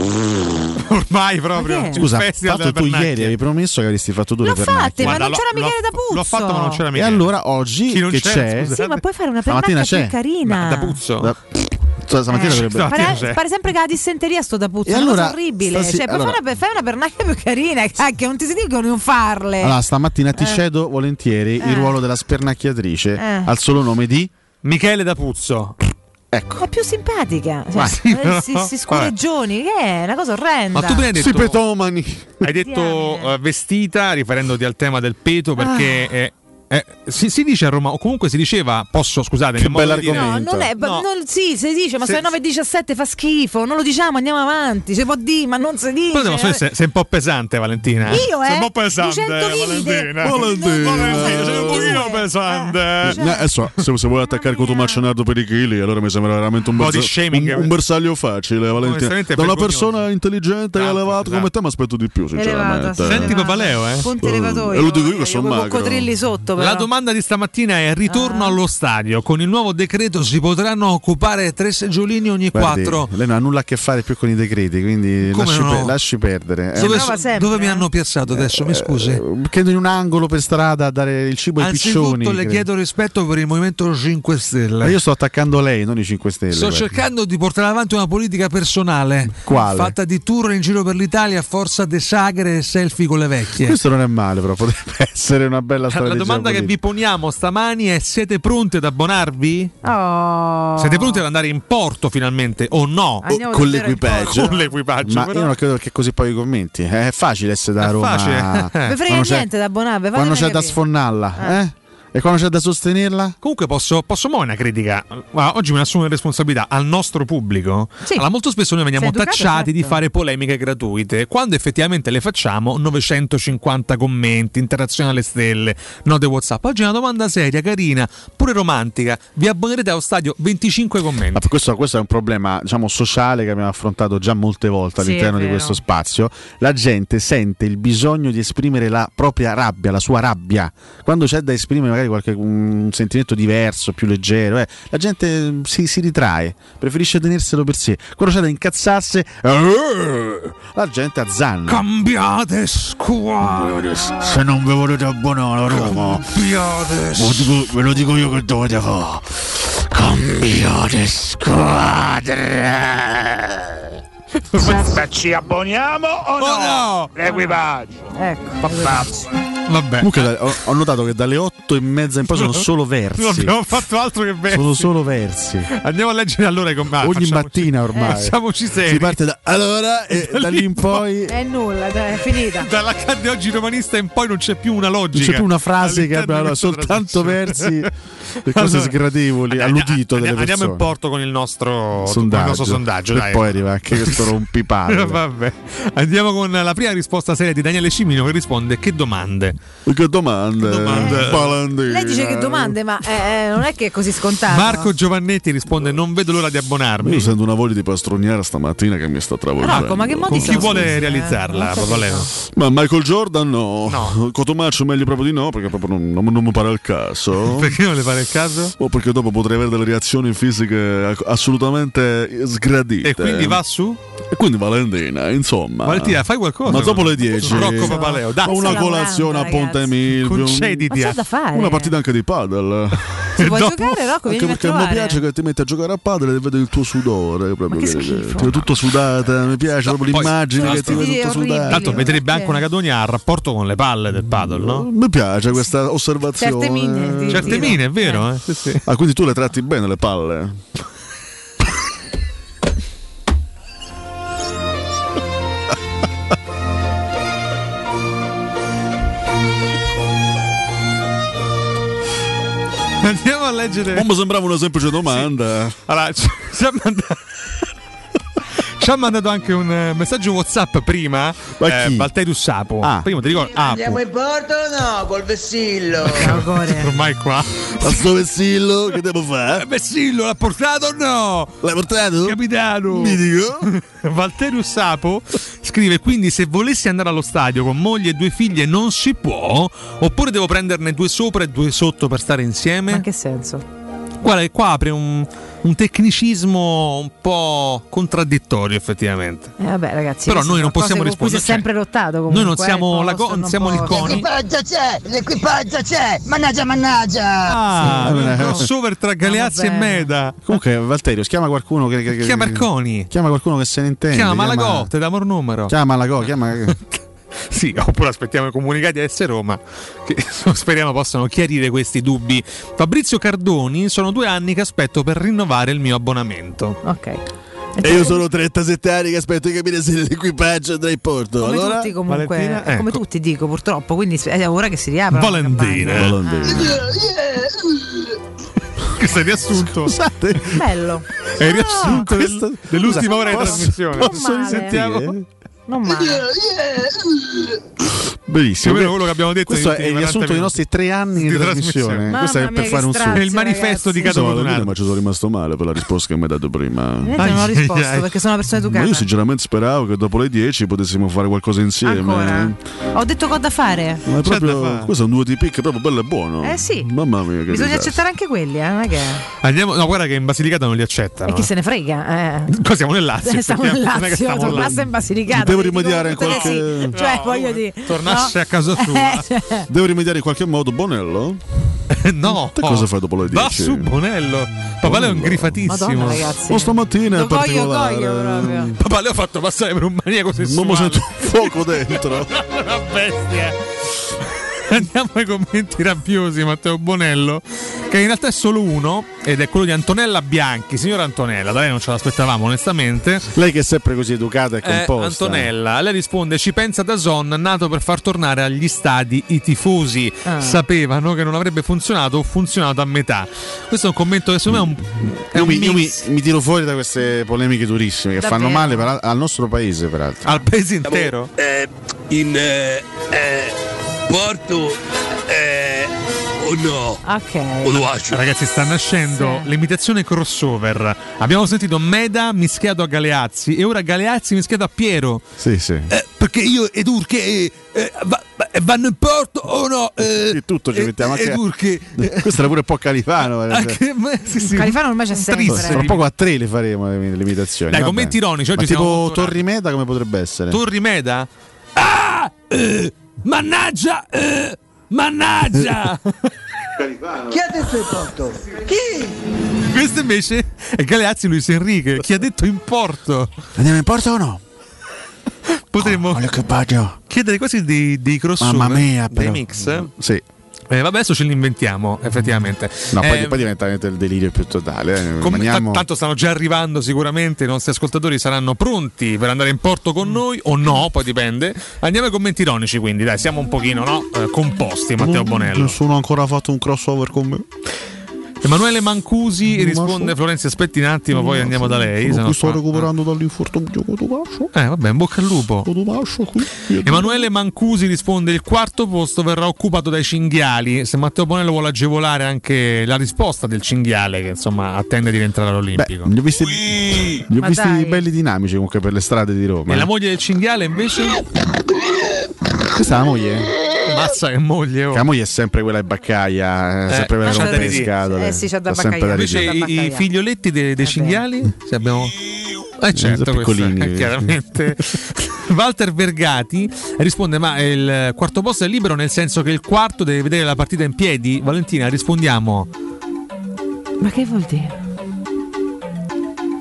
[SPEAKER 3] Ormai proprio. il
[SPEAKER 4] Scusa,
[SPEAKER 3] festival
[SPEAKER 4] tanto
[SPEAKER 3] della
[SPEAKER 4] tu
[SPEAKER 3] pernacchia.
[SPEAKER 4] ieri avevi promesso che avresti fatto due
[SPEAKER 2] L'ho
[SPEAKER 4] per
[SPEAKER 2] fatte, ma non c'era Michele da Puzzo.
[SPEAKER 3] L'ho fatto, ma non c'era
[SPEAKER 4] E
[SPEAKER 3] Michele.
[SPEAKER 4] allora oggi
[SPEAKER 3] Chi non
[SPEAKER 4] che
[SPEAKER 3] c'era,
[SPEAKER 4] c'è?
[SPEAKER 3] scusate?
[SPEAKER 2] Sì, ma puoi fare una
[SPEAKER 4] Stamattina
[SPEAKER 2] pernacchia più
[SPEAKER 4] c'è.
[SPEAKER 2] carina.
[SPEAKER 4] Puzzo. stamattina
[SPEAKER 2] Eh,
[SPEAKER 4] dovrebbe
[SPEAKER 2] pare, pare sempre che la dissenteria sto da puzzo,
[SPEAKER 4] E
[SPEAKER 2] è una
[SPEAKER 4] allora,
[SPEAKER 2] cosa orribile.
[SPEAKER 4] stasi-
[SPEAKER 2] Cioè, puoi
[SPEAKER 4] allora-
[SPEAKER 2] fare una, fai una pernacchia più carina, cacchio, non ti si dicono di non farle.
[SPEAKER 4] Allora, stamattina ti
[SPEAKER 2] Eh.
[SPEAKER 4] cedo volentieri
[SPEAKER 2] Eh.
[SPEAKER 4] il ruolo della spernacchiatrice
[SPEAKER 2] Eh.
[SPEAKER 4] al solo nome di
[SPEAKER 3] Michele D'Apuzzo.
[SPEAKER 2] È più simpatica. Cioè,
[SPEAKER 4] Ma sì,
[SPEAKER 2] eh,
[SPEAKER 4] però-
[SPEAKER 2] si, si scureggioni, che è una cosa orrenda.
[SPEAKER 3] Ma tu prima hai detto, hai detto
[SPEAKER 2] Diamine.
[SPEAKER 3] eh, vestita riferendoti al tema del peto
[SPEAKER 2] Ah.
[SPEAKER 3] perché eh, eh, si, si dice a Roma, o comunque si diceva, posso scusate, che
[SPEAKER 2] No, non è. ma non- sì, si dice, ma
[SPEAKER 3] Se-
[SPEAKER 2] se, 9,17 fa schifo, non lo diciamo, andiamo avanti. Si può dire, ma non si dice. eh.
[SPEAKER 3] Però devo sei, sei un po' pesante Valentina.
[SPEAKER 2] Io,
[SPEAKER 3] Sei
[SPEAKER 2] eh,
[SPEAKER 3] un po' pesante
[SPEAKER 2] 200 livide.
[SPEAKER 3] Valentina. Valentina, sei un pochino pesante.
[SPEAKER 4] No, adesso, eh, se, se vuoi attaccare con Tommaso Nardo per i chili, allora mi sembra veramente un,
[SPEAKER 3] Un po'
[SPEAKER 4] bersa-
[SPEAKER 3] di shaming.
[SPEAKER 4] un- un bersaglio facile. Valentina.
[SPEAKER 3] Onestamente è
[SPEAKER 4] Da una
[SPEAKER 3] vergognoso. Esatto,
[SPEAKER 4] persona intelligente e elevata come te, mi aspetto di più,
[SPEAKER 2] Elevata,
[SPEAKER 4] sinceramente.
[SPEAKER 2] sì, Senti elevata.
[SPEAKER 3] Papaleo, eh?
[SPEAKER 2] Ponte
[SPEAKER 4] Eh,
[SPEAKER 2] elevatoio.
[SPEAKER 4] e lo dico io che son
[SPEAKER 2] con
[SPEAKER 4] magro.
[SPEAKER 2] coccodrilli sotto, però. Ah.
[SPEAKER 3] La domanda di stamattina è ritorno allo stadio. Con il nuovo decreto si potranno occupare tre seggiolini ogni
[SPEAKER 4] Guardi,
[SPEAKER 3] quattro.
[SPEAKER 4] Lei non ha nulla a che fare più con i decreti, quindi
[SPEAKER 3] Come
[SPEAKER 4] lasci,
[SPEAKER 3] no?
[SPEAKER 4] pe- lasci perdere. Eh,
[SPEAKER 3] Dove, dove mi hanno piazzato adesso? Mi scusi.
[SPEAKER 4] Credo in un angolo per strada a dare il cibo ai
[SPEAKER 3] Anzitutto
[SPEAKER 4] piccioni.
[SPEAKER 3] le
[SPEAKER 4] credo.
[SPEAKER 3] chiedo rispetto per il Movimento 5 Stelle.
[SPEAKER 4] Ma io sto attaccando lei, non i 5 Stelle.
[SPEAKER 3] Sto
[SPEAKER 4] guardi.
[SPEAKER 3] cercando di portare avanti una politica personale.
[SPEAKER 4] Quale?
[SPEAKER 3] Fatta di tour in giro per l'Italia, forza de sagre e selfie con le vecchie.
[SPEAKER 4] Questo non è male, però potrebbe essere una bella
[SPEAKER 3] La
[SPEAKER 4] strategia.
[SPEAKER 3] domanda che
[SPEAKER 4] politica.
[SPEAKER 3] vi poniamo stamani è: siete pronti ad abbonarvi?
[SPEAKER 2] Oh.
[SPEAKER 3] Siete pronti ad andare in porto finalmente o no?
[SPEAKER 2] Andiamo con a vedere l'equipaggio.
[SPEAKER 3] Con l'equipaggio.
[SPEAKER 4] Ma
[SPEAKER 3] però.
[SPEAKER 4] io non credo che così poi i commenti. eh? È facile essere da Roma.
[SPEAKER 3] facile.
[SPEAKER 4] Quando
[SPEAKER 2] Mi frega
[SPEAKER 4] c'è-
[SPEAKER 2] niente da abbonarvi.
[SPEAKER 4] Quando
[SPEAKER 2] fatemi
[SPEAKER 4] c'è da
[SPEAKER 2] capire. Ah.
[SPEAKER 4] sfonnarla, eh? E quando c'è da sostenerla?
[SPEAKER 3] Comunque posso, posso muovere una critica, Ma oggi me ne assumo la responsabilità al nostro pubblico.
[SPEAKER 4] Sì.
[SPEAKER 3] Allora, molto spesso noi veniamo
[SPEAKER 4] Sei educato,
[SPEAKER 3] tacciati di
[SPEAKER 4] certo.
[SPEAKER 3] fare polemiche gratuite, quando effettivamente le facciamo 950 commenti, interazione alle stelle, note WhatsApp. Oggi è una domanda seria, carina, pure romantica. Vi abbonerete allo stadio 25 commenti.
[SPEAKER 4] Ma questo, questo è un problema diciamo, sociale che abbiamo affrontato già molte volte
[SPEAKER 3] Sì,
[SPEAKER 4] all'interno
[SPEAKER 3] è
[SPEAKER 4] di
[SPEAKER 3] vero.
[SPEAKER 4] questo spazio. La gente sente il bisogno di esprimere la propria rabbia, la sua rabbia. Quando c'è da esprimere magari qualche, un sentimento diverso, più leggero, eh, la gente mm, si, si ritrae, preferisce tenerselo per sé. Quando c'è da incazzarsi, eh, la gente azzanna.
[SPEAKER 3] Cambiate squadra!
[SPEAKER 4] Se non vi volete abbonare a Roma,
[SPEAKER 3] Cambiate
[SPEAKER 4] ve lo dico- ve lo dico io che dovete fare. Cambiate squadra!
[SPEAKER 1] Se ci abboniamo o no?
[SPEAKER 5] Oh,
[SPEAKER 1] L'equipaggio.
[SPEAKER 2] Ecco.
[SPEAKER 3] Vabbè.
[SPEAKER 4] Comunque da- ho, ho notato che dalle 8 e mezza in poi sono solo versi.
[SPEAKER 3] Non abbiamo fatto altro che versi.
[SPEAKER 4] Sono solo versi.
[SPEAKER 3] Andiamo a leggere allora i commenti.
[SPEAKER 4] Ogni mattina ormai.
[SPEAKER 3] Facciamoci seri.
[SPEAKER 4] Si parte da allora e da lì in poi
[SPEAKER 2] È nulla, dai, è finita.
[SPEAKER 3] Dall'accadde oggi romanista in poi non c'è più una logica.
[SPEAKER 4] non c'è più una frase che
[SPEAKER 3] All'interno
[SPEAKER 4] abbia
[SPEAKER 3] di
[SPEAKER 4] allora,
[SPEAKER 3] questa
[SPEAKER 4] soltanto versi per cose
[SPEAKER 3] Allora,
[SPEAKER 11] eh,
[SPEAKER 4] sgradevoli all'udito delle
[SPEAKER 3] Andiamo in
[SPEAKER 4] persone.
[SPEAKER 3] porto con il nostro con il nostro sondaggio.
[SPEAKER 4] e
[SPEAKER 3] dai.
[SPEAKER 4] poi arriva anche questo rompipalle.
[SPEAKER 3] Vabbè. Andiamo con la prima risposta seria di Daniele Cimino che risponde che domande.
[SPEAKER 4] Che domande?
[SPEAKER 3] domande?
[SPEAKER 4] Palandino.
[SPEAKER 2] Lei dice che domande, ma eh, non è che è così scontato.
[SPEAKER 3] Marco Giovannetti risponde non vedo l'ora di abbonarmi.
[SPEAKER 4] Io sento una voglia di pastroniera stamattina che mi sta travolgendo.
[SPEAKER 2] Rocco, ma che modi
[SPEAKER 3] Con chi
[SPEAKER 2] sono?
[SPEAKER 3] vuole
[SPEAKER 2] scusi, eh?
[SPEAKER 3] realizzarla? Papaleo?
[SPEAKER 4] Ma Michael Jordan no. Cotomaccio meglio proprio di no, perché proprio non, non- non mi pare il caso.
[SPEAKER 3] Perché non le pare il caso?
[SPEAKER 4] O perché dopo potrei avere delle reazioni fisiche assolutamente sgradite.
[SPEAKER 3] E quindi va su?
[SPEAKER 4] E quindi Valentina, insomma.
[SPEAKER 3] Valentina, fai qualcosa.
[SPEAKER 4] Ma dopo le 10.
[SPEAKER 3] Rocco Papaleo, dai.
[SPEAKER 4] Ho una
[SPEAKER 3] Sto
[SPEAKER 4] colazione a
[SPEAKER 2] lavorando,
[SPEAKER 4] Ponte
[SPEAKER 2] ragazzi.
[SPEAKER 4] Milvio.
[SPEAKER 3] Concediti Ma c'è a- da
[SPEAKER 2] fare.
[SPEAKER 4] Una partita anche di padel.
[SPEAKER 2] Eh, Se vuoi
[SPEAKER 3] Dopo-
[SPEAKER 2] giocare, Rocco,
[SPEAKER 4] Anche
[SPEAKER 2] Ah, vieni a
[SPEAKER 4] perché mi
[SPEAKER 2] trovare.
[SPEAKER 4] piace che ti metti a giocare a padel e vedo il tuo sudore. Proprio
[SPEAKER 2] che
[SPEAKER 4] vedi
[SPEAKER 2] schifo.
[SPEAKER 4] Ti vedo tutto sudata, mi
[SPEAKER 11] eh,
[SPEAKER 4] piace proprio
[SPEAKER 3] Poi,
[SPEAKER 4] l'immagine
[SPEAKER 3] tra
[SPEAKER 4] che ti
[SPEAKER 3] l'altro-
[SPEAKER 4] vedo tutto sudata.
[SPEAKER 3] Tanto vedrebbe anche una Cadonia al rapporto con le palle del paddle, no?
[SPEAKER 4] Mi piace questa osservazione.
[SPEAKER 2] Certe mine, ti-
[SPEAKER 3] Certe
[SPEAKER 2] ti-
[SPEAKER 3] mine, è vero, eh? Sì, sì.
[SPEAKER 4] Ah, quindi tu le tratti bene le palle?
[SPEAKER 3] Andiamo a leggere.
[SPEAKER 4] Non mi sembrava una semplice domanda.
[SPEAKER 3] Allora, ci, ci ha mandato. ci ha mandato anche un eh, messaggio WhatsApp prima.
[SPEAKER 4] Ma chi?
[SPEAKER 3] Valterius Sapo.
[SPEAKER 4] Ah.
[SPEAKER 3] Prima ti ricordo.
[SPEAKER 11] Andiamo
[SPEAKER 3] Apu.
[SPEAKER 11] in porto o no? Col vessillo.
[SPEAKER 3] Ormai qua.
[SPEAKER 4] Ma sto vessillo, che devo
[SPEAKER 11] Eh,
[SPEAKER 4] fare?
[SPEAKER 3] Vessillo l'ha portato o no?
[SPEAKER 4] L'hai portato?
[SPEAKER 3] Capitano. Mi
[SPEAKER 4] dico.
[SPEAKER 3] Valterius Sapo scrive quindi se volessi andare allo stadio con moglie e due figlie non si può oppure devo prenderne due sopra e due sotto per stare insieme?
[SPEAKER 2] Ma in che senso?
[SPEAKER 3] Guarda, qua apre un, un tecnicismo un po' contraddittorio effettivamente.
[SPEAKER 2] Eh, vabbè, ragazzi.
[SPEAKER 3] Però
[SPEAKER 2] queste
[SPEAKER 3] noi non
[SPEAKER 2] sono
[SPEAKER 3] possiamo
[SPEAKER 2] cose con cui
[SPEAKER 3] rispondere,
[SPEAKER 2] Si è sempre lottato comunque.
[SPEAKER 3] Noi non siamo
[SPEAKER 2] eh,
[SPEAKER 3] la Go-
[SPEAKER 2] Costa, non
[SPEAKER 3] siamo il
[SPEAKER 2] può-
[SPEAKER 3] CONI.
[SPEAKER 11] L'equipaggio c'è, l'equipaggio c'è. Mannaggia, mannaggia.
[SPEAKER 3] Ah,
[SPEAKER 4] Sì.
[SPEAKER 3] un crossover tra Galeazzi e
[SPEAKER 11] bene.
[SPEAKER 3] Meda.
[SPEAKER 4] Eh, Comunque, Valterio, chiama qualcuno che. che- che-
[SPEAKER 3] Chiama Arconi.
[SPEAKER 4] Chiama qualcuno che se ne intende.
[SPEAKER 3] Chiama Malagotte, dammi un numero.
[SPEAKER 4] Chiama Malagò, chiama.
[SPEAKER 3] Sì, oppure aspettiamo i comunicati a S Roma che speriamo possano chiarire questi dubbi. Fabrizio Cardoni, sono due anni che aspetto per rinnovare il mio abbonamento.
[SPEAKER 2] Ok.
[SPEAKER 4] E io sono 37 anni che aspetto di capire se l'equipaggio andrà in porto.
[SPEAKER 2] Come
[SPEAKER 4] allora,
[SPEAKER 2] tutti comunque,
[SPEAKER 3] Valentina,
[SPEAKER 2] eh, come
[SPEAKER 3] ecco.
[SPEAKER 2] tutti dico purtroppo, quindi è ora che si riapra.
[SPEAKER 3] Valentina. Questo è riassunto.
[SPEAKER 4] Scusate,
[SPEAKER 2] Bello, Ah,
[SPEAKER 3] È il riassunto del-
[SPEAKER 4] Questo-
[SPEAKER 3] dell'ultima
[SPEAKER 4] scusa,
[SPEAKER 3] ora di
[SPEAKER 4] posso-
[SPEAKER 3] trasmissione.
[SPEAKER 4] Posso
[SPEAKER 2] Non male.
[SPEAKER 4] risentire?
[SPEAKER 2] non male.
[SPEAKER 4] Benissimo.
[SPEAKER 3] Più o meno quello che abbiamo detto
[SPEAKER 4] Questo
[SPEAKER 3] negli
[SPEAKER 4] è il
[SPEAKER 3] ultimi
[SPEAKER 4] riassunto
[SPEAKER 3] 40
[SPEAKER 4] dei nostri tre anni di,
[SPEAKER 3] Di
[SPEAKER 4] trasmissione.
[SPEAKER 3] trasmissione.
[SPEAKER 4] Questo
[SPEAKER 2] Mamma
[SPEAKER 4] è per
[SPEAKER 2] mia,
[SPEAKER 4] fare
[SPEAKER 2] che
[SPEAKER 4] un
[SPEAKER 2] strazio,
[SPEAKER 3] È
[SPEAKER 4] su.
[SPEAKER 3] il manifesto di Cato
[SPEAKER 4] Insomma, Valdina,
[SPEAKER 3] Cotonardo.
[SPEAKER 4] ma ci sono rimasto male per la risposta che mi hai dato prima.
[SPEAKER 2] Niente, non ho
[SPEAKER 3] Ai, ai,
[SPEAKER 2] risposto
[SPEAKER 3] ai.
[SPEAKER 2] perché sono una persona
[SPEAKER 4] Ma
[SPEAKER 2] educata.
[SPEAKER 4] io sinceramente speravo che dopo le 10 potessimo fare qualcosa insieme.
[SPEAKER 2] Ancora? Ho detto che ho da fare.
[SPEAKER 4] Ma è
[SPEAKER 3] C'è
[SPEAKER 4] proprio-
[SPEAKER 3] da fare.
[SPEAKER 4] questo è un duo di picche proprio bello e buono.
[SPEAKER 2] Eh sì.
[SPEAKER 4] Mamma mia, che
[SPEAKER 2] Bisogna
[SPEAKER 4] disastro.
[SPEAKER 2] accettare anche quelli, eh, non è che
[SPEAKER 3] Andiamo, no, guarda che in Basilicata non li accettano.
[SPEAKER 2] e chi
[SPEAKER 3] eh.
[SPEAKER 2] se ne frega, eh.
[SPEAKER 3] Qua siamo nel Lazio.
[SPEAKER 2] Stiamo in
[SPEAKER 3] effettivamente, non è che
[SPEAKER 2] Lazio,
[SPEAKER 3] stiamo là.
[SPEAKER 2] tornasse in Basilicata.
[SPEAKER 4] Devo
[SPEAKER 2] ti dico
[SPEAKER 4] rimediare in
[SPEAKER 2] tutte le
[SPEAKER 4] qualche-
[SPEAKER 2] sì. Cioè,
[SPEAKER 3] No,
[SPEAKER 2] voglio dire.
[SPEAKER 3] tornasse
[SPEAKER 2] no.
[SPEAKER 3] a casa sua.
[SPEAKER 2] Eh, cioè,
[SPEAKER 4] Devo rimediare in qualche modo Bonello?
[SPEAKER 3] Eh, no.
[SPEAKER 4] Te cosa fai dopo le
[SPEAKER 3] Va
[SPEAKER 4] 10?
[SPEAKER 3] su Bonello. Papaleo è un grifatissimo.
[SPEAKER 2] Madonna, ragazzi.
[SPEAKER 4] Oh, stamattina
[SPEAKER 2] Lo
[SPEAKER 4] è
[SPEAKER 2] coglio,
[SPEAKER 4] particolare.
[SPEAKER 2] coglio proprio.
[SPEAKER 3] Papaleo ha fatto passare per un maniaco
[SPEAKER 4] Non
[SPEAKER 3] sessuale.
[SPEAKER 4] mi sento un fuoco dentro.
[SPEAKER 3] una bestia. Andiamo ai commenti rabbiosi, Matteo Bonello, che in realtà è solo uno, ed è quello di Antonella Bianchi. Signora Antonella, da lei non ce l'aspettavamo onestamente.
[SPEAKER 4] Lei che è sempre così educata e
[SPEAKER 3] Eh,
[SPEAKER 4] composta.
[SPEAKER 3] Antonella, lei risponde: Ci pensa da Zon, nato per far tornare agli stadi i tifosi.
[SPEAKER 2] Ah.
[SPEAKER 3] Sapevano che non avrebbe funzionato o funzionato a metà. Questo è un commento che secondo me è un. È
[SPEAKER 4] Io,
[SPEAKER 3] un
[SPEAKER 4] mi, io mi-
[SPEAKER 3] mix
[SPEAKER 4] mi tiro fuori da queste polemiche durissime che
[SPEAKER 2] Davvero?
[SPEAKER 4] fanno male per- al nostro paese, peraltro.
[SPEAKER 3] al paese intero.
[SPEAKER 5] Eh, in eh, eh, porto eh, o no? ah, O
[SPEAKER 2] Ok.
[SPEAKER 5] lo faccio?
[SPEAKER 3] Ragazzi, sta nascendo
[SPEAKER 2] Sì.
[SPEAKER 3] l'imitazione crossover. Abbiamo sentito Meda mischiato a Galeazzi e ora Galeazzi mischiato a Piero.
[SPEAKER 4] Sì, sì.
[SPEAKER 5] Eh, perché io ed Urche eh, eh, va- va- vanno in porto o no? Eh,
[SPEAKER 4] Sì, tutto ci
[SPEAKER 5] eh,
[SPEAKER 4] mettiamo
[SPEAKER 5] eh,
[SPEAKER 4] anche-
[SPEAKER 5] Ed Urche. eh,
[SPEAKER 4] Questo era pure un po' califano. eh.
[SPEAKER 3] Anche me- sì, sì.
[SPEAKER 2] Califano ormai c'è
[SPEAKER 3] Triste.
[SPEAKER 4] Tra
[SPEAKER 2] sempre.
[SPEAKER 4] poco a tre le faremo le, le imitazioni.
[SPEAKER 3] Dai,
[SPEAKER 4] vabbè.
[SPEAKER 3] commenti ironici, oggi
[SPEAKER 4] Ma
[SPEAKER 3] siamo
[SPEAKER 4] tipo
[SPEAKER 3] molto
[SPEAKER 4] Torri Meda come potrebbe essere?
[SPEAKER 3] Torri Meda? Ah! Eh,
[SPEAKER 5] Mannaggia! eh, mannaggia!
[SPEAKER 11] Chi ha detto il porto? Chi?
[SPEAKER 3] Questo invece è Galeazzi Luis Enrique, chi ha detto in porto.
[SPEAKER 4] Andiamo in porta o no?
[SPEAKER 3] Potremmo
[SPEAKER 4] Olio che bagno.
[SPEAKER 3] chiedere quasi dei, dei crossover,
[SPEAKER 4] Mamma mia,
[SPEAKER 3] dei
[SPEAKER 4] però.
[SPEAKER 3] mix. Eh,
[SPEAKER 4] Sì.
[SPEAKER 3] vabbè, adesso ce li inventiamo, effettivamente.
[SPEAKER 4] No, poi,
[SPEAKER 3] Eh,
[SPEAKER 4] poi diventa veramente il delirio più totale. eh.
[SPEAKER 3] Com-
[SPEAKER 4] Rimaniamo-
[SPEAKER 3] ta- tanto stanno già arrivando sicuramente, i nostri ascoltatori saranno pronti per andare in porto con noi o no, poi dipende. Andiamo ai commenti ironici quindi, dai,
[SPEAKER 4] Mm,
[SPEAKER 3] siamo un pochino no? Eh, composti Matteo Bonello.
[SPEAKER 4] Nessuno ha ancora fatto un crossover con me.
[SPEAKER 3] Emanuele Mancusi risponde Florenzi aspetti un attimo poi andiamo da lei se no
[SPEAKER 4] Io sto
[SPEAKER 3] qua-
[SPEAKER 4] recuperando dall'infortunio Cotumaccio.
[SPEAKER 3] Eh, vabbè, in bocca al lupo.
[SPEAKER 4] Cotumaccio qui.
[SPEAKER 3] Eh. Emanuele Mancusi risponde: Il quarto posto verrà occupato dai cinghiali. Se Matteo Bonello vuole agevolare anche la risposta del cinghiale, che insomma attende di rientrare all'Olimpico.
[SPEAKER 4] Li ho visti, li ho
[SPEAKER 3] Ma
[SPEAKER 4] visti
[SPEAKER 3] dai.
[SPEAKER 4] belli dinamici comunque per le strade di Roma.
[SPEAKER 3] E
[SPEAKER 4] eh.
[SPEAKER 3] la moglie del cinghiale invece?
[SPEAKER 4] Questa è la moglie?
[SPEAKER 3] Mazza che moglie.
[SPEAKER 4] La moglie è sempre quella di Baccaia, è sempre quella che
[SPEAKER 3] lasciate
[SPEAKER 4] rompe le
[SPEAKER 3] di dire.
[SPEAKER 4] scatole.
[SPEAKER 2] Eh sì, c'è da
[SPEAKER 4] Sta sempre
[SPEAKER 2] Baccaia.
[SPEAKER 4] da
[SPEAKER 3] Invece
[SPEAKER 4] ridere.
[SPEAKER 3] i, i figlioletti de- dei, cinghiali? Se abbiamo. Eh certo,
[SPEAKER 4] Sono
[SPEAKER 3] questo,
[SPEAKER 4] piccolini.
[SPEAKER 3] eh, chiaramente. Walter Vergati risponde: Ma il quarto posto è libero nel senso che il quarto deve vedere la partita in piedi? Valentina, rispondiamo.
[SPEAKER 2] Ma che vuol dire?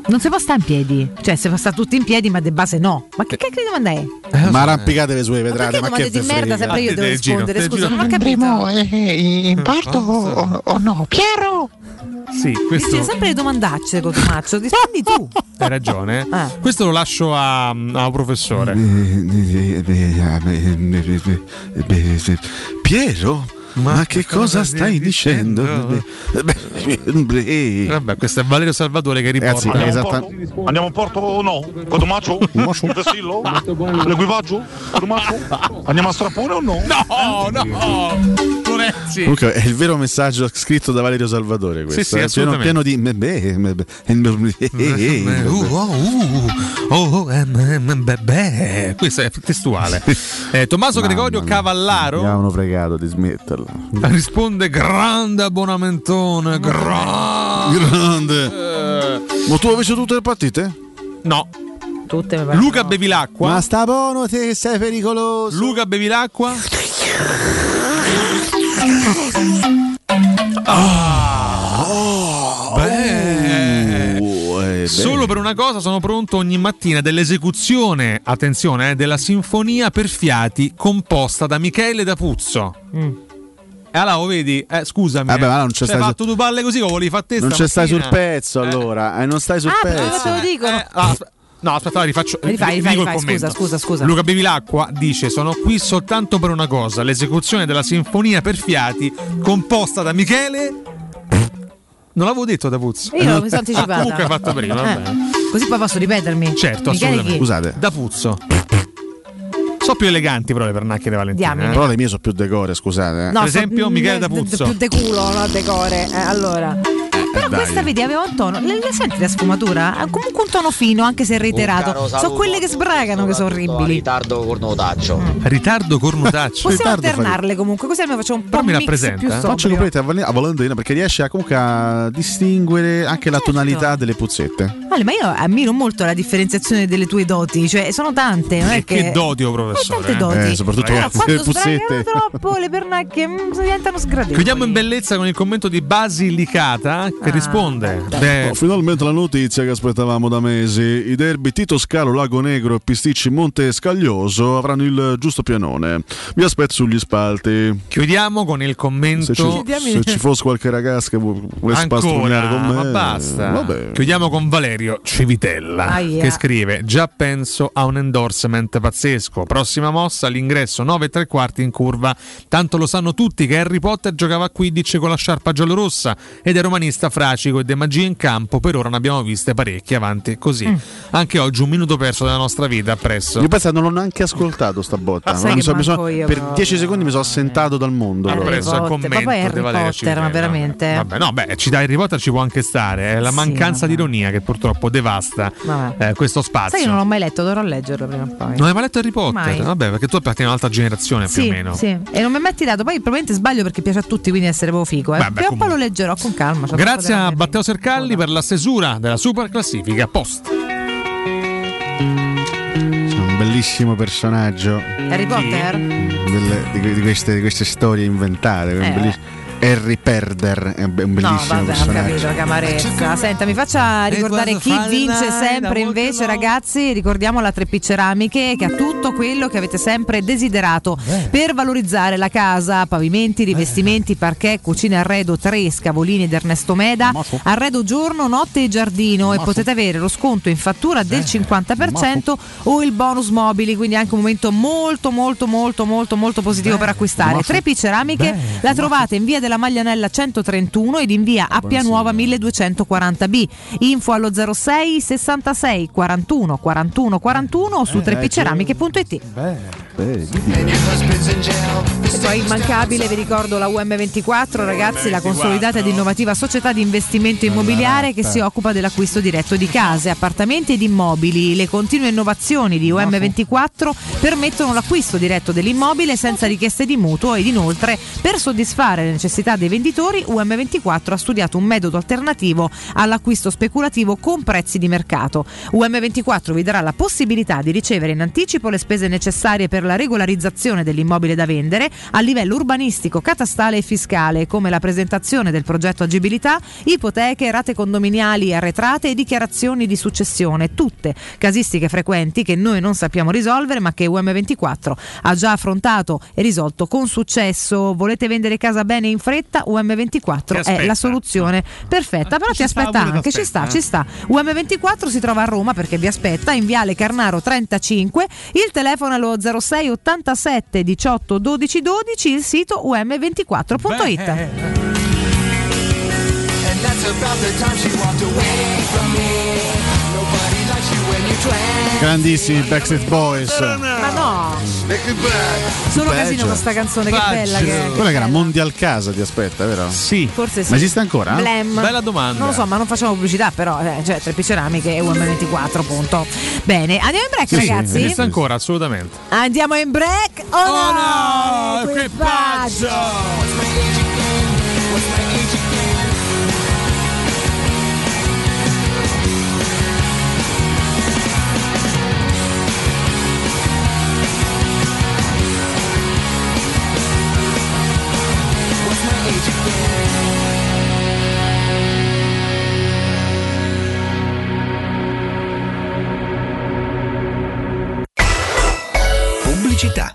[SPEAKER 2] Non si può stare in piedi, cioè si può stare tutti in piedi, ma di base no. Ma che cacchio di domanda è?
[SPEAKER 3] Eh,
[SPEAKER 4] Ma arrampicate le sue vetrate, ma,
[SPEAKER 2] domande
[SPEAKER 4] che
[SPEAKER 2] di
[SPEAKER 4] ve frega?
[SPEAKER 2] merda sempre io devo
[SPEAKER 3] Ah,
[SPEAKER 2] rispondere? Scusa, non ho
[SPEAKER 47] Andremo
[SPEAKER 2] capito.
[SPEAKER 47] eh, eh, in porto o, o no? Piero!
[SPEAKER 3] Sì, questo.
[SPEAKER 2] Sì, sempre le domandacce col maccio, rispondi tu.
[SPEAKER 3] Hai ragione. eh. Questo lo lascio a, a un professore.
[SPEAKER 4] Piero? Ma, che cosa stai dicendo?
[SPEAKER 3] Vabbè, questo è Valerio Salvatore che
[SPEAKER 4] Ragazzi,
[SPEAKER 3] riporta.
[SPEAKER 4] è esattamente-
[SPEAKER 32] Andiamo a Porto o no? Cotomaccio? Tessillo? L'equipaggio? Cotomaccio? Andiamo a Strappone o no? No, no!
[SPEAKER 3] Lorenzi!
[SPEAKER 4] Comunque è il vero messaggio scritto da Valerio Salvatore questo.
[SPEAKER 3] sì,
[SPEAKER 4] eh, pieno,
[SPEAKER 3] assolutamente.
[SPEAKER 4] pieno di... me- me- me- me-
[SPEAKER 3] Uh, oh, uh, oh, oh, eh, mm, mm, beh, beh. Questo è testuale. Eh, Tommaso
[SPEAKER 4] Mamma
[SPEAKER 3] Gregorio
[SPEAKER 4] mia.
[SPEAKER 3] Cavallaro
[SPEAKER 4] Mi avevano pregato di smetterla.
[SPEAKER 3] risponde: Grande abbonamentone, grande.
[SPEAKER 4] Grande. Ma tu hai visto tutte le partite?
[SPEAKER 3] No.
[SPEAKER 2] Tutte
[SPEAKER 3] Luca Bevilacqua.
[SPEAKER 4] Ma sta buono te che sei pericoloso.
[SPEAKER 3] Luca Bevilacqua.
[SPEAKER 4] Ah,
[SPEAKER 3] Beh.
[SPEAKER 4] uh, eh,
[SPEAKER 3] Solo per una cosa sono pronto ogni mattina dell'esecuzione, attenzione, eh, della sinfonia per fiati composta da Michele D'Apuzzo.
[SPEAKER 2] Mm.
[SPEAKER 3] E allora lo vedi, eh, scusami,
[SPEAKER 4] Vabbè,
[SPEAKER 3] eh,
[SPEAKER 4] ma non ci
[SPEAKER 3] cioè,
[SPEAKER 4] stai su-
[SPEAKER 3] fatto due palle così, come volevi fare te
[SPEAKER 4] Non ci stai sul
[SPEAKER 3] stamattina?
[SPEAKER 4] pezzo allora, eh, non stai sul pezzo.
[SPEAKER 2] Ah, te lo dicono.
[SPEAKER 3] Ah, aspe- No, aspetta, rifaccio. vi-
[SPEAKER 2] Rifai,
[SPEAKER 3] vi
[SPEAKER 2] rifai,
[SPEAKER 3] dico il
[SPEAKER 2] rifai,
[SPEAKER 3] commento.
[SPEAKER 2] scusa, scusa, scusa.
[SPEAKER 3] Luca Bevilacqua dice: Sono qui soltanto per una cosa: l'esecuzione della sinfonia per fiati composta da Michele. Non l'avevo detto da Puzzo.
[SPEAKER 2] Io mi sono anticipata.
[SPEAKER 3] Ah, comunque è fatta prima, va
[SPEAKER 2] Eh,
[SPEAKER 3] bene.
[SPEAKER 2] Così poi posso ripetermi.
[SPEAKER 3] Certo,
[SPEAKER 2] Michele
[SPEAKER 3] assolutamente.
[SPEAKER 2] chi?
[SPEAKER 3] Da Puzzo. Sono più eleganti però le pernacchie di Valentina.
[SPEAKER 2] Diamine.
[SPEAKER 3] eh.
[SPEAKER 4] Però le mie sono più decore, scusate. eh.
[SPEAKER 2] No,
[SPEAKER 3] per esempio,
[SPEAKER 2] so-
[SPEAKER 3] Michele
[SPEAKER 2] mm,
[SPEAKER 3] D'Apuzzo.
[SPEAKER 2] Più de culo, no? Decore. Eh, allora. Però
[SPEAKER 4] dai.
[SPEAKER 2] questa vedi aveva un tono, le, le senti la sfumatura? Ha comunque un tono fino, anche se reiterato. Sono quelle che sbragano che sono orribili.
[SPEAKER 5] Ritardo cornotaccio.
[SPEAKER 3] Ritardo cornutaccio.
[SPEAKER 2] Possiamo alternarle comunque, così almeno facciamo un po'
[SPEAKER 4] Però
[SPEAKER 2] un mix
[SPEAKER 3] eh.
[SPEAKER 2] più sobrio.
[SPEAKER 4] Faccio completa a Val- a Valentina perché riesce a, comunque a distinguere anche la
[SPEAKER 2] Certo.
[SPEAKER 4] tonalità delle
[SPEAKER 3] Eh,
[SPEAKER 4] puzzette.
[SPEAKER 2] Ale, ma io ammiro molto la differenziazione delle tue doti, cioè sono tante, non è
[SPEAKER 3] Eh,
[SPEAKER 4] E
[SPEAKER 2] che,
[SPEAKER 4] che doti,
[SPEAKER 3] Odio, oh, professore.
[SPEAKER 2] tante doti.
[SPEAKER 4] Eh, soprattutto
[SPEAKER 2] Però
[SPEAKER 4] grazie alle
[SPEAKER 2] quando sbragano
[SPEAKER 4] puzzette.
[SPEAKER 2] eh, troppo le pernacchie mm, diventano sgradevoli.
[SPEAKER 3] Chiudiamo in bellezza con il commento di Basilicata che risponde: Ah. Beh,
[SPEAKER 4] Oh, finalmente la notizia che aspettavamo da mesi. I derby Tito Scalo, Lago Negro e Pisticci Monte Scaglioso avranno il giusto pianone. Vi aspetto sugli spalti.
[SPEAKER 3] Chiudiamo con il commento.
[SPEAKER 4] Se ci, se ci fosse qualche ragazza che vu- volesse
[SPEAKER 3] Ancora,
[SPEAKER 4] spastrugnare con me.
[SPEAKER 3] ma basta.
[SPEAKER 4] Vabbè.
[SPEAKER 3] Chiudiamo con Valerio Civitella
[SPEAKER 4] Aia.
[SPEAKER 3] che scrive: Già penso a un endorsement pazzesco. Prossima mossa, l'ingresso 9 e tre quarti in curva. Tanto lo sanno tutti che Harry Potter giocava a 15 con la sciarpa giallorossa ed è romanista fracico e De Magia in campo. Per ora ne abbiamo viste parecchie avanti così. Anche oggi un minuto perso della nostra vita appresso.
[SPEAKER 4] Io penso che non l'ho neanche ascoltato sta botta.
[SPEAKER 3] Ah, sai
[SPEAKER 4] Mi
[SPEAKER 3] che
[SPEAKER 4] sono- mi sono-
[SPEAKER 3] manco io,
[SPEAKER 4] per
[SPEAKER 3] però,
[SPEAKER 4] 10 secondi mi sono assentato dal mondo.
[SPEAKER 3] Harry
[SPEAKER 4] proprio.
[SPEAKER 3] Potter, Adesso al commento
[SPEAKER 2] ma poi
[SPEAKER 3] di
[SPEAKER 2] Harry
[SPEAKER 3] Valeria
[SPEAKER 2] Potter, ma
[SPEAKER 3] Civitella.
[SPEAKER 2] veramente.
[SPEAKER 3] Vabbè, no, beh, ci dai Harry Potter ci può anche stare. È la
[SPEAKER 2] Sì,
[SPEAKER 3] mancanza di ironia che purtroppo devasta
[SPEAKER 2] Vabbè.
[SPEAKER 3] eh, questo spazio.
[SPEAKER 2] Sai, io non l'ho mai letto, dovrò leggerlo prima o poi.
[SPEAKER 3] Non hai mai letto Harry Potter?
[SPEAKER 2] Mai.
[SPEAKER 3] Vabbè, perché tu appartieni a un'altra generazione
[SPEAKER 2] sì,
[SPEAKER 3] più o meno.
[SPEAKER 2] sì. E non mi è mai tirato. Poi probabilmente sbaglio perché piace a tutti, quindi essere proprio figo. Eh.
[SPEAKER 3] Vabbè,
[SPEAKER 2] Prima o poi lo leggerò con calma. c'ho
[SPEAKER 3] Grazie
[SPEAKER 2] troppo da
[SPEAKER 3] a Matteo Sercalli per la stesura della super classifica post.
[SPEAKER 2] Eh,
[SPEAKER 4] C'è un bellissimo personaggio.
[SPEAKER 2] fare. Harry Potter?
[SPEAKER 4] delle- di, que- di queste, di queste storie inventate. un
[SPEAKER 2] Eh,
[SPEAKER 4] belliss- Harry Perder è un be- un
[SPEAKER 2] No,
[SPEAKER 4] bellissimo
[SPEAKER 2] vabbè, ho capito,
[SPEAKER 4] personaggio.
[SPEAKER 2] la camaresca. Senta, mi faccia ricordare chi vince sempre invece, ragazzi. Ricordiamo la 3P Ceramiche che ha tutto quello che avete sempre desiderato per valorizzare la casa, pavimenti, rivestimenti, parquet, cucina arredo, tre scavolini ed Ernesto Meda, arredo giorno, notte e giardino e potete avere lo sconto in fattura del 50% o il bonus mobili, quindi anche un momento molto molto molto molto molto positivo per acquistare. 3P Ceramiche la trovate in Via della della Maglianella 131 ed in via Appia Nuova 1240B. Info allo 06 66 41 41 41 o su
[SPEAKER 4] Eh,
[SPEAKER 2] treppiceramiche.it. E poi immancabile, vi ricordo la UM24, ragazzi, la consolidata ed innovativa società di investimento immobiliare che si occupa dell'acquisto diretto di case, appartamenti ed immobili. Le continue innovazioni di UM24 permettono l'acquisto diretto dell'immobile senza richieste di mutuo ed inoltre per soddisfare le necessità dei venditori UM24 ha studiato un metodo alternativo all'acquisto speculativo con prezzi di mercato. UM24 vi darà la possibilità di ricevere in anticipo le spese necessarie per la regolarizzazione dell'immobile da vendere a livello urbanistico, catastale e fiscale, come la presentazione del progetto agibilità, ipoteche, rate condominiali arretrate e dichiarazioni di successione, tutte casistiche frequenti che noi non sappiamo risolvere ma che UM24 ha già affrontato e risolto con successo. Volete vendere casa bene in fretta? UM24 è
[SPEAKER 48] aspetta. Ah,
[SPEAKER 2] la soluzione perfetta, però ti
[SPEAKER 48] sta,
[SPEAKER 2] aspetta
[SPEAKER 48] pure ti
[SPEAKER 2] anche, ci
[SPEAKER 48] aspetta, eh.
[SPEAKER 2] sta, ci sta. UM24 si trova a Roma perché vi aspetta in Viale Carnaro 35, il telefono è lo 06 87 18 12 12, il sito um24.it.
[SPEAKER 1] And that's about the time she walked away from me. Nobody likes you when you twang.
[SPEAKER 4] Grandissimi Backstreet Boys.
[SPEAKER 2] Ma no, solo
[SPEAKER 4] Beh,
[SPEAKER 2] casino
[SPEAKER 4] cioè.
[SPEAKER 2] con sta canzone, che bella che è.
[SPEAKER 4] Quella che era Mondial Casa, ti aspetta, vero?
[SPEAKER 3] Sì.
[SPEAKER 2] Forse sì.
[SPEAKER 4] Ma esiste ancora?
[SPEAKER 2] Blam. Non lo so, ma non facciamo pubblicità, però, eh, cioè, Treppi Ceramiche e UM24, punto. Bene, andiamo in break, ragazzi.
[SPEAKER 3] Esiste ancora, assolutamente.
[SPEAKER 2] Andiamo in break. Oh, no! Equipaggio!
[SPEAKER 49] Pubblicità.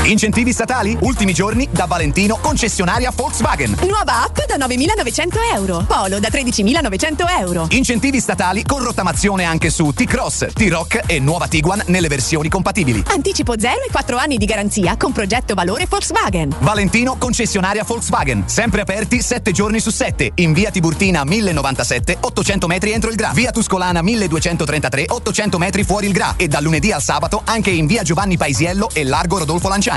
[SPEAKER 34] Incentivi statali? Ultimi giorni da Valentino, concessionaria Volkswagen.
[SPEAKER 17] Nuova app da 9.900 euro. Polo da 13.900 euro.
[SPEAKER 34] Incentivi statali con rottamazione anche su T-Cross, T-Rock e nuova Tiguan nelle versioni compatibili.
[SPEAKER 17] Anticipo 0 e 4 anni di garanzia con progetto valore Volkswagen.
[SPEAKER 34] Valentino, concessionaria Volkswagen. Sempre aperti 7 giorni su 7. In via Tiburtina 1097, 800 metri entro il Gra. Via Tuscolana 1233, 800 metri fuori il Gra. E da lunedì al sabato anche in via Giovanni Paisiello e largo Rodolfo Lanciani.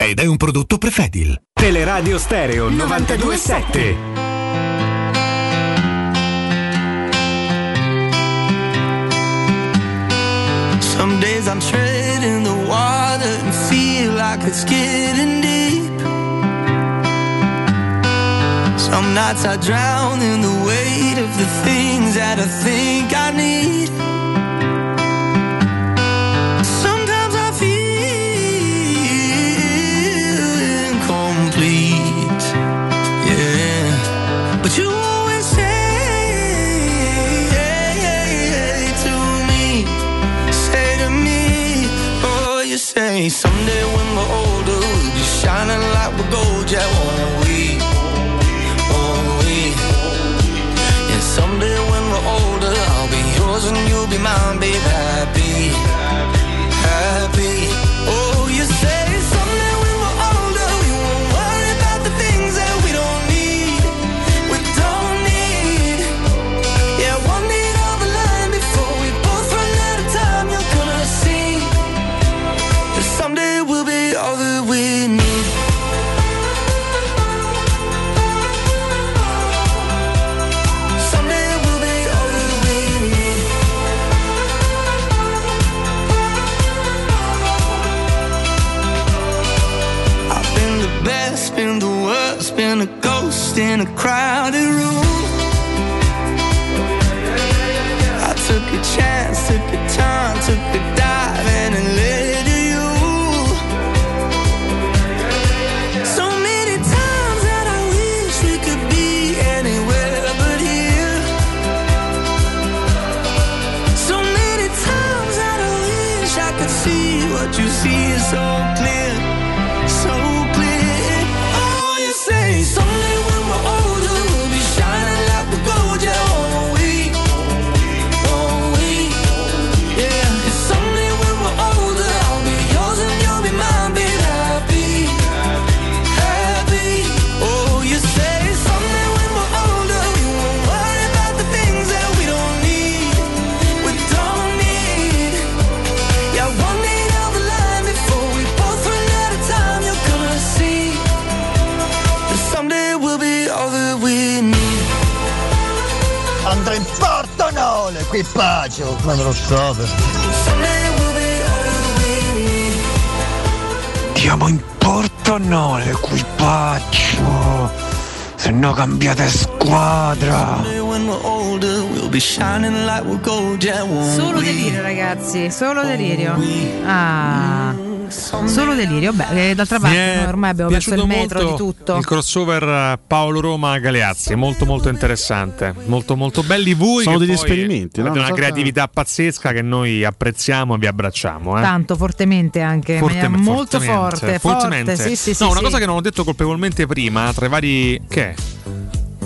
[SPEAKER 20] ed è un prodotto prefedil.
[SPEAKER 26] Teleradio Stereo 927.
[SPEAKER 1] Some days I'm treading the water and feel like it's getting deep. Some nights I drown in the weight of the things that I think I need. Sometimes I feel incomplete. Yeah. But you always say to me, say to me, oh, you say, someday when we're older, we'll be shining like we're gold, yeah, won't we? Won't we? Yeah, someday when we're older, I'll be yours and you'll be mine, babe, happy, happy. Oh, you say someday when we're older, we won't worry about the things that we don't need, we don't need. Yeah, one need on the line before we both run out of time. You're gonna see that someday we'll be all that we need. Someday we'll be all that we need. I've been the best, been the worst, been a ghost in a crowded room. I took a chance, took a turn, took a dive, and it led to you. So many times that I wish we could be anywhere but here. So many times that I wish I could see what you see is so clear, so clear. Oh, you say someday when we're older we'll be shining like the gold, yeah, won't we? Won't we? Yeah. And someday when we're older, I'll be yours and you'll be mine, be happy, happy. Oh, you say someday when we're older we won't worry about the things that we don't need, we don't need. Yeah, one need on the line before we both run out of time. You're gonna see that someday we'll be all that we need.
[SPEAKER 11] Andrà in porto no, l'equipaggio, ma non lo so.
[SPEAKER 1] Someday we'll be all that we need. Andiamo in porto no, l'equipaggio. Se no cambiate squadra. Someday when we're older we'll be shining like we're gold, yeah, won't
[SPEAKER 2] Solo
[SPEAKER 1] we?
[SPEAKER 2] delirio, ragazzi, solo delirio. Ah. Solo delirio, beh, eh, d'altra
[SPEAKER 3] Mi
[SPEAKER 2] parte
[SPEAKER 3] è
[SPEAKER 2] noi ormai abbiamo perso il
[SPEAKER 3] piaciuto
[SPEAKER 2] metro di
[SPEAKER 3] molto
[SPEAKER 2] tutto.
[SPEAKER 3] Il crossover eh, Paolo Roma Galeazzi, molto molto interessante, molto molto belli voi
[SPEAKER 4] Sono
[SPEAKER 3] che
[SPEAKER 4] degli
[SPEAKER 3] poi
[SPEAKER 4] esperimenti, no?
[SPEAKER 3] avete
[SPEAKER 4] Una
[SPEAKER 3] una
[SPEAKER 4] sorta-
[SPEAKER 3] creatività pazzesca che noi apprezziamo e vi abbracciamo, eh.
[SPEAKER 2] Tanto fortemente anche, in
[SPEAKER 3] Fortem-
[SPEAKER 2] maniera molto
[SPEAKER 3] fortemente,
[SPEAKER 2] forte,
[SPEAKER 3] fortemente.
[SPEAKER 2] forte, sì, sì,
[SPEAKER 3] no,
[SPEAKER 2] sì,
[SPEAKER 3] una
[SPEAKER 2] sì.
[SPEAKER 3] cosa che non ho detto colpevolmente prima, tra i vari che è?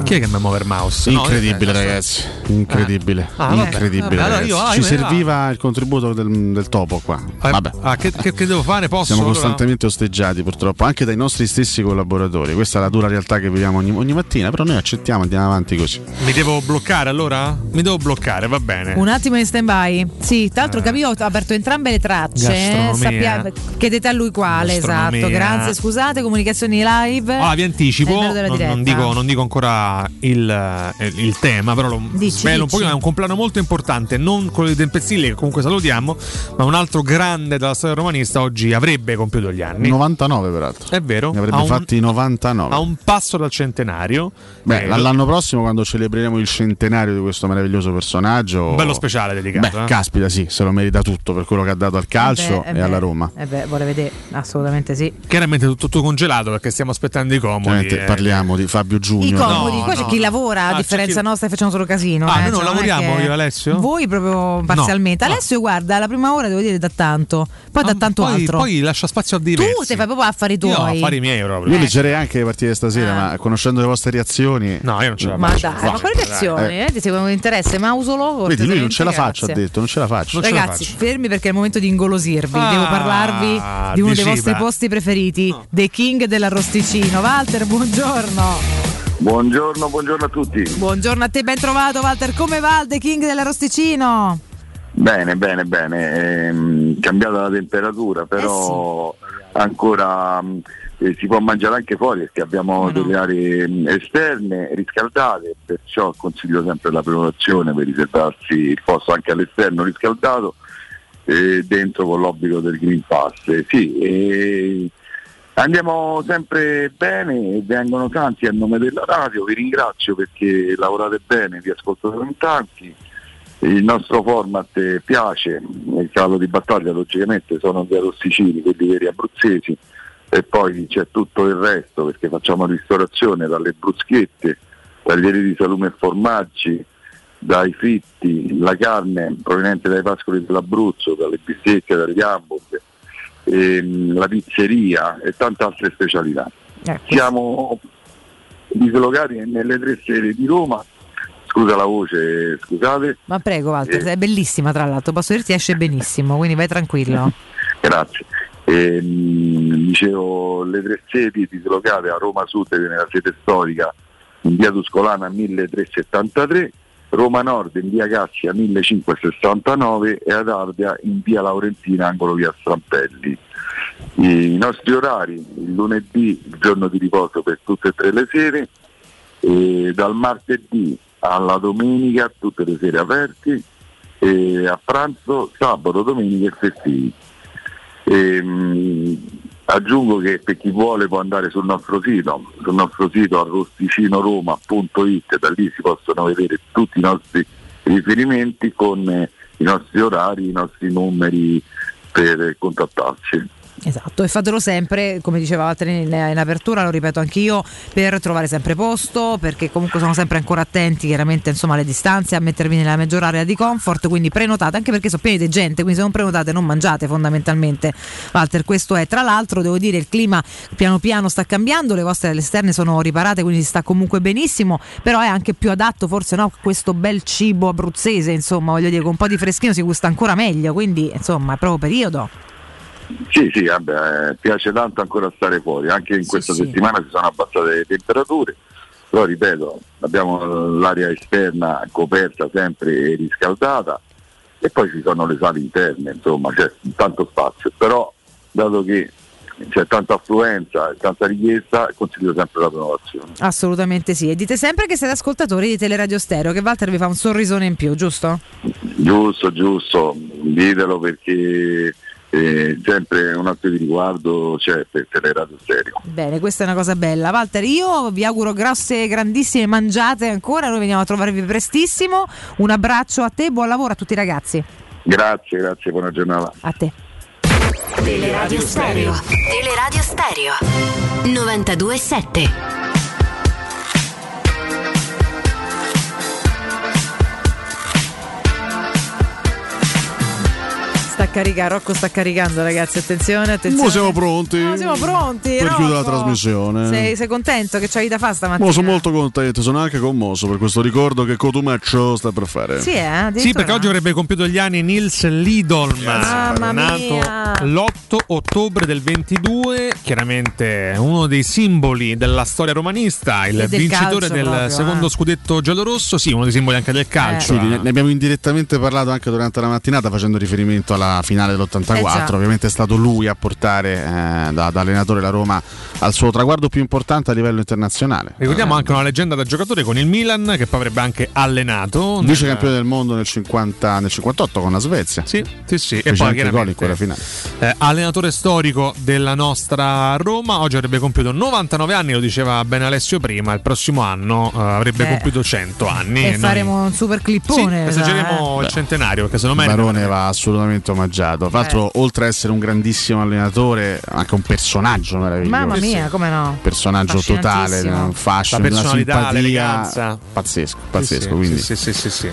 [SPEAKER 3] Chi è che mi muove il mouse? No,
[SPEAKER 4] Incredibile,
[SPEAKER 3] eh,
[SPEAKER 4] ragazzi. Incredibile.
[SPEAKER 3] Ah, vabbè.
[SPEAKER 4] Incredibile.
[SPEAKER 3] Vabbè, allora
[SPEAKER 4] ragazzi.
[SPEAKER 3] io- ah,
[SPEAKER 4] Ci
[SPEAKER 3] io-
[SPEAKER 4] serviva il contributo del, del topo qua.
[SPEAKER 3] eh,
[SPEAKER 4] Vabbè.
[SPEAKER 3] ah, che, che- che devo fare? Posso?
[SPEAKER 4] Siamo
[SPEAKER 3] allora?
[SPEAKER 4] costantemente osteggiati purtroppo, anche dai nostri stessi collaboratori. Questa è la dura realtà che viviamo ogni, ogni mattina, però noi accettiamo, andiamo avanti così.
[SPEAKER 3] Mi devo bloccare allora? Mi devo bloccare, va bene.
[SPEAKER 2] Un attimo in stand by. Sì, tra l'altro capivo, ho aperto entrambe le tracce. eh,
[SPEAKER 3] Eh. Gastronomia.
[SPEAKER 2] chiedete a lui quale, esatto.
[SPEAKER 3] Gastronomia.
[SPEAKER 2] Grazie, scusate, comunicazioni live.
[SPEAKER 3] Allora, vi
[SPEAKER 2] È il
[SPEAKER 3] anticipo,
[SPEAKER 2] numero della
[SPEAKER 3] non, non
[SPEAKER 2] diretta.
[SPEAKER 3] dico, non dico ancora il, eh, il tema, però lo
[SPEAKER 2] Dici,
[SPEAKER 3] svelo un
[SPEAKER 2] dici.
[SPEAKER 3] pochino. È un compleanno molto importante, non quello di Tempestilli, che comunque salutiamo, ma un altro grande della storia romanista oggi avrebbe compiuto gli anni.
[SPEAKER 4] 99 peraltro.
[SPEAKER 3] È vero,
[SPEAKER 4] Ne avrebbe
[SPEAKER 3] a un-
[SPEAKER 4] fatti 99.
[SPEAKER 3] a un passo dal centenario.
[SPEAKER 4] Beh,
[SPEAKER 3] Eh,
[SPEAKER 4] l'anno prossimo quando celebreremo il centenario di questo meraviglioso personaggio.
[SPEAKER 3] Un bello speciale dedicato,
[SPEAKER 4] Oh. Beh,
[SPEAKER 3] eh.
[SPEAKER 4] caspita, sì, se lo merita tutto per quello che ha dato al calcio
[SPEAKER 2] Eh beh, eh
[SPEAKER 4] e alla
[SPEAKER 2] beh,
[SPEAKER 4] Roma.
[SPEAKER 2] Eh beh, vuole vedere, assolutamente sì.
[SPEAKER 3] Chiaramente tutto, tutto congelato perché stiamo aspettando i comodi. eh.
[SPEAKER 4] Ovviamente parliamo di Fabio
[SPEAKER 2] I
[SPEAKER 4] Giugno.
[SPEAKER 2] comodi,
[SPEAKER 3] no,
[SPEAKER 2] qua c'è
[SPEAKER 3] no,
[SPEAKER 2] chi
[SPEAKER 3] no.
[SPEAKER 2] lavora,
[SPEAKER 3] Ah,
[SPEAKER 2] a
[SPEAKER 3] c'è
[SPEAKER 2] differenza
[SPEAKER 3] chi-
[SPEAKER 2] nostra, e facciamo solo casino.
[SPEAKER 3] Ah,
[SPEAKER 2] eh,
[SPEAKER 3] noi non
[SPEAKER 2] cioè, è
[SPEAKER 3] lavoriamo
[SPEAKER 2] che-
[SPEAKER 3] io e Alessio?
[SPEAKER 2] Voi proprio parzialmente.
[SPEAKER 3] No.
[SPEAKER 2] Alessio, guarda, la prima ora devo dire da tanto, poi da tanto
[SPEAKER 3] poi,
[SPEAKER 2] altro.
[SPEAKER 3] poi lascia spazio a
[SPEAKER 2] tu
[SPEAKER 3] diversi.
[SPEAKER 2] te fai proprio affari tuoi.
[SPEAKER 3] Io ho affari miei proprio.
[SPEAKER 2] eh.
[SPEAKER 4] Io leggerei anche le partite stasera, ma conoscendo le vostre reazioni.
[SPEAKER 3] No, io non ce la
[SPEAKER 2] Ah. Ma dai, ma quali reazioni? Eh, ti seguono con interesse, Mausolo.
[SPEAKER 4] Eh, Vedi, lui non
[SPEAKER 2] cortesemente,
[SPEAKER 4] ce la faccio,
[SPEAKER 2] grazie.
[SPEAKER 4] ha detto, non ce la faccio.
[SPEAKER 2] Ragazzi, fermi perché è il momento di ingolosirvi.
[SPEAKER 4] Ah,
[SPEAKER 2] Devo parlarvi di uno dei
[SPEAKER 4] diceva.
[SPEAKER 2] vostri posti preferiti, The King dell'arrosticino. Walter, buongiorno.
[SPEAKER 25] Buongiorno, buongiorno a tutti.
[SPEAKER 2] Buongiorno a te, ben trovato Walter. Come va il The King dell'arrosticino?
[SPEAKER 25] Bene, bene, bene. Ehm, cambiata la temperatura, però ancora mh, eh, si può mangiare anche fuori perché abbiamo delle aree mh, esterne riscaldate, perciò consiglio sempre la prenotazione per riservarsi il posto anche all'esterno riscaldato e dentro con l'obbligo del Green Pass. Eh, sì, eh, Andiamo sempre bene, vengono tanti a nome della radio, vi ringrazio perché lavorate bene, vi ascolto in tanti, il nostro format eh, piace, nel caso di battaglia logicamente sono gli arrosticini, quelli veri abruzzesi e poi c'è tutto il resto perché facciamo ristorazione dalle bruschette, taglieri di salume e formaggi, dai fritti, la carne proveniente dai pascoli dell'Abruzzo, dalle bistecche, dagli hamburger ehm, la pizzeria e tante altre specialità.
[SPEAKER 2] Ecco.
[SPEAKER 25] Siamo dislocati nelle tre sedi di Roma, scusa la voce, scusate,
[SPEAKER 2] Ma prego, Walter,
[SPEAKER 25] Eh.
[SPEAKER 2] è bellissima tra l'altro. Posso dirti, esce benissimo, quindi vai tranquillo.
[SPEAKER 25] grazie. Ehm, dicevo, le tre sedi dislocate a Roma Sud che è nella sede storica in via Tuscolana 1373, Roma Nord in via Cassia 1569 e ad Ardea in via Laurentina, angolo via Strampelli. I nostri orari, il lunedì, il giorno di riposo per tutte e tre le sere, e dal martedì alla domenica tutte le sere aperti, e a pranzo, sabato, domenica e festivi. Ehm, aggiungo che per chi vuole può andare sul nostro sito, sul nostro sito arrosticinoroma.it, da lì si possono vedere tutti i nostri riferimenti con eh, i nostri orari, i nostri numeri per contattarci.
[SPEAKER 2] Esatto, e fatelo sempre, come diceva Walter in, in apertura, lo ripeto anch'io, per trovare sempre posto, perché comunque sono sempre ancora attenti chiaramente insomma alle distanze, a mettervi nella maggior area di comfort, quindi prenotate, anche perché sono pieni di gente, quindi se non prenotate non mangiate fondamentalmente. Walter, questo è tra l'altro, devo dire, il clima piano piano sta cambiando, le vostre alle esterne sono riparate, quindi si sta comunque benissimo, però è anche più adatto forse no, questo bel cibo abruzzese, insomma, voglio dire, con un po' di freschino si gusta ancora meglio, quindi insomma è proprio periodo.
[SPEAKER 25] Sì, sì, vabbè, eh, piace tanto ancora stare fuori, anche in questa settimana si sono abbassate le temperature, però ripeto, abbiamo l'area esterna coperta sempre e riscaldata e poi ci sono le sale interne, insomma c'è tanto spazio, però dato che c'è tanta affluenza e tanta richiesta, consiglio sempre la prenotazione.
[SPEAKER 2] Assolutamente sì. E dite sempre che siete ascoltatori di Teleradio Stereo, che Walter vi fa un sorrisone in più, giusto?
[SPEAKER 25] Giusto, giusto, ditelo perché eh, sempre un atto di riguardo c'è per Teleradio Stereo.
[SPEAKER 2] Bene, questa è una cosa bella. Walter, io vi auguro grosse, grandissime mangiate ancora. Noi veniamo a trovarvi prestissimo. Un abbraccio a te, buon lavoro a tutti i ragazzi.
[SPEAKER 25] Grazie, grazie, buona giornata.
[SPEAKER 2] A te.
[SPEAKER 16] Teleradio Stereo. Teleradio Stereo. 92.7.
[SPEAKER 2] Sta caricando, Rocco sta caricando ragazzi, attenzione, attenzione.
[SPEAKER 4] Mo siamo pronti.
[SPEAKER 2] Mo siamo pronti.
[SPEAKER 4] Per
[SPEAKER 2] Rocco.
[SPEAKER 4] chiudere la trasmissione.
[SPEAKER 2] Sei, sei contento che c'hai da fare stamattina?
[SPEAKER 4] Mo sono molto contento, sono anche commosso per questo ricordo che Cotumaccio sta per fare.
[SPEAKER 2] Sì, eh, addirittura
[SPEAKER 3] Sì, perché oggi avrebbe compiuto gli anni Nils Lidolman,
[SPEAKER 2] Mamma
[SPEAKER 3] nato
[SPEAKER 2] mia.
[SPEAKER 3] l'8 ottobre del 22, chiaramente uno dei simboli della storia romanista, il
[SPEAKER 2] E del
[SPEAKER 3] vincitore
[SPEAKER 2] calcio
[SPEAKER 3] del
[SPEAKER 2] proprio, eh.
[SPEAKER 3] secondo scudetto giallorosso, sì, uno dei simboli anche del calcio.
[SPEAKER 4] Sì, Eh, ne ne abbiamo indirettamente parlato anche durante la mattinata facendo riferimento alla finale
[SPEAKER 3] Eh già.
[SPEAKER 4] dell'84. Ovviamente è stato lui a portare eh, da, da allenatore la Roma al suo traguardo più importante a livello internazionale.
[SPEAKER 3] Ricordiamo anche una leggenda da giocatore con il Milan che poi avrebbe anche allenato. eh, nel-
[SPEAKER 4] Vice campione del mondo nel, 50 nel 58 con la Svezia.
[SPEAKER 3] Sì, sì, sì.
[SPEAKER 4] Fece anche i gol in quella finale.
[SPEAKER 3] eh, allenatore storico della nostra Roma, oggi avrebbe compiuto 99 anni, lo diceva bene Alessio prima, il prossimo anno eh, avrebbe
[SPEAKER 2] Eh.
[SPEAKER 3] compiuto 100 anni.
[SPEAKER 2] E
[SPEAKER 3] noi
[SPEAKER 2] faremo un super clippone.
[SPEAKER 3] festeggeremo
[SPEAKER 2] eh.
[SPEAKER 3] il centenario perché se lo merita. Eh.
[SPEAKER 4] Barone va assolutamente omaggiato. Tra l'altro, oltre ad essere un grandissimo allenatore, anche un personaggio meraviglioso.
[SPEAKER 2] Mamma mia, come no?
[SPEAKER 4] personaggio totale,
[SPEAKER 2] Affascinantissimo.
[SPEAKER 4] un fascino,
[SPEAKER 3] La
[SPEAKER 4] una
[SPEAKER 3] personalità,
[SPEAKER 4] simpatia
[SPEAKER 3] l'eleganza.
[SPEAKER 4] pazzesco, pazzesco,
[SPEAKER 3] sì,
[SPEAKER 4] quindi
[SPEAKER 3] sì, sì, sì, sì.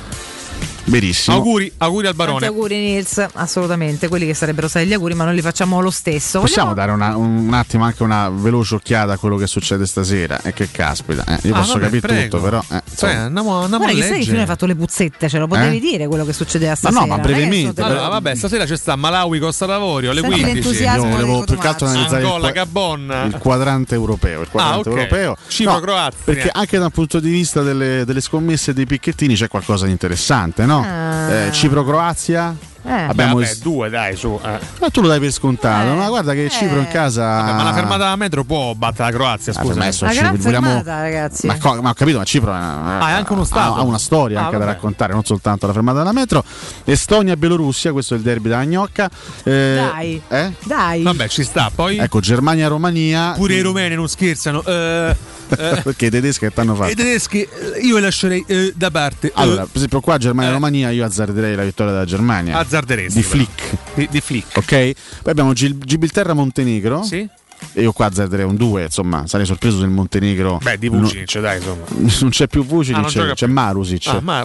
[SPEAKER 4] benissimo.
[SPEAKER 3] Auguri, auguri al
[SPEAKER 2] Tanti
[SPEAKER 3] Barone.
[SPEAKER 2] auguri Nils, assolutamente, quelli che sarebbero stati gli auguri, ma noi li facciamo lo stesso.
[SPEAKER 4] Possiamo dare una- un, un attimo anche una veloce occhiata a quello che succede stasera? E che caspita, eh, io
[SPEAKER 2] Ah,
[SPEAKER 4] posso
[SPEAKER 2] vabbè,
[SPEAKER 4] capire
[SPEAKER 2] prego.
[SPEAKER 4] tutto, però. eh,
[SPEAKER 3] Cioè,
[SPEAKER 4] insomma.
[SPEAKER 3] andiamo, andiamo
[SPEAKER 2] Guarda
[SPEAKER 3] a
[SPEAKER 2] che sai che tu ne hai
[SPEAKER 3] leggere.
[SPEAKER 2] fatto le puzzette, ce lo potevi
[SPEAKER 4] Eh?
[SPEAKER 2] dire quello che succedeva stasera.
[SPEAKER 4] ma brevemente,
[SPEAKER 2] Non è che sono
[SPEAKER 3] Allora, vabbè, stasera c'è sta Malawi Costa D'Avorio alle
[SPEAKER 2] Senti
[SPEAKER 3] 15.
[SPEAKER 2] l'entusiasmo Io
[SPEAKER 4] volevo di più che altro Cotumaccio. analizzare il
[SPEAKER 3] Angola,
[SPEAKER 4] qua-
[SPEAKER 3] Gabon.
[SPEAKER 4] il quadrante europeo. Il quadrante
[SPEAKER 3] Ah, ok.
[SPEAKER 4] europeo.
[SPEAKER 3] Cipro, Croazia.
[SPEAKER 4] Perché anche dal punto di vista delle, delle scommesse e dei picchettini c'è qualcosa di interessante, no?
[SPEAKER 3] Ah.
[SPEAKER 4] Eh, Cipro-Croazia.
[SPEAKER 2] Eh.
[SPEAKER 3] Vabbè,
[SPEAKER 4] Abbiamo
[SPEAKER 3] vabbè,
[SPEAKER 4] es-
[SPEAKER 3] due, dai, su. eh.
[SPEAKER 4] Ma tu lo dai per scontato, ma guarda che Cipro in casa.
[SPEAKER 3] Vabbè, ma la fermata da metro può battere la Croazia,
[SPEAKER 4] per
[SPEAKER 3] scusa.
[SPEAKER 4] me Ah. adesso La Cipro, gran vogliamo- fermata,
[SPEAKER 2] ragazzi.
[SPEAKER 4] Ma, co- ma ho capito, ma Cipro è una-
[SPEAKER 3] Ah, è anche uno stato.
[SPEAKER 4] ha- ha una storia
[SPEAKER 3] Ah,
[SPEAKER 4] anche da
[SPEAKER 3] vabbè.
[SPEAKER 4] raccontare, non soltanto la fermata della metro. Estonia-Belorussia, questo è il derby della gnocca. Eh,
[SPEAKER 2] Dai.
[SPEAKER 4] eh? Ah,
[SPEAKER 2] Dai.
[SPEAKER 3] Vabbè, ci sta. Poi
[SPEAKER 4] Ecco, Germania-Romania.
[SPEAKER 3] pure i rumeni non scherzano. eh, eh,
[SPEAKER 4] Perché i tedeschi che t'hanno fatto?
[SPEAKER 3] e i tedeschi eh, io li lascerei eh, da parte. eh,
[SPEAKER 4] Allora, per esempio, qua Germania-Romania, io azzarderei la vittoria della Germania.
[SPEAKER 3] Azzarderesti,
[SPEAKER 4] Di
[SPEAKER 3] però.
[SPEAKER 4] Flick.
[SPEAKER 3] di, di Flick.
[SPEAKER 4] Ok? Poi abbiamo Gil- Gibilterra-Montenegro.
[SPEAKER 3] Sì.
[SPEAKER 4] E io qua azzarderei un 2, insomma, sarei sorpreso se il Montenegro.
[SPEAKER 3] Beh, di
[SPEAKER 4] non,
[SPEAKER 3] Vucic, dai, insomma.
[SPEAKER 4] non c'è più Vucic,
[SPEAKER 3] Ah, non
[SPEAKER 4] c'è,
[SPEAKER 3] gioca
[SPEAKER 4] c'è
[SPEAKER 3] più.
[SPEAKER 4] Marusic.
[SPEAKER 3] Ah, ma,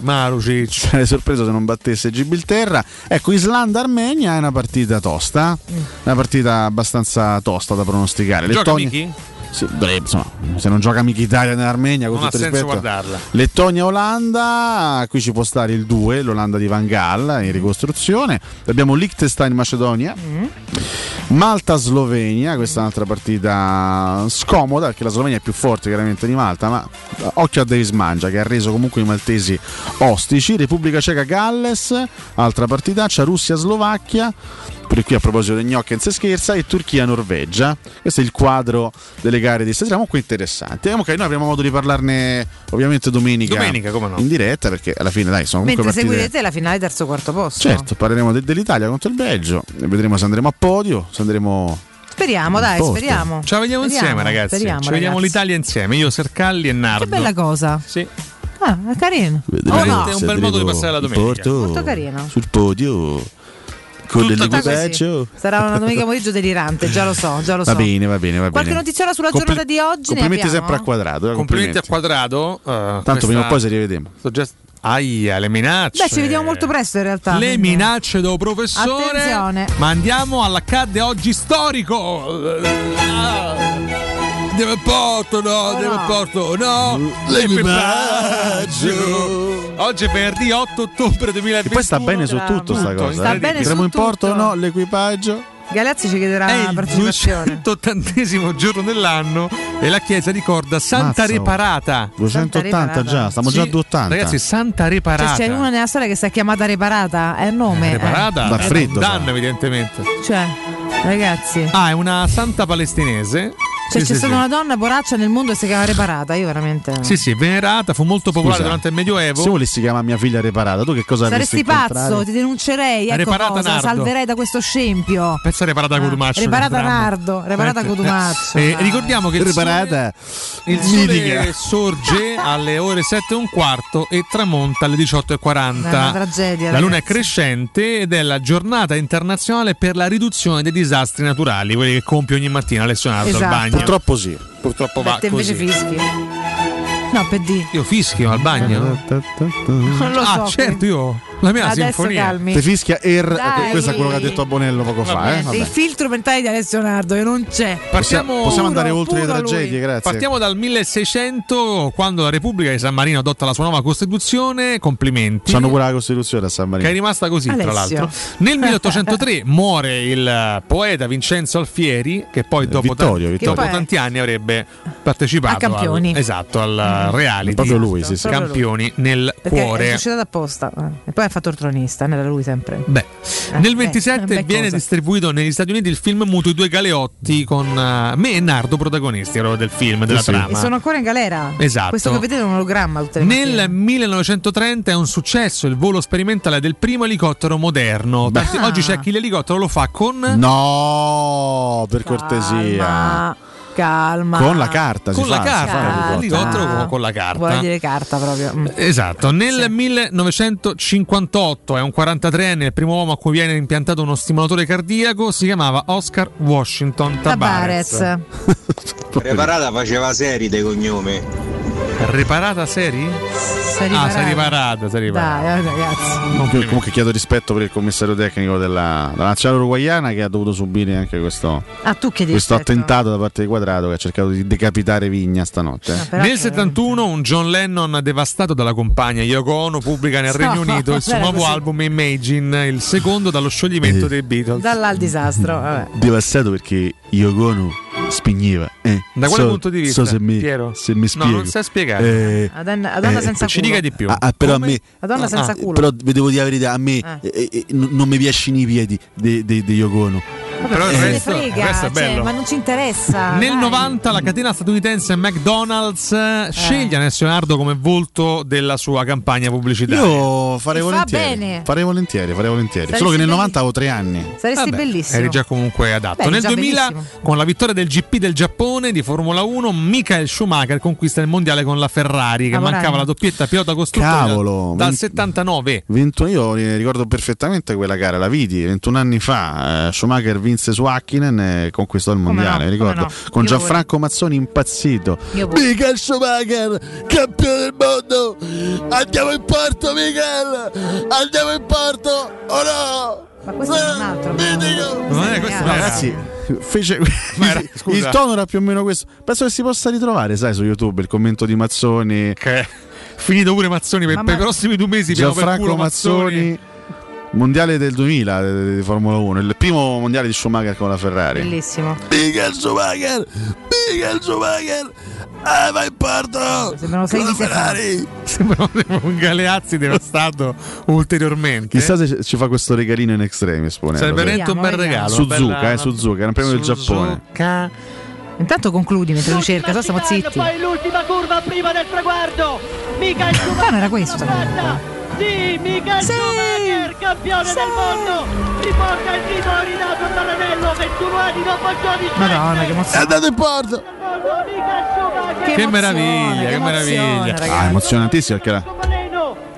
[SPEAKER 3] Marusic.
[SPEAKER 4] Sarei sorpreso se non battesse Gibilterra. Ecco, Islanda-Armenia è una partita tosta. Una partita abbastanza tosta da pronosticare.
[SPEAKER 3] Mm. Gioca
[SPEAKER 4] Lettonia-
[SPEAKER 3] Miki?
[SPEAKER 4] Sì, dovrebbe- insomma, se non gioca Mkhitaryan nell'Armenia, con
[SPEAKER 3] Non ha
[SPEAKER 4] tutto il
[SPEAKER 3] senso
[SPEAKER 4] rispetto,
[SPEAKER 3] guardarla.
[SPEAKER 4] Lettonia-Olanda, qui ci può stare il 2, l'Olanda di Van Gaal in ricostruzione. Abbiamo Liechtenstein-Macedonia,
[SPEAKER 3] Mm.
[SPEAKER 4] Malta-Slovenia, questa è un'altra partita scomoda perché la Slovenia è più forte chiaramente di Malta, ma occhio a Davis Mangia che ha reso comunque i maltesi ostici. Repubblica Ceca-Galles, altra partitaccia, Russia-Slovacchia. Pure qui a proposito degli gnocchi non si scherza e Turchia-Norvegia. Questo è il quadro delle gare di stasera, comunque interessante. Ok, noi avremo modo di parlarne ovviamente domenica,
[SPEAKER 3] Domenica, come no.
[SPEAKER 4] in diretta perché alla fine dai sono comunque
[SPEAKER 2] Mentre
[SPEAKER 4] partite...
[SPEAKER 2] seguirete la finale terzo quarto posto.
[SPEAKER 4] Certo, parleremo de- dell'Italia contro il Belgio, e vedremo se andremo a podio, se andremo...
[SPEAKER 2] Speriamo, dai,
[SPEAKER 4] Posto.
[SPEAKER 2] speriamo.
[SPEAKER 3] Ce la vediamo insieme, ragazzi.
[SPEAKER 2] Speriamo,
[SPEAKER 3] Ci vediamo
[SPEAKER 2] ragazzi.
[SPEAKER 3] l'Italia insieme. Io, Sercalli e Nardo.
[SPEAKER 2] Che bella cosa.
[SPEAKER 3] Sì.
[SPEAKER 2] Ah, è carino.
[SPEAKER 3] Vedremo.
[SPEAKER 2] Oh, no.
[SPEAKER 3] È un bel modo di passare la domenica.
[SPEAKER 2] Molto carino.
[SPEAKER 4] Sul podio, con
[SPEAKER 2] Tutta
[SPEAKER 4] del
[SPEAKER 2] così.
[SPEAKER 4] peggio.
[SPEAKER 2] Sarà una domenica pomeriggio delirante, già lo so, già lo so.
[SPEAKER 4] Va bene, va bene, va bene.
[SPEAKER 2] Qualche notiziola sulla
[SPEAKER 4] Compli-
[SPEAKER 2] giornata di oggi? Ne
[SPEAKER 4] Complimenti
[SPEAKER 2] abbiamo?
[SPEAKER 4] sempre a quadrato. eh,
[SPEAKER 3] Complimenti
[SPEAKER 4] complimenti.
[SPEAKER 3] a quadrato. eh, Tanto
[SPEAKER 4] prima o poi ci rivediamo.
[SPEAKER 3] Aia, le minacce.
[SPEAKER 2] Beh, ci vediamo molto presto in realtà.
[SPEAKER 3] Le
[SPEAKER 2] quindi.
[SPEAKER 3] minacce do professore.
[SPEAKER 2] Attenzione.
[SPEAKER 3] Ma andiamo all'accadde oggi storico. Deve porto,
[SPEAKER 2] Oh,
[SPEAKER 3] no, deve porto, no.
[SPEAKER 50] Le
[SPEAKER 3] E per-
[SPEAKER 50] minacce.
[SPEAKER 3] Oggi è venerdì 8 ottobre 2021.
[SPEAKER 4] E poi sta bene su tutto sta cosa.
[SPEAKER 3] Sta
[SPEAKER 4] eh.
[SPEAKER 3] bene
[SPEAKER 4] Andremo
[SPEAKER 3] su
[SPEAKER 4] in porto o
[SPEAKER 3] tutto.
[SPEAKER 4] no? L'equipaggio?
[SPEAKER 2] Galeazzi ci chiederà
[SPEAKER 3] È
[SPEAKER 2] la
[SPEAKER 3] il
[SPEAKER 2] partecipazione.
[SPEAKER 3] 280 giorno dell'anno e la chiesa ricorda Santa
[SPEAKER 4] Mazza, oh.
[SPEAKER 3] Reparata.
[SPEAKER 4] 280 già, stiamo già a 280.
[SPEAKER 3] Ragazzi, Santa
[SPEAKER 2] Cioè,
[SPEAKER 3] Reparata.
[SPEAKER 2] c'è una nella storia che si è chiamata Reparata, è il nome. eh.
[SPEAKER 3] Reparata
[SPEAKER 4] Da
[SPEAKER 3] è
[SPEAKER 4] freddo,
[SPEAKER 3] un danno evidentemente.
[SPEAKER 2] Cioè, ragazzi.
[SPEAKER 3] Ah, è una santa palestinese.
[SPEAKER 2] Cioè,
[SPEAKER 3] Sì,
[SPEAKER 2] c'è
[SPEAKER 3] sì,
[SPEAKER 2] stata
[SPEAKER 3] sì.
[SPEAKER 2] una donna boraccia nel mondo e si chiama Reparata, io veramente.
[SPEAKER 3] Sì, sì, venerata, fu molto popolare
[SPEAKER 4] Scusa,
[SPEAKER 3] durante il Medioevo.
[SPEAKER 4] Se volessi chiamare mia figlia reparata, tu che cosa
[SPEAKER 2] Saresti
[SPEAKER 4] avresti
[SPEAKER 2] pazzo, ti
[SPEAKER 4] incontrato?
[SPEAKER 2] denuncerei, ecco
[SPEAKER 3] Reparata
[SPEAKER 2] cosa,
[SPEAKER 3] Nardo.
[SPEAKER 2] salverei da questo scempio.
[SPEAKER 3] Penso a Reparata
[SPEAKER 2] Ah,
[SPEAKER 3] Cotumaccio.
[SPEAKER 2] Reparata
[SPEAKER 3] che è un dramma.
[SPEAKER 2] Nardo, Reparata
[SPEAKER 3] Veramente.
[SPEAKER 2] Cotumaccio,
[SPEAKER 3] Eh,
[SPEAKER 2] dai.
[SPEAKER 3] ricordiamo che il
[SPEAKER 4] Reparata
[SPEAKER 3] sole, il sole sorge alle ore 7 e un quarto e tramonta alle 18 e 40.
[SPEAKER 2] È una tragedia,
[SPEAKER 3] La luna è
[SPEAKER 2] ragazzi.
[SPEAKER 3] crescente ed è la giornata internazionale per la riduzione dei disastri naturali, quelli che compie ogni mattina Alessio Nardo al
[SPEAKER 2] Esatto.
[SPEAKER 3] bagno.
[SPEAKER 4] Purtroppo sì.
[SPEAKER 3] Purtroppo va
[SPEAKER 2] Te invece
[SPEAKER 3] così.
[SPEAKER 2] fischi. No, per di.
[SPEAKER 3] Io fischio al bagno.
[SPEAKER 4] Non
[SPEAKER 2] lo
[SPEAKER 3] ah,
[SPEAKER 2] so,
[SPEAKER 3] certo, io. La mia
[SPEAKER 2] Adesso
[SPEAKER 3] sinfonia.
[SPEAKER 2] calmi.
[SPEAKER 4] Te fischia er.
[SPEAKER 2] Dai.
[SPEAKER 4] Questo è quello che ha detto a Bonello poco
[SPEAKER 3] Va
[SPEAKER 4] fa.
[SPEAKER 3] bene.
[SPEAKER 4] Eh? Vabbè.
[SPEAKER 2] Il filtro mentale di Alessio Nardo che non c'è.
[SPEAKER 3] Partiamo-
[SPEAKER 4] Possiamo andare
[SPEAKER 2] Puro,
[SPEAKER 4] oltre le
[SPEAKER 2] puro lui.
[SPEAKER 4] tragedie, grazie.
[SPEAKER 3] Partiamo dal 1600, quando la Repubblica di San Marino adotta la sua nuova Costituzione. Complimenti.
[SPEAKER 4] C'hanno pure la Costituzione a San Marino.
[SPEAKER 3] Che è rimasta così, tra
[SPEAKER 4] Alessio.
[SPEAKER 3] l'altro. Nel 1803 muore il eh, poeta Vincenzo Alfieri, che poi
[SPEAKER 4] Eh,
[SPEAKER 3] dopo, tan-
[SPEAKER 4] Vittorio, Vittorio.
[SPEAKER 3] dopo
[SPEAKER 4] Che poi-
[SPEAKER 3] tanti anni avrebbe partecipato
[SPEAKER 2] A Campioni.
[SPEAKER 3] al- esatto, al reality.
[SPEAKER 4] Proprio lui, sì,
[SPEAKER 2] sì.
[SPEAKER 3] Campioni nel
[SPEAKER 2] Perché è
[SPEAKER 3] cuore.
[SPEAKER 2] succedato apposta. eh. E poi ha fatto il tronista, non era lui sempre.
[SPEAKER 3] Beh,
[SPEAKER 2] Eh,
[SPEAKER 3] nel
[SPEAKER 2] beh,
[SPEAKER 3] 27
[SPEAKER 2] beh,
[SPEAKER 3] viene
[SPEAKER 2] cosa.
[SPEAKER 3] distribuito negli Stati Uniti il film muto I due galeotti con eh, me e Nardo protagonisti ero del film, della
[SPEAKER 2] Sì.
[SPEAKER 3] trama.
[SPEAKER 2] E sono ancora in galera.
[SPEAKER 3] Esatto.
[SPEAKER 2] Questo che vedete è un ologramma. Tutte le mattine.
[SPEAKER 3] Nel 1930 è un successo il volo sperimentale del primo elicottero moderno. Tanti-
[SPEAKER 2] Ah.
[SPEAKER 3] Oggi c'è chi l'elicottero lo fa con.
[SPEAKER 4] No, per cortesia.
[SPEAKER 2] Ah, calma.
[SPEAKER 4] Con la carta si
[SPEAKER 3] Con la
[SPEAKER 4] fa, si
[SPEAKER 3] carta,
[SPEAKER 4] fa l'elicottero.
[SPEAKER 3] l'elicottero con- con la carta.
[SPEAKER 2] Vuole Ah. dire carta proprio. Mm.
[SPEAKER 3] Esatto, nel 1958 è un 43enne il primo uomo a cui viene impiantato uno stimolatore cardiaco, si chiamava Oscar Washington Tabarez.
[SPEAKER 2] Tabarez.
[SPEAKER 5] Preparata faceva serie dei cognomi.
[SPEAKER 3] Riparata serie? Ah, sei riparata, sei riparata.
[SPEAKER 2] Dai, eh, ragazzi.
[SPEAKER 4] Io comunque chiedo rispetto per il commissario tecnico della, della nazionale uruguaiana che ha dovuto subire anche questo,
[SPEAKER 2] Ah, tu chiedi
[SPEAKER 4] questo
[SPEAKER 2] rispetto.
[SPEAKER 4] attentato da parte di Quadrato che ha cercato di decapitare Vigna stanotte.
[SPEAKER 3] Nel 71 un John Lennon devastato dalla compagna Yoko Ono pubblica nel
[SPEAKER 2] No,
[SPEAKER 3] Regno Unito il suo
[SPEAKER 2] era
[SPEAKER 3] nuovo
[SPEAKER 2] così.
[SPEAKER 3] album Imagine, il secondo dallo scioglimento dei Beatles.
[SPEAKER 2] Dall'al disastro. Vabbè.
[SPEAKER 4] Devastato perché Yogonu spingeva. eh.
[SPEAKER 3] Da quale
[SPEAKER 4] So-
[SPEAKER 3] punto di vista?
[SPEAKER 4] So se mi,
[SPEAKER 3] Piero?
[SPEAKER 4] se mi
[SPEAKER 3] No,
[SPEAKER 4] spiego.
[SPEAKER 3] non sai spiegare.
[SPEAKER 4] Eh,
[SPEAKER 2] Madonna- Madonna senza
[SPEAKER 3] Ci culo. dica di più. ah,
[SPEAKER 4] Ah, ah, però
[SPEAKER 3] Come?
[SPEAKER 4] a me,
[SPEAKER 2] Madonna senza culo.
[SPEAKER 4] Però vi devo dire la verità, a me
[SPEAKER 2] Ah.
[SPEAKER 4] eh, eh, n- non mi piacciono i piedi di Yogonu.
[SPEAKER 2] Vabbè,
[SPEAKER 3] Però
[SPEAKER 2] ma
[SPEAKER 3] il
[SPEAKER 2] chi se ne
[SPEAKER 3] resto- il
[SPEAKER 2] frega,
[SPEAKER 3] resto è
[SPEAKER 2] cioè,
[SPEAKER 3] bello.
[SPEAKER 2] ma non ci interessa.
[SPEAKER 3] Nel
[SPEAKER 2] Ah, dai.
[SPEAKER 3] 90 la catena statunitense McDonald's eh, sceglie Alessio Nardo come volto della sua campagna pubblicitaria.
[SPEAKER 4] Io farei
[SPEAKER 2] Fa
[SPEAKER 4] volentieri,
[SPEAKER 2] bene.
[SPEAKER 4] farei volentieri, farei volentieri.
[SPEAKER 2] Saresti
[SPEAKER 4] Solo che nel
[SPEAKER 2] belli-
[SPEAKER 4] 90 avevo tre anni.
[SPEAKER 2] Saresti bellissimo.
[SPEAKER 3] Eri già comunque adatto.
[SPEAKER 2] Beh,
[SPEAKER 3] Nel
[SPEAKER 2] già
[SPEAKER 3] 2000,
[SPEAKER 2] bellissimo.
[SPEAKER 3] con la vittoria del GP del Giappone di Formula 1, Michael Schumacher conquista il mondiale con la Ferrari, che
[SPEAKER 4] Ah,
[SPEAKER 3] mancava
[SPEAKER 4] vorrei.
[SPEAKER 3] la doppietta pilota costruttore
[SPEAKER 4] Cavolo,
[SPEAKER 3] dal
[SPEAKER 4] vent-
[SPEAKER 3] 79.
[SPEAKER 4] 21, Oh, io ri- ricordo perfettamente quella gara, la vidi 21 anni fa. eh, Schumacher vinse su Hakkinen e conquistò il mondiale.
[SPEAKER 11] no,
[SPEAKER 4] ricordo
[SPEAKER 11] come no.
[SPEAKER 4] con
[SPEAKER 11] Io
[SPEAKER 4] Gianfranco Mazzoni impazzito.
[SPEAKER 11] Michael Schumacher, campione del mondo! Andiamo in porto, Michael! Andiamo in porto! Oh no! Ma questo è un altro.
[SPEAKER 2] Ah.
[SPEAKER 4] No, ragazzi, fece-
[SPEAKER 11] scusa.
[SPEAKER 4] il tono era più o meno questo. Penso che si possa ritrovare, sai, su YouTube il commento di Mazzoni.
[SPEAKER 3] Finito pure Mazzoni per, per i prossimi due mesi. abbiamo per
[SPEAKER 4] Gianfranco
[SPEAKER 3] culo Mazzoni.
[SPEAKER 4] Mazzoni. Mondiale del 2000 eh, di Formula 1, il primo mondiale di Schumacher con la Ferrari.
[SPEAKER 2] Bellissimo.
[SPEAKER 11] Michael Schumacher! Michael Schumacher! Ah, vai in porto!
[SPEAKER 2] Sembrano sei
[SPEAKER 11] Con la
[SPEAKER 2] di Stefano.
[SPEAKER 11] Ferrari!
[SPEAKER 3] Sembrava un Galeazzi devastato ulteriormente.
[SPEAKER 4] Chissà se ci fa questo regalino in extremis. ponendo.
[SPEAKER 3] Sarebbe veramente un bel
[SPEAKER 4] Vediamo,
[SPEAKER 3] regalo.
[SPEAKER 4] vediamo. Suzuka,
[SPEAKER 3] Bella-
[SPEAKER 4] eh, Suzuka, era un premio del Giappone.
[SPEAKER 3] Suzuka.
[SPEAKER 2] Intanto concludi mentre lui cerca, so stiamo zitti.
[SPEAKER 1] Poi l'ultima curva prima del traguardo. Michael Schumacher.
[SPEAKER 2] non Ah, era questo.
[SPEAKER 1] tratta. Sì, Michael Schumacher, campione del mondo. Riporta il titolo Rinato Maranello, 21 anni dopo Johnny
[SPEAKER 2] Madonna, che emozione.
[SPEAKER 4] È andato in porto!
[SPEAKER 3] Che, meraviglia, che meraviglia.
[SPEAKER 4] Ah, emozionantissimo perché era-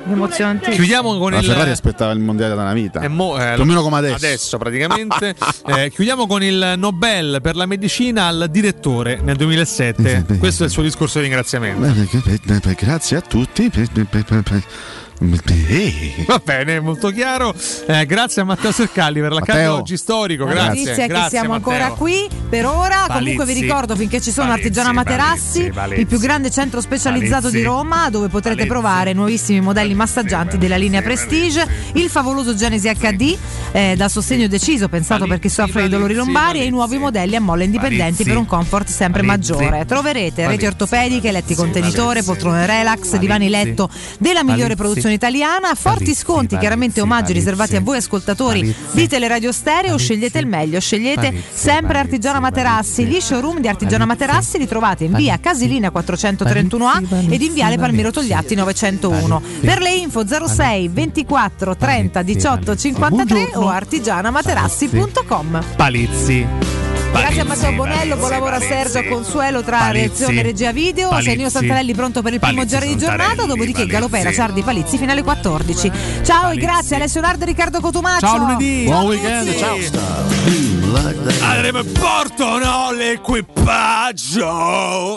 [SPEAKER 2] Emozionante.
[SPEAKER 3] Chiudiamo con
[SPEAKER 4] la
[SPEAKER 3] il.
[SPEAKER 4] Ferrari aspettava il mondiale da una vita.
[SPEAKER 3] E mo- eh,
[SPEAKER 4] più o meno come adesso.
[SPEAKER 3] praticamente. Eh, chiudiamo con il Nobel per la medicina al direttore nel 2007. Questo è il suo discorso di ringraziamento.
[SPEAKER 4] Beh, beh, beh, beh, Grazie a tutti. Beh, beh, beh, beh, beh. Beh.
[SPEAKER 3] Va bene, molto chiaro. Eh, grazie a Matteo Sercalli per l'accaduto
[SPEAKER 4] Matteo.
[SPEAKER 3] oggi storico.
[SPEAKER 2] La
[SPEAKER 3] Grazie.
[SPEAKER 2] notizia è che
[SPEAKER 3] grazie,
[SPEAKER 2] siamo
[SPEAKER 3] Matteo.
[SPEAKER 2] ancora qui per ora. Comunque vi
[SPEAKER 3] Palizzi,
[SPEAKER 2] ricordo finché ci sono
[SPEAKER 3] Palizzi,
[SPEAKER 2] Artigiana Materassi,
[SPEAKER 3] Palizzi, Palizzi,
[SPEAKER 2] il più grande centro specializzato
[SPEAKER 3] Palizzi,
[SPEAKER 2] di Roma, dove potrete
[SPEAKER 3] Palizzi,
[SPEAKER 2] provare nuovissimi modelli massaggianti della linea Prestige, il favoloso Genesi HD eh, da sostegno deciso, pensato per chi soffre di dolori lombari, e i nuovi modelli a molle indipendenti
[SPEAKER 16] Palizzi,
[SPEAKER 2] per un comfort sempre maggiore. Troverete reti
[SPEAKER 16] Palizzi,
[SPEAKER 2] ortopediche, letti contenitore, poltrone relax, divani
[SPEAKER 16] Palizzi,
[SPEAKER 2] letto della migliore
[SPEAKER 16] Palizzi,
[SPEAKER 2] produzione italiana, forti sconti, chiaramente omaggi riservati a voi ascoltatori di Teleradio Stereo, scegliete il meglio, scegliete sempre Artigiana Materassi, gli showroom di Artigiana Materassi li trovate in via Casilina 431A ed in viale Palmiro Togliatti 901. Per le info 06 24 30 18 53 o artigianamaterassi.com.
[SPEAKER 3] Palizzi.
[SPEAKER 2] Grazie a Matteo Bonello, buon lavoro a Sergio Consuelo tra
[SPEAKER 3] Palizzi,
[SPEAKER 2] reazione e regia video,
[SPEAKER 3] Palizzi,
[SPEAKER 2] c'è Nino Santarelli pronto per il primo
[SPEAKER 3] Palizzi,
[SPEAKER 2] giorno di giornata,
[SPEAKER 3] Santarelli,
[SPEAKER 2] dopodiché
[SPEAKER 3] Palizzi.
[SPEAKER 2] Galopera, Sardi, Palizzi, finale 14. Ciao e grazie Alessio Nardo e Riccardo Cotumaccio.
[SPEAKER 3] Ciao lunedì.
[SPEAKER 2] Ciao a tutti.
[SPEAKER 3] Andremo in porto, no? L'equipaggio.